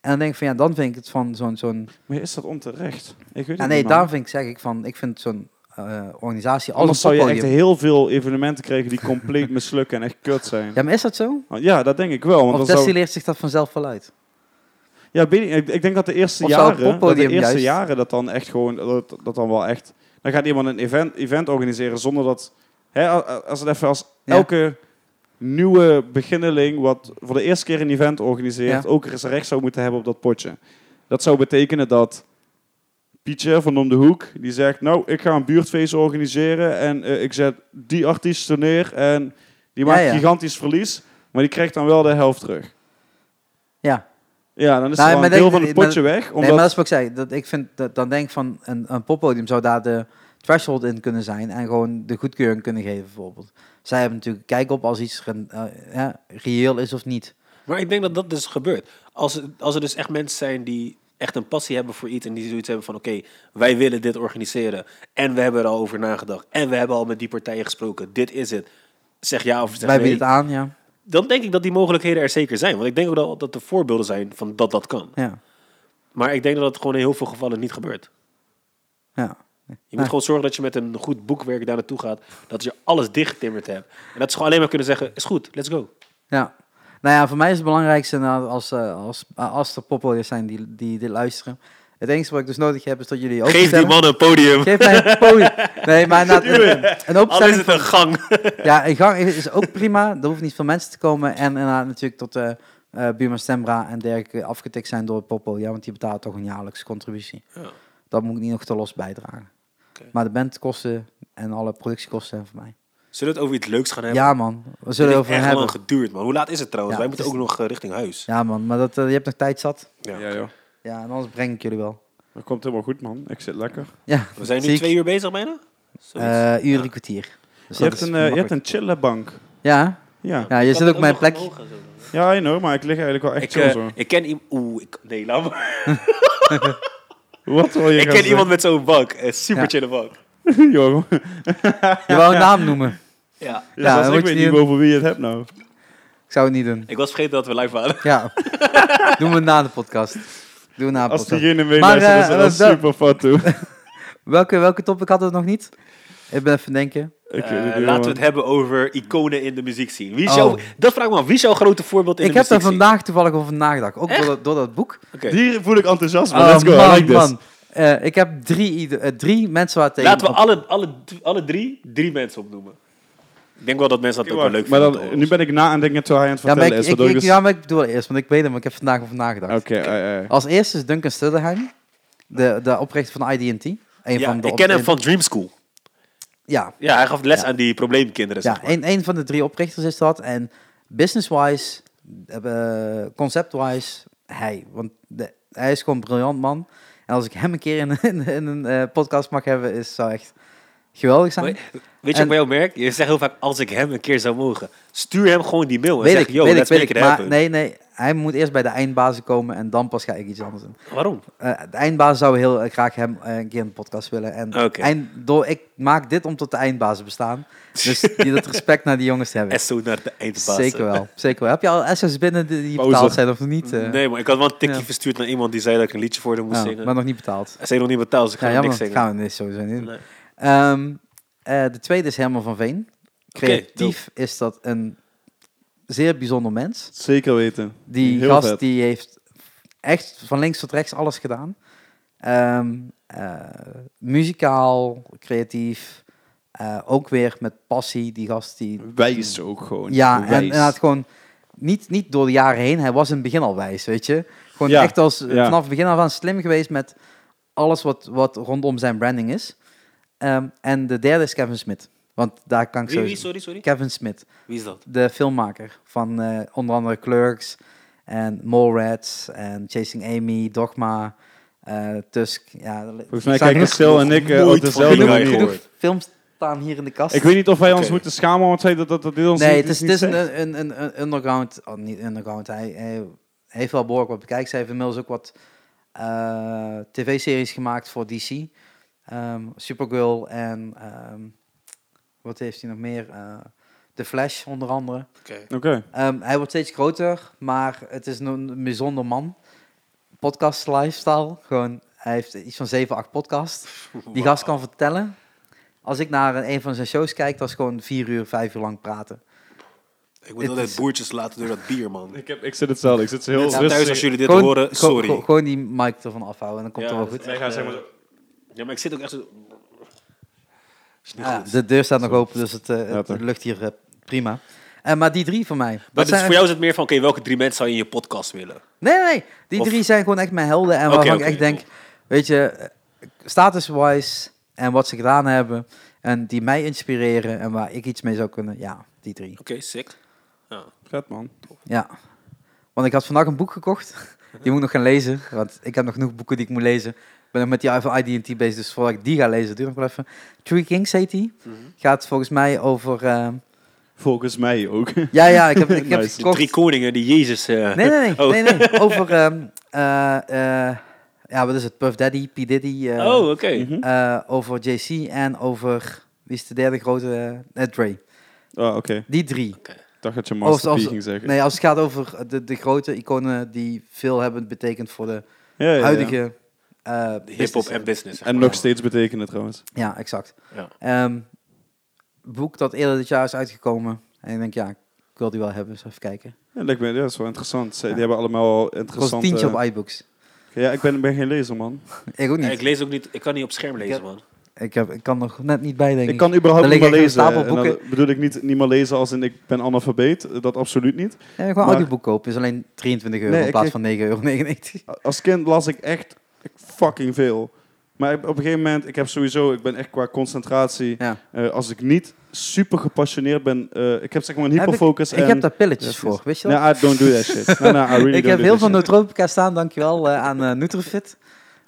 Speaker 2: En dan denk ik van ja, dan vind ik het van zo'n. zo'n
Speaker 3: Maar is dat onterecht? Ik weet het
Speaker 2: ja, Ah, nee,
Speaker 3: niet, man.
Speaker 2: daarom vind ik, zeg ik van, ik vind zo'n eh, organisatie
Speaker 3: Anders
Speaker 2: alles
Speaker 3: zou je echt
Speaker 2: poppodium.
Speaker 3: heel veel evenementen krijgen die compleet mislukken en echt kut zijn.
Speaker 2: Ja, maar is dat zo?
Speaker 3: Ja, dat denk ik wel. Want
Speaker 2: Of
Speaker 3: dan zou-
Speaker 2: destilleert zich dat vanzelf wel uit?
Speaker 3: Ja, weet ik, ik, ik denk dat de eerste
Speaker 2: Of zou het
Speaker 3: jaren, dat de
Speaker 2: poppodium
Speaker 3: eerste
Speaker 2: juist-
Speaker 3: jaren dat dan echt gewoon, dat, dat dan wel echt, dan gaat iemand een event, event organiseren zonder dat, hè, a- a- als het even als
Speaker 2: Ja.
Speaker 3: elke nieuwe beginneling wat voor de eerste keer een event organiseert,
Speaker 2: Ja.
Speaker 3: ook eens recht zou moeten hebben op dat potje. Dat zou betekenen dat Pietje van om de hoek, die zegt, nou, ik ga een buurtfeest organiseren en eh, ik zet die artiesten neer en die
Speaker 2: Ja,
Speaker 3: maakt
Speaker 2: ja.
Speaker 3: gigantisch verlies, maar die krijgt dan wel de helft terug.
Speaker 2: Ja.
Speaker 3: Ja, dan is
Speaker 2: Nou,
Speaker 3: er wel
Speaker 2: maar
Speaker 3: een deel
Speaker 2: denk-
Speaker 3: van het
Speaker 2: maar-
Speaker 3: potje weg. Omdat
Speaker 2: Nee, maar dat is wat ik zei. Dat, ik vind, dat, dan denk ik van, een, een poppodium zou daar de threshold in kunnen zijn en gewoon de goedkeuring kunnen geven, bijvoorbeeld. Zij hebben natuurlijk kijk op als iets ren- eh, ja, reëel is of niet.
Speaker 1: Maar ik denk dat dat dus gebeurt. Als, als er dus echt mensen zijn die echt een passie hebben voor iets en die zoiets hebben van oké, wij willen dit organiseren en we hebben er al over nagedacht en we hebben al met die partijen gesproken, dit is het. Zeg ja of zeg
Speaker 2: Wij
Speaker 1: nee.
Speaker 2: bieden het aan, ja.
Speaker 1: dan denk ik dat die mogelijkheden er zeker zijn. Want ik denk ook wel dat er voorbeelden zijn van dat dat kan.
Speaker 2: ja,
Speaker 1: Maar ik denk dat dat gewoon in heel veel gevallen niet gebeurt.
Speaker 2: ja.
Speaker 1: Je moet gewoon zorgen dat je met een goed boekwerk daar naartoe gaat. Dat je alles dichtgetimmerd hebt. En dat ze gewoon alleen maar kunnen zeggen, is goed, let's go.
Speaker 2: Ja. Nou ja, voor mij is het belangrijkste inderdaad als, eh, als, als er poppodiums zijn die, die dit luisteren. Het enige wat ik dus nodig heb is dat jullie ook
Speaker 1: Geef die man een podium.
Speaker 2: Geef mij een podium. Nee, maar inderdaad, een, een
Speaker 1: Al is
Speaker 2: openstelling
Speaker 1: het een gang.
Speaker 2: Ja, een gang is ook prima. Er hoeven niet veel mensen te komen. En inderdaad natuurlijk tot eh eh Buma Stemra en dergelijke afgetikt zijn door Poppo. Ja, want die betaalt toch een jaarlijkse contributie.
Speaker 1: Ja.
Speaker 2: Dat moet ik niet nog te los bijdragen.
Speaker 1: Oké.
Speaker 2: Maar de bandkosten en alle productiekosten zijn voor mij.
Speaker 1: Zullen we het over iets leuks gaan hebben?
Speaker 2: Ja man, we zullen
Speaker 1: Dit
Speaker 2: het
Speaker 1: heeft
Speaker 2: over
Speaker 1: echt
Speaker 2: hebben.
Speaker 1: lang geduurd, man. Hoe laat is het trouwens?
Speaker 2: Ja,
Speaker 1: Wij moeten
Speaker 2: het
Speaker 1: ook nog eh, richting huis.
Speaker 2: Ja man, maar dat, eh, je hebt nog tijd zat.
Speaker 1: Ja.
Speaker 3: Ja, joh.
Speaker 2: Ja, en anders breng ik jullie wel.
Speaker 3: Dat komt helemaal goed, man. Ik zit lekker.
Speaker 2: Ja,
Speaker 1: We zijn nu
Speaker 2: zie ik.
Speaker 1: twee uur bezig bijna. Zoiets.
Speaker 2: Eh, uur en kwartier. Dus
Speaker 3: je,
Speaker 2: dat
Speaker 3: hebt
Speaker 2: is
Speaker 3: een, eh, je hebt
Speaker 2: makkelijk.
Speaker 3: een chillenbank.
Speaker 2: Ja,
Speaker 3: Ja.
Speaker 2: ja je
Speaker 1: Kan
Speaker 2: zit
Speaker 1: het
Speaker 2: ook op mijn
Speaker 1: nog
Speaker 2: plek.
Speaker 1: omhoog en zo dan, hè?
Speaker 3: Ja, I know, maar ik lig eigenlijk wel echt
Speaker 1: Ik,
Speaker 3: chill
Speaker 1: eh,
Speaker 3: zo.
Speaker 1: ik ken iemand... Oeh, ik... Nee, laat maar.
Speaker 3: Wat wil je
Speaker 1: Ik
Speaker 3: gaan
Speaker 1: ken
Speaker 3: zeggen?
Speaker 1: iemand met zo'n bank. Een super
Speaker 2: Ja.
Speaker 1: chille bank.
Speaker 3: Joh,
Speaker 2: Je wou een naam noemen.
Speaker 1: Ja.
Speaker 2: Ja,
Speaker 3: ja, zelfs
Speaker 2: dan
Speaker 3: ik
Speaker 2: word
Speaker 3: weet
Speaker 2: je
Speaker 3: niet
Speaker 2: niet-
Speaker 3: over wie je het hebt nou.
Speaker 2: Ik zou het niet doen.
Speaker 1: Ik was vergeten dat we live waren.
Speaker 2: Ja. Doen we na de podcast. Doen we na de
Speaker 3: Als
Speaker 2: podcast.
Speaker 3: diegene
Speaker 2: Maar,
Speaker 3: meeluistert, is
Speaker 2: eh,
Speaker 3: dat wel
Speaker 2: dat-
Speaker 3: super fat toe.
Speaker 2: Welke, welke topic hadden we nog niet? Ik ben even denken.
Speaker 3: Ik weet
Speaker 1: Eh,
Speaker 3: niet,
Speaker 1: laten we
Speaker 3: man.
Speaker 1: het hebben over iconen in de muziek zien. Wie is
Speaker 2: Oh.
Speaker 1: jouw, dat vraag ik me af. Wie is jouw grote voorbeeld in
Speaker 2: ik
Speaker 1: de
Speaker 2: heb
Speaker 1: muziek
Speaker 2: daar vandaag toevallig over nagedacht. Ook door, dat- door dat boek.
Speaker 3: Hier voel ik enthousiasme.
Speaker 2: Oh,
Speaker 3: Let's go, I
Speaker 2: man,
Speaker 3: like this.
Speaker 2: man. Eh, ik heb drie, ieder- eh, drie mensen waar tegen
Speaker 1: Laten we alle, alle, alle drie drie mensen opnoemen. Ik denk wel dat mensen dat
Speaker 3: Oké,
Speaker 1: ook wel
Speaker 3: wacht,
Speaker 1: leuk
Speaker 3: maar
Speaker 1: vinden.
Speaker 3: dan-
Speaker 1: om te
Speaker 3: nu
Speaker 1: horen.
Speaker 3: ben ik na aan denken terwijl hij aan het
Speaker 2: ja, maar
Speaker 3: vertellen
Speaker 2: ik,
Speaker 3: is.
Speaker 2: ik,
Speaker 3: waardoor
Speaker 2: ik-
Speaker 3: dus-
Speaker 2: ja, maar ik bedoel eerst, want ik weet hem, maar ik heb vandaag over nagedacht.
Speaker 3: Oké, eh, eh.
Speaker 2: Als eerste is Duncan Stillheim, de, de oprichter van IDT. Een
Speaker 1: Ja,
Speaker 2: van de
Speaker 1: ik ken hem
Speaker 2: op-
Speaker 1: van Dream School.
Speaker 2: Ja,
Speaker 1: Ja, hij gaf les aan die probleemkinderen. zeg
Speaker 2: ja
Speaker 1: maar.
Speaker 2: een, een van de drie oprichters is dat. En business-wise, eh, concept-wise, hij. Want de, hij is gewoon een briljant man. En als ik hem een keer in, in, in een eh, podcast mag hebben, is, zou echt geweldig zijn.
Speaker 1: Maar Weet je
Speaker 2: En-
Speaker 1: wat bij jou merk? Je zegt heel vaak, als ik hem een keer zou mogen. Stuur hem gewoon die mail en
Speaker 2: weet
Speaker 1: zeg,
Speaker 2: ik,
Speaker 1: yo,
Speaker 2: weet ik,
Speaker 1: let's
Speaker 2: weet
Speaker 1: make
Speaker 2: ik.
Speaker 1: it
Speaker 2: Maar
Speaker 1: happen.
Speaker 2: nee, nee, hij moet eerst bij de eindbazen komen en dan pas ga ik iets anders doen.
Speaker 1: Waarom?
Speaker 2: Eh, de eindbazen zou heel eh, graag hem eh, een keer in de podcast willen. En
Speaker 1: Oké.
Speaker 2: eind, door, ik maak dit om tot de eindbazen bestaan. Dus die, dat respect naar die jongens te hebben.
Speaker 1: SO naar de eindbaas.
Speaker 2: Zeker wel, zeker wel. Heb je al SO's binnen die, die
Speaker 3: Pauze.
Speaker 2: betaald zijn of niet? eh?
Speaker 1: Nee, maar ik had wel een tikje
Speaker 2: Ja.
Speaker 1: verstuurd naar iemand die zei dat ik een liedje voor hem moest
Speaker 2: Oh,
Speaker 1: zingen.
Speaker 2: maar nog niet betaald.
Speaker 1: Hij zei nog niet betaald, dus ik ga
Speaker 2: Ja,
Speaker 1: hem
Speaker 2: jammer,
Speaker 1: niks
Speaker 2: dat
Speaker 1: zingen.
Speaker 2: gaan we dit sowieso niet doen.
Speaker 1: Nee.
Speaker 2: Ehm, eh, de tweede is Herman van Veen. Creatief is dat een zeer bijzonder mens.
Speaker 3: Zeker weten.
Speaker 2: Die
Speaker 3: Heel
Speaker 2: gast
Speaker 3: vet.
Speaker 2: die heeft echt van links tot rechts alles gedaan. Ehm, eh, muzikaal, creatief, eh, ook weer met passie. Die gast die...
Speaker 3: Wijs ook gewoon.
Speaker 2: Ja, en,
Speaker 3: Wijs.
Speaker 2: en had gewoon niet, niet door de jaren heen. Hij was in het begin al wijs, weet je. Gewoon
Speaker 3: Ja,
Speaker 2: echt als, eh,
Speaker 3: ja.
Speaker 2: vanaf het begin af aan slim geweest met alles wat, wat rondom zijn branding is. Ehm, en de derde is Kevin Smit. Want daar kan ik
Speaker 1: Wie, wie,
Speaker 2: zo...
Speaker 1: sorry, sorry?
Speaker 2: Kevin Smit
Speaker 1: Wie is dat?
Speaker 2: de filmmaker van eh, onder andere Clerks en Mallrats en Chasing Amy, Dogma, eh, Tusk. Ja,
Speaker 3: Volgens mij kijken Sil en ik eh,
Speaker 1: nooit
Speaker 3: op
Speaker 1: van die
Speaker 3: dezelfde
Speaker 1: guy
Speaker 3: manier.
Speaker 1: gehoord.
Speaker 2: genoeg films staan hier in de kast.
Speaker 3: Ik weet niet of wij ons
Speaker 1: Oké.
Speaker 3: moeten schamen, want hij- dat, dat, dat dit ons
Speaker 2: nee,
Speaker 3: niet-
Speaker 2: het is,
Speaker 3: niet
Speaker 2: het is
Speaker 3: zegt.
Speaker 2: een, een, een, een underground, oh, niet underground, hij, hij heeft wel behoorlijk wat bekijks. Hij heeft inmiddels ook wat eh, tv-series gemaakt voor DC. Ehm, Supergirl en ehm, wat heeft hij nog meer? Eh, The Flash onder andere.
Speaker 3: Oké.
Speaker 2: Ehm, hij wordt steeds groter, maar het is een een bijzonder man. Podcast lifestyle. Gewoon, hij heeft iets van 7, 8 podcasts. Die gast kan vertellen. Als ik naar een van zijn shows kijk, dat is gewoon 4 uur, 5 uur lang praten.
Speaker 1: Ik
Speaker 2: Het
Speaker 1: moet
Speaker 2: is-
Speaker 1: altijd boertjes laten door dat bier, man.
Speaker 3: Ik, heb, ik zit hetzelfde. Ik zit heel
Speaker 1: Mensen thuis, als
Speaker 3: rustig.
Speaker 1: jullie dit
Speaker 2: Gewoon-
Speaker 1: horen,
Speaker 2: gewoon-
Speaker 1: sorry.
Speaker 2: gewoon- gewoon die mic ervan afhouden en dan komt
Speaker 1: Ja,
Speaker 2: het wel
Speaker 1: dat
Speaker 2: goed.
Speaker 1: is
Speaker 3: Nee, ga zeg maar zo.
Speaker 1: Ja, maar ik zit ook echt zo... Is niet
Speaker 2: Ja,
Speaker 1: goed.
Speaker 2: Ah, de deur staat nog open, dus het, eh, het
Speaker 3: Later.
Speaker 2: lucht hier eh, prima. Eh, maar die drie van mij.
Speaker 1: Maar
Speaker 2: dat
Speaker 1: dus
Speaker 2: zijn
Speaker 1: voor jou is het meer van, oké, welke drie mensen zou je in je podcast willen?
Speaker 2: Nee, nee, nee. Die
Speaker 1: Of-
Speaker 2: drie zijn gewoon echt mijn helden. En
Speaker 1: Oké,
Speaker 2: waarvan
Speaker 1: oké,
Speaker 2: ik echt denk,
Speaker 1: cool.
Speaker 2: weet je, eh, status-wise en wat ze gedaan hebben. En die mij inspireren en waar ik iets mee zou kunnen. Ja, die drie.
Speaker 1: Oké, sick. Ja.
Speaker 3: Vet, man.
Speaker 2: Ja. Want ik had vandaag een boek gekocht. Die moet ik nog gaan lezen. Want ik heb nog genoeg boeken die ik moet lezen. Ik ben nog met die van IDT bezig. Dus voordat ik die ga lezen, duurt nog wel even. Three Kings heet die.
Speaker 1: Mhm.
Speaker 2: Gaat volgens mij over... eh,
Speaker 3: Volgens mij ook.
Speaker 2: Ja, ja, ik heb, ik heb
Speaker 3: Nice.
Speaker 2: het
Speaker 1: De
Speaker 2: gekocht.
Speaker 1: drie koningen die Jezus... eh,
Speaker 2: Nee, nee, nee.
Speaker 1: Oh.
Speaker 2: nee, nee. Over... ehm, eh, eh, ja, wat is het? Puff Daddy, P. Diddy. eh,
Speaker 1: oh, oké.
Speaker 3: Mhm.
Speaker 2: Eh, over JC en over wie is de derde grote? eh, eh, Dre.
Speaker 3: Ah, Oké,
Speaker 2: Die drie.
Speaker 3: ik dacht dat je
Speaker 2: Of
Speaker 3: Master P
Speaker 2: als-
Speaker 3: ging zeggen.
Speaker 2: Nee, als het gaat over de, de grote iconen die veel hebben betekend voor de
Speaker 3: Ja, ja, ja.
Speaker 2: huidige eh
Speaker 1: Hip-hop
Speaker 2: business.
Speaker 1: en business. zeg
Speaker 3: En
Speaker 1: maar.
Speaker 3: nog steeds betekenen trouwens.
Speaker 2: Ja, exact.
Speaker 1: Ja.
Speaker 2: Ehm, boek dat eerder dit jaar is uitgekomen. En ik denk, ja, ik wil die wel hebben. Dus even kijken.
Speaker 3: Ja, lijkt me, ja, dat is wel interessant. Ze- Die hebben allemaal al
Speaker 2: Het was een
Speaker 3: interessante...
Speaker 2: tientje op iBooks.
Speaker 3: Ja, ik ben, ben geen lezer, man.
Speaker 2: Ik ook
Speaker 1: Ja, ik
Speaker 2: niet.
Speaker 1: lees ook niet, ik kan niet op scherm lezen,
Speaker 2: heb-
Speaker 1: man.
Speaker 2: Ik, heb, ik kan nog net niet bij, denk ik.
Speaker 3: Ik kan überhaupt
Speaker 2: Er
Speaker 3: niet meer
Speaker 2: liggen echt een
Speaker 3: lezen.
Speaker 2: stapel
Speaker 3: En dan bedoel ik niet, niet meer lezen als in ik ben analfabeet. Dat absoluut niet.
Speaker 2: Ja, gewoon een
Speaker 3: maar-
Speaker 2: audioboek kopen. is alleen 23 euro
Speaker 3: Nee,
Speaker 2: in
Speaker 3: ik-
Speaker 2: plaats
Speaker 3: ik-
Speaker 2: van 9,99 euro.
Speaker 3: Als kind las ik echt fucking veel. Maar op een gegeven moment, ik heb sowieso, ik ben echt qua concentratie,
Speaker 2: Ja.
Speaker 3: eh, als ik niet super gepassioneerd ben, eh, ik heb zeg maar een
Speaker 2: Heb ik-
Speaker 3: hyperfocus.
Speaker 2: Ik
Speaker 3: en,
Speaker 2: heb daar pilletjes
Speaker 3: Dus, ehm, Yes,
Speaker 2: voor,
Speaker 3: yes.
Speaker 2: weet je dat?
Speaker 3: Nee, I don't do that shit. Nee, nee, I really
Speaker 2: ik
Speaker 3: don't
Speaker 2: heb
Speaker 3: do
Speaker 2: heel veel
Speaker 3: that shit.
Speaker 2: nootropica staan, dankjewel eh, aan eh, Nutrifit.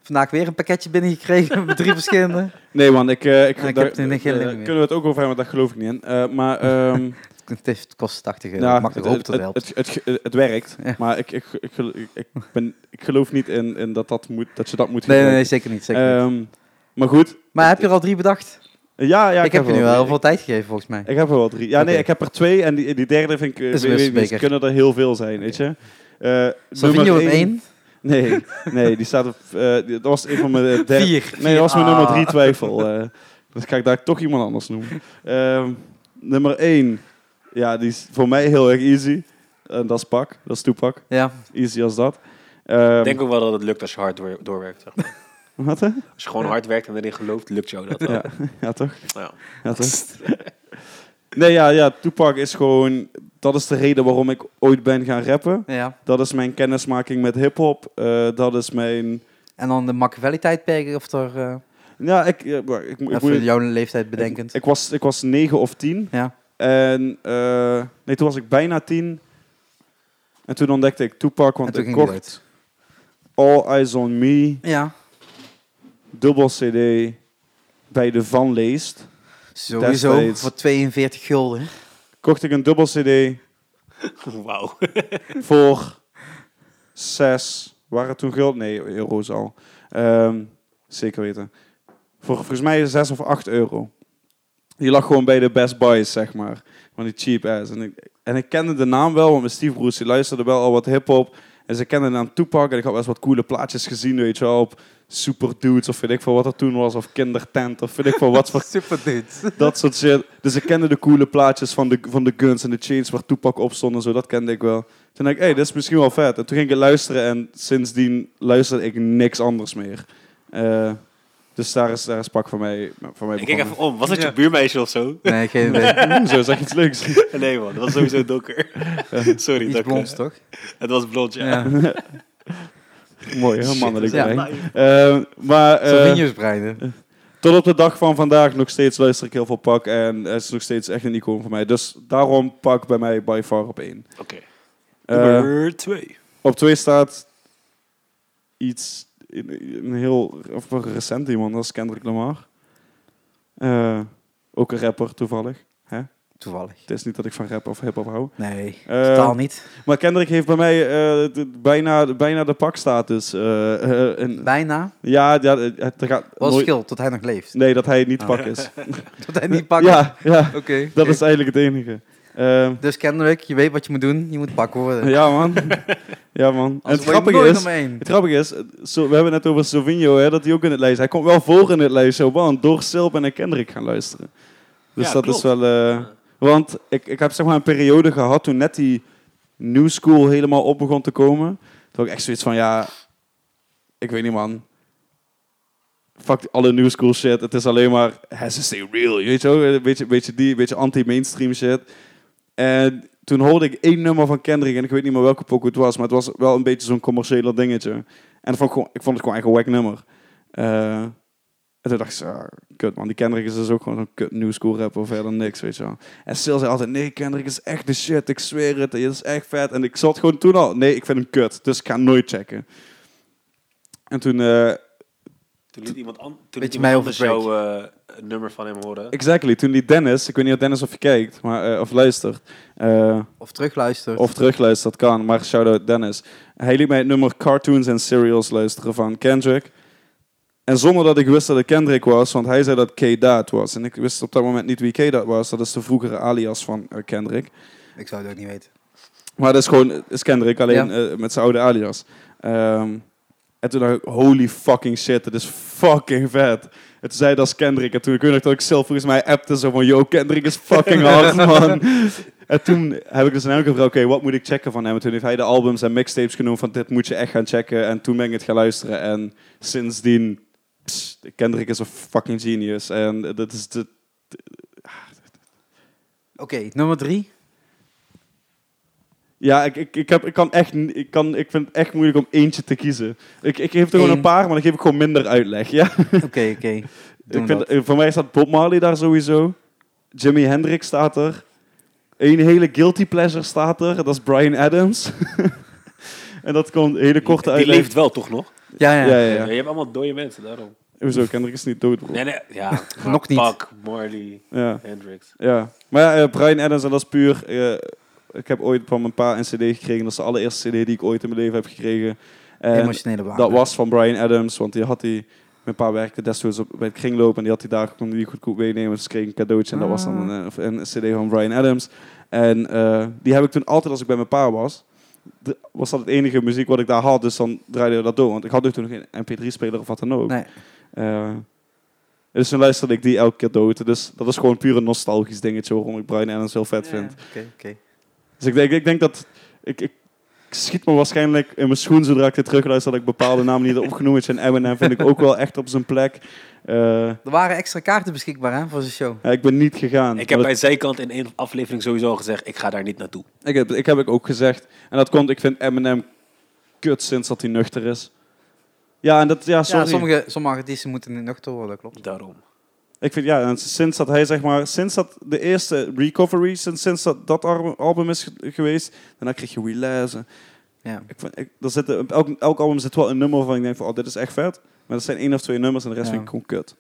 Speaker 2: Vandaag weer een pakketje binnengekregen met drie verschillende.
Speaker 3: Nee man, ik, eh, ik,
Speaker 2: Nee, ik
Speaker 3: daar-
Speaker 2: heb er geen
Speaker 3: eh,
Speaker 2: link meer.
Speaker 3: Kunnen we het ook over hebben, want daar geloof ik niet in. Eh, maar ehm,
Speaker 2: het, heeft- het kost 80 euro.
Speaker 3: Nou,
Speaker 2: ik mag toch hopen dat het helpt.
Speaker 3: Het, het, het- het werkt,
Speaker 2: Ja.
Speaker 3: maar ik, ik, ik, gel- ik- ik ben, ik geloof niet in, in dat, dat, moet, dat je dat moet
Speaker 2: nee, nee, nee,
Speaker 3: gebruiken.
Speaker 2: zeker niet. Zeker niet.
Speaker 3: Ehm, maar goed.
Speaker 2: Maar heb je er al drie bedacht?
Speaker 3: Ja, ja,
Speaker 2: ik heb je nu
Speaker 3: er
Speaker 2: wel heel
Speaker 3: drie.
Speaker 2: veel tijd gegeven, volgens mij.
Speaker 3: Ik heb er wel drie. Ja, nee,
Speaker 2: Oké.
Speaker 3: ik heb er twee en die, die derde vind ik... eh,
Speaker 2: Is een
Speaker 3: weet- weet-
Speaker 2: wisselbeker.
Speaker 3: kunnen er heel veel zijn, weet je. Uh,
Speaker 2: Sauvignon op één,
Speaker 3: Nee, nee, die staat op... eh, die- dat was een van mijn eh, derde...
Speaker 2: vier.
Speaker 3: Nee, dat was mijn
Speaker 2: Ah.
Speaker 3: nummer drie twijfel. eh. dus ga ik daar toch iemand anders noemen. Ehm, nummer één. Ja, die is voor mij heel erg easy. En dat is pak. Dat is toepak.
Speaker 2: Ja,
Speaker 3: Easy als dat. Ehm,
Speaker 1: Ik denk ook wel dat het lukt als je hard door- doorwerkt. zeg maar.
Speaker 3: Wat, hè?
Speaker 1: Als je gewoon hard werkt en erin gelooft, lukt jou dat wel.
Speaker 3: Ja, ja toch?
Speaker 1: Ja.
Speaker 3: Ja, toch? nee, ja, ja, Tupac is gewoon... Dat is de reden waarom ik ooit ben gaan rappen.
Speaker 2: ja.
Speaker 3: Dat is mijn kennismaking met hip-hop. Eh, dat is mijn.
Speaker 2: En dan de Machiavelli-tijdperk, of er, eh
Speaker 3: Ja, ik, ja, maar ik, mo- ik,
Speaker 2: even
Speaker 3: moet-
Speaker 2: jouw leeftijd bedenkend.
Speaker 3: ik was, ik was 9 of 10.
Speaker 2: ja.
Speaker 3: En eh, nee, toen was ik bijna 10. En toen ontdekte ik Tupac, want
Speaker 2: En toen
Speaker 3: ik
Speaker 2: ging die
Speaker 3: kocht All Eyes on Me,
Speaker 2: ja,
Speaker 3: dubbel CD bij de Van Leest.
Speaker 2: sowieso
Speaker 3: Destijds.
Speaker 2: voor 42 gulden.
Speaker 3: Kocht ik een dubbel CD
Speaker 1: Wauw.
Speaker 3: voor 6. Waren het toen geld? Nee, euro's al. Ehm, zeker weten. Voor volgens mij 6 of 8 euro. Die lag gewoon bij de Best Buys, zeg maar. Van die cheap ass. En ik, en ik kende de naam wel, want mijn stiefbroers die luisterden wel al wat hip-hop. En ze kenden de naam Tupac. En ik had wel eens wat coole plaatjes gezien, weet je wel. Op Super Dudes of weet ik veel wat er toen was. Of Kindertent of weet ik veel wat voor
Speaker 2: Super dude.
Speaker 3: dat soort shit. Dus ik kende de coole plaatjes van de, van de Guns en de Chains waar Tupac op stond en zo. Dat kende ik wel. Toen dacht ik, hey, dit is misschien wel vet. En toen ging ik luisteren en sindsdien luisterde ik niks anders meer. Eh, dus daar is, daar is Pak voor mij, voor mij
Speaker 1: Ik kijk
Speaker 3: begonnen.
Speaker 1: even om. Was dat je buurmeisje of zo?
Speaker 2: Nee, geen idee.
Speaker 3: Mm, zo, zeg iets leuks.
Speaker 1: Nee man, dat was sowieso dokker. Sorry,
Speaker 2: Iets
Speaker 1: dokker.
Speaker 2: blonds, toch?
Speaker 1: Het was blond, ja.
Speaker 2: Ja.
Speaker 3: Eh, Mooi, heel mannelijk.
Speaker 2: Ja.
Speaker 3: bereikt.
Speaker 1: nou,
Speaker 3: Eh, maar eh,
Speaker 2: Sauvignon spreiden.
Speaker 3: tot op de dag van vandaag nog steeds luister ik heel veel Pak. En het is nog steeds echt een icoon voor mij. Dus daarom Pak bij mij by far op één.
Speaker 1: Oké.
Speaker 3: Eh,
Speaker 1: Nummer twee.
Speaker 3: Op twee staat iets, een een heel of een recent iemand, dat is Kendrick Lamar. Eh, ook een rapper, toevallig.
Speaker 2: Toevallig.
Speaker 3: Het is niet dat ik van rap of hip-hop hou.
Speaker 2: Nee,
Speaker 3: Eh,
Speaker 2: totaal niet.
Speaker 3: Maar Kendrick heeft bij mij eh, de- bijna, bijna de pakstatus. eh, eh, en-
Speaker 2: Bijna.
Speaker 3: ja, ja, het het gaat
Speaker 2: Wat is het
Speaker 3: nooit-
Speaker 2: verschil? Tot hij nog leeft.
Speaker 3: Nee, dat hij niet
Speaker 2: Ah.
Speaker 3: pak is.
Speaker 2: Tot hij niet pakt.
Speaker 3: Ja, ja,
Speaker 2: Oké.
Speaker 3: dat is eigenlijk het enige. Eh,
Speaker 2: Dus kennelijk, je weet wat je moet doen. Je moet pakken worden.
Speaker 3: ja, man. Ja, man. En
Speaker 2: Anders
Speaker 3: het
Speaker 2: word je
Speaker 3: grappige
Speaker 2: nooit
Speaker 3: is...
Speaker 2: omheen.
Speaker 3: Het grappige is, zo, we hebben het net over Silvino, hè, dat hij ook in het lijst. Hij komt wel voor in het lijst, zo, want door Silp en Kendrick gaan luisteren. Dus
Speaker 1: Ja,
Speaker 3: dat
Speaker 1: klopt.
Speaker 3: is wel. eh, want ik, ik heb zeg maar een periode gehad toen net die New School helemaal op begon te komen. Toen had ik echt zoiets van, ja, ik weet niet man. Fuck alle New School shit. Het is alleen maar, has to stay real. je Weet je wel, een beetje, beetje die, een beetje anti-mainstream shit. En toen hoorde ik één nummer van Kendrick en ik weet niet meer welke pokoe het was, maar het was wel een beetje zo'n commerciële dingetje. En dat vond ik, gewoon, ik vond het gewoon echt een wack nummer. Eh, en toen dacht ik, zo, ah, kut man, die Kendrick is dus ook gewoon zo'n kut new school rapper, verder niks, weet je wel. En Sil zei altijd, nee Kendrick is echt de shit, ik zweer het, dit is echt vet. En ik zat gewoon toen al, nee ik vind hem kut, dus ik ga hem nooit checken. En toen, eh,
Speaker 1: Toen liet iemand, an toen liet
Speaker 2: Beetje
Speaker 1: iemand
Speaker 2: mij
Speaker 1: anders
Speaker 2: overbreak.
Speaker 1: jouw eh, nummer van hem horen.
Speaker 3: exactly, toen die Dennis, ik weet niet of Dennis of je kijkt, maar, eh, of luistert, eh,
Speaker 2: Of terugluisteren.
Speaker 3: Of terugluisteren, dat kan. Maar shout-out Dennis. Hij liet mij het nummer Cartoons and Serials luisteren van Kendrick. En zonder dat ik wist dat het Kendrick was, want hij zei dat K-Daad was. En ik wist op dat moment niet wie K-Daad was. Dat is de vroegere alias van eh, Kendrick.
Speaker 2: Ik zou het ook niet weten.
Speaker 3: Maar dat is gewoon eh, is Kendrick, alleen
Speaker 2: Ja.
Speaker 3: eh, met zijn oude alias. Ehm, en toen dacht ik, holy fucking shit, dit is fucking vet. En toen zei hij, dat is Kendrick. En toen ik weet nog dat ik zelf volgens mij appte zo van, yo, Kendrick is fucking hard, man. En toen heb ik dus aan hem gevraagd, oké, wat moet ik checken van hem? En toen heeft hij de albums en mixtapes genoemd van, dit moet je echt gaan checken. En toen ben ik het gaan luisteren. En sindsdien, pss, Kendrick is een fucking genius. En dat is de...
Speaker 2: Oké, nummer drie.
Speaker 3: Ja, ik, ik, ik, heb, ik kan echt... n- Ik, kan, ik vind het echt moeilijk om eentje te kiezen. Ik, ik geef er gewoon
Speaker 2: Eén.
Speaker 3: een paar, maar dan geef ik gewoon minder uitleg. Ja?
Speaker 2: Oké, oké. Doen
Speaker 3: Ik
Speaker 2: we dat.
Speaker 3: vind, eh, voor mij staat Bob Marley daar sowieso. Jimi Hendrix staat er. Een hele guilty pleasure staat er. Dat is Brian Adams. en dat komt een hele korte
Speaker 1: die
Speaker 3: uitleg.
Speaker 1: leeft wel toch nog?
Speaker 2: Ja, ja.
Speaker 3: Ja, ja,
Speaker 1: Ja,
Speaker 3: ja.
Speaker 1: Je hebt allemaal dode mensen, daarom.
Speaker 3: Hoezo, Kendrick is niet dood, bro.
Speaker 1: Nee, nee, ja.
Speaker 2: Nog niet.
Speaker 1: Pak, Morley,
Speaker 3: Ja,
Speaker 1: Hendrix.
Speaker 3: ja. Maar ja, eh, Brian Adams, en dat is puur... eh, ik heb ooit van mijn pa een cd gekregen. Dat is de allereerste cd die ik ooit in mijn leven heb gekregen. En
Speaker 2: Emotionele waarde.
Speaker 3: dat was van Brian Adams, want die had die... Mijn pa werkte destijds op, bij het kringloop en die had die daar, kon die goedkoop meenemen. Dus kreeg ik een cadeautje en dat was dan een, eh, een cd van Brian Adams. En eh, die heb ik toen altijd, als ik bij mijn pa was, d- was dat het enige muziek wat ik daar had. Dus dan draaide dat door, want ik had dus toen nog geen mp3-speler of wat dan ook.
Speaker 2: Nee.
Speaker 3: Eh, dus dan luisterde ik die elke keer dood. Dus dat is gewoon puur een nostalgisch dingetje waarom ik Brian Adams heel vet vind.
Speaker 2: Oké, oké.
Speaker 3: Dus ik denk, ik denk dat... Ik, ik schiet me waarschijnlijk in mijn schoen zodra ik dit terugluister dat ik bepaalde namen niet heb opgenoemd. zijn. Eminem vind ik ook wel echt op zijn plek. Eh,
Speaker 2: Er waren extra kaarten beschikbaar hè, voor zijn show.
Speaker 3: ja, ik ben niet gegaan.
Speaker 1: Ik heb
Speaker 3: Maar
Speaker 1: bij zijkant in één aflevering sowieso al gezegd, ik ga daar niet naartoe.
Speaker 3: dat- ik, heb, ik heb ook gezegd... En dat komt, ik vind Eminem kut sinds dat hij nuchter is. Ja, en dat... Ja, sorry.
Speaker 2: Ja, sommige, sommige artiesten moeten niet nuchter worden, klopt.
Speaker 1: Daarom.
Speaker 3: Ik vind, ja, en sinds dat hij, zeg maar, sinds dat de eerste Recovery, sinds, sinds dat dat ar- album is ge- geweest, daarna kreeg je Relapse.
Speaker 2: Ja.
Speaker 3: Ik vind, ik, er zitten, op elk, elk album zit wel een nummer van, ik denk van, oh, dit is echt vet. Maar dat zijn één of twee nummers en de rest
Speaker 2: Ja.
Speaker 3: vind ik gewoon kut.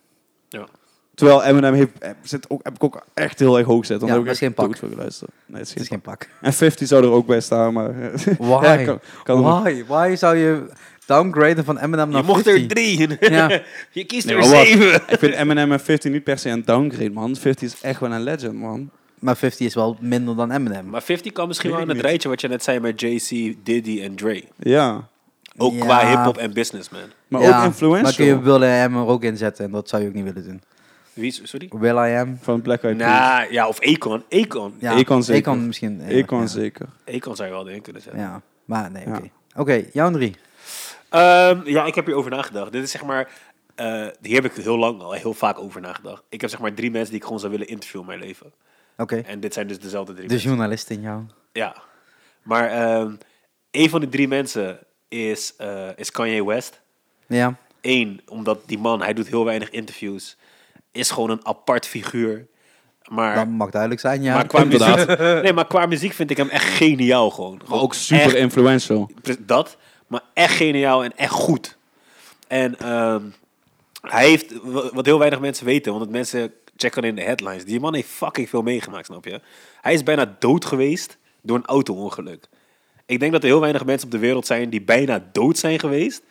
Speaker 1: Ja.
Speaker 3: Terwijl Eminem heeft, eh, zit ook, heb ik ook echt heel erg hoog zit. Dan
Speaker 2: Ja,
Speaker 3: heb ik
Speaker 2: maar
Speaker 3: echt
Speaker 2: is geen pak.
Speaker 3: dood voor geluisterd. Nee, het is
Speaker 2: Het is
Speaker 3: geen
Speaker 2: geen pak.
Speaker 3: pak. En 50 zou er ook bij staan, maar...
Speaker 2: Why?
Speaker 3: Ja, kan, kan
Speaker 2: Why? Why zou je downgraden van Eminem naar
Speaker 1: je mocht
Speaker 2: 50?
Speaker 1: er drie in.
Speaker 2: Ja.
Speaker 1: Je kiest
Speaker 3: Nou, Nee,
Speaker 1: er
Speaker 3: maar wat?
Speaker 1: zeven.
Speaker 3: Ik vind Eminem en 50 niet per se een downgrade, man. 50 is echt wel een legend, man.
Speaker 2: Maar 50 is wel minder dan Eminem.
Speaker 1: Maar 50 kan misschien
Speaker 3: Weet
Speaker 1: wel in
Speaker 3: ik
Speaker 1: het
Speaker 3: niet.
Speaker 1: rijtje wat je net zei met JC, Diddy en Dre.
Speaker 3: Ja.
Speaker 1: Ook
Speaker 2: Ja.
Speaker 1: qua hip-hop en businessman.
Speaker 3: Maar
Speaker 2: Ja,
Speaker 3: ook influential.
Speaker 2: Maar kun je Will I Am er ook in zetten en dat zou je ook niet willen doen.
Speaker 1: Wie is, sorry?
Speaker 2: Will I Am?
Speaker 3: Van Black Eyed Peas.
Speaker 1: Nou, ja, of Akon. Akon.
Speaker 2: Ja,
Speaker 3: Akon zeker.
Speaker 2: Akon misschien. eh,
Speaker 3: Ik kan
Speaker 2: ja.
Speaker 3: zeker.
Speaker 1: Akon zou je wel erin kunnen zetten.
Speaker 2: Ja, maar nee, oké.
Speaker 3: Ja.
Speaker 2: Oké, jouw drie.
Speaker 1: Ehm, ja, ik heb hierover nagedacht. Dit is zeg maar... eh, hier heb ik heel lang al, heel vaak over nagedacht. Ik heb zeg maar drie mensen die ik gewoon zou willen interviewen in mijn leven.
Speaker 2: Oké,
Speaker 1: En dit zijn dus dezelfde drie
Speaker 2: de journalist in jou.
Speaker 1: Ja. Maar ehm een van die drie mensen is, eh, is Kanye West.
Speaker 2: Ja,
Speaker 1: Eén, omdat die man, hij doet heel weinig interviews. Is gewoon een apart figuur. Maar,
Speaker 2: dat mag duidelijk zijn, ja.
Speaker 1: maar, qua muziek,
Speaker 3: inderdaad.
Speaker 1: nee, maar qua muziek vind ik hem echt geniaal gewoon. Gewoon
Speaker 3: Ook super
Speaker 1: echt-
Speaker 3: influential.
Speaker 1: Pre- dat, maar echt geniaal en echt goed. En ehm, hij heeft, wa- wat heel weinig mensen weten, want het mensen checken in de headlines. Die man heeft fucking veel meegemaakt, snap je? Hij is bijna dood geweest door een auto-ongeluk. Ik denk dat er heel weinig mensen op de wereld zijn die bijna dood zijn geweest.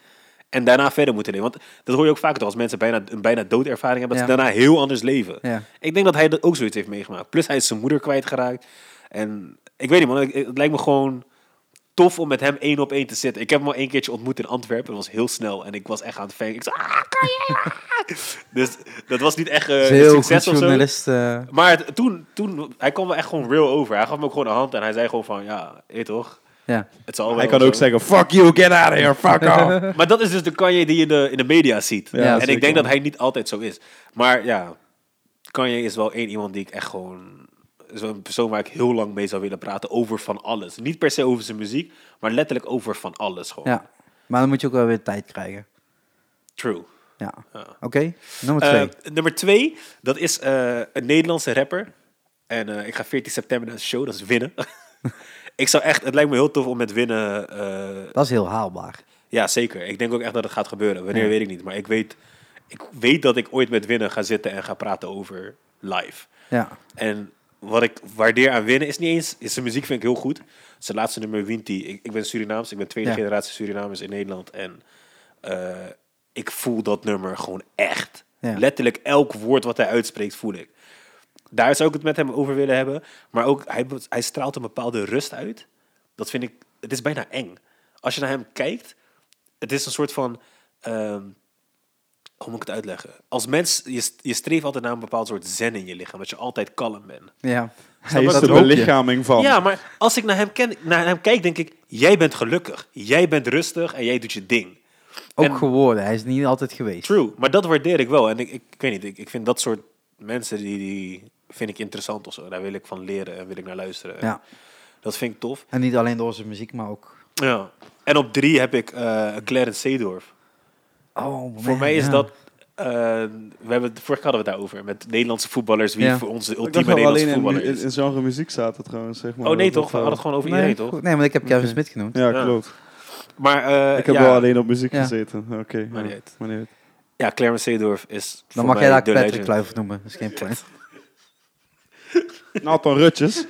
Speaker 1: En daarna verder moeten leven. Want dat hoor je ook vaak toch, als mensen bijna, een bijna doodervaring hebben, dat
Speaker 2: Ja.
Speaker 1: ze daarna heel anders leven.
Speaker 2: Ja.
Speaker 1: Ik denk dat hij dat ook zoiets heeft meegemaakt. Plus hij is zijn moeder kwijtgeraakt. En ik weet niet man, ik- het lijkt me gewoon tof om met hem één op één te zitten. Ik heb hem al één keertje ontmoet in Antwerpen. Dat was heel snel en ik was echt aan het fangen. Ik zei, ah, kan je? ah." dus dat was niet echt eh,
Speaker 2: Is
Speaker 1: een
Speaker 2: heel goed
Speaker 1: succes of zo.
Speaker 2: journalist. eh,
Speaker 1: Maar het- toen, toen, hij kwam wel echt gewoon real over. Hij gaf me ook gewoon een hand en hij zei gewoon van, ja, weet toch?
Speaker 2: ja.
Speaker 1: Het zal wel
Speaker 3: Hij kan ook
Speaker 1: zo.
Speaker 3: zeggen, fuck you, get out of here, fuck off.
Speaker 1: Maar dat is dus de Kanye die je in de, in de media ziet.
Speaker 3: Ja,
Speaker 1: en
Speaker 3: zeker.
Speaker 1: ik denk dat hij niet altijd zo is. Maar ja, Kanye is wel één iemand die ik echt gewoon... is wel een persoon waar ik heel lang mee zou willen praten over van alles. Niet per se over zijn muziek, maar letterlijk over van alles gewoon.
Speaker 2: ja, maar dan moet je ook wel weer tijd krijgen.
Speaker 1: True.
Speaker 2: Ja,
Speaker 1: Ja.
Speaker 2: oké. Nummer twee.
Speaker 1: Eh, nummer twee, dat is eh, een Nederlandse rapper. En eh, ik ga 14 september naar een show, dat is Winnen. ik zou echt, het lijkt me heel tof om met Winnen eh,
Speaker 2: dat is heel haalbaar.
Speaker 1: Ja, zeker. Ik denk ook echt dat het gaat gebeuren. Wanneer weet ik niet. Maar ik weet, ik weet dat ik ooit met Winnen ga zitten en ga praten over live.
Speaker 2: Ja,
Speaker 1: En wat ik waardeer aan Winnen is niet eens... is Zijn muziek vind ik heel goed. Zijn laatste nummer Winti. Ik, ik ben Surinaams. Ik ben tweede
Speaker 2: Ja.
Speaker 1: generatie Surinamers in Nederland. En eh, ik voel dat nummer gewoon echt.
Speaker 2: Ja.
Speaker 1: Letterlijk elk woord wat hij uitspreekt voel ik. Daar zou ik het met hem over willen hebben. Maar ook, hij, be- hij straalt een bepaalde rust uit. Dat vind ik... Het is bijna eng. Als je naar hem kijkt... Het is een soort van... ehm, hoe moet ik het uitleggen? Als mens, je, st- je streeft altijd naar een bepaald soort zen in je lichaam. Dat je altijd kalm bent.
Speaker 2: ja.
Speaker 3: Hij
Speaker 1: maar
Speaker 3: is
Speaker 1: dat
Speaker 3: de
Speaker 2: hoop je.
Speaker 3: belichaming van.
Speaker 1: Ja, maar als ik naar hem, ken, naar hem kijk, denk ik... Jij bent gelukkig. Jij bent rustig en jij doet je ding.
Speaker 2: Ook
Speaker 1: En-
Speaker 2: geworden. Hij is niet altijd geweest.
Speaker 1: True. Maar dat waardeer ik wel. En ik, ik, ik weet niet, ik, ik vind dat soort mensen... Die, die vind ik interessant of zo. Daar wil ik van leren en wil ik naar luisteren.
Speaker 2: Ja.
Speaker 1: Dat vind ik tof.
Speaker 2: En niet alleen door zijn muziek, maar ook...
Speaker 1: Ja. En op drie heb ik eh Clarence Seedorf.
Speaker 2: Oh,
Speaker 1: Voor mij is
Speaker 2: ja.
Speaker 1: dat... eh, we hebben, het- vorig keer hadden we het daarover. Met Nederlandse voetballers. Wie
Speaker 2: Ja.
Speaker 1: voor ons de
Speaker 3: Ik dacht
Speaker 1: ultieme
Speaker 3: dat we alleen
Speaker 1: Nederlandse
Speaker 3: in,
Speaker 1: voetballer
Speaker 3: in,
Speaker 1: is.
Speaker 3: in genre muziek zaten trouwens, zeg maar.
Speaker 1: Oh nee
Speaker 3: Dat- eh,
Speaker 1: toch? We hadden het gewoon over
Speaker 2: nee,
Speaker 1: iedereen
Speaker 2: goed.
Speaker 1: toch?
Speaker 2: Nee, want ik heb Kevin Smit genoemd.
Speaker 3: Ja,
Speaker 1: Ja.
Speaker 3: klopt.
Speaker 1: Maar eh,
Speaker 3: Ik heb
Speaker 1: ja,
Speaker 3: wel alleen op muziek
Speaker 2: Ja.
Speaker 3: gezeten. Oké, ja.
Speaker 1: niet uit.
Speaker 3: maar niet uit.
Speaker 1: Ja, Clarence Seedorf is
Speaker 2: Dan
Speaker 1: voor
Speaker 2: mag jij
Speaker 1: mij
Speaker 2: daar
Speaker 1: de
Speaker 2: Patrick
Speaker 1: legend.
Speaker 2: Kluivert noemen. Dat is geen probleem.
Speaker 3: Nathan Rutjes.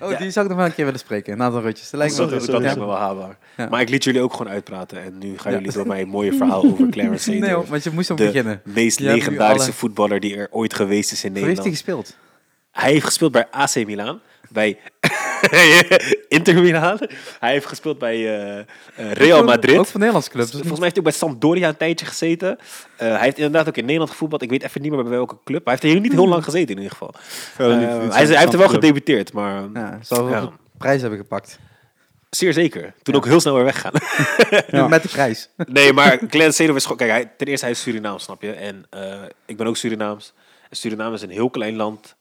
Speaker 2: Oh,
Speaker 1: Ja.
Speaker 2: die zou ik nog wel een keer willen spreken. Nathan Rutjes. Dat lijkt me
Speaker 1: Sorry,
Speaker 2: wel
Speaker 1: dat
Speaker 3: Sorry,
Speaker 1: lijkt
Speaker 2: Ja.
Speaker 1: me wel haalbaar.
Speaker 2: Ja.
Speaker 1: Maar ik liet jullie ook gewoon uitpraten. En nu gaan
Speaker 2: Ja.
Speaker 1: jullie door mijn mooie verhaal over Clarence
Speaker 2: Nee,
Speaker 1: Seedorf.
Speaker 2: hoor, want je moest om
Speaker 1: de
Speaker 2: beginnen.
Speaker 1: meest
Speaker 2: Je hebt nu
Speaker 1: legendarische
Speaker 2: alle-
Speaker 1: voetballer die er ooit geweest is in
Speaker 2: Waar heeft
Speaker 1: Nederland.
Speaker 2: hij gespeeld?
Speaker 1: Hij heeft gespeeld bij AC Milan, bij Inter Milan. Hij heeft gespeeld bij eh, eh, Real Madrid.
Speaker 2: Ook van Nederlandse clubs. dus
Speaker 1: volgens mij heeft hij ook bij Sampdoria een tijdje gezeten. Eh, hij heeft inderdaad ook in Nederland gevoetbald. Ik weet even niet meer bij welke club. Maar hij heeft er niet heel lang gezeten in ieder geval.
Speaker 3: Verder niet-
Speaker 1: Eh,
Speaker 3: niet zo'n
Speaker 1: hij, is- hij heeft er wel
Speaker 3: interessante club.
Speaker 1: gedebuteerd, maar
Speaker 2: Ja, zou
Speaker 1: Ja.
Speaker 2: wel een prijs hebben gepakt.
Speaker 1: zeer zeker. Toen ook heel snel weer weggaan.
Speaker 3: Ja.
Speaker 2: Met de prijs.
Speaker 1: Nee, maar Glenn Seedorf is gewoon... Kijk, hij, ten eerste, hij is Surinaams, snap je? En eh, ik ben ook Surinaams. En Suriname is een heel klein land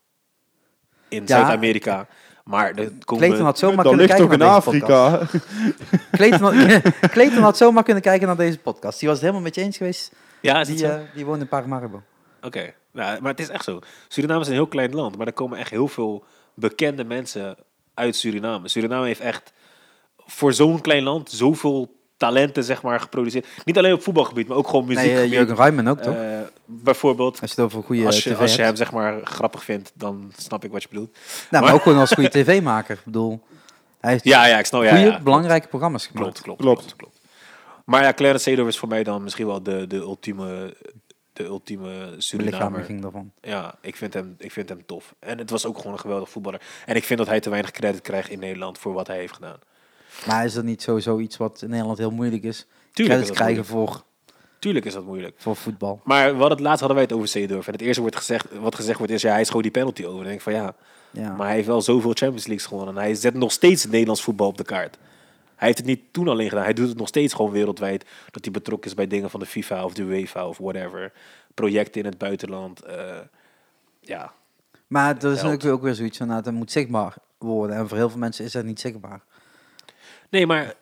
Speaker 1: in
Speaker 2: Ja.
Speaker 1: Zuid-Amerika. Maar er komen...
Speaker 2: Clayton had zomaar
Speaker 3: Dan
Speaker 2: kunnen
Speaker 3: ligt
Speaker 2: kijken
Speaker 3: toch
Speaker 2: naar
Speaker 3: in
Speaker 2: deze podcast.
Speaker 3: Afrika.
Speaker 2: Clayton had, Clayton had zomaar kunnen kijken naar deze podcast. Die was het helemaal met je eens geweest.
Speaker 1: Ja, is
Speaker 2: Die,
Speaker 1: het zo?
Speaker 2: eh, die woont in Paramaribo.
Speaker 1: Oké, nou, maar het is echt zo. Suriname is een heel klein land, maar er komen echt heel veel bekende mensen uit Suriname. Suriname heeft echt voor zo'n klein land zoveel talenten zeg maar, geproduceerd. Niet alleen op voetbalgebied, maar ook gewoon
Speaker 2: Nee,
Speaker 1: muziekgebied.
Speaker 2: eh, Jurgen Ruijman ook, toch?
Speaker 1: Eh, bijvoorbeeld,
Speaker 2: Als je het over goede
Speaker 1: als je,
Speaker 2: tv
Speaker 1: als je
Speaker 2: hebt.
Speaker 1: hem zeg maar, grappig vindt, dan snap ik wat je bedoelt.
Speaker 2: Nou, maar
Speaker 1: maar-
Speaker 2: ook gewoon als goede tv-maker. Ik bedoel, hij heeft
Speaker 1: Ja, ja, ik snap. Ja,
Speaker 2: goede,
Speaker 1: ja.
Speaker 2: belangrijke programma's gemaakt.
Speaker 1: Klopt, klopt, klopt, klopt. Maar ja, Clarence Seedorf is voor mij dan misschien wel de, de ultieme, de ultieme
Speaker 2: Lichaam
Speaker 1: Surinamer.
Speaker 2: ging daarvan.
Speaker 1: Ja, ik vind, hem, ik vind hem tof. En het was ook gewoon een geweldig voetballer. En ik vind dat hij te weinig credit krijgt in Nederland voor wat hij heeft gedaan.
Speaker 2: Maar is dat niet sowieso iets wat in Nederland heel moeilijk is?
Speaker 1: Tuurlijk is
Speaker 2: Credits
Speaker 1: dat
Speaker 2: krijgen voor,
Speaker 1: Tuurlijk is dat moeilijk.
Speaker 2: voor voetbal.
Speaker 1: Maar we hadden het laatst hadden wij het over Seedorf. En het eerste wordt gezegd, wat gezegd wordt is, ja, hij schoot die penalty over. En ik denk van ja,
Speaker 2: Ja.
Speaker 1: maar hij heeft wel zoveel Champions Leagues gewonnen. En hij zet nog steeds het Nederlands voetbal op de kaart. Hij heeft het niet toen alleen gedaan. Hij doet het nog steeds gewoon wereldwijd. Dat hij betrokken is bij dingen van de FIFA of de UEFA of whatever. Projecten in het buitenland. eh, ja,
Speaker 2: Maar er is
Speaker 1: Helpt.
Speaker 2: natuurlijk ook weer zoiets van, nou, dat moet zichtbaar worden. En voor heel veel mensen is dat niet zichtbaar.
Speaker 1: nee, maar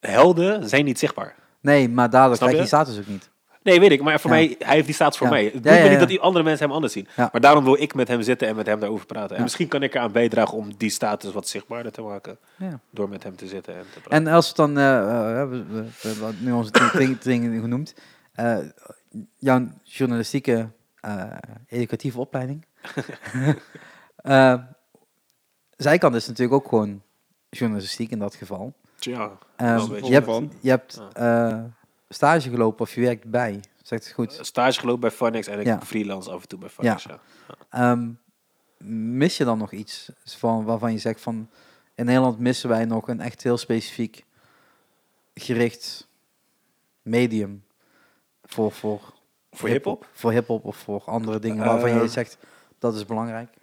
Speaker 1: helden zijn niet zichtbaar.
Speaker 2: Nee, maar daardoor
Speaker 1: Snap
Speaker 2: krijg je die
Speaker 1: je?
Speaker 2: status ook niet.
Speaker 1: Nee, weet ik, maar voor
Speaker 2: Ja.
Speaker 1: mij, hij heeft die staat voor
Speaker 2: Ja.
Speaker 1: mij.
Speaker 2: Ja,
Speaker 1: Het doet
Speaker 2: ja,
Speaker 1: me
Speaker 2: ja.
Speaker 1: niet dat die andere mensen hem anders zien.
Speaker 2: Ja.
Speaker 1: Maar daarom wil ik met hem zitten en met hem daarover praten.
Speaker 2: Ja.
Speaker 1: En misschien kan ik eraan bijdragen om die status wat zichtbaarder te maken.
Speaker 2: Ja.
Speaker 1: Door met hem te zitten en te praten.
Speaker 2: En als we het dan, eh, eh, we, we- we hebben nu onze ding- ding- dingen genoemd, eh, jouw journalistieke eh, educatieve opleiding. Eh, zijkant is natuurlijk ook gewoon journalistiek in dat geval.
Speaker 1: ja,
Speaker 2: Ehm,
Speaker 1: wel een beetje.
Speaker 2: je hebt,
Speaker 3: Van.
Speaker 2: je hebt eh, stage gelopen of je werkt bij, zegt het goed.
Speaker 1: stage gelopen bij Funnex en ik
Speaker 2: Ja.
Speaker 1: freelance af en toe bij Funnex. Ja.
Speaker 2: Ehm, mis je dan nog iets van, waarvan je zegt van in Nederland missen wij nog een echt heel specifiek gericht medium voor, voor,
Speaker 1: Voor hip-hop?
Speaker 2: Voor hip-hop of voor andere dingen waarvan
Speaker 1: Eh.
Speaker 2: je zegt dat is belangrijk.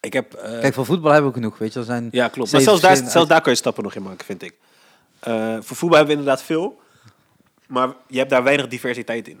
Speaker 1: Ik heb... eh,
Speaker 2: Kijk, voor voetbal hebben we genoeg, weet je. Er zijn
Speaker 1: ja, klopt. Maar
Speaker 2: zeven
Speaker 1: zelfs daar,
Speaker 2: verschillende
Speaker 1: zelfs daar kun je stappen nog in maken, vind ik. Eh, voor voetbal hebben we inderdaad veel. Maar je hebt daar weinig diversiteit in.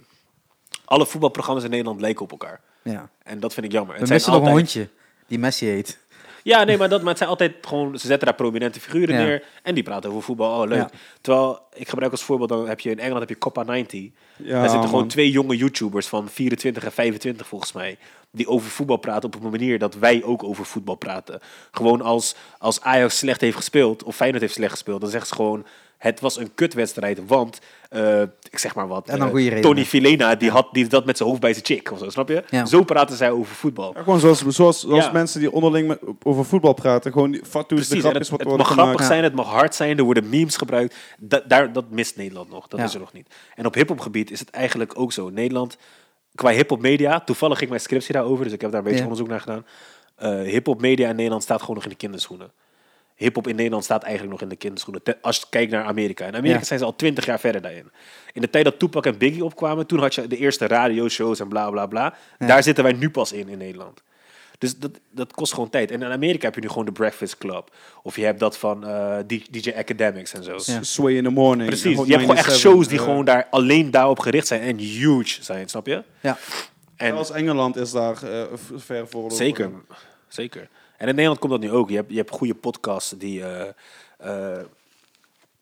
Speaker 1: Alle voetbalprogramma's in Nederland lijken op elkaar.
Speaker 2: uit- Ja.
Speaker 1: En dat vind ik jammer.
Speaker 2: We
Speaker 1: Het zijn
Speaker 2: missen nog
Speaker 1: altijd-
Speaker 2: een hondje die Messi heet.
Speaker 1: Ja, nee, maar, dat, maar het zijn altijd gewoon... Ze zetten daar prominente figuren
Speaker 2: Ja.
Speaker 1: neer en die praten over voetbal. Oh, leuk.
Speaker 2: Ja.
Speaker 1: Terwijl, ik gebruik als voorbeeld, dan heb je in Engeland heb je Copa 90.
Speaker 3: Ja,
Speaker 1: daar zitten gewoon
Speaker 3: man.
Speaker 1: twee jonge YouTubers van 24 en 25 volgens mij... die over voetbal praten op een manier dat wij ook over voetbal praten. Gewoon als, als Ajax slecht heeft gespeeld of Feyenoord heeft slecht gespeeld... dan zeggen ze gewoon... Het was een kutwedstrijd, want eh, ik zeg maar wat.
Speaker 2: En dan
Speaker 1: eh,
Speaker 2: goede redenen.
Speaker 1: Tony Filena die had die dat met zijn hoofd bij zijn chick of zo, snap je?
Speaker 2: Ja.
Speaker 1: Zo praten zij over voetbal.
Speaker 3: Ja, gewoon zoals, zoals, zoals
Speaker 1: Ja.
Speaker 3: mensen die onderling met- over voetbal praten. Gewoon die fatsoens, de
Speaker 1: Precies, en het,
Speaker 3: grapjes wat
Speaker 1: het
Speaker 3: worden
Speaker 1: mag
Speaker 3: gemaakt.
Speaker 1: grappig zijn, het mag hard zijn, er worden memes gebruikt. Da- daar, dat mist Nederland nog, dat
Speaker 2: Ja.
Speaker 1: is er nog niet. En op hiphop gebied is het eigenlijk ook zo. Nederland, qua hiphop media, toevallig ging mijn scriptie daarover, dus ik heb daar een beetje
Speaker 2: Ja.
Speaker 1: onderzoek naar gedaan. Eh hiphop media in Nederland staat gewoon nog in de kinderschoenen. Hiphop in Nederland staat eigenlijk nog in de kinderschoenen. Te- als je kijkt naar Amerika. In Amerika
Speaker 2: Ja.
Speaker 1: zijn ze al twintig jaar verder daarin. In de tijd dat Tupac en Biggie opkwamen, toen had je de eerste radioshows en bla bla bla. Daar zitten wij nu pas in in Nederland. Dus dat, dat kost gewoon tijd. En in Amerika heb je nu gewoon de Breakfast Club. Of je hebt dat van eh, D- DJ Academics en zo.
Speaker 2: Ja.
Speaker 3: Sway in the morning.
Speaker 1: Precies. Je hebt gewoon echt shows die gewoon daar alleen daarop gericht zijn. En huge zijn, snap je?
Speaker 2: Ja.
Speaker 1: En
Speaker 3: Als Engeland is daar eh, v- ver voor.
Speaker 1: Zeker, zeker. En in Nederland komt dat nu ook. Je hebt, je hebt goede podcasts die, eh, eh,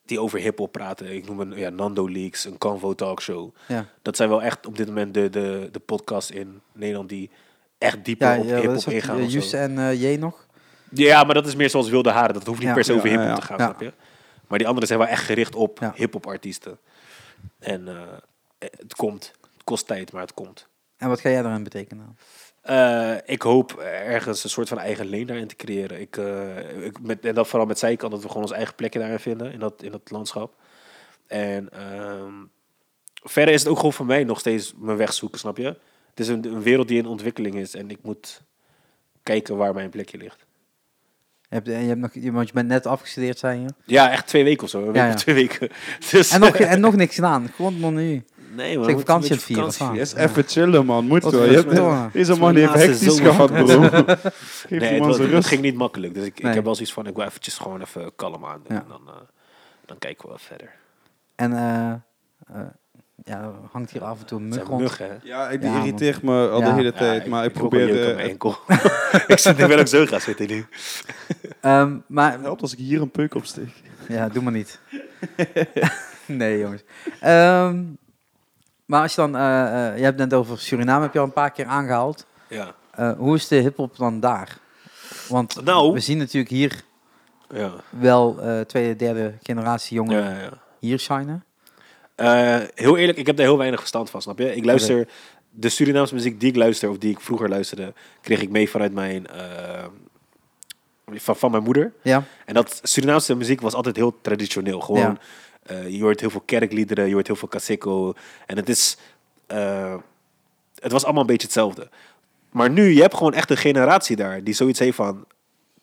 Speaker 1: die over hip-hop praten. Ik noem een ja, Nando Leaks, een Convo Talkshow.
Speaker 2: Ja.
Speaker 1: Dat zijn wel echt op dit moment de, de, de podcasts in Nederland die echt dieper
Speaker 2: Ja,
Speaker 1: op
Speaker 2: ja,
Speaker 1: hip-hop
Speaker 2: wat is
Speaker 1: ingaan.
Speaker 2: dat?
Speaker 1: of zo.
Speaker 2: Just en eh, J nog.
Speaker 1: Ja, maar dat is meer zoals Wilde Haren. Dat hoeft niet
Speaker 2: Ja.
Speaker 1: per se over
Speaker 3: Ja,
Speaker 1: hip-hop
Speaker 3: ja,
Speaker 1: te gaan,
Speaker 2: ja.
Speaker 1: snap je? Maar die anderen zijn wel echt gericht op
Speaker 2: Ja.
Speaker 1: hip-hop artiesten. En eh, eh, het komt. Het kost tijd, maar het komt.
Speaker 2: En wat ga jij daaraan betekenen? dan?
Speaker 1: Eh, ik hoop ergens een soort van eigen leen daarin te creëren. Ik, eh, ik met, en dat vooral met zijkant, dat we gewoon ons eigen plekje daarin vinden, in dat, in dat landschap. En ehm, verder is het ook gewoon voor mij nog steeds mijn weg zoeken, snap je? Het is een, een wereld die in ontwikkeling is en ik moet kijken waar mijn plekje ligt.
Speaker 2: Je hebt, je hebt nog, je, want je bent net afgestudeerd, zijn je.
Speaker 1: Ja, echt twee weken of zo. Een week
Speaker 2: Ja, ja.
Speaker 1: of twee weken. Dus,
Speaker 2: En nog, en nog niks gedaan. Gewoon nog nu.
Speaker 1: nee, man,
Speaker 2: Zeg,
Speaker 1: moet
Speaker 2: vakantie
Speaker 1: een beetje
Speaker 2: het vieren,
Speaker 1: vakantie
Speaker 2: of wat?
Speaker 1: vieren.
Speaker 3: Yes, even chillen, man. Moet
Speaker 2: Wat
Speaker 3: wel.
Speaker 2: is
Speaker 3: Je
Speaker 2: het,
Speaker 3: hebt-
Speaker 2: jongen?
Speaker 3: Deze
Speaker 1: is
Speaker 3: man
Speaker 1: mijn
Speaker 3: heeft
Speaker 1: laatste
Speaker 3: hectisch
Speaker 1: zomer.
Speaker 3: gehad, bro. Geef
Speaker 1: Nee,
Speaker 3: die
Speaker 1: het,
Speaker 3: man
Speaker 1: was-
Speaker 3: zijn
Speaker 1: het
Speaker 3: rust.
Speaker 1: ging niet makkelijk. Dus ik,
Speaker 2: Nee.
Speaker 1: ik heb wel zoiets van, ik wil eventjes gewoon even kalm aan. doen
Speaker 2: Ja.
Speaker 1: En dan, eh, dan kijken we wel verder.
Speaker 2: En eh, eh, ja, er hangt hier af en toe een
Speaker 1: Het
Speaker 2: mug
Speaker 1: zijn
Speaker 2: rond.
Speaker 1: muggen, hè?
Speaker 3: Ja, ik- die
Speaker 2: Ja, man.
Speaker 3: irriteert me al de
Speaker 2: Ja.
Speaker 3: hele
Speaker 1: Ja,
Speaker 3: tijd. Maar ik,
Speaker 1: rook wel jeuk aan
Speaker 3: probeer...
Speaker 1: mijn
Speaker 3: eh
Speaker 1: enkel. ik, zit, ik wil ook zo graag zitten nu.
Speaker 2: Ehm, maar
Speaker 3: helpt als ik hier een peuk op steek.
Speaker 2: ja, doe maar niet. nee, jongens. Ehm, maar als je dan, eh, eh, je hebt het net over Suriname, heb je al een paar keer aangehaald.
Speaker 1: Ja.
Speaker 2: Eh, hoe is de hip-hop dan daar? Want
Speaker 1: Nou.
Speaker 2: we zien natuurlijk hier
Speaker 1: Ja.
Speaker 2: wel eh, tweede, derde generatie jongeren
Speaker 1: ja, ja.
Speaker 2: hier shinen.
Speaker 1: Eh, heel eerlijk, ik heb daar heel weinig verstand van, snap je? Ik luister... De Surinaamse muziek die ik luister, of die ik vroeger luisterde... kreeg ik mee vanuit mijn... eh, van, van mijn moeder.
Speaker 2: Ja,
Speaker 1: En dat Surinaamse muziek was altijd heel traditioneel. Gewoon,
Speaker 2: Ja.
Speaker 1: eh, je hoort heel veel kerkliederen, je hoort heel veel kaseko. En het is, eh, het was allemaal een beetje hetzelfde. Maar nu, je hebt gewoon echt een generatie daar die zoiets heeft van,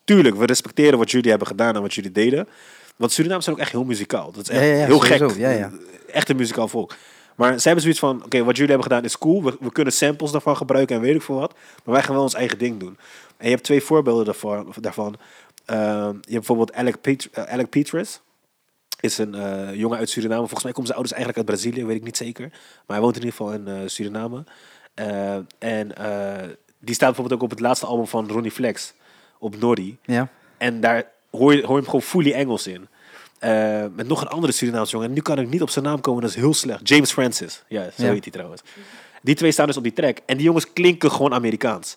Speaker 1: tuurlijk, we respecteren wat jullie hebben gedaan en wat jullie deden. Want Surinamers zijn ook echt heel muzikaal. Dat is echt
Speaker 2: Ja, ja, ja,
Speaker 1: heel
Speaker 2: sowieso.
Speaker 1: gek.
Speaker 2: Ja, ja.
Speaker 1: Echt een muzikaal volk. Maar zij hebben zoiets van, oké, wat jullie hebben gedaan is cool. We, we kunnen samples daarvan gebruiken en weet ik veel wat. Maar wij gaan wel ons eigen ding doen. En je hebt twee voorbeelden daarvan. daarvan. Ehm, je hebt bijvoorbeeld Alec, Pet- eh, Alec Petrus. Is een eh, jongen uit Suriname. Volgens mij komen zijn ouders eigenlijk uit Brazilië, weet ik niet zeker. Maar hij woont in ieder geval in eh, Suriname. Eh, en eh, die staat bijvoorbeeld ook op het laatste album van Ronnie Flex. Op Nori.
Speaker 2: ja.
Speaker 1: En daar hoor je, hoor je hem gewoon fully Engels in. Eh, met nog een andere Surinaamse jongen. En nu kan ik niet op zijn naam komen, dat is heel slecht. James Francis. Ja, zo
Speaker 2: Ja.
Speaker 1: heet hij trouwens. Die twee staan dus op die track. En die jongens klinken gewoon Amerikaans.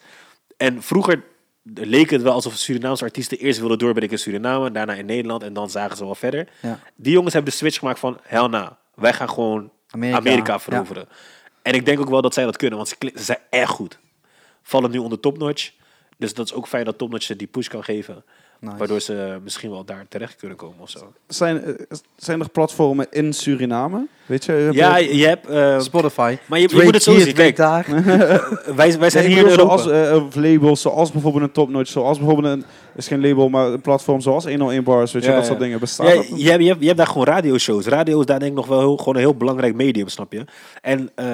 Speaker 1: En vroeger leek het wel alsof Surinaamse artiesten eerst wilden doorbreken in Suriname, daarna in Nederland en dan zagen ze wel verder.
Speaker 2: Ja.
Speaker 1: Die jongens hebben de switch gemaakt van, hell na, wij gaan gewoon
Speaker 2: Amerika.
Speaker 1: Amerika, veroveren. En ik denk ook wel dat zij dat kunnen, want ze, kli- ze zijn echt goed. Vallen nu onder topnotch. Dus dat is ook fijn dat topnotch ze die push kan geven.
Speaker 2: Nice.
Speaker 1: Waardoor ze misschien wel daar terecht kunnen komen of zo.
Speaker 3: Zijn, eh, zijn er platformen in Suriname? Weet je? heb
Speaker 1: Ja,
Speaker 3: je-
Speaker 1: je hebt... eh,
Speaker 2: Spotify.
Speaker 1: maar je, je
Speaker 2: Drake
Speaker 1: moet het zo
Speaker 2: hier,
Speaker 1: zien.
Speaker 2: Drake
Speaker 1: Kijk,
Speaker 2: daar.
Speaker 1: wij, wij zijn
Speaker 3: Nee,
Speaker 1: hier
Speaker 3: ik
Speaker 1: in
Speaker 3: bedoel,
Speaker 1: Europa.
Speaker 3: zoals eh, eh, labels, zoals bijvoorbeeld een topnotch, zoals bijvoorbeeld een, is geen label, maar een platform zoals 101 Bars, weet je,
Speaker 1: Ja,
Speaker 3: dat
Speaker 1: ja.
Speaker 3: soort dingen. Bestaat
Speaker 1: Ja,
Speaker 3: dat?
Speaker 1: je, hebt, je, hebt, je hebt daar gewoon radioshows. Radio is daar denk ik nog wel heel, gewoon een heel belangrijk medium, snap je? En eh,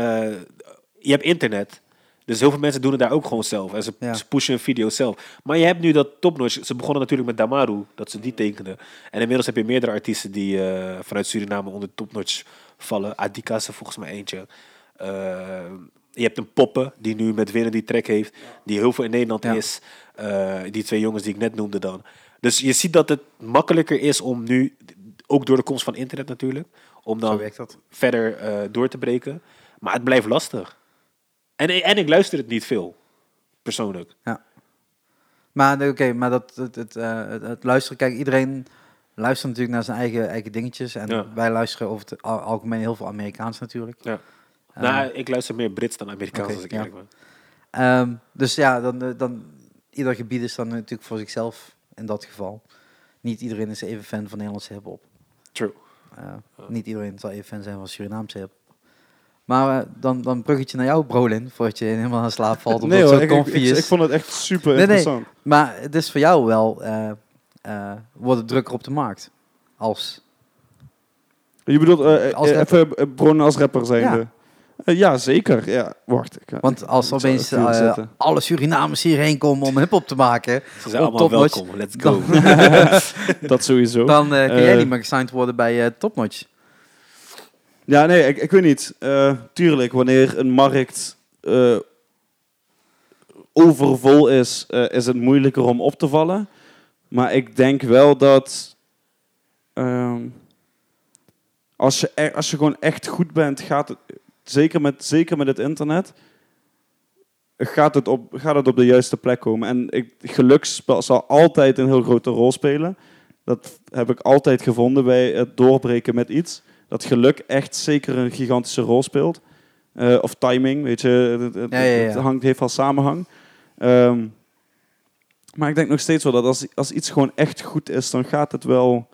Speaker 1: je hebt internet. Dus heel veel mensen doen het daar ook gewoon zelf. En ze,
Speaker 2: Ja.
Speaker 1: ze pushen hun video's zelf. Maar je hebt nu dat topnotch. Ze begonnen natuurlijk met Damaru, dat ze die tekenden. En inmiddels heb je meerdere artiesten die eh, vanuit Suriname onder topnotch vallen. Adika is er volgens mij eentje. Eh, je hebt een Poppen, die nu met Winnen die track heeft. Die heel veel in Nederland
Speaker 2: Ja.
Speaker 1: is. Eh, die twee jongens die ik net noemde dan. Dus je ziet dat het makkelijker is om nu, ook door de komst van internet natuurlijk, om
Speaker 2: Zo
Speaker 1: dan
Speaker 2: werkt dat.
Speaker 1: verder eh, door te breken. Maar het blijft lastig. En, en ik luister het niet veel, persoonlijk.
Speaker 2: Maar nee, oké, maar dat, het, het, eh, het, het luisteren, kijk, iedereen luistert natuurlijk naar zijn eigen, eigen dingetjes. En
Speaker 1: Ja.
Speaker 2: wij luisteren over het al- algemeen heel veel Amerikaans natuurlijk.
Speaker 1: Ja.
Speaker 2: Eh,
Speaker 1: nou, ik luister meer Brits dan Amerikaans
Speaker 2: oké,
Speaker 1: als ik
Speaker 2: ja.
Speaker 1: eerlijk ben.
Speaker 2: Ehm, dus ja, dan, eh, dan, ieder gebied is dan natuurlijk voor zichzelf in dat geval. Niet iedereen is even fan van Nederlandse hip-hop.
Speaker 1: True.
Speaker 2: Eh, Niet iedereen zal even fan zijn van Surinaamse hip. Maar eh, dan, dan bruggetje naar jou, Brolin, voordat je helemaal in slaap valt. Omdat
Speaker 3: nee hoor,
Speaker 2: het
Speaker 3: ik,
Speaker 2: zo
Speaker 3: ik,
Speaker 2: comfy
Speaker 3: ik,
Speaker 2: is.
Speaker 3: ik vond het echt super
Speaker 2: Nee, nee.
Speaker 3: interessant.
Speaker 2: Maar het is voor jou wel, eh, eh, wordt het drukker op de markt. Als.
Speaker 3: Je bedoelt, eh,
Speaker 2: Als
Speaker 3: eh,
Speaker 2: rapper.
Speaker 3: even eh, bronnen als rapper zijnde.
Speaker 2: Ja.
Speaker 3: Eh, ja, zeker. Ja, wacht. Ik,
Speaker 2: Want als
Speaker 3: Ik zal
Speaker 2: opeens
Speaker 3: het even
Speaker 2: eh,
Speaker 3: zetten.
Speaker 2: alle Surinamers hierheen komen om hip-hop te maken,
Speaker 1: Ze zijn
Speaker 2: Op
Speaker 1: allemaal
Speaker 2: topnotch.
Speaker 1: welkom. Let's go.
Speaker 2: dan,
Speaker 3: dat sowieso.
Speaker 2: dan eh, kun jij
Speaker 3: Eh,
Speaker 2: niet meer gesigned worden bij eh, Topnotch.
Speaker 3: Ja, nee, ik, ik weet niet. Eh, tuurlijk, wanneer een markt eh, overvol is, eh, is het moeilijker om op te vallen. Maar ik denk wel dat ehm, als, je, e- als je gewoon echt goed bent, gaat het, zeker met, zeker met het internet, gaat het, op, gaat het op de juiste plek komen. En ik, geluk spe- zal altijd een heel grote rol spelen. Dat heb ik altijd gevonden bij het doorbreken met iets. dat geluk echt zeker een gigantische rol speelt. Eh, of timing, weet je. Het, het-
Speaker 2: Ja, ja, ja.
Speaker 3: het hangt, heeft wel samenhang. Ehm, maar ik denk nog steeds wel dat als, als iets gewoon echt goed is, dan gaat het wel...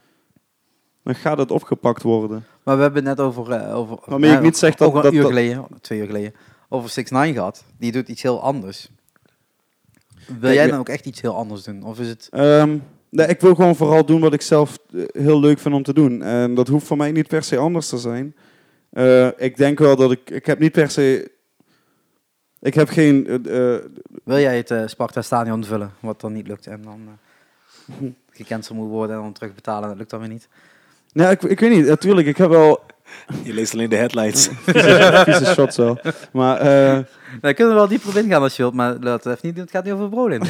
Speaker 3: Dan gaat het opgepakt worden.
Speaker 2: Maar we hebben het net over... eh, over
Speaker 3: Waarmee ik niet zeg dat...
Speaker 2: ook wel
Speaker 3: dat,
Speaker 2: een uur
Speaker 3: dat-
Speaker 2: geleden, twee uur geleden, over 6 9 gehad. Die doet iets heel anders. Wil
Speaker 3: ik
Speaker 2: jij
Speaker 3: ben-
Speaker 2: dan ook echt iets heel anders doen? Of is het...
Speaker 3: Ehm, nee, ik wil gewoon vooral doen wat ik zelf eh, heel leuk vind om te doen. En dat hoeft voor mij niet per se anders te zijn. Eh, ik denk wel dat ik... Ik heb niet per se... Ik heb geen... eh, eh,
Speaker 2: Wil jij het eh, Sparta Stadion vullen, wat dan niet lukt en dan eh gecanceld moet worden en dan terugbetalen en dat lukt dan weer niet?
Speaker 3: nou, ik, ik weet niet. Natuurlijk, ik heb wel
Speaker 1: Je leest alleen de headlines.
Speaker 3: vieze, vieze shots wel. Maar eh,
Speaker 2: Nou, we kunnen wel dieper op ingaan als je wilt, maar laten we even niet doen. Het gaat niet over Brolin.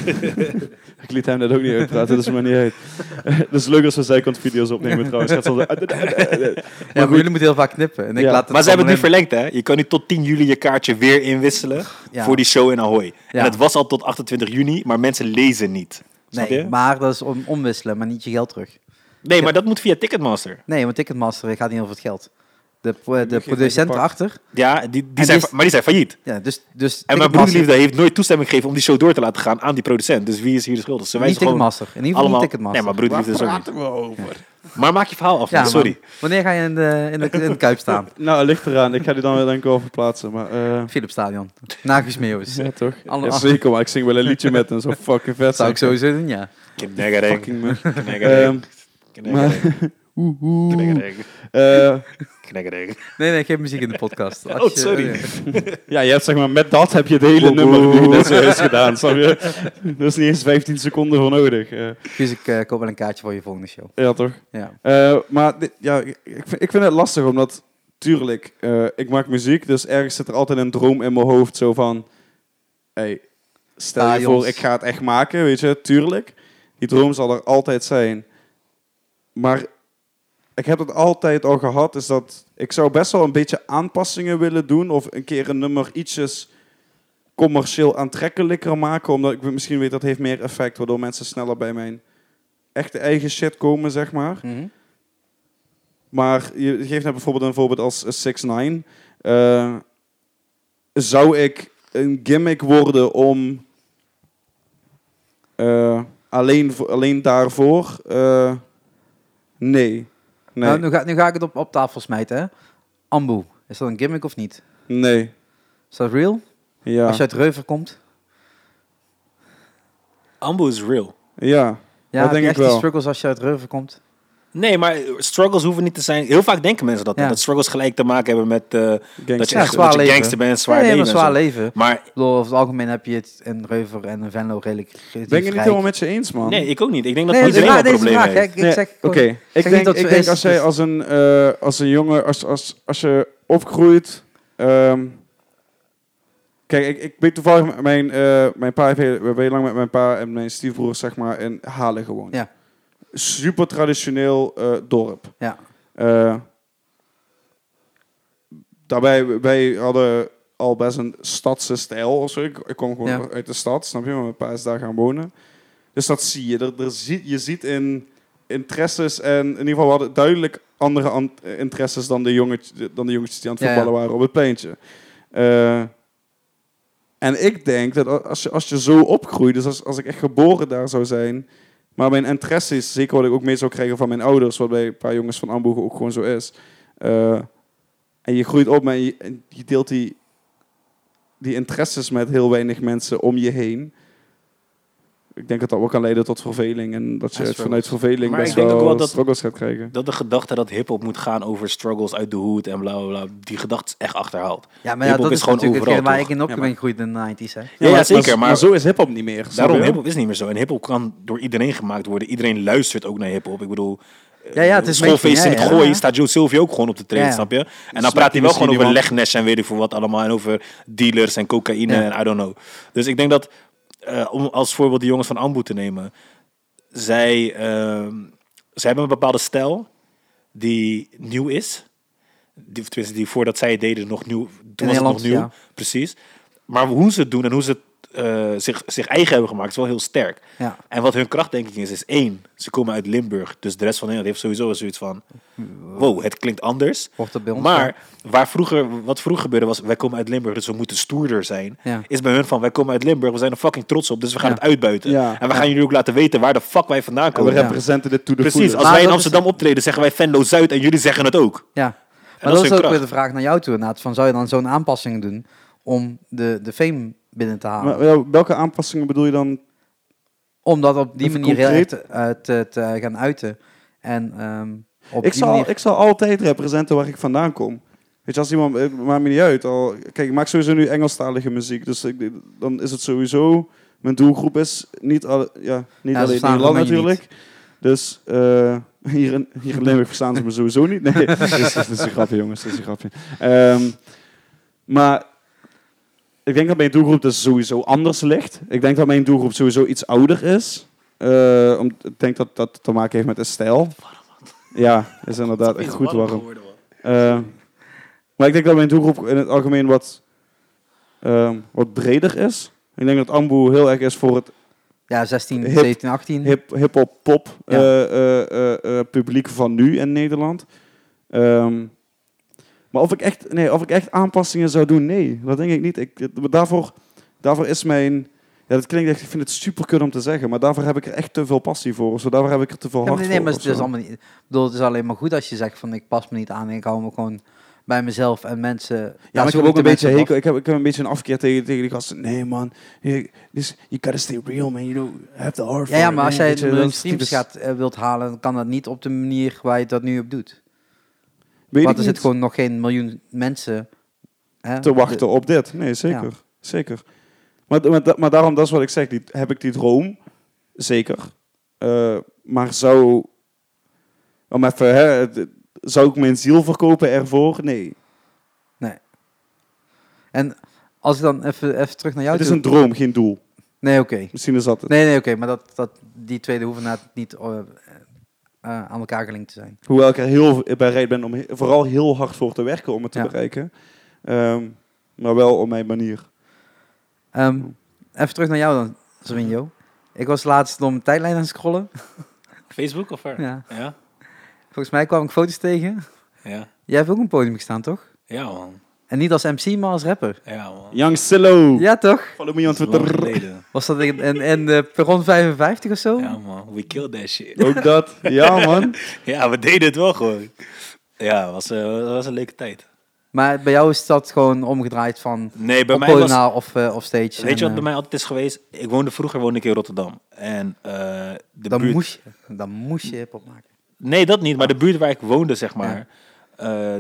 Speaker 3: ik liet hem dat ook niet uitpraten, dus maar niet uit. Het is leuk als we zijkant-video's opnemen trouwens. Gaat zo-
Speaker 2: ja, maar jullie moeten heel vaak knippen. En ik
Speaker 3: Ja.
Speaker 2: laat het
Speaker 1: Maar ze hebben het nu
Speaker 2: allemaal
Speaker 1: verlengd, hè? Je kan nu tot 10 juli je kaartje weer inwisselen
Speaker 2: Ja.
Speaker 1: voor die show in Ahoy.
Speaker 2: Ja.
Speaker 1: En het was al tot 28 juni, maar mensen lezen niet. Snap
Speaker 2: in- Nee,
Speaker 1: je?
Speaker 2: maar dat is om, omwisselen, maar niet je geld terug.
Speaker 1: nee, maar dat moet via Ticketmaster.
Speaker 2: Nee, want Ticketmaster gaat niet over het geld. De, pro- de
Speaker 3: heeft
Speaker 2: producent
Speaker 3: gepakt.
Speaker 2: erachter.
Speaker 1: Ja, die,
Speaker 2: die
Speaker 1: die zijn,
Speaker 2: is-
Speaker 1: fa- maar die zijn failliet.
Speaker 2: Ja, dus, dus
Speaker 1: En mijn
Speaker 2: Ticketmaster-
Speaker 1: broederliefde heeft nooit toestemming gegeven om die show door te laten gaan aan die producent. Dus wie is hier de schuldig? Ze
Speaker 2: Niet
Speaker 1: wijzen gewoon
Speaker 2: Ticketmaster. In ieder geval
Speaker 1: allemaal...
Speaker 2: niet Ticketmaster.
Speaker 1: Nee, maar broederliefde is dus ook niet.
Speaker 3: we over?
Speaker 1: Maar maak je verhaal af,
Speaker 2: Ja, man.
Speaker 1: sorry.
Speaker 2: Wanneer ga je in de, in de, in de Kuip staan?
Speaker 3: Nou, ligt eraan. Ik ga die dan weer denk ik wel verplaatsen. Maar, eh,
Speaker 2: Philips Stadion. Nagus Meeuwis.
Speaker 3: ja, toch?
Speaker 2: Alle-
Speaker 3: Ja, zeker, maar ik zing wel een liedje met hem. Zo fucking vet.
Speaker 2: Zou ik sowieso doen, ja.
Speaker 1: Kneggering,
Speaker 3: Fucking me. Ehm,
Speaker 1: kneggering, kneggering,
Speaker 3: oeh, oeh.
Speaker 1: kneggering,
Speaker 3: Eh,
Speaker 1: kneggering.
Speaker 2: Nee, nee, geen muziek in de podcast. Als
Speaker 1: Oh,
Speaker 2: je-
Speaker 1: sorry.
Speaker 2: eh,
Speaker 3: ja, je hebt zeg maar met dat heb je het hele nummer nu net zo is gedaan. Snap je? Daar is niet eens 15 seconden voor nodig. Eh,
Speaker 2: Dus ik eh, koop wel een kaartje voor je volgende show.
Speaker 3: ja, toch?
Speaker 2: Ja.
Speaker 3: Eh, maar dit- ja, ik, ik vind, ik vind het lastig, omdat tuurlijk, eh, ik maak muziek, dus ergens zit er altijd een droom in mijn hoofd zo van, hey, stel je
Speaker 2: Stadions.
Speaker 3: voor, ik ga het echt maken, weet je, tuurlijk. Die droom zal er altijd zijn. Maar ik heb het altijd al gehad, is dat ik zou best wel een beetje aanpassingen willen doen of een keer een nummer ietsjes commercieel aantrekkelijker maken, omdat ik misschien weet dat heeft meer effect, waardoor mensen sneller bij mijn echte eigen shit komen, zeg maar.
Speaker 2: Mhm.
Speaker 3: Maar je geeft net bijvoorbeeld een voorbeeld als 6 9 Eh Zou ik een gimmick worden om eh, alleen, vo- alleen daarvoor? Eh, nee. Nee.
Speaker 2: Nou, nu, ga, nu ga ik het op, op tafel smijten, hè. Ambu. Is dat een gimmick of niet?
Speaker 3: nee.
Speaker 2: Is dat real?
Speaker 3: Ja.
Speaker 2: Als je uit Reuver komt?
Speaker 1: Ambo is real.
Speaker 3: ja.
Speaker 2: Ja,
Speaker 3: Dat
Speaker 2: heb
Speaker 3: denk
Speaker 2: je
Speaker 3: ik
Speaker 2: echt
Speaker 3: wel.
Speaker 2: die struggles als je uit Reuver komt?
Speaker 1: Nee, maar struggles hoeven niet te zijn. Heel vaak denken mensen dat.
Speaker 2: Ja.
Speaker 1: Dat struggles gelijk te maken hebben met eh, dat je,
Speaker 2: Ja,
Speaker 1: echt,
Speaker 2: zwaar
Speaker 1: dat je
Speaker 2: leven.
Speaker 1: gangster bent, zwaar
Speaker 2: nee, nee,
Speaker 1: leven.
Speaker 2: maar
Speaker 1: en
Speaker 2: zwaar
Speaker 1: zo.
Speaker 2: leven.
Speaker 1: Maar
Speaker 2: Ik bedoel, over het algemeen heb je het in Reuver en in Venlo redelijk relatief
Speaker 3: Ben ik het niet
Speaker 2: rijk.
Speaker 3: helemaal met je eens, man?
Speaker 1: nee, ik ook niet. Ik denk dat
Speaker 2: Nee, dat is
Speaker 1: iedereen
Speaker 2: waar,
Speaker 1: een
Speaker 2: deze
Speaker 1: probleem
Speaker 2: vraag. hè.
Speaker 1: heeft.
Speaker 2: Ik, ik
Speaker 3: Nee,
Speaker 2: zeg
Speaker 3: Oké,
Speaker 2: gewoon-
Speaker 3: ik
Speaker 2: niet
Speaker 3: denk,
Speaker 2: dat het
Speaker 3: ik
Speaker 2: zo
Speaker 3: denk
Speaker 2: is,
Speaker 3: als jij
Speaker 2: dus-
Speaker 3: als een, eh, als een jongen, als, als, als je opgroeit. ehm, kijk, ik, ik ben toevallig met mijn, eh, mijn pa, heeft heel, we hebben heel lang met mijn pa en mijn stiefbroer zeg maar in Halen gewoond.
Speaker 2: Ja.
Speaker 3: Super traditioneel eh, dorp.
Speaker 2: Ja.
Speaker 3: Eh, daarbij, wij hadden al best een stadse stijl of zo. Ik, ik kom gewoon
Speaker 2: Ja.
Speaker 3: uit de stad, snap je? Maar mijn pa is daar gaan wonen. Dus dat zie je. Er, er zie, je ziet in interesses en in ieder geval we hadden duidelijk andere an- eh, interesses dan de, jongetje, dan de jongetjes die aan het
Speaker 2: Ja, ja.
Speaker 3: voetballen waren op het pleintje. Eh, en ik denk dat a- als je, als je zo opgroeit, dus als, als ik echt geboren daar zou zijn, maar mijn interesses, zeker wat ik ook mee zou krijgen van mijn ouders, wat bij een paar jongens van Amboegen ook gewoon zo is. eh, en je groeit op en je, en je deelt die, die interesses met heel weinig mensen om je heen. Ik denk dat dat ook kan leiden tot verveling en dat je
Speaker 2: En
Speaker 3: het vanuit verveling
Speaker 1: Maar
Speaker 3: best
Speaker 1: ik denk ook
Speaker 3: wel,
Speaker 1: wel dat-
Speaker 3: struggles gaat krijgen.
Speaker 1: Dat de gedachte dat hip-hop moet gaan over struggles uit de hoed en bla bla bla, die gedachte is echt achterhaald.
Speaker 2: Ja, maar ja,
Speaker 1: Hiphop
Speaker 2: dat
Speaker 1: is
Speaker 2: is
Speaker 1: gewoon
Speaker 2: natuurlijk
Speaker 1: overal,
Speaker 2: hetgeen waar
Speaker 1: toch?
Speaker 2: ik in op
Speaker 3: Ja,
Speaker 2: ben gegroeid in de 90s. Hè.
Speaker 1: Ja, ja, zeker, maar-
Speaker 3: zo is hip-hop niet meer. snap
Speaker 1: Daarom,
Speaker 3: je?
Speaker 1: hip-hop is niet meer zo. En hip-hop kan door iedereen gemaakt worden. Iedereen luistert ook naar hip-hop. Ik bedoel, eh,
Speaker 2: Ja, ja, het is
Speaker 1: schoolfeest
Speaker 2: mainstream,
Speaker 1: in het
Speaker 2: ja, ja.
Speaker 1: gooien staat Joe Silvio ook gewoon op de trade,
Speaker 2: Ja, Dus ja.
Speaker 1: snap je? En dan
Speaker 3: Snapt
Speaker 1: praat
Speaker 3: hij
Speaker 1: hij wel gewoon
Speaker 3: misschien
Speaker 1: over
Speaker 3: niet,
Speaker 1: legnes en weet ik veel wat allemaal. En over dealers en cocaïne
Speaker 2: Ja.
Speaker 1: en I don't know. Dus ik denk dat, eh, om als voorbeeld de jongens van Ambu te nemen. Zij, ehm, zij hebben een bepaalde stijl die nieuw is. Die, of tenminste, die voordat zij het deden nog nieuw. Toen was het
Speaker 2: Nederland,
Speaker 1: nog nieuw,
Speaker 2: ja.
Speaker 1: precies. Maar hoe ze het doen en hoe ze het eh, zich, zich eigen hebben gemaakt, is wel heel sterk.
Speaker 2: Ja.
Speaker 1: En wat hun kracht denk ik is, is één, ze komen uit Limburg. Dus de rest van Nederland heeft sowieso zoiets van, wow, het klinkt anders.
Speaker 2: Wordt het bij ons
Speaker 1: maar waar vroeger, wat vroeger gebeurde was, wij komen uit Limburg, dus we moeten stoerder zijn.
Speaker 2: Ja.
Speaker 1: Is bij hun van, wij komen uit Limburg, we zijn er fucking trots op, dus we gaan
Speaker 2: Ja.
Speaker 1: het uitbuiten.
Speaker 3: Ja.
Speaker 1: En we gaan jullie ook laten weten waar de fuck wij vandaan
Speaker 3: En we
Speaker 1: komen.
Speaker 2: Ja.
Speaker 3: representen dit to the
Speaker 1: Precies,
Speaker 3: fullest.
Speaker 1: als
Speaker 2: Maar
Speaker 1: wij in
Speaker 2: dat is-
Speaker 1: Amsterdam optreden, zeggen wij Venlo Zuid en jullie zeggen het ook.
Speaker 2: Ja, maar
Speaker 1: dat
Speaker 2: dat
Speaker 1: is
Speaker 2: is
Speaker 1: hun
Speaker 2: ook weer
Speaker 1: kracht.
Speaker 2: de vraag naar jou toe. Inderdaad. Van, zou je dan zo'n aanpassing doen om de, de fame binnen te halen?
Speaker 3: Maar, ja, welke aanpassingen bedoel je dan?
Speaker 2: om dat op die
Speaker 3: Even
Speaker 2: manier heel
Speaker 3: concreet.
Speaker 2: erg te, eh, te, te gaan uiten. En ehm, op
Speaker 3: Ik
Speaker 2: die
Speaker 3: zal,
Speaker 2: manier...
Speaker 3: ik zal altijd representen waar ik vandaan kom. Weet je, als iemand... eh, Maakt me niet uit. Al, kijk, ik maak sowieso nu Engelstalige muziek. Dus ik, dan is het sowieso... Mijn doelgroep is niet, alle, ja, niet
Speaker 2: ze
Speaker 3: alleen
Speaker 2: verstaan
Speaker 3: Nederland
Speaker 2: het van je
Speaker 3: natuurlijk. Dus eh, hier, in, hier in Limburg verstaan ze me sowieso niet. Nee, dat is, dat is een grapje, jongens. Dat is een grapje. Ehm, maar ik denk dat mijn doelgroep dus sowieso anders ligt. Ik denk dat mijn doelgroep sowieso iets ouder is. Eh, om, ik denk dat dat te maken heeft met de stijl. Ja, is inderdaad echt goed warm. Eh, maar ik denk dat mijn doelgroep in het algemeen wat, ehm, wat breder is. Ik denk dat Ambu heel erg is voor het
Speaker 2: Ja, 16,
Speaker 3: Hip-
Speaker 2: 17, 18.
Speaker 3: hip- hip-hop pop
Speaker 2: Ja.
Speaker 3: eh, eh, eh, eh, publiek van nu in Nederland. Ehm, maar of ik, echt, nee, of ik echt aanpassingen zou doen, nee, dat denk ik niet. Ik, het- maar daarvoor, daarvoor is mijn. Ja, dat klinkt echt, ik vind het super kut om te zeggen, maar daarvoor heb ik er echt te veel passie voor. Of zo, daarvoor heb ik er te veel
Speaker 2: Ja,
Speaker 3: hart
Speaker 2: maar nee, maar
Speaker 3: voor.
Speaker 2: het is,
Speaker 3: of zo.
Speaker 2: allemaal niet, ik bedoel, het is alleen maar goed als je zegt van ik pas me niet aan en ik hou me gewoon bij mezelf en mensen.
Speaker 3: Ja, maar ik
Speaker 2: zo
Speaker 3: heb
Speaker 2: moet
Speaker 3: ook
Speaker 2: de
Speaker 3: een beetje
Speaker 2: mensen
Speaker 3: hekel. Ik heb, ik heb een beetje een afkeer tegen, tegen die gasten. Nee, man. Je, this, you gotta stay real, man. You don't have the heart
Speaker 2: Ja,
Speaker 3: for
Speaker 2: ja, maar
Speaker 3: it, man.
Speaker 2: als jij
Speaker 3: Weet je,
Speaker 2: een
Speaker 3: dat
Speaker 2: miljoen
Speaker 3: is
Speaker 2: streams
Speaker 3: typisch-
Speaker 2: gaat, eh, wilt halen, dan kan dat niet op de manier waar je dat nu op doet.
Speaker 3: Weet
Speaker 2: Want
Speaker 3: ik
Speaker 2: er zit
Speaker 3: niet.
Speaker 2: gewoon nog geen miljoen mensen hè,
Speaker 3: te wachten op dit. Nee, zeker.
Speaker 2: Ja.
Speaker 3: Zeker. Maar, maar, da- maar daarom, dat is wat ik zeg. Die, heb ik die droom? Zeker. Eh, maar zou... Om even, hè, het- zou ik mijn ziel verkopen ervoor? Nee.
Speaker 2: En als ik dan even, even terug naar jou
Speaker 3: Het is
Speaker 2: toe-
Speaker 3: een droom, geen doel.
Speaker 2: Nee, oké.
Speaker 3: Misschien is dat het.
Speaker 2: Nee, nee, oké, maar dat, dat, die tweede hoeven inderdaad niet eh, eh, aan elkaar gelinkt te zijn.
Speaker 3: Hoewel ik er heel bereid ben om he- vooral heel hard voor te werken om het te
Speaker 2: Ja.
Speaker 3: bereiken. Ehm, maar wel op mijn manier.
Speaker 2: Ehm, even terug naar jou dan, Zorinjo. Ik was laatst door mijn tijdlijn aan het scrollen.
Speaker 1: Facebook of waar?
Speaker 2: Ja.
Speaker 1: Ja?
Speaker 2: Volgens mij kwam ik foto's tegen.
Speaker 1: Ja.
Speaker 2: Jij hebt ook een podium gestaan, toch?
Speaker 1: Ja, man.
Speaker 2: En niet als MC, maar als rapper.
Speaker 1: Ja, man.
Speaker 3: Young Sillo!
Speaker 2: Ja, toch?
Speaker 3: Follow me on
Speaker 1: Dat is lang
Speaker 3: Twitter.
Speaker 1: geleden.
Speaker 2: Was dat in, in, in eh, Perron 55 of zo?
Speaker 1: Ja, man. We killed that shit.
Speaker 3: Ook dat. Ja, man.
Speaker 1: Ja, we deden het wel gewoon. Ja, het was, eh, het was een leuke tijd.
Speaker 2: Maar bij jou is dat gewoon omgedraaid van
Speaker 1: Nee, bij
Speaker 2: op
Speaker 1: mij was...
Speaker 2: podium of, eh, of stage.
Speaker 1: Weet je
Speaker 2: en,
Speaker 1: wat bij
Speaker 2: eh,
Speaker 1: mij altijd is geweest? Ik woonde vroeger woonde ik in Rotterdam. En eh, de
Speaker 2: dan,
Speaker 1: buurt...
Speaker 2: moest je, dan moest je hip-hop maken.
Speaker 1: Nee, dat niet. Maar de buurt waar ik woonde, zeg maar. eh,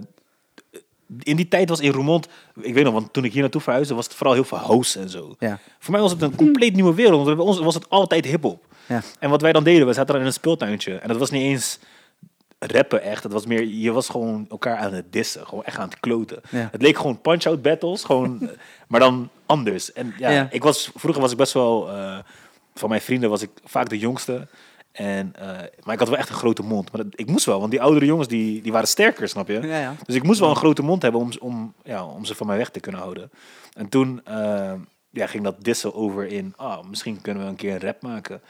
Speaker 1: in die tijd was in Roermond... Ik weet nog, want toen ik hier naartoe verhuisde... was het vooral heel veel house en zo.
Speaker 2: Ja.
Speaker 1: Voor mij was het een compleet nieuwe wereld. Want bij ons was het altijd hip-hop.
Speaker 2: Ja.
Speaker 1: En wat wij dan deden, we zaten dan in een speeltuintje. En dat was niet eens rappen echt. Het was meer, je was gewoon elkaar aan het dissen. Gewoon echt aan het kloten.
Speaker 2: Ja.
Speaker 1: Het leek gewoon punch-out battles. Gewoon, maar dan anders. En ja,
Speaker 2: Ja.
Speaker 1: Ik was, vroeger was ik best wel... eh, van mijn vrienden was ik vaak de jongste. En, eh, maar ik had wel echt een grote mond. Maar dat- ik moest wel, want die oudere jongens die, die waren sterker, snap je?
Speaker 2: Ja, ja.
Speaker 1: Dus ik moest wel een grote mond hebben om, om, ja, om ze van mij weg te kunnen houden. En toen eh, ja, ging dat dissen over in, ah, misschien kunnen we een keer een rap maken.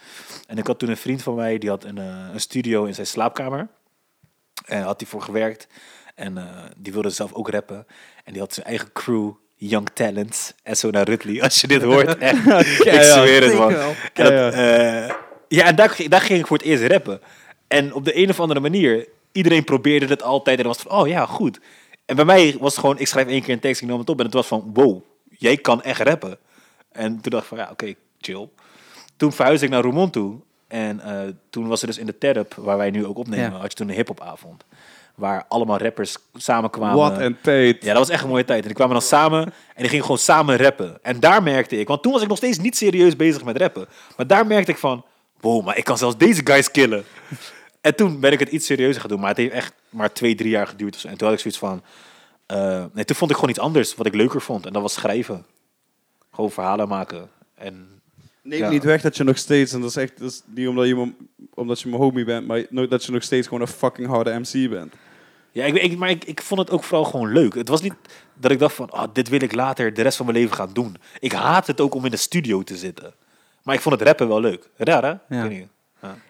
Speaker 1: En ik had toen een vriend van mij, die had een, eh, een studio in zijn slaapkamer. En had hij voor gewerkt. En eh, die wilde zelf ook rappen. En die had zijn eigen crew, Young Talents. En zo naar Ridley, als je dit hoort. Echt, ik zweer het, man.
Speaker 2: Zeker wel.
Speaker 1: En dat, eh, ja, en daar, daar ging ik voor het eerst rappen. En op de een of andere manier, iedereen probeerde het altijd. En was van, oh ja, goed. En bij mij was het gewoon, ik schrijf één keer een tekst, ik nam het op. En het was van, wow, jij kan echt rappen. En toen dacht ik van, ja, oké, chill. Toen verhuisde ik naar Roermond toe. En eh, toen was er dus in de Terp, waar wij nu ook opnemen,
Speaker 2: Ja.
Speaker 1: had je toen een hiphopavond. Waar allemaal rappers samenkwamen.
Speaker 3: Wat een tijd.
Speaker 1: Ja, dat was echt een mooie tijd. En die kwamen dan samen en die gingen gewoon samen rappen. En daar merkte ik, want toen was ik nog steeds niet serieus bezig met rappen. Maar daar merkte ik van, wow, maar ik kan zelfs deze guys killen. En toen ben ik het iets serieuzer gaan doen. Maar het heeft echt maar twee, drie jaar geduurd. of zo. En toen had ik zoiets van, eh, nee, toen vond ik gewoon iets anders wat ik leuker vond. En dat was schrijven. Gewoon verhalen maken. En
Speaker 3: Neem
Speaker 1: Ja.
Speaker 3: niet weg dat je nog steeds, en dat is echt dat is niet omdat je, mijn- omdat je mijn homie bent, maar nooit dat je nog steeds gewoon een fucking harde MC bent.
Speaker 1: Ja, ik, ik, maar ik, ik vond het ook vooral gewoon leuk. Het was niet dat ik dacht van, ah, dit wil ik later de rest van mijn leven gaan doen. Ik haat het ook om in de studio te zitten. Maar ik vond het rappen wel leuk. Raar, hè? Ik weet niet.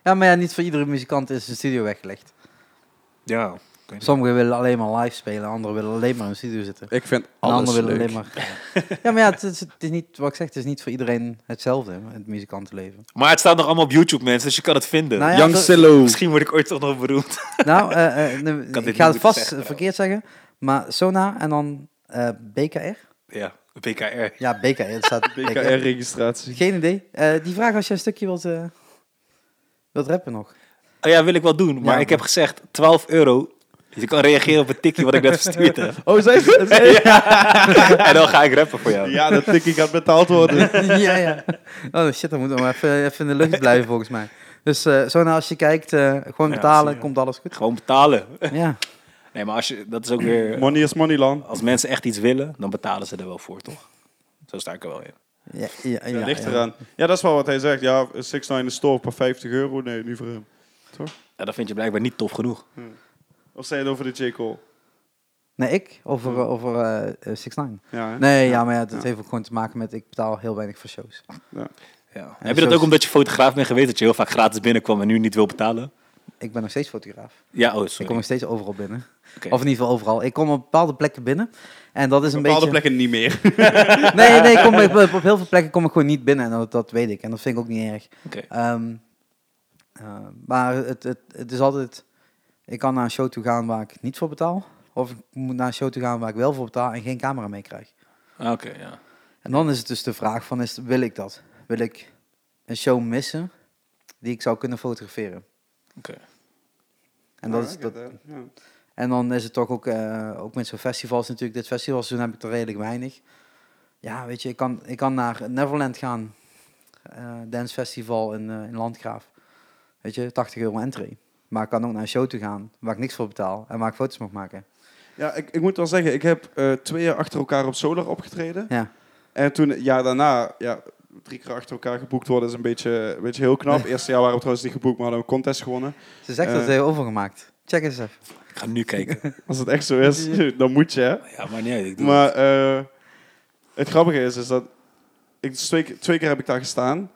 Speaker 2: Ja, maar ja, niet voor iedere muzikant is een studio weggelegd.
Speaker 1: Ja. ik weet niet.
Speaker 2: Sommigen willen alleen maar live spelen, anderen willen alleen maar in een studio zitten.
Speaker 3: Ik vind
Speaker 2: En
Speaker 3: alles
Speaker 2: anderen
Speaker 3: leuk.
Speaker 2: willen alleen maar. Ja, maar ja, het is, het is niet wat ik zeg, het is niet voor iedereen hetzelfde, het muzikantenleven.
Speaker 1: Maar het staat nog allemaal op YouTube, mensen, dus je kan het vinden.
Speaker 2: Nou ja,
Speaker 3: Young
Speaker 2: dat-
Speaker 3: Sillo.
Speaker 1: Misschien word ik ooit toch nog beroemd.
Speaker 2: Nou, eh, eh, nee,
Speaker 1: dit
Speaker 2: ik
Speaker 1: niet
Speaker 2: ga het
Speaker 1: moeten
Speaker 2: vast
Speaker 1: zeggen,
Speaker 2: verkeerd zeggen, maar Sona en dan eh, BKR.
Speaker 1: ja, BKR.
Speaker 2: Ja, BKR, het staat BKR.
Speaker 3: BKR-registratie.
Speaker 2: Geen idee. Eh, die vraag als je een stukje wilt, eh, wilt rappen nog.
Speaker 1: Oh ja, wil ik wel doen, maar
Speaker 2: Ja.
Speaker 1: ik heb gezegd 12 euro. Je kan reageren op het tikje wat ik net verstuurd heb.
Speaker 3: Oh, zij
Speaker 1: En dan ga ik rappen voor jou.
Speaker 3: Ja, dat tikkie gaat betaald worden.
Speaker 2: ja, ja. Oh shit, dan moet we even, even in de lucht blijven volgens mij. Dus eh Sona, als je kijkt, eh, gewoon
Speaker 1: Ja,
Speaker 2: betalen,
Speaker 1: zie je.
Speaker 2: komt alles goed.
Speaker 1: Gewoon betalen.
Speaker 2: Ja.
Speaker 1: Nee, maar als je, dat is ook weer...
Speaker 3: Money is money, land.
Speaker 1: Als mensen echt iets willen, dan betalen ze er wel voor, toch? Zo sta ik er wel in.
Speaker 2: Ja, ja, ja,
Speaker 3: Ja, ligt
Speaker 2: ja.
Speaker 3: eraan. Ja, dat is wel wat hij zegt. Ja, 6 in de store per 50 euro. Nee, niet voor hem.
Speaker 1: Ja, dat vind je blijkbaar niet tof genoeg.
Speaker 3: Of zei je het over de J. Cole?
Speaker 2: Nee, ik? Over, over eh 6 9
Speaker 3: Ja, hè?
Speaker 2: Nee, ja, maar ja, dat
Speaker 3: Ja.
Speaker 2: heeft ook gewoon te maken met, ik betaal heel weinig voor shows.
Speaker 1: Ja.
Speaker 2: En
Speaker 1: Heb je dat
Speaker 2: zo-
Speaker 1: ook omdat je fotograaf bent geweest, dat je heel vaak gratis binnenkwam en nu niet wil betalen?
Speaker 2: Ik ben nog steeds fotograaf.
Speaker 1: Ja, oh,
Speaker 2: Ik
Speaker 1: sorry.
Speaker 2: kom nog steeds overal binnen.
Speaker 1: Oké.
Speaker 2: Of in ieder geval overal. Ik kom op bepaalde plekken binnen. En dat is een
Speaker 3: Bepaalde
Speaker 2: beetje...
Speaker 3: plekken niet meer.
Speaker 2: Nee, nee, ik kom, op, op heel veel plekken kom ik gewoon niet binnen. En dat, dat weet ik. En dat vind ik ook niet erg.
Speaker 1: Oké.
Speaker 2: Ehm, eh, maar het, het, het is altijd... Ik kan naar een show toe gaan waar ik niet voor betaal. Of ik moet naar een show toe gaan waar ik wel voor betaal en geen camera mee krijg.
Speaker 1: Ah, Oké, ja.
Speaker 2: En dan is het dus de vraag van, is, wil ik dat? Wil ik een show missen die ik zou kunnen fotograferen?
Speaker 1: Oké.
Speaker 2: En, dat is, dat, en dan is het toch ook, eh, ook met zo'n festivals natuurlijk. Dit festivalseizoen heb ik er redelijk weinig. Ja, weet je, ik kan, ik kan naar Neverland gaan. eh dance Festival in, eh, in Landgraaf. Weet je, 80 euro entry. Maar ik kan ook naar een show toe gaan waar ik niks voor betaal en waar ik foto's mag maken.
Speaker 3: Ja, ik, ik moet wel zeggen, ik heb eh, twee jaar achter elkaar op Solar opgetreden.
Speaker 2: Ja,
Speaker 3: En toen, het jaar daarna, ja, drie keer achter elkaar geboekt worden is een beetje, een beetje heel knap. Eerste jaar waren we trouwens niet geboekt, maar hadden we een contest gewonnen.
Speaker 2: ze zegt dat
Speaker 3: Eh.
Speaker 2: ze heel overgemaakt. Check eens even.
Speaker 1: Ik ga nu kijken.
Speaker 3: Als het echt zo is, dan moet je, hè.
Speaker 1: Ja, maar nee, ik doe
Speaker 3: Maar eh, het grappige is, is dat ik dus twee, keer- twee keer heb ik daar gestaan.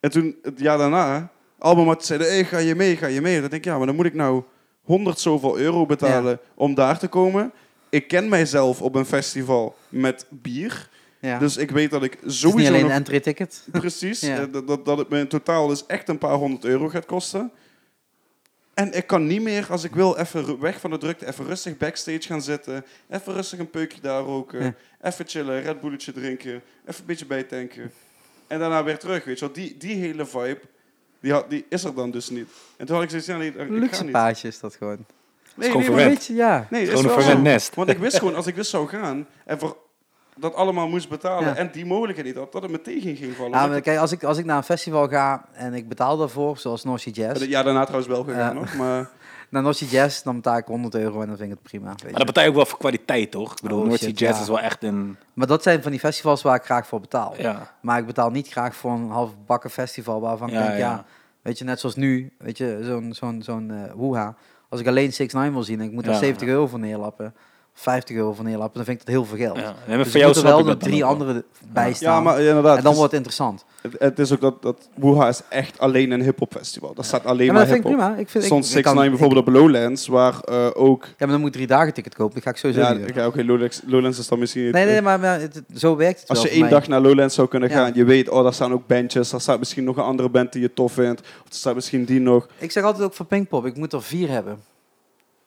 Speaker 3: En toen, het jaar daarna, allemaal maar zeiden, hey, ga je mee, ga je mee. Dan denk ik, ja, maar dan moet ik nou honderd zoveel euro betalen om daar te komen. Ik ken mijzelf op een festival met bier.
Speaker 2: Ja.
Speaker 3: Dus ik weet dat ik
Speaker 2: het is niet
Speaker 3: sowieso
Speaker 2: alleen
Speaker 3: nog-
Speaker 2: een entry ticket.
Speaker 3: Precies.
Speaker 2: Ja.
Speaker 3: eh, Dat, dat, dat het me in totaal dus echt een paar honderd euro gaat kosten. En ik kan niet meer, als ik wil, even ru- weg van de drukte, even rustig backstage gaan zitten. Even rustig een peukje daar roken.
Speaker 2: Ja.
Speaker 3: Even chillen, Red Bulletje drinken. Even een beetje bijtanken. En daarna weer terug, weet je wel. Die, die hele vibe, die, had, die is er dan dus niet. En toen had ik zoiets, ja, nee, ik ga
Speaker 2: Luxe
Speaker 3: niet.
Speaker 2: paasje is dat gewoon.
Speaker 3: Nee,
Speaker 1: gewoon
Speaker 3: nee,
Speaker 1: verwend.
Speaker 3: maar-
Speaker 2: Weet je, ja.
Speaker 3: nee, is
Speaker 1: Gewoon een
Speaker 3: wel zo.
Speaker 1: verwend nest.
Speaker 3: Want ik wist gewoon, als ik dus zou gaan en voor dat allemaal moest betalen
Speaker 2: Ja.
Speaker 3: en die mogelijkheid niet had, dat het me tegen ging vallen.
Speaker 2: Ja,
Speaker 3: Omdat
Speaker 2: maar
Speaker 3: ik-
Speaker 2: kijk, als ik, als ik naar een festival ga en ik betaal daarvoor, zoals North Sea Jazz.
Speaker 3: Ja, daarna trouwens wel gegaan
Speaker 2: Dus- Ja.
Speaker 3: nog, maar...
Speaker 2: Naar North Sea Jazz, dan betaal ik 100 euro en dan vind ik het prima. Weet
Speaker 1: Maar dat
Speaker 2: je.
Speaker 1: betaal je ook wel voor kwaliteit, toch? Ik bedoel,
Speaker 2: Oh,
Speaker 1: North Sea
Speaker 2: shit,
Speaker 1: Jazz
Speaker 2: ja.
Speaker 1: is wel echt een...
Speaker 2: Maar dat zijn van die festivals waar ik graag voor betaal.
Speaker 1: Ja.
Speaker 2: Maar ik betaal niet graag voor een half bakken festival waarvan
Speaker 1: Ja,
Speaker 2: ik denk, ja.
Speaker 1: ja.
Speaker 2: weet je, net zoals nu, weet je, zo'n zo'n zo'n eh, hoeha. Als ik alleen 6 9 wil zien en ik moet daar
Speaker 1: Ja,
Speaker 2: 70
Speaker 1: ja.
Speaker 2: euro voor neerlappen, of 50 euro voor neerlappen, dan vind ik dat heel veel geld.
Speaker 1: Ja. Nee, maar voor
Speaker 2: Dus ik
Speaker 1: jou
Speaker 2: moet er
Speaker 1: snap
Speaker 2: wel
Speaker 1: ik
Speaker 2: nog
Speaker 1: dat dan
Speaker 2: drie
Speaker 1: ook wel.
Speaker 2: andere bij staan.
Speaker 3: Ja,
Speaker 1: eh,
Speaker 3: maar inderdaad.
Speaker 2: en dan
Speaker 3: het,
Speaker 2: wordt het interessant.
Speaker 3: is, het, het is ook dat, dat Woeha is echt alleen een hip-hop festival. Daar staat alleen
Speaker 2: Ja, maar
Speaker 3: maar
Speaker 2: dat vind ik
Speaker 3: hip-hop.
Speaker 2: prima. Ik vind, ik-
Speaker 3: Soms
Speaker 2: ik
Speaker 3: 6
Speaker 2: kan-
Speaker 3: 9
Speaker 2: ik-
Speaker 3: bijvoorbeeld op Lowlands, waar eh, ook.
Speaker 2: Ja, maar dan moet ik drie dagen ticket kopen. Dat ga ik sowieso
Speaker 3: Ja,
Speaker 2: niet doen.
Speaker 3: oké, oké, Lowlands, Lowlands is dan misschien.
Speaker 2: Nee, nee, maar, maar het- het- zo werkt het
Speaker 3: als
Speaker 2: wel
Speaker 3: je
Speaker 2: voor
Speaker 3: één
Speaker 2: mij.
Speaker 3: dag naar Lowlands zou kunnen
Speaker 2: Ja.
Speaker 3: gaan, je weet, oh, daar staan ook bandjes, daar staat misschien nog een andere band die je tof vindt, of er staat misschien die nog.
Speaker 2: Ik zeg altijd ook voor Pinkpop, ik moet er vier hebben.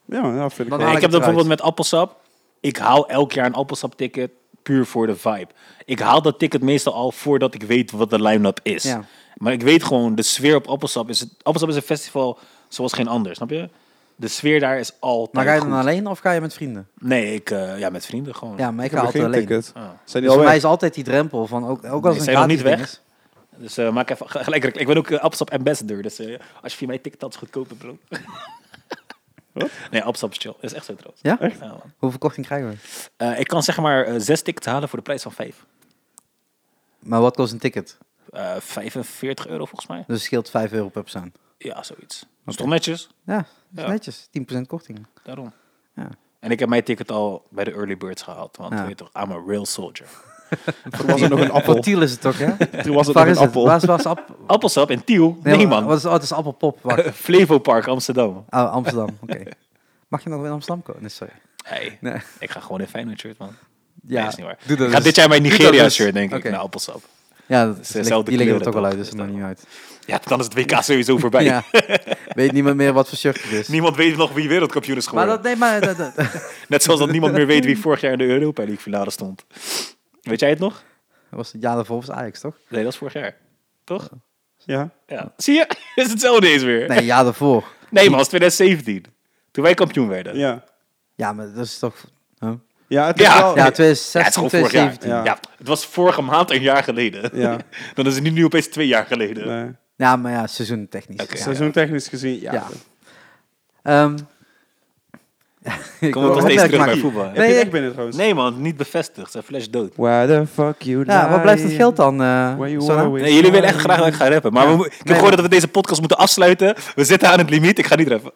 Speaker 3: Ja, ja vind ik
Speaker 2: Dan
Speaker 3: wel.
Speaker 2: haal
Speaker 1: ik heb dat
Speaker 2: ik het eruit.
Speaker 1: bijvoorbeeld met appelsap. Ik haal elk jaar een appelsap-ticket puur voor de vibe. Ik haal dat ticket meestal al voordat ik weet wat de line-up is.
Speaker 2: Ja.
Speaker 1: Maar ik weet gewoon, de sfeer op appelsap is... Het, appelsap is een festival zoals geen ander, snap je? De sfeer daar is altijd
Speaker 2: Maar ga je
Speaker 1: goed.
Speaker 2: dan alleen of ga je met vrienden?
Speaker 1: Nee, ik, eh, ja, met vrienden gewoon.
Speaker 2: Ja, maar ik,
Speaker 3: Ik
Speaker 2: ga
Speaker 3: heb
Speaker 2: altijd
Speaker 3: geen
Speaker 2: alleen.
Speaker 3: ticket.
Speaker 1: Ah.
Speaker 3: Zijn
Speaker 2: Dus
Speaker 3: die al
Speaker 2: voor mij
Speaker 3: weg?
Speaker 2: is altijd die drempel van, ook, ook als
Speaker 1: Nee,
Speaker 2: een
Speaker 1: zijn nog niet
Speaker 2: gratis ding
Speaker 1: weg?
Speaker 2: is.
Speaker 1: Dus eh, maak even, ga- gelijk, ik ben ook eh, appelsap ambassador. Dus eh, als je via mij ticket had, is goedkoper, bro.
Speaker 3: Wat?
Speaker 1: Nee, appelsap is chill. Dat is echt zo trouwens.
Speaker 2: Ja?
Speaker 1: Ja, man.
Speaker 2: Hoeveel korting krijgen we?
Speaker 1: Eh, ik kan zeg maar eh, zes tickets halen voor de prijs van vijf.
Speaker 2: Maar wat kost een ticket?
Speaker 1: Eh, 45 euro volgens mij.
Speaker 2: Dus het scheelt 5 euro per persoon.
Speaker 1: Ja, zoiets. Dat is toch netjes?
Speaker 2: Ja, dat is
Speaker 1: Ja.
Speaker 2: netjes. 10% korting.
Speaker 1: Dat daarom.
Speaker 2: Ja.
Speaker 1: En ik heb mijn ticket al bij de early birds gehaald. Want
Speaker 2: Ja.
Speaker 1: je weet toch, I'm a real soldier.
Speaker 3: Toen was er nog een appel.
Speaker 2: Appeltiel is het toch, hè?
Speaker 3: Toen was het nog
Speaker 2: Waar
Speaker 3: een
Speaker 2: is het?
Speaker 3: appel.
Speaker 2: Waar is, waar is app-
Speaker 1: Appelsap en Tiel? Nee, man.
Speaker 2: Wat is, oh, het is appelpop. Wacht.
Speaker 1: Flevopark Amsterdam.
Speaker 2: Oh, Amsterdam, oké. Mag je nog in Amsterdam komen? Nee, sorry.
Speaker 1: Hey,
Speaker 2: Nee.
Speaker 1: ik ga gewoon in Feyenoord shirt, man.
Speaker 2: Ja,
Speaker 1: nee, is niet waar.
Speaker 2: doe dat
Speaker 1: ik ga
Speaker 2: dus.
Speaker 1: dit jaar mijn
Speaker 2: Doe dat
Speaker 1: Nigeria
Speaker 2: dus.
Speaker 1: shirt, denk ik,
Speaker 2: Oké.
Speaker 1: naar appelsap.
Speaker 2: Ja, dat is,
Speaker 1: Dezelfde
Speaker 2: die liggen er
Speaker 1: kleuren
Speaker 2: toch al
Speaker 1: toch?
Speaker 2: uit, dus dat maakt niet uit.
Speaker 1: Ja, dan is het WK sowieso voorbij.
Speaker 2: Ja. Weet niemand meer wat voor shirt het is.
Speaker 1: Niemand weet nog wie wereldkampioen is
Speaker 2: maar
Speaker 1: geworden.
Speaker 2: dat, nee, maar dat, dat- dat
Speaker 1: Net zoals dat niemand meer weet wie vorig jaar in de Europa League finale stond. Weet jij het nog?
Speaker 2: was het jaar daarvoor was Ajax, toch?
Speaker 1: Nee, dat is vorig jaar. Toch?
Speaker 3: Ja.
Speaker 1: Ja. Zie je? Het is hetzelfde eens weer. Nee,
Speaker 2: Nee, jaar daarvoor.
Speaker 1: man, het was 2017. Toen wij kampioen werden. Ja,
Speaker 3: Ja.
Speaker 2: Ja, maar dat is toch... Huh?
Speaker 3: Ja, het is
Speaker 1: Ja.
Speaker 3: wel...
Speaker 2: Ja,
Speaker 3: Ja,
Speaker 2: 2016,
Speaker 1: het is gewoon vorig jaar.
Speaker 2: 2017.
Speaker 1: Ja.
Speaker 3: Ja.
Speaker 1: het was vorige maand een jaar geleden.
Speaker 3: Ja.
Speaker 1: Dan is het nu, nu opeens twee jaar geleden.
Speaker 3: nee.
Speaker 2: Ja, maar ja, seizoen technisch.
Speaker 1: Oké.
Speaker 3: Seizoentechnisch gezien, ja.
Speaker 2: Ja. Ehm, ik
Speaker 1: Kom op, nog
Speaker 2: wil
Speaker 1: steeds
Speaker 2: opmerking
Speaker 1: terug bij
Speaker 2: maken.
Speaker 1: voetbal.
Speaker 3: Heb je
Speaker 2: Nee,
Speaker 3: het
Speaker 2: ik-
Speaker 3: echt binnen trouwens?
Speaker 1: Nee man, niet bevestigd. Zijn flash dood.
Speaker 3: Where the fuck you
Speaker 2: Ja, wat blijft het
Speaker 3: lying?
Speaker 2: geld dan, eh,
Speaker 3: Where you
Speaker 2: Sanne?
Speaker 3: are with
Speaker 1: Nee, jullie willen echt graag dat ik ga rappen. Maar we mo- ik heb
Speaker 2: Nee,
Speaker 1: gehoord dat we deze podcast moeten afsluiten. We zitten aan het limiet. Ik ga niet rappen.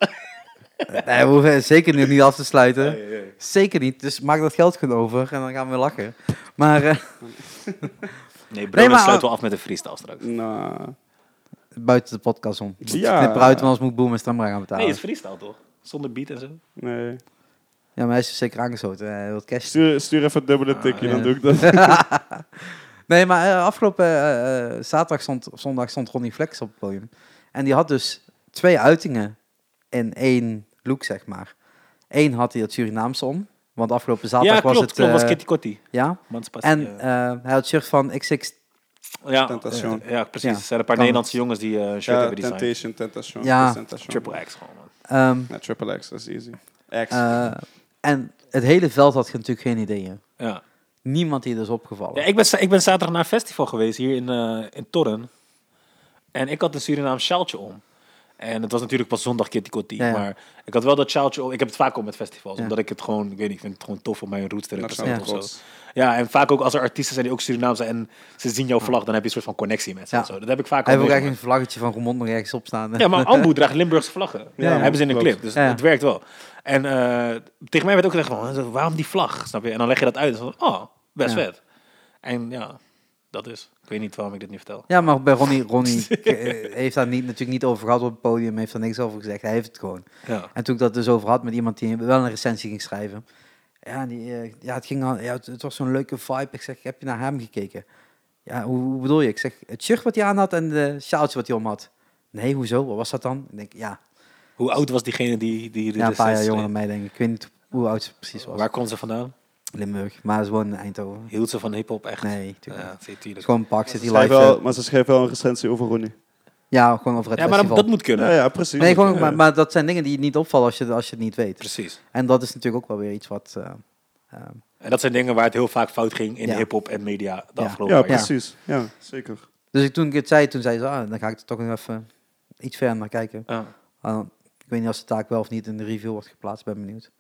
Speaker 2: Nee, we hoeven zeker niet, niet af te sluiten. Zeker niet, dus maak dat geld gewoon over en dan gaan we lachen. Maar eh,
Speaker 1: Nee,
Speaker 2: Nee,
Speaker 1: Bruno
Speaker 2: maar-
Speaker 1: sluit wel af met een freestyle straks.
Speaker 3: Nou,
Speaker 2: buiten de podcast om.
Speaker 3: Ja.
Speaker 2: Knip eruit, want anders moet ik Boem en Stemra gaan betalen.
Speaker 1: Nee, het is freestyle toch? Zonder beat en zo.
Speaker 3: nee.
Speaker 2: Ja, maar hij is dus zeker aangesloten. eh, Hij wil het cash.
Speaker 3: Stuur, stuur even het dubbele tikje,
Speaker 2: ja.
Speaker 3: dan doe ik dat.
Speaker 2: Nee, maar eh, afgelopen eh, eh, zaterdag stond, of zondag stond Ronnie Flex op het podium. En die had dus twee uitingen in één look, zeg maar. Eén had hij het Surinaamse om, want afgelopen zaterdag
Speaker 1: ja, klopt.
Speaker 2: was het...
Speaker 1: klopt, was
Speaker 2: eh,
Speaker 1: Kitty Kotti.
Speaker 2: ja,
Speaker 1: Manspas,
Speaker 2: en
Speaker 1: ja.
Speaker 2: eh, hij had het shirt van XX...
Speaker 1: ja,
Speaker 3: Tentation.
Speaker 1: eh, ja, precies.
Speaker 2: Ja,
Speaker 1: er zijn een paar
Speaker 2: kan
Speaker 1: Nederlandse jongens die eh, een shirt
Speaker 3: Ja,
Speaker 1: hebben designed.
Speaker 3: Temptation, Tentation.
Speaker 2: Ja.
Speaker 3: dat is Tentation.
Speaker 1: Triple X gewoon, man.
Speaker 2: ehm,
Speaker 3: Nee, triple X, dat is easy. X.
Speaker 2: eh, en het hele veld had natuurlijk geen idee. hè.
Speaker 1: Ja.
Speaker 2: Niemand die dus opgevallen.
Speaker 1: Ja, ik, ben, za- ik ben zaterdag naar een festival geweest hier in, eh, in Torren. En ik had een Surinaam sjaaltje om. En het was natuurlijk pas zondag Kitty Kotti.
Speaker 2: Ja, ja.
Speaker 1: Maar ik had wel dat sjaaltje om. Ik heb het vaak om met festivals.
Speaker 2: Ja.
Speaker 1: Omdat ik het gewoon, ik weet niet, ik vind het gewoon tof om mijn roots te
Speaker 3: Nationaal
Speaker 1: representeren of zo.
Speaker 3: trots.
Speaker 1: Ja, en vaak ook als er artiesten zijn die ook Surinaam zijn en ze zien jouw vlag, dan heb je een soort van connectie met ze.
Speaker 2: Ja.
Speaker 1: en Zo. Dat heb ik vaak
Speaker 2: Hij
Speaker 1: al
Speaker 2: heeft ook
Speaker 1: meegemaakt.
Speaker 2: eigenlijk een vlaggetje van Roermond nog ergens op staan.
Speaker 1: Ja, maar Ambu draagt Limburgse vlaggen.
Speaker 3: Ja,
Speaker 1: Dat hebben ze in een
Speaker 3: klopt.
Speaker 1: clip. Dus
Speaker 2: Ja.
Speaker 1: het werkt wel. En eh, tegen mij werd ook gezegd van, waarom die vlag? Snap je? En dan leg je dat uit. En dan, oh, best
Speaker 2: Ja.
Speaker 1: vet. En ja, dat is. Ik weet niet waarom ik dit nu vertel.
Speaker 2: Ja, maar bij Ronnie, Ronnie eh, heeft daar niet, natuurlijk niet over gehad op het podium, heeft daar niks over gezegd. Hij heeft het gewoon.
Speaker 1: Ja.
Speaker 2: En toen ik dat dus over had met iemand die wel een recensie ging schrijven. Ja, die, eh, ja, het, ging, al- ja het, het was zo'n leuke vibe. Ik zeg, heb je naar hem gekeken? Ja, hoe, hoe bedoel je? Ik zeg, het shirt wat hij aan had en de sjaaltje wat hij om had. Nee, hoezo? Wat was dat dan? Ik denk, ja,
Speaker 1: Hoe oud was diegene die... die de
Speaker 2: ja een paar jaar
Speaker 1: recensie
Speaker 2: jonger dan mij, denk ik. Ik weet niet hoe oud ze precies
Speaker 1: schreef?
Speaker 2: was.
Speaker 1: Waar komt ze vandaan?
Speaker 2: Limburg, maar ze woont in Eindhoven.
Speaker 1: Hield ze van hiphop echt?
Speaker 2: Nee, tuurlijk
Speaker 1: Ja,
Speaker 2: niet.
Speaker 1: zie je,
Speaker 2: Het is
Speaker 1: tuurlijk.
Speaker 2: gewoon een park,
Speaker 3: Ze
Speaker 2: zit
Speaker 3: schreef
Speaker 2: live. eh.
Speaker 3: wel, maar ze schreef wel een recensie over Ronnie.
Speaker 2: Ja, gewoon over het
Speaker 1: ja, maar dat,
Speaker 2: festival.
Speaker 1: dat moet kunnen.
Speaker 3: Ja, ja, precies.
Speaker 2: Nee, gewoon,
Speaker 3: Ja.
Speaker 2: maar, maar dat zijn dingen die niet opvallen als je, als je het niet weet.
Speaker 1: Precies.
Speaker 2: En dat is natuurlijk ook wel weer iets wat... eh, eh,
Speaker 1: En dat zijn dingen waar het heel vaak fout ging in
Speaker 2: Ja.
Speaker 1: hiphop en media de
Speaker 2: Ja.
Speaker 1: afgelopen
Speaker 3: Ja,
Speaker 1: jaar.
Speaker 3: precies. Ja, zeker.
Speaker 2: dus ik, toen ik het zei, toen zei ze, ah, dan ga ik er toch nog even iets verder naar kijken.
Speaker 1: Ja.
Speaker 2: Ah, ik weet niet als de taak wel of niet in de review wordt geplaatst, ben benieuwd.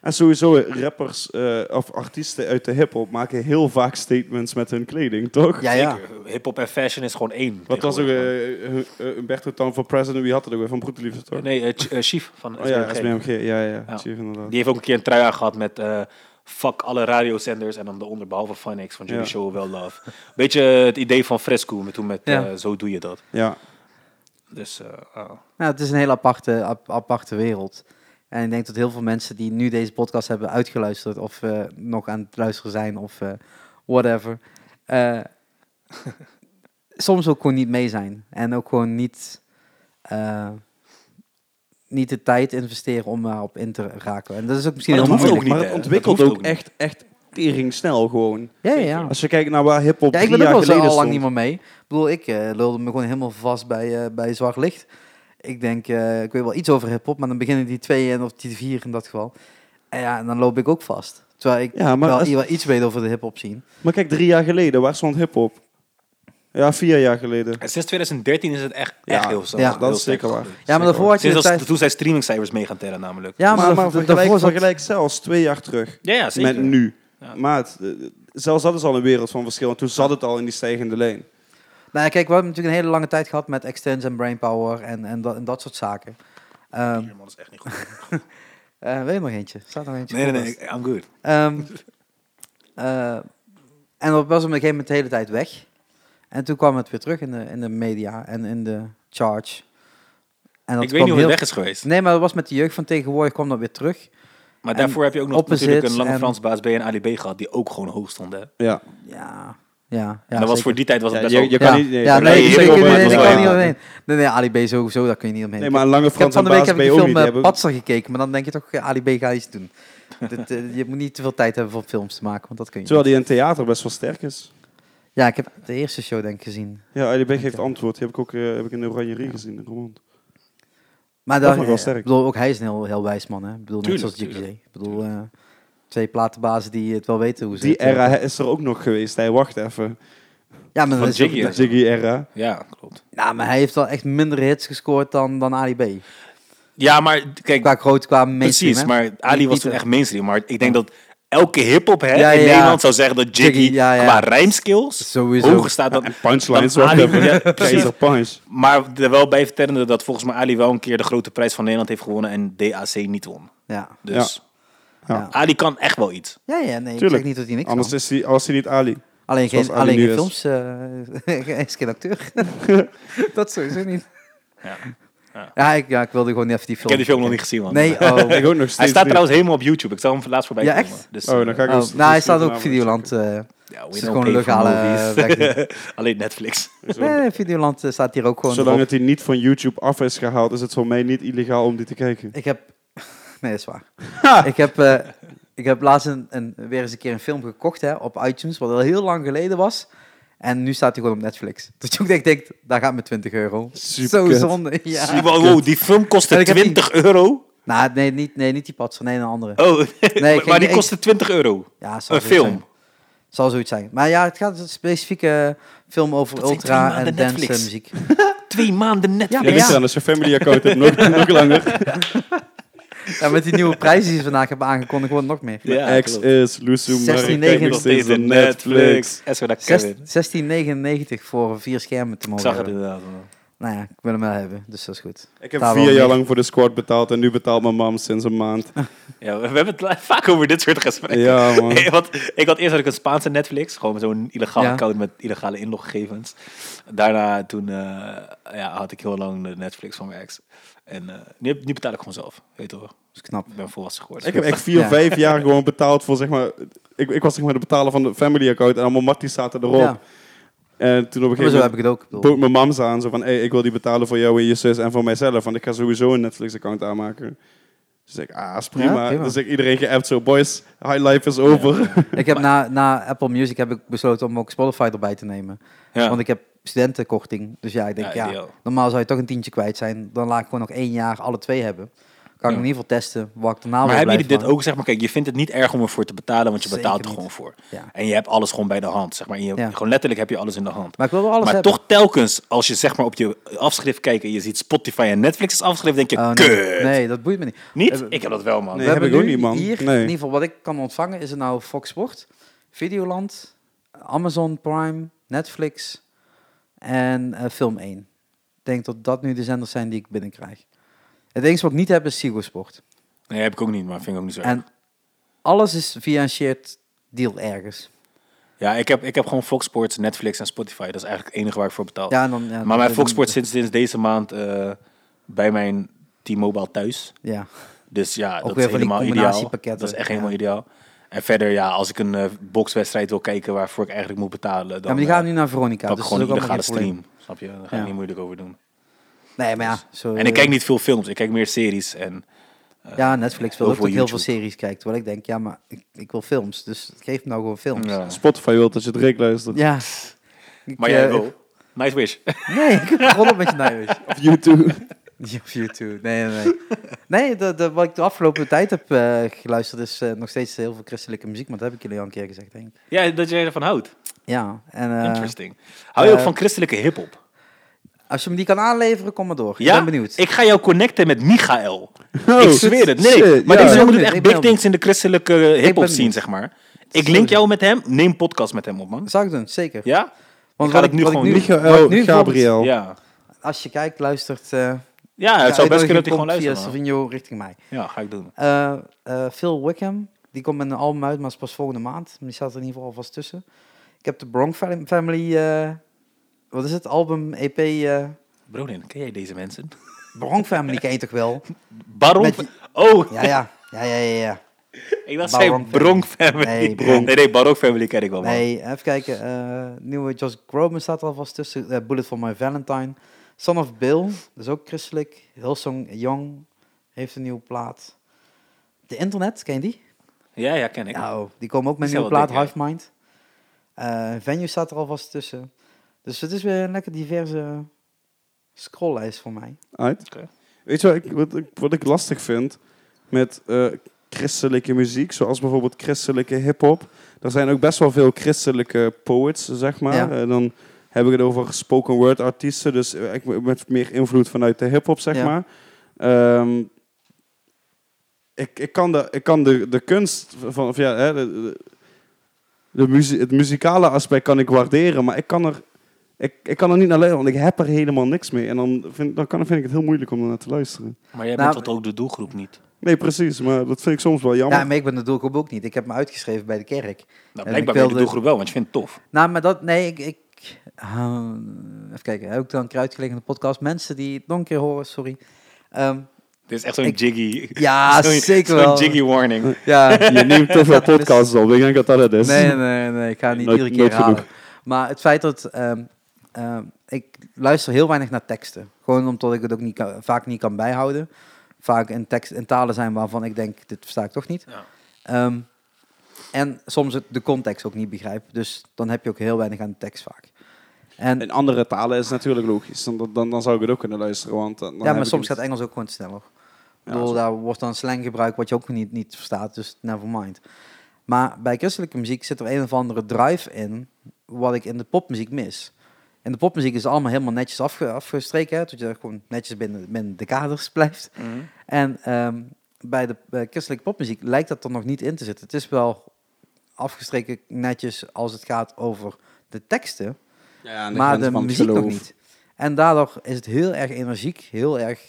Speaker 3: En sowieso, eh, rappers eh, of artiesten uit de hip-hop maken heel vaak statements met hun kleding, toch?
Speaker 2: Ja, ja.
Speaker 1: Zeker. Hiphop en fashion is gewoon één.
Speaker 3: Wat was ook
Speaker 1: tegenwoordig, man.
Speaker 3: eh, eh, eh, Humberto Tan voor president? Wie had het ook weer? Van Broederliefde, toch?
Speaker 1: Nee, eh, Ch- eh, Chief van
Speaker 3: Oh ja,
Speaker 1: SBMG.
Speaker 3: SBMG. Ja, ja,
Speaker 1: Ja.
Speaker 3: ja. Chief, inderdaad.
Speaker 1: Die heeft ook een keer een trui aan gehad met eh fuck alle radiozenders en dan daaronder behalve Phoenix van Jullie
Speaker 3: Ja.
Speaker 1: Show Wel Love. Beetje eh, het idee van Fresco met toen met eh,
Speaker 2: Ja.
Speaker 1: zo doe je dat.
Speaker 3: Ja.
Speaker 1: Dus eh, ah.
Speaker 2: Nou, het is een hele aparte, ap- aparte wereld. En ik denk dat heel veel mensen die nu deze podcast hebben uitgeluisterd... of eh, nog aan het luisteren zijn of eh, whatever... eh, soms ook gewoon niet mee zijn. En ook gewoon niet, eh, niet de tijd investeren om daarop in te raken. En dat is ook misschien
Speaker 1: Maar
Speaker 2: heel
Speaker 1: dat hoeft
Speaker 2: moeilijk.
Speaker 1: ook niet,
Speaker 3: maar het
Speaker 1: hè?
Speaker 3: ontwikkelt
Speaker 1: Dat
Speaker 3: ook,
Speaker 1: hoeft ook niet.
Speaker 3: echt, echt tering snel gewoon.
Speaker 2: Ja, ja, ja.
Speaker 3: Als je kijkt naar waar hip-hop
Speaker 2: Ja, ik
Speaker 3: drie
Speaker 2: ben ook
Speaker 3: jaar
Speaker 2: wel zo
Speaker 3: geleden
Speaker 2: al lang
Speaker 3: stond.
Speaker 2: niet meer mee. Ik bedoel, ik eh, lulde me gewoon helemaal vast bij, eh, bij Zwart Licht. Ik denk, eh, ik weet wel iets over hip-hop, maar dan beginnen die twee en of die vier in dat geval. En ja, en dan loop ik ook vast. Terwijl ik
Speaker 3: Ja, maar
Speaker 2: wel,
Speaker 3: als-
Speaker 2: wel iets weet over de hip-hop scene.
Speaker 3: Maar kijk, drie jaar geleden, waar stond hip-hop? Ja, vier jaar geleden.
Speaker 1: En sinds 2013 is het echt,
Speaker 3: Ja,
Speaker 1: echt heel snel.
Speaker 2: ja,
Speaker 1: heel
Speaker 3: dat is
Speaker 1: sterk
Speaker 3: zeker waar.
Speaker 1: gegroeid.
Speaker 2: Ja, maar daarvoor had je dus
Speaker 1: Sinds
Speaker 2: de
Speaker 1: als,
Speaker 2: tijd...
Speaker 1: toen zijn streamingcijfers mee gaan tellen namelijk.
Speaker 2: Ja, maar,
Speaker 3: maar,
Speaker 2: daarvoor-
Speaker 3: vergelijk,
Speaker 2: daarvoor zat-
Speaker 3: vergelijk zelfs twee jaar terug
Speaker 1: ja, ja zeker.
Speaker 3: met nu.
Speaker 1: Ja.
Speaker 3: Maar Maat, eh, zelfs dat is al een wereld van verschil. Want toen zat het al in die stijgende lijn.
Speaker 2: Nou ja, kijk, we hebben natuurlijk een hele lange tijd gehad met Extends en Brainpower en, en, dat, en dat soort zaken. Ehm,
Speaker 1: Ja, man, dat is echt niet goed.
Speaker 2: Eh, wil je nog eentje? Staat nog eentje?
Speaker 1: Nee, nee,
Speaker 2: voor
Speaker 1: nee,
Speaker 2: vast.
Speaker 1: I'm good.
Speaker 2: Ehm, eh, en dat was op een gegeven moment de hele tijd weg. En toen kwam het weer terug in de, in de media en in de charge. En dat
Speaker 1: Ik
Speaker 2: kwam
Speaker 1: weet niet hoe het
Speaker 2: heel-
Speaker 1: weg is geweest.
Speaker 2: Nee, maar dat was met de jeugd van tegenwoordig kwam dat weer terug.
Speaker 1: Maar
Speaker 2: En
Speaker 1: daarvoor heb je ook nog
Speaker 2: opposites
Speaker 1: natuurlijk een lange
Speaker 2: en-
Speaker 1: Fransbaas B en Ali B gehad, die ook gewoon hoog stonden. hè.
Speaker 3: Ja.
Speaker 2: Ja, ja. ja
Speaker 1: en dat was
Speaker 2: zeker.
Speaker 1: voor die tijd was het
Speaker 3: Ja,
Speaker 1: best wel...
Speaker 3: je kan
Speaker 2: ja.
Speaker 3: niet- nee,
Speaker 2: ja,
Speaker 3: daar
Speaker 2: nee,
Speaker 1: kan je
Speaker 2: nee,
Speaker 1: niet
Speaker 2: zeker,
Speaker 1: omheen.
Speaker 2: nee, nee, daar kan je niet
Speaker 3: Ja.
Speaker 2: omheen. Nee, nee, Ali B sowieso, daar kun je niet omheen.
Speaker 3: Nee, maar een lange
Speaker 2: ik heb
Speaker 3: Frans
Speaker 2: van
Speaker 3: en
Speaker 2: de week
Speaker 3: baas
Speaker 2: heb ik
Speaker 3: ben
Speaker 2: die
Speaker 3: je ook
Speaker 2: film
Speaker 3: niet. Die
Speaker 2: eh,
Speaker 3: hebben ook-
Speaker 2: Patser gekeken, maar dan denk je toch, eh, Ali B gaat iets doen. Dit, eh, je moet niet te veel tijd hebben voor films te maken, want dat kun je
Speaker 3: Terwijl die in theater best wel sterk is.
Speaker 2: niet. Ja, ik heb de eerste show denk ik gezien.
Speaker 3: Ja, LB geeft antwoord. Die heb ik ook eh, heb ik in de Oranjerie gezien in Roermond.
Speaker 2: Maar
Speaker 3: Dat
Speaker 2: daar,
Speaker 3: vond ik wel
Speaker 2: eh,
Speaker 3: sterk.
Speaker 2: ik bedoel, ook hij is een heel, heel wijs man. Hè? Ik bedoel, net
Speaker 1: Tuurlijk,
Speaker 2: zoals Jiggy zei. Ik bedoel, eh, twee platenbazen die het wel weten hoe ze
Speaker 3: Die
Speaker 2: het, eh,
Speaker 3: era is er ook nog geweest. Hij wacht even.
Speaker 2: Ja, maar,
Speaker 1: van
Speaker 2: dat is ook-
Speaker 1: Jiggy, hè?
Speaker 3: De Jiggy era.
Speaker 1: Ja, klopt.
Speaker 2: nou, maar hij heeft wel echt minder hits gescoord dan, dan Ali B.
Speaker 1: Ja, maar kijk,
Speaker 2: Qua groot, qua mainstream.
Speaker 1: precies.
Speaker 2: hè?
Speaker 1: Maar Ali
Speaker 2: Niet-
Speaker 1: was
Speaker 2: niet,
Speaker 1: toen
Speaker 2: eh,
Speaker 1: echt mainstream. Maar ik denk dat elke hip-hop hè,
Speaker 2: Ja,
Speaker 1: in
Speaker 2: ja.
Speaker 1: Nederland zou zeggen dat Jiggy,
Speaker 2: Jiggy, ja, ja.
Speaker 1: qua rijmskills
Speaker 2: Sowieso.
Speaker 1: hoger staat dan...
Speaker 3: En punchlines.
Speaker 1: Dan
Speaker 3: Dan
Speaker 1: Ali- ja, precies.
Speaker 3: precies. punch.
Speaker 1: Maar er wel bij vertellende dat volgens mij Ali wel een keer de grote prijs van Nederland heeft gewonnen en DAC niet won.
Speaker 2: Ja,
Speaker 1: Dus
Speaker 3: Ja.
Speaker 2: Ja.
Speaker 1: Ali kan echt wel iets.
Speaker 2: ja, ja nee, ik zeg
Speaker 3: Tuurlijk.
Speaker 2: niet dat hij niks
Speaker 3: Anders
Speaker 2: kan.
Speaker 3: is hij, was hij niet Ali.
Speaker 2: Alleen
Speaker 3: zoals
Speaker 2: geen,
Speaker 3: Ali
Speaker 2: alleen
Speaker 3: nu
Speaker 2: geen
Speaker 3: is.
Speaker 2: films. eh, Hij is geen acteur. dat sowieso niet.
Speaker 1: Ja.
Speaker 2: Ja. ik, ja, ik wilde gewoon even die
Speaker 1: Ik
Speaker 2: film...
Speaker 1: heb die film nog niet gezien, man.
Speaker 2: Nee, oh.
Speaker 3: Ik ook nog steeds
Speaker 1: Hij staat
Speaker 3: niet.
Speaker 1: trouwens helemaal op YouTube. Ik zag hem laatst voorbij
Speaker 2: Ja,
Speaker 1: komen.
Speaker 2: echt?
Speaker 1: Dus,
Speaker 3: Oh, dan ga ik
Speaker 2: oh,
Speaker 3: eens-
Speaker 2: nou, hij
Speaker 3: eens
Speaker 2: staat
Speaker 3: even
Speaker 2: ook op
Speaker 3: naar mijn
Speaker 2: Videoland. eh
Speaker 1: ja, we
Speaker 2: is het
Speaker 1: don't
Speaker 2: gewoon
Speaker 1: pay
Speaker 2: een
Speaker 1: for
Speaker 2: legale...
Speaker 1: movies.
Speaker 2: eh,
Speaker 1: Alleen Netflix.
Speaker 2: Nee, Videoland eh, staat hier ook gewoon
Speaker 3: Zolang
Speaker 2: op.
Speaker 3: het hij niet van YouTube af is gehaald, is het voor mij niet illegaal om die te kijken.
Speaker 2: Ik heb... Nee, dat is waar. ik, heb, eh, ik heb laatst een, een- weer eens een keer een film gekocht hè, op iTunes, wat al heel lang geleden was. En nu staat hij gewoon op Netflix. Dat je ook echt denkt, daar gaat mijn 20 euro.
Speaker 3: Superkut.
Speaker 2: Zo zonde. Ja.
Speaker 1: Zie je wel, wow, die film
Speaker 2: En
Speaker 1: kostte
Speaker 2: ik heb die-
Speaker 1: 20 euro.
Speaker 2: Nou, nee, niet, nee, niet die patser, nee, een andere.
Speaker 1: Oh,
Speaker 2: Nee, ik
Speaker 1: maar die
Speaker 2: ging-
Speaker 1: kostte 20 euro.
Speaker 2: Ja, zal
Speaker 1: Een
Speaker 2: zoiets
Speaker 1: film.
Speaker 2: zijn. Zal zoiets zijn. Maar ja, het gaat een specifieke eh, film over
Speaker 1: Dat zijn twee
Speaker 2: ultra en
Speaker 1: maanden
Speaker 2: dance
Speaker 1: Netflix.
Speaker 2: eh, muziek.
Speaker 1: Twee maanden Netflix.
Speaker 2: Ja,
Speaker 3: Ja,
Speaker 2: maar
Speaker 3: ligt
Speaker 2: ja,
Speaker 3: eraan, als je family account hebt, nog, nog langer.
Speaker 2: ja, met die nieuwe prijzen die ze vandaag hebben aangekondigd, wordt nog meer.
Speaker 1: Ja,
Speaker 3: Ex is Lucy maar ik
Speaker 2: 16,99
Speaker 3: kijk nog
Speaker 1: Nog
Speaker 3: steeds
Speaker 1: steeds
Speaker 3: op
Speaker 1: de Netflix.
Speaker 3: Netflix.
Speaker 1: En zo dat
Speaker 2: Zes-
Speaker 1: Kevin.
Speaker 2: 16,99 voor vier schermen te
Speaker 1: Ik
Speaker 2: mogen
Speaker 1: zag het
Speaker 2: hebben.
Speaker 1: inderdaad. man.
Speaker 2: Nou ja, ik wil hem wel hebben, dus dat is goed.
Speaker 3: Ik heb
Speaker 2: Daar wel
Speaker 3: vier jaar
Speaker 2: mee.
Speaker 3: lang voor de squad betaald en nu betaalt mijn mam sinds een maand.
Speaker 1: Ja, we we hebben het la- vaak over dit soort gesprekken.
Speaker 3: Ja, man.
Speaker 1: Nee, want ik had eerst had ik een Spaanse Netflix, gewoon zo'n illegaal
Speaker 2: Ja.
Speaker 1: account met illegale inloggegevens. Daarna toen, eh, ja, had ik heel lang de Netflix van mijn ex. En eh, nu, nu betaal ik gewoon zelf, weet je wel.
Speaker 2: Dat is knap.
Speaker 1: Ik ben volwassen geworden.
Speaker 3: Ik heb echt vier,
Speaker 2: Ja.
Speaker 3: vijf jaar gewoon betaald voor, zeg maar... Ik, ik was zeg maar de betaler van de family account en allemaal matties zaten erop.
Speaker 2: Ja,
Speaker 3: En toen op een
Speaker 2: maar
Speaker 3: gegeven
Speaker 2: zo heb
Speaker 3: moment
Speaker 2: ik het ook. Ik bedoel,
Speaker 3: bood mijn mam ze aan, zo van... Hey, ik wil die betalen voor jou en je zus en voor mijzelf, want ik ga sowieso een Netflix account aanmaken. Dus ik, ah, is prima.
Speaker 2: Ja, prima.
Speaker 3: Dus ik iedereen geappt zo, boys, high life is over.
Speaker 2: Ik heb na, na Apple Music heb ik besloten om ook Spotify erbij te nemen.
Speaker 1: Ja.
Speaker 2: Want ik heb studentenkorting. Dus ja, ik denk,
Speaker 1: Ja,
Speaker 2: ja,
Speaker 1: ideaal.
Speaker 2: normaal zou je toch een tientje kwijt zijn. Dan laat ik gewoon nog één jaar alle twee hebben. Kan
Speaker 1: Ja.
Speaker 2: ik in ieder geval testen wat ik daarna wil
Speaker 1: maar hebben jullie dit
Speaker 2: blijven
Speaker 1: ook, zeg maar, kijk, je vindt het niet erg om ervoor te betalen, want je
Speaker 2: Zeker
Speaker 1: betaalt er
Speaker 2: niet.
Speaker 1: gewoon voor.
Speaker 2: Ja.
Speaker 1: En je hebt alles gewoon bij de hand, zeg maar. En je,
Speaker 2: Ja.
Speaker 1: Gewoon letterlijk heb je alles in de hand.
Speaker 2: maken. Maar ik wil wel alles
Speaker 1: maar
Speaker 2: hebben.
Speaker 1: toch telkens, als je zeg maar op je afschrift kijkt en je ziet Spotify en Netflix als afschrift, denk je,
Speaker 2: Oh,
Speaker 1: kut.
Speaker 2: nee, nee, dat boeit me niet.
Speaker 1: Niet?
Speaker 2: Eh,
Speaker 1: Ik heb dat wel, man.
Speaker 3: Nee. heb ik
Speaker 2: nu
Speaker 3: ook niet, man.
Speaker 2: Hier,
Speaker 3: Nee.
Speaker 2: in ieder geval wat ik kan ontvangen, is het nou Fox Sport, Videoland, Amazon Prime, Netflix en eh, Film 1. Ik denk dat dat nu de zenders zijn die ik binnenkrijg. Het enige wat ik niet heb is Sigo Sport.
Speaker 1: Nee, heb ik ook niet, maar vind ik ook niet zo erg.
Speaker 2: En alles is via een shared deal ergens.
Speaker 1: Ja, ik heb, ik heb gewoon Fox Sports, Netflix en Spotify. Dat is eigenlijk het enige waar ik voor betaal.
Speaker 2: Ja, en dan, ja,
Speaker 1: maar
Speaker 2: dan-
Speaker 1: mijn
Speaker 2: dan-
Speaker 1: Fox Sports zit sinds deze maand eh, bij mijn T-Mobile thuis.
Speaker 2: Ja,
Speaker 1: Dus ja, dat
Speaker 2: weer
Speaker 1: is
Speaker 2: van die
Speaker 1: helemaal ideaal.
Speaker 2: combinatiepakketten.
Speaker 1: Dat is echt
Speaker 2: Ja.
Speaker 1: helemaal ideaal. En verder, ja, als ik een eh, boxwedstrijd wil kijken waarvoor ik eigenlijk moet betalen, dan eh,
Speaker 2: ja maar die gaan nu naar Veronica.
Speaker 1: pak
Speaker 2: dus
Speaker 1: ik
Speaker 2: dat
Speaker 1: gewoon
Speaker 2: is
Speaker 1: een
Speaker 2: ook allemaal
Speaker 1: illegale
Speaker 2: geen probleem.
Speaker 1: stream. Snap je? Daar ga ik
Speaker 2: Ja. Eh,
Speaker 1: niet moeilijk over doen.
Speaker 2: Nee, maar ja. Zo, eh,
Speaker 1: En ik kijk niet veel films. Ik kijk meer series. En
Speaker 2: Ja, Netflix wil
Speaker 1: heel
Speaker 2: ook dat
Speaker 1: veel
Speaker 2: ik heel veel
Speaker 1: YouTube.
Speaker 2: series kijkt. Terwijl ik denk, ja, maar ik, ik wil films. Dus geef me nou gewoon films.
Speaker 1: ja.
Speaker 3: Spotify wil dat je het Rick luistert.
Speaker 2: Ja. Ik,
Speaker 1: Maar jij
Speaker 2: eh,
Speaker 1: wil. Nice wish.
Speaker 2: Nee, ik begon op met je nijwish.
Speaker 3: Of YouTube.
Speaker 2: Op YouTube. Nee, nee, nee. Nee, de, de, wat ik de afgelopen tijd heb eh, geluisterd is eh, nog steeds heel veel christelijke muziek. Maar dat heb ik jullie al een keer gezegd, denk ik.
Speaker 1: Ja, dat jij ervan houdt.
Speaker 2: Ja, en eh,
Speaker 1: Interesting. Hou je ook
Speaker 2: eh,
Speaker 1: van christelijke hip-hop?
Speaker 2: als je me die kan aanleveren, kom maar door.
Speaker 1: Ja?
Speaker 2: Ik ben benieuwd.
Speaker 1: Ik ga jou connecten met Michael.
Speaker 3: Oh,
Speaker 1: ik zweer het. Nee,
Speaker 3: shit,
Speaker 1: maar
Speaker 3: ja.
Speaker 1: deze
Speaker 2: Ik ben
Speaker 1: jongen doet
Speaker 2: benieuwd,
Speaker 1: echt
Speaker 2: ik ben
Speaker 1: big
Speaker 2: heel
Speaker 1: things in de christelijke eh, hip-hop
Speaker 2: ben
Speaker 1: scene,
Speaker 2: benieuwd.
Speaker 1: zeg maar. Ik link jou met hem. Neem podcast met hem op, man.
Speaker 2: Dat zou ik doen, zeker.
Speaker 1: Ja?
Speaker 2: Want
Speaker 1: Ik ga
Speaker 2: wat
Speaker 1: dat nu
Speaker 2: wat
Speaker 1: gewoon doen.
Speaker 2: wat ik
Speaker 3: Michael
Speaker 2: nu
Speaker 3: Oh, Gabriel.
Speaker 1: Ja.
Speaker 2: Als je kijkt, luistert. eh,
Speaker 1: Ja, het zou best kunnen dat hij gewoon
Speaker 2: luistert.
Speaker 1: luistert.
Speaker 2: Via
Speaker 1: man.
Speaker 2: Savigno richting mij.
Speaker 1: Ja, ga ik doen.
Speaker 2: Eh, eh, Phil Wickham, die komt met een album uit, maar het is pas volgende maand. Maar die staat er in ieder geval alvast tussen. Ik heb de Bronk Fam- Family, eh, wat is het, album, EP, eh
Speaker 1: Bronin, ken jij deze mensen?
Speaker 2: Bronk Family ken je toch wel?
Speaker 1: Baron...
Speaker 2: Met die-
Speaker 1: Oh,
Speaker 2: Ja, ja, ja, ja, ja. ja.
Speaker 1: ik dacht
Speaker 2: Baron
Speaker 1: zij Bronk Family.
Speaker 2: Nee,
Speaker 1: Nee,
Speaker 2: Bronk.
Speaker 1: nee, nee, Barok Family ken ik wel, man.
Speaker 2: Nee, even kijken. eh, nieuwe Josh Groban staat er alvast tussen. eh, Bullet for My Valentine. Son of Bill, dat is ook christelijk. Hillsong Young heeft een nieuwe plaat. De Internet, ken je die?
Speaker 1: Ja, ja, ken ik.
Speaker 2: Nou, die komen ook met een
Speaker 1: Die
Speaker 2: nieuwe
Speaker 1: zijn
Speaker 2: plaat,
Speaker 1: wel dik,
Speaker 2: Hive Mind. Eh, Venue staat er alvast tussen. Dus het is weer een lekker diverse scrolllijst voor mij.
Speaker 3: Uit.
Speaker 1: Oké.
Speaker 3: Weet je wat ik, wat, ik, wat ik lastig vind met eh, christelijke muziek, zoals bijvoorbeeld christelijke hip-hop? Er zijn ook best wel veel christelijke poets, zeg maar.
Speaker 2: Ja.
Speaker 3: Eh, dan heb ik het over spoken word artiesten, dus eh, ik, met meer invloed vanuit de hip-hop, zeg
Speaker 2: Ja.
Speaker 3: maar. Ehm, ik, ik kan, de, ik kan de, de kunst van, of ja, hè, de, de, de muzie- het muzikale aspect kan ik waarderen, maar ik kan er ik, ik kan er niet naar luisteren, want ik heb er helemaal niks mee. En dan vind, dan kan, vind ik het heel moeilijk om er naar te luisteren.
Speaker 1: Maar jij
Speaker 2: Nou,
Speaker 1: bent tot ook de doelgroep niet.
Speaker 3: Nee, precies. Maar dat vind ik soms wel jammer.
Speaker 2: Ja, Nou, maar ik ben de doelgroep ook niet. Ik heb me uitgeschreven bij de kerk.
Speaker 1: Nou,
Speaker 2: En ik
Speaker 1: blijkbaar ben je de
Speaker 2: wilde-
Speaker 1: doelgroep wel, want je vindt het tof.
Speaker 2: Nou, maar dat... Nee, ik... ik eh, even kijken. Heb ik dan een keer uitgelegd in de podcast? Mensen die het nog een keer horen, sorry. Ehm,
Speaker 1: Dit is echt zo'n
Speaker 2: Ik-
Speaker 1: jiggy...
Speaker 2: ja,
Speaker 1: zo'n-
Speaker 2: zeker
Speaker 1: zo'n
Speaker 2: wel.
Speaker 1: jiggy warning.
Speaker 2: Ja.
Speaker 3: Je neemt te veel podcasts op. Ik denk dat dat het is.
Speaker 2: Nee, nee, nee, ik ga het niet
Speaker 3: Nooit-
Speaker 2: iedere keer
Speaker 3: nooit
Speaker 2: herhalen.
Speaker 3: genoeg.
Speaker 2: Maar het feit dat ehm, ehm, ik luister heel weinig naar teksten. Gewoon omdat ik het ook niet kan- vaak niet kan bijhouden. Vaak in, tekst, in talen zijn waarvan ik denk, dit versta ik toch niet.
Speaker 1: Ja.
Speaker 2: Ehm, en soms het, de context ook niet begrijp. Dus dan heb je ook heel weinig aan de tekst vaak. En,
Speaker 3: In andere talen is het natuurlijk logisch. Dan, dan, dan zou ik het ook kunnen luisteren. Want dan, dan
Speaker 2: ja,
Speaker 3: heb
Speaker 2: maar
Speaker 3: ik
Speaker 2: soms
Speaker 3: het-
Speaker 2: gaat Engels ook gewoon sneller. Ik
Speaker 3: Ja,
Speaker 2: bedoel,
Speaker 3: zo.
Speaker 2: daar wordt dan slang gebruikt wat je ook niet, niet verstaat, dus never mind. Maar bij christelijke muziek zit er een of andere drive in, wat ik in de popmuziek mis. In de popmuziek is het allemaal helemaal netjes afge, afgestreken, hè, dat je gewoon netjes binnen, binnen de kaders blijft.
Speaker 3: Mhm.
Speaker 2: En ehm, bij de eh, christelijke popmuziek lijkt dat er nog niet in te zitten. Het is wel afgestreken netjes als het gaat over de teksten,
Speaker 3: Ja, aan
Speaker 2: maar
Speaker 3: grens
Speaker 2: de
Speaker 3: van het
Speaker 2: muziek nog
Speaker 3: geloof.
Speaker 2: niet. En daardoor is het heel erg energiek, heel erg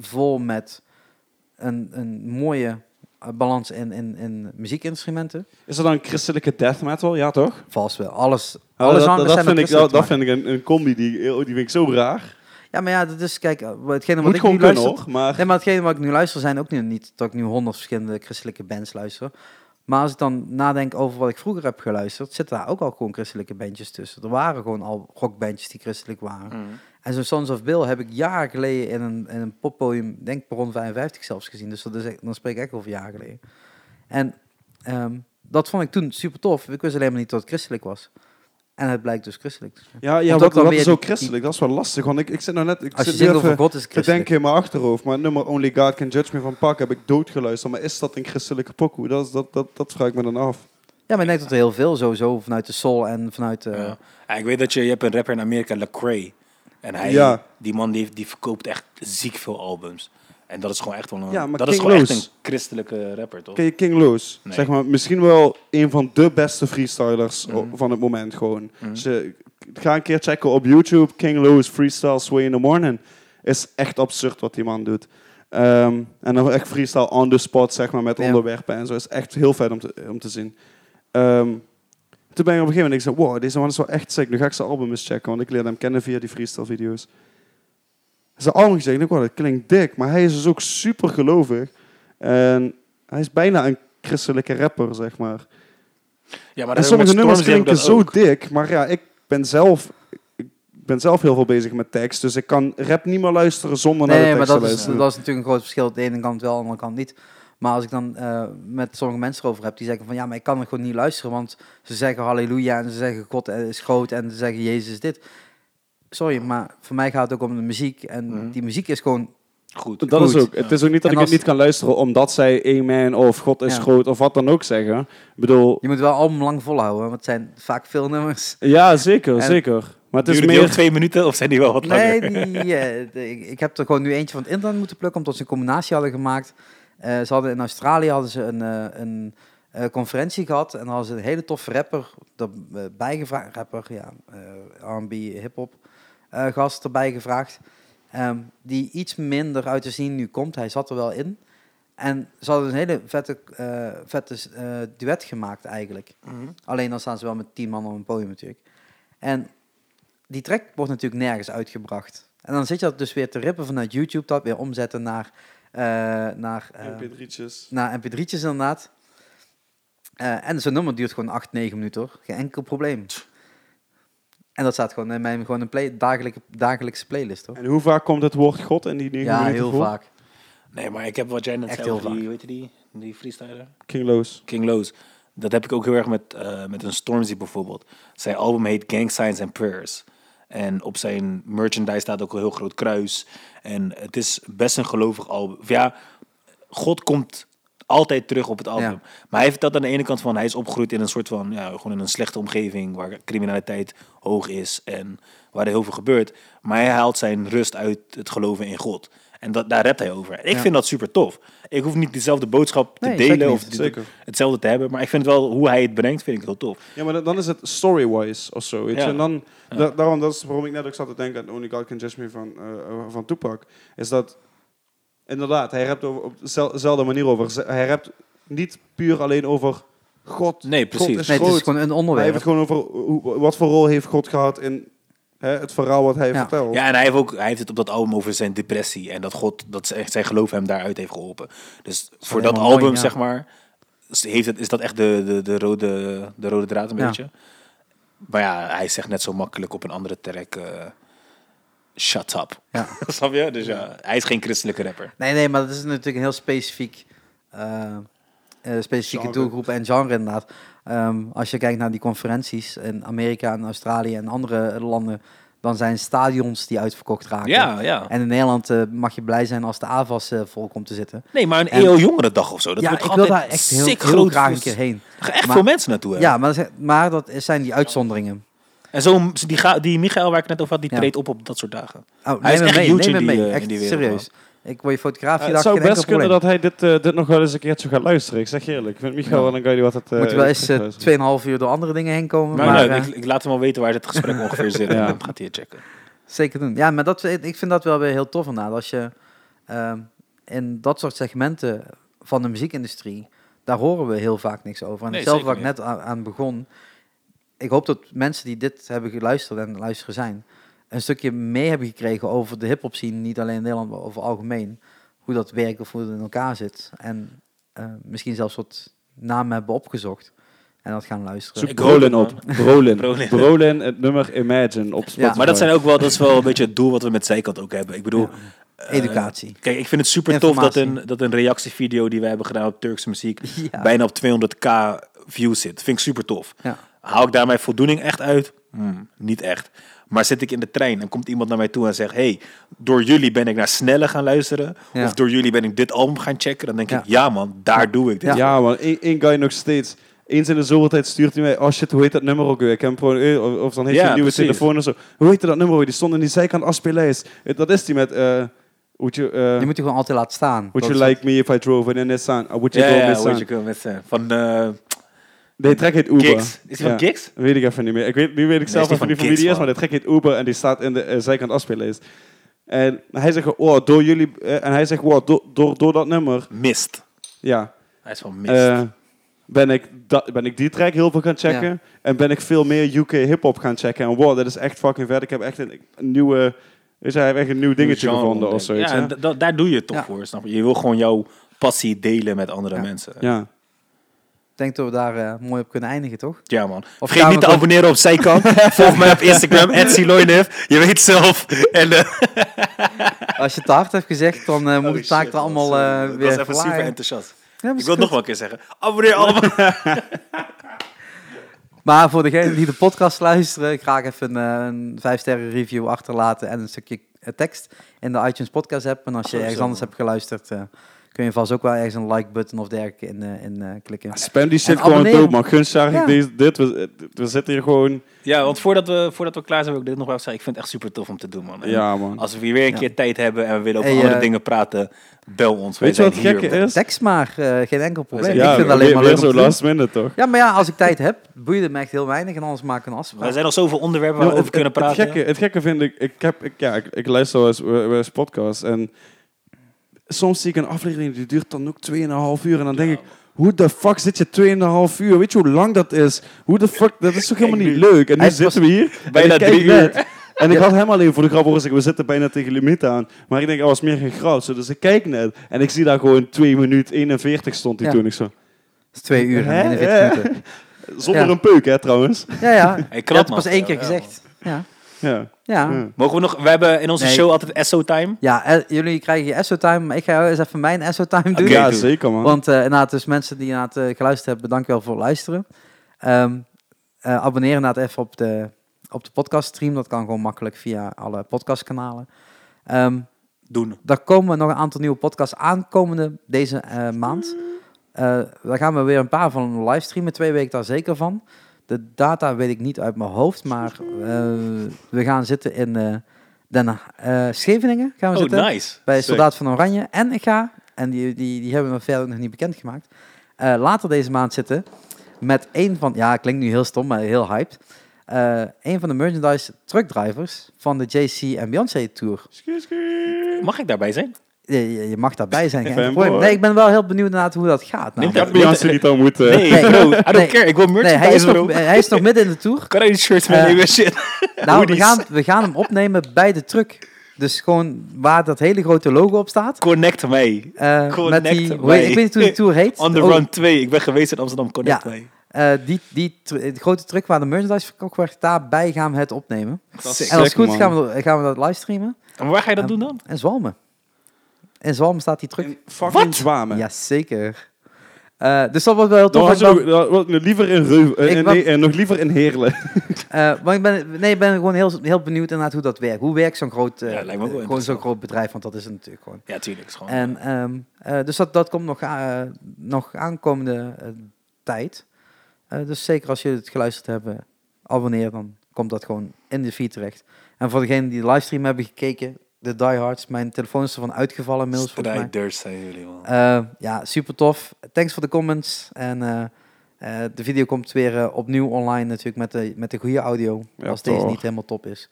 Speaker 2: vol met een, een mooie eh, balans in, in, in muziekinstrumenten.
Speaker 3: Is er dan christelijke death metal? Ja, toch?
Speaker 2: Vals Oh, wel, alles.
Speaker 3: Ja,
Speaker 2: alle
Speaker 3: dat,
Speaker 2: genres
Speaker 3: dat,
Speaker 2: zijn met
Speaker 3: vind ik,
Speaker 2: christelijk
Speaker 3: dat,
Speaker 2: te
Speaker 3: dat
Speaker 2: maken.
Speaker 3: vind ik een, een combi die, oh, die vind ik zo raar.
Speaker 2: Ja, maar ja, dat is, kijk, eh, hetgene wat
Speaker 3: Moet
Speaker 2: ik nu
Speaker 3: gewoon kunnen
Speaker 2: luister...
Speaker 3: hoor. Maar
Speaker 2: Nee, maar hetgene wat ik nu luister zijn ook nu niet dat ik nu honderd verschillende christelijke bands luister. Maar als ik dan nadenk over wat ik vroeger heb geluisterd, zitten daar ook al gewoon christelijke bandjes tussen. Er waren gewoon al rockbandjes die christelijk waren.
Speaker 3: Mm.
Speaker 2: En zo'n Sons of Bill heb ik jaren geleden in een, in een poppodium, denk ik per rond 55 zelfs gezien. Dus dat is echt, dan spreek ik echt over jaren geleden. En ehm, dat vond ik toen super tof. Ik wist alleen maar niet dat het christelijk was. En het blijkt dus christelijk. te zijn.
Speaker 3: ja,
Speaker 2: Omdat
Speaker 3: ja wat,
Speaker 2: dan
Speaker 3: wat
Speaker 2: weer
Speaker 3: is ook
Speaker 2: die-
Speaker 3: christelijk? Dat is wel lastig. Want ik, ik zit nou net... Ik
Speaker 2: Als je
Speaker 3: zit nu
Speaker 2: zegt
Speaker 3: even-
Speaker 2: over God is het
Speaker 3: Ik denk
Speaker 2: christelijk.
Speaker 3: in mijn achterhoofd, maar het nummer Only God Can Judge Me van Pak heb ik doodgeluisterd. Maar is dat een christelijke pokoe? Dat, is- dat, dat, dat vraag ik me dan af.
Speaker 2: Ja, maar ik denk dat er heel veel sowieso vanuit de soul en vanuit... eh,
Speaker 1: Ja. Ja, ik weet dat je, je hebt een rapper in Amerika, Lecrae. En hij,
Speaker 3: Ja.
Speaker 1: die man die, heeft- die verkoopt echt ziek veel albums. En dat is gewoon echt wel een,
Speaker 3: Ja, maar
Speaker 1: dat is
Speaker 3: King
Speaker 1: gewoon echt
Speaker 3: Loos.
Speaker 1: een christelijke rapper, toch?
Speaker 3: Ken je King Loos?
Speaker 1: Nee.
Speaker 3: Zeg maar, misschien wel een van de beste freestylers o-
Speaker 1: Mhm.
Speaker 3: van het moment gewoon. Dus, eh, ga een keer checken op YouTube. King Loos Freestyle Sway in the Morning. Is echt absurd wat die man doet. Ehm, en dan echt freestyle on the spot, zeg maar, met
Speaker 2: Ja.
Speaker 3: onderwerpen en zo. Is echt heel vet om te, om te zien. Ehm, toen ben ik op een gegeven moment, ik zei, wow, deze man is wel echt sick. Nu ga ik zijn album eens checken, want ik leerde hem kennen via die freestyle video's. Zijn album gezegd, ik denk, wow, dat klinkt dik. Maar hij is dus ook super gelovig. En hij is bijna een christelijke rapper, zeg
Speaker 1: Ja,
Speaker 3: maar.
Speaker 1: maar
Speaker 3: en
Speaker 1: dat- met
Speaker 3: sommige nummers
Speaker 1: Stormzy heb ik
Speaker 3: klinken
Speaker 1: dat
Speaker 3: zo
Speaker 1: ook.
Speaker 3: dik. Maar ja, ik ben zelf... Ik ben zelf heel veel bezig met tekst, dus ik kan rap niet meer luisteren zonder
Speaker 2: Nee,
Speaker 3: naar de
Speaker 2: maar
Speaker 3: tekst
Speaker 2: dat
Speaker 3: te
Speaker 2: is,
Speaker 3: luisteren.
Speaker 2: dat is natuurlijk een groot verschil. De ene kant wel, de andere kant niet. Maar als ik dan eh, met sommige mensen erover heb, die zeggen van ja, maar ik kan het gewoon niet luisteren, want ze zeggen halleluja en ze zeggen God is groot en ze zeggen Jezus is dit. Sorry, maar voor mij gaat het ook om de muziek en
Speaker 1: Mhm.
Speaker 2: die muziek is gewoon.
Speaker 1: Goed.
Speaker 3: Dat is
Speaker 2: Goed.
Speaker 3: ook. Het is ook niet dat
Speaker 2: En
Speaker 3: ik het
Speaker 2: als-
Speaker 3: niet kan luisteren omdat zij Amen of God is
Speaker 2: Ja.
Speaker 3: groot of wat dan ook zeggen. Ik bedoel,
Speaker 2: Je moet wel album lang volhouden, want het zijn vaak veel nummers.
Speaker 3: ja, zeker,
Speaker 2: En-
Speaker 3: zeker. Maar het is
Speaker 1: Duurde die ook
Speaker 3: meer.
Speaker 1: twee minuten of zijn die wel wat
Speaker 2: Nee,
Speaker 1: langer?
Speaker 2: die, eh, de- ik- ik heb er gewoon nu eentje van het internet moeten plukken, omdat ze een combinatie hadden gemaakt. Eh, ze hadden in Australië hadden ze een, eh, een eh, conferentie gehad en dan hadden ze een hele toffe rapper eh, erbij gevraagd. Rapper, ja, eh, R&B, hip-hop eh, gast erbij gevraagd. ehm, die iets minder uit te zien nu komt. Hij zat er wel in. En ze hadden een hele vette, eh, vette eh, duet gemaakt eigenlijk. Alleen dan staan ze wel met tien man op een podium natuurlijk. En die track wordt natuurlijk nergens uitgebracht. En dan zit je dat dus weer te rippen vanuit YouTube, dat weer omzetten naar, eh, naar, eh,
Speaker 3: MP3'tjes.
Speaker 2: naar mp3'tjes inderdaad. Eh, en zo'n nummer duurt gewoon 8, 9 minuten hoor. Geen enkel probleem. En dat staat gewoon in mijn gewoon een play, dagelijk, dagelijkse playlist hoor.
Speaker 3: En hoe vaak komt het woord God in die negen
Speaker 2: Ja,
Speaker 3: minuten
Speaker 2: heel
Speaker 3: voor?
Speaker 2: vaak.
Speaker 1: Nee, maar ik heb wat jij net
Speaker 2: Echt
Speaker 1: zei over
Speaker 2: heel
Speaker 1: die,
Speaker 2: vaak.
Speaker 1: weet je die, die freestyler?
Speaker 3: King Loos.
Speaker 1: King Loos. Dat heb ik ook heel erg met, eh, met een Stormzy bijvoorbeeld. Zijn album heet Gang Signs and Prayers. En op zijn merchandise staat ook een heel groot kruis. En het is best een gelovig album. Of ja, God komt altijd terug op het album.
Speaker 2: Ja.
Speaker 1: Maar hij vertelt aan de ene kant van hij is opgegroeid in een soort van ja, gewoon in een slechte omgeving waar criminaliteit hoog is en waar er heel veel gebeurt. Maar hij haalt zijn rust uit het geloven in God. En dat, daar rept hij over. Ik
Speaker 2: Ja.
Speaker 1: vind dat super tof. Ik hoef niet dezelfde boodschap te
Speaker 2: Nee, zeker
Speaker 1: delen of
Speaker 2: niet.
Speaker 1: dit-
Speaker 3: Zeker.
Speaker 1: hetzelfde te hebben. Maar ik vind het wel, hoe hij het brengt, vind ik heel tof.
Speaker 3: Ja, maar dan- dan is het story-wise of zo. Weet je?
Speaker 1: Ja.
Speaker 3: En dan, da- daarom, dat is waarom ik net ook zat te denken aan Only God Can Judge Me van, eh, van Tupac. Is dat, inderdaad, hij rapt over- op zel- dezelfde manier over. Ze- Hij rapt niet puur alleen over God.
Speaker 1: Nee, precies.
Speaker 3: God is
Speaker 2: Nee, het is
Speaker 3: groot.
Speaker 2: gewoon een
Speaker 3: Hij heeft
Speaker 2: onderwerp.
Speaker 3: het gewoon over hoe- wat voor rol heeft God gehad in hè, het verhaal wat hij
Speaker 2: Ja.
Speaker 3: vertelt.
Speaker 1: Ja, en hij heeft, ook, hij heeft het op dat album over zijn depressie. En dat God, dat zijn zijn geloof hem daaruit heeft geholpen. Dus voor dat
Speaker 2: helemaal mooi,
Speaker 1: album,
Speaker 2: ja.
Speaker 1: zeg maar, is- heeft het, is dat echt de, de, de, rode, de rode draad een
Speaker 2: Ja.
Speaker 1: beetje. Maar ja, hij zegt net zo makkelijk op een andere track... eh, Shut up.
Speaker 2: Ja.
Speaker 1: Snap je? Dus ja, hij is geen christelijke rapper.
Speaker 2: Nee, nee, maar dat is natuurlijk een heel specifiek, eh, eh, specifieke
Speaker 3: Genre.
Speaker 2: doelgroep en genre inderdaad. Ehm, als je kijkt naar die conferenties in Amerika en Australië en andere eh, landen, dan zijn stadions die uitverkocht raken.
Speaker 1: Ja, ja.
Speaker 2: En in Nederland eh, mag je blij zijn als de AVAS eh, vol komt te zitten.
Speaker 1: Nee, maar een E
Speaker 2: En-
Speaker 1: EO Jongerendag of zo. Dat
Speaker 2: ja,
Speaker 1: wordt
Speaker 2: ik
Speaker 1: toch
Speaker 2: wil
Speaker 1: altijd
Speaker 2: daar echt heel, heel
Speaker 1: sick groot
Speaker 2: graag een
Speaker 1: voor-
Speaker 2: keer heen.
Speaker 1: Ga echt
Speaker 2: Maar-
Speaker 1: veel mensen naartoe hebben.
Speaker 2: Ja, maar, dat is- maar dat is- zijn die uitzonderingen.
Speaker 1: En zo, die, ga, die Michael waar ik net over had, die
Speaker 2: Ja.
Speaker 1: treedt op op dat soort dagen.
Speaker 2: Oh,
Speaker 1: Hij is
Speaker 2: neem me
Speaker 1: echt
Speaker 2: mee,
Speaker 1: huge
Speaker 2: neem
Speaker 1: in die,
Speaker 2: me mee.
Speaker 1: eh, in
Speaker 2: echt
Speaker 1: die wereld,
Speaker 2: serieus. Ik word je fotograaf, je
Speaker 3: Eh, het
Speaker 2: dag
Speaker 3: zou
Speaker 2: geen enkel
Speaker 3: best kunnen
Speaker 2: probleem.
Speaker 3: dat hij dit, eh, dit nog wel eens een keertje gaat luisteren. Ik zeg je eerlijk. Ik vind Michael
Speaker 2: Ja.
Speaker 3: wel een guy die wat het... eh,
Speaker 2: Moet je wel eens eh,
Speaker 3: terugluistert.
Speaker 2: 2,5 uur door andere dingen heen komen.
Speaker 1: Maar,
Speaker 2: Maar,
Speaker 1: nou,
Speaker 2: eh,
Speaker 1: ik, ik laat hem wel weten waar het gesprek ongeveer zit.
Speaker 3: Ja.
Speaker 1: En dan gaat hij het checken.
Speaker 2: Zeker doen. Ja, maar dat, ik vind dat wel weer heel tof inderdaad. Als je ehm, in dat soort segmenten van de muziekindustrie, daar horen we heel vaak niks over. En
Speaker 1: Nee,
Speaker 2: zelf waar ik
Speaker 1: zeker
Speaker 2: net aan, aan begon, ik hoop dat mensen die dit hebben geluisterd en luisteren zijn, een stukje mee hebben gekregen over de hip-hop scene, niet alleen in Nederland, maar over het algemeen. Hoe dat werkt of hoe het in elkaar zit. En eh, misschien zelfs wat namen hebben opgezocht en dat gaan luisteren.
Speaker 1: Zoek-
Speaker 3: Zoek Brolin op. Brolin.
Speaker 1: Brolin.
Speaker 3: Brolin. het nummer Imagine op Spotify.
Speaker 2: Ja,
Speaker 1: Maar dat, zijn ook wel, dat is wel een beetje het doel wat we met Zijkant ook hebben. Ik bedoel... eh,
Speaker 2: Educatie.
Speaker 1: kijk, ik vind het super tof dat
Speaker 2: Informatie.
Speaker 1: een, dat een reactievideo die we hebben gedaan op Turkse muziek...
Speaker 2: Ja.
Speaker 1: bijna op 200k views zit. Vind ik super tof.
Speaker 2: Ja.
Speaker 1: Haal ik daar mijn voldoening echt uit? Hmm, niet echt. Maar zit ik in de trein en komt iemand naar mij toe en zegt... hey, door jullie ben ik naar Snelle gaan luisteren.
Speaker 2: Ja.
Speaker 1: Of door jullie ben ik dit album gaan checken. Dan denk
Speaker 2: Ja.
Speaker 1: ik, ja man, daar doe ik dit.
Speaker 3: Ja, man. Eén één guy nog steeds. Eens in de zoveel tijd stuurt hij mij... Oh shit, hoe heet dat nummer ook weer? Ik heb hem gewoon... eh, Of, of dan heeft
Speaker 1: Ja,
Speaker 3: hij een nieuwe
Speaker 1: precies.
Speaker 3: telefoon of zo. Hoe heette dat nummer ook? Die stond in die zijkant afspeellijst. Eh, Dat is die met... eh would you, eh,
Speaker 2: Je moet je gewoon altijd laten staan.
Speaker 3: would
Speaker 2: Dat
Speaker 3: you
Speaker 2: soort-
Speaker 3: like me if I drove in a Nissan? Or would you
Speaker 1: Ja,
Speaker 3: go
Speaker 1: ja,
Speaker 3: Nissan?
Speaker 1: weet je wel, met zijn- Van eh
Speaker 3: Die track heet Uber.
Speaker 1: Gigs. Is die van
Speaker 3: Ja.
Speaker 1: Gigs?
Speaker 3: Weet ik even niet meer. Ik weet, nu weet ik
Speaker 1: is
Speaker 3: zelf
Speaker 1: die
Speaker 3: even
Speaker 1: van
Speaker 3: niet van wie
Speaker 1: Kids,
Speaker 3: die is,
Speaker 1: man.
Speaker 3: maar de track heet Uber en die staat in de eh, zijkant afspeellijst. En hij zegt, oh, door jullie... eh, en hij zegt, wow, door- door, door dat nummer...
Speaker 1: Mist.
Speaker 3: Ja,
Speaker 1: Hij is van Mist.
Speaker 3: eh, ben, ik dat, ben ik die track heel veel gaan checken. En ben ik veel meer UK hip-hop gaan checken. En wow, dat is echt fucking vet. Ik heb echt een, een nieuwe. Dus hij heeft echt een nieuw dingetje
Speaker 1: Genre
Speaker 3: gevonden of
Speaker 1: ontdekken.
Speaker 3: zoiets.
Speaker 1: Ja,
Speaker 3: Ja,
Speaker 1: en da- da- daar doe je het toch
Speaker 2: Ja.
Speaker 1: voor, snap je? Je wil gewoon jouw passie delen met andere
Speaker 2: Ja.
Speaker 1: mensen. Ja,
Speaker 3: ja.
Speaker 2: Ik denk dat we daar eh, mooi op kunnen eindigen, toch?
Speaker 1: man.
Speaker 2: Of
Speaker 1: Vergeet niet te
Speaker 2: gaan we gewoon-
Speaker 1: abonneren op Zijkant. Volg mij op Instagram, @siloynef. Je weet zelf. En, eh,
Speaker 2: Als je het te hard hebt gezegd, dan eh,
Speaker 1: Oh,
Speaker 2: moet ik taak er allemaal eh,
Speaker 1: Ik
Speaker 2: weer
Speaker 1: was even super
Speaker 2: verlagen.
Speaker 1: enthousiast.
Speaker 2: Ja, maar
Speaker 1: Ik
Speaker 2: is
Speaker 1: wil het nog
Speaker 2: goed.
Speaker 1: wel een keer zeggen. Abonneer allemaal.
Speaker 2: Maar voor degenen die de podcast luisteren, graag even een, eh, een 5-sterren review achterlaten en een stukje eh, tekst in de iTunes podcast app. En als je
Speaker 1: Sowieso,
Speaker 2: ergens anders
Speaker 1: man.
Speaker 2: hebt geluisterd, eh, kun je vast ook wel ergens een like-button of dergelijke in, eh, in eh, klikken.
Speaker 3: Ah, Spam die
Speaker 2: En
Speaker 3: shit gewoon
Speaker 2: abonneren.
Speaker 3: dood, man. Gun zag
Speaker 2: Ja.
Speaker 3: ik deze- dit. We, we zitten hier gewoon...
Speaker 1: Ja, want voordat we, voordat we klaar zijn, wil ik dit nog wel zeggen. Ik vind het echt super tof om te doen, man. En
Speaker 3: Ja, man.
Speaker 1: Als we weer een
Speaker 2: Ja.
Speaker 1: keer tijd hebben en we willen over
Speaker 2: Hey,
Speaker 1: andere
Speaker 2: eh,
Speaker 1: dingen praten, bel ons. Wij
Speaker 3: Weet je
Speaker 1: zijn
Speaker 3: wat
Speaker 1: hier,
Speaker 3: gek
Speaker 1: man.
Speaker 3: is?
Speaker 2: Tekst maar, eh, geen enkel probleem.
Speaker 1: Ja,
Speaker 2: ik vind het alleen
Speaker 3: weer,
Speaker 2: maar
Speaker 3: weer
Speaker 2: leuk om
Speaker 3: zo
Speaker 2: te doen.
Speaker 3: last minute, toch?
Speaker 2: Ja, maar ja, als ik tijd heb, boeide het me echt heel weinig. En anders maak ik een afspraak.
Speaker 1: Er zijn nog zoveel onderwerpen waar we
Speaker 3: Ja,
Speaker 1: over kunnen praten.
Speaker 3: Het gekke, het gekke vind ik, ik, heb, ik, ja, ik, ik luister wel eens, wel eens podcasts en soms zie ik een aflevering die duurt dan ook 2,5 uur en dan denk ik, hoe de fuck zit je 2,5 uur? Weet je hoe lang dat is? Hoe de fuck, dat is toch helemaal niet leuk? En nu
Speaker 2: Hij was
Speaker 3: zitten we hier en
Speaker 1: bijna
Speaker 3: ik kijk
Speaker 1: drie uur.
Speaker 3: net. En ik had helemaal alleen voor de grap horen zeggen, we zitten bijna tegen de limiet aan. Maar ik denk, er was meer geen grap. Zo, Dus ik kijk net en ik zie daar gewoon 2 minuten 41 stond die
Speaker 2: Ja.
Speaker 3: toen. Ik zo,
Speaker 2: Het is twee uur en
Speaker 3: Hè?
Speaker 2: 41 minuten.
Speaker 3: zonder
Speaker 2: Ja.
Speaker 3: een peuk hè trouwens.
Speaker 2: Ja, ja. Ik
Speaker 1: Hey,
Speaker 2: heb
Speaker 1: klap,
Speaker 2: het pas
Speaker 1: man.
Speaker 2: één keer
Speaker 1: Ja,
Speaker 2: gezegd. Ja.
Speaker 3: Ja.
Speaker 2: Ja.
Speaker 3: Ja.
Speaker 1: Mogen we nog... We hebben in onze
Speaker 2: Nee.
Speaker 1: show altijd SO-time.
Speaker 2: Ja, eh, jullie krijgen je SO-time, maar ik ga eens even mijn SO-time doen.
Speaker 1: Oké,
Speaker 3: Ja,
Speaker 1: doe.
Speaker 3: zeker man.
Speaker 2: Want eh inderdaad, dus mensen die inderdaad eh, geluisterd hebben, bedankt wel voor het luisteren. Ehm eh abonneer inderdaad even op de, op de podcast stream. Dat kan gewoon makkelijk via alle podcastkanalen. Ehm
Speaker 1: Doen.
Speaker 2: daar komen nog een aantal nieuwe podcasts aankomende deze eh, maand. Eh daar gaan we weer een paar van livestreamen. Twee weken daar zeker van. De data weet ik niet uit mijn hoofd, maar eh, we gaan zitten in eh Den Ha- eh, Scheveningen. Gaan we
Speaker 1: Oh,
Speaker 2: zitten
Speaker 1: nice.
Speaker 2: bij
Speaker 3: Sick.
Speaker 2: Soldaat van Oranje. En ik ga, en die, die, die hebben we verder nog niet bekendgemaakt, eh, later deze maand zitten met een van, ja, klinkt nu heel stom, maar heel hyped. Eh een van de merchandise truckdrivers van de JC en Beyoncé Tour.
Speaker 3: Skie, skie.
Speaker 1: Mag ik daarbij zijn?
Speaker 2: Je, je- je mag daarbij zijn. geen enkel
Speaker 3: Fanboy.
Speaker 2: probleem. Nee, ik ben wel heel benieuwd naar hoe dat gaat.
Speaker 1: Neemt
Speaker 2: namelijk.
Speaker 3: Ik heb Beyoncé niet al moeten.
Speaker 1: Nee,
Speaker 2: Nee.
Speaker 1: bro, I don't
Speaker 2: Nee.
Speaker 1: care. Ik wil
Speaker 2: Nee, hij, is
Speaker 1: merchandise,
Speaker 2: nog,
Speaker 1: bro.
Speaker 2: hij is nog midden in de tour.
Speaker 1: Kan hij die shirts
Speaker 2: Eh,
Speaker 1: meenemen? Shit.
Speaker 2: Nou, we
Speaker 1: Hoodies.
Speaker 2: gaan, we gaan hem opnemen bij de truck. Dus gewoon waar dat hele grote logo op staat.
Speaker 1: Connect mij.
Speaker 2: Eh, met
Speaker 1: Connect
Speaker 2: die, hoe-
Speaker 1: mij.
Speaker 2: ik weet niet hoe die tour heet.
Speaker 1: On the
Speaker 2: De- oh,
Speaker 1: Run 2. Ik ben geweest in Amsterdam. Connect
Speaker 2: Ja.
Speaker 1: mij.
Speaker 2: eh, die, die tr- de grote truck waar de merchandise verkocht wordt, daarbij gaan we het opnemen.
Speaker 1: Sick.
Speaker 2: en als het
Speaker 3: Sick,
Speaker 2: goed is
Speaker 3: man.
Speaker 2: gaan we, gaan we dat livestreamen.
Speaker 1: En waar ga je dat
Speaker 2: Ja.
Speaker 1: doen dan?
Speaker 2: En Zwalmen. In Zwalmen staat die truck.
Speaker 3: In fucking
Speaker 1: Wat?
Speaker 3: Zwamen.
Speaker 2: Jazeker. Eh, dus dat wordt wel heel
Speaker 3: Dan
Speaker 2: tof.
Speaker 3: was
Speaker 2: want
Speaker 3: je
Speaker 2: dan-
Speaker 3: nog, dan was je nog liever in Reu, eh,
Speaker 2: Ik
Speaker 3: in-
Speaker 2: wou-
Speaker 3: nee, en nog liever in Heerlen.
Speaker 2: Eh, maar ik ben, nee, ik ben gewoon heel, heel benieuwd inderdaad hoe dat werkt. Hoe werkt zo'n groot, eh,
Speaker 1: Ja, lijkt me ook wel
Speaker 2: gewoon zo'n
Speaker 1: interessant.
Speaker 2: groot bedrijf? Want dat is het natuurlijk gewoon.
Speaker 1: Ja, tuurlijk. is gewoon-
Speaker 3: Oh.
Speaker 2: En, ehm, eh, dus dat, dat komt nog, eh, nog aankomende eh, tijd. Eh, dus zeker als jullie het geluisterd hebben, abonneer, dan komt dat gewoon in de feed terecht. En voor degenen die de livestream hebben gekeken, de diehards, mijn telefoon is ervan uitgevallen inmiddels volgens mij.
Speaker 1: Strijders zijn jullie, man.
Speaker 2: Eh, ja, super tof. Thanks voor de comments. En eh, eh, de video komt weer eh, opnieuw online natuurlijk met de, met de goede audio.
Speaker 3: Ja,
Speaker 2: als deze
Speaker 3: toch.
Speaker 2: niet helemaal top is.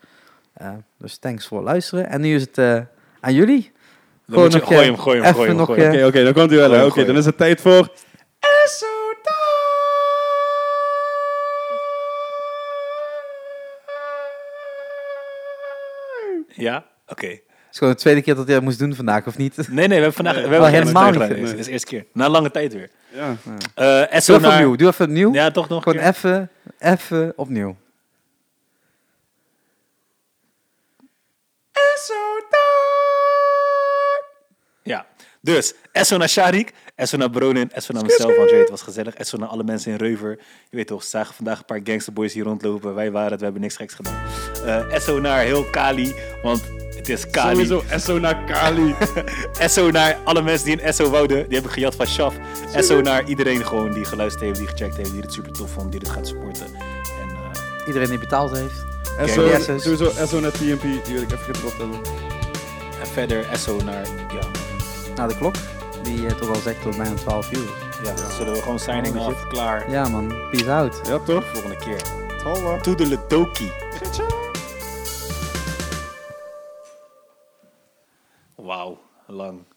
Speaker 2: Eh, dus thanks voor het luisteren. En nu is het eh, aan jullie.
Speaker 1: Dan moet je,
Speaker 2: nog, eh,
Speaker 1: gooi hem, gooi hem,
Speaker 2: even
Speaker 1: gooi hem.
Speaker 2: nog,
Speaker 1: gooi hem.
Speaker 2: eh,
Speaker 3: Oké, oké, dan komt hij wel. hè.
Speaker 1: Gooi,
Speaker 3: Oké,
Speaker 1: gooi.
Speaker 3: dan is het tijd voor...
Speaker 1: Ja? Oké.
Speaker 2: Het is gewoon de tweede keer dat je dat moest doen vandaag, of niet?
Speaker 1: Nee, nee, we hebben vandaag...
Speaker 3: Nee.
Speaker 1: we hebben
Speaker 2: Oh,
Speaker 1: geen
Speaker 2: helemaal
Speaker 1: tijd
Speaker 2: niet.
Speaker 1: gedaan.
Speaker 3: Nee.
Speaker 1: Dit is de eerste keer. Na lange tijd weer.
Speaker 3: Ja.
Speaker 1: Eh SO
Speaker 2: Doe even
Speaker 1: naar-
Speaker 2: opnieuw. Doe even opnieuw.
Speaker 1: Ja, toch nog een
Speaker 2: gewoon
Speaker 1: keer.
Speaker 2: even, even opnieuw.
Speaker 1: Ja. Dus, SO naar Sharik, SO naar Bronin, SO naar mezelf, want je weet, het was gezellig. SO naar alle mensen in Reuver. Je weet toch, ze zagen vandaag een paar gangsterboys hier rondlopen. Wij waren het, we hebben niks geks gedaan. Eh SO naar heel Kali, want het is Kali.
Speaker 3: Sowieso SO naar Kali.
Speaker 1: SO naar alle mensen die een SO wouden, die hebben gejat van Shaf. SO naar iedereen gewoon die geluisterd heeft, die gecheckt heeft, die het super tof vond, die dit gaat supporten. En eh,
Speaker 2: Iedereen die betaald heeft.
Speaker 3: SO,
Speaker 2: Yes, yes.
Speaker 3: sowieso SO naar TMP. Die wil ik even gedropt hebben.
Speaker 1: en verder SO naar, ja,
Speaker 2: Naar de klok. Die eh, toch al zegt tot bijna 12 uur. is.
Speaker 1: ja, zullen we gewoon signing
Speaker 2: Oh,
Speaker 1: af, klaar,
Speaker 2: Ja man, peace out.
Speaker 3: Ja, toch?
Speaker 1: volgende keer.
Speaker 3: Hallo.
Speaker 1: Toedeledokie. Wauw, lang.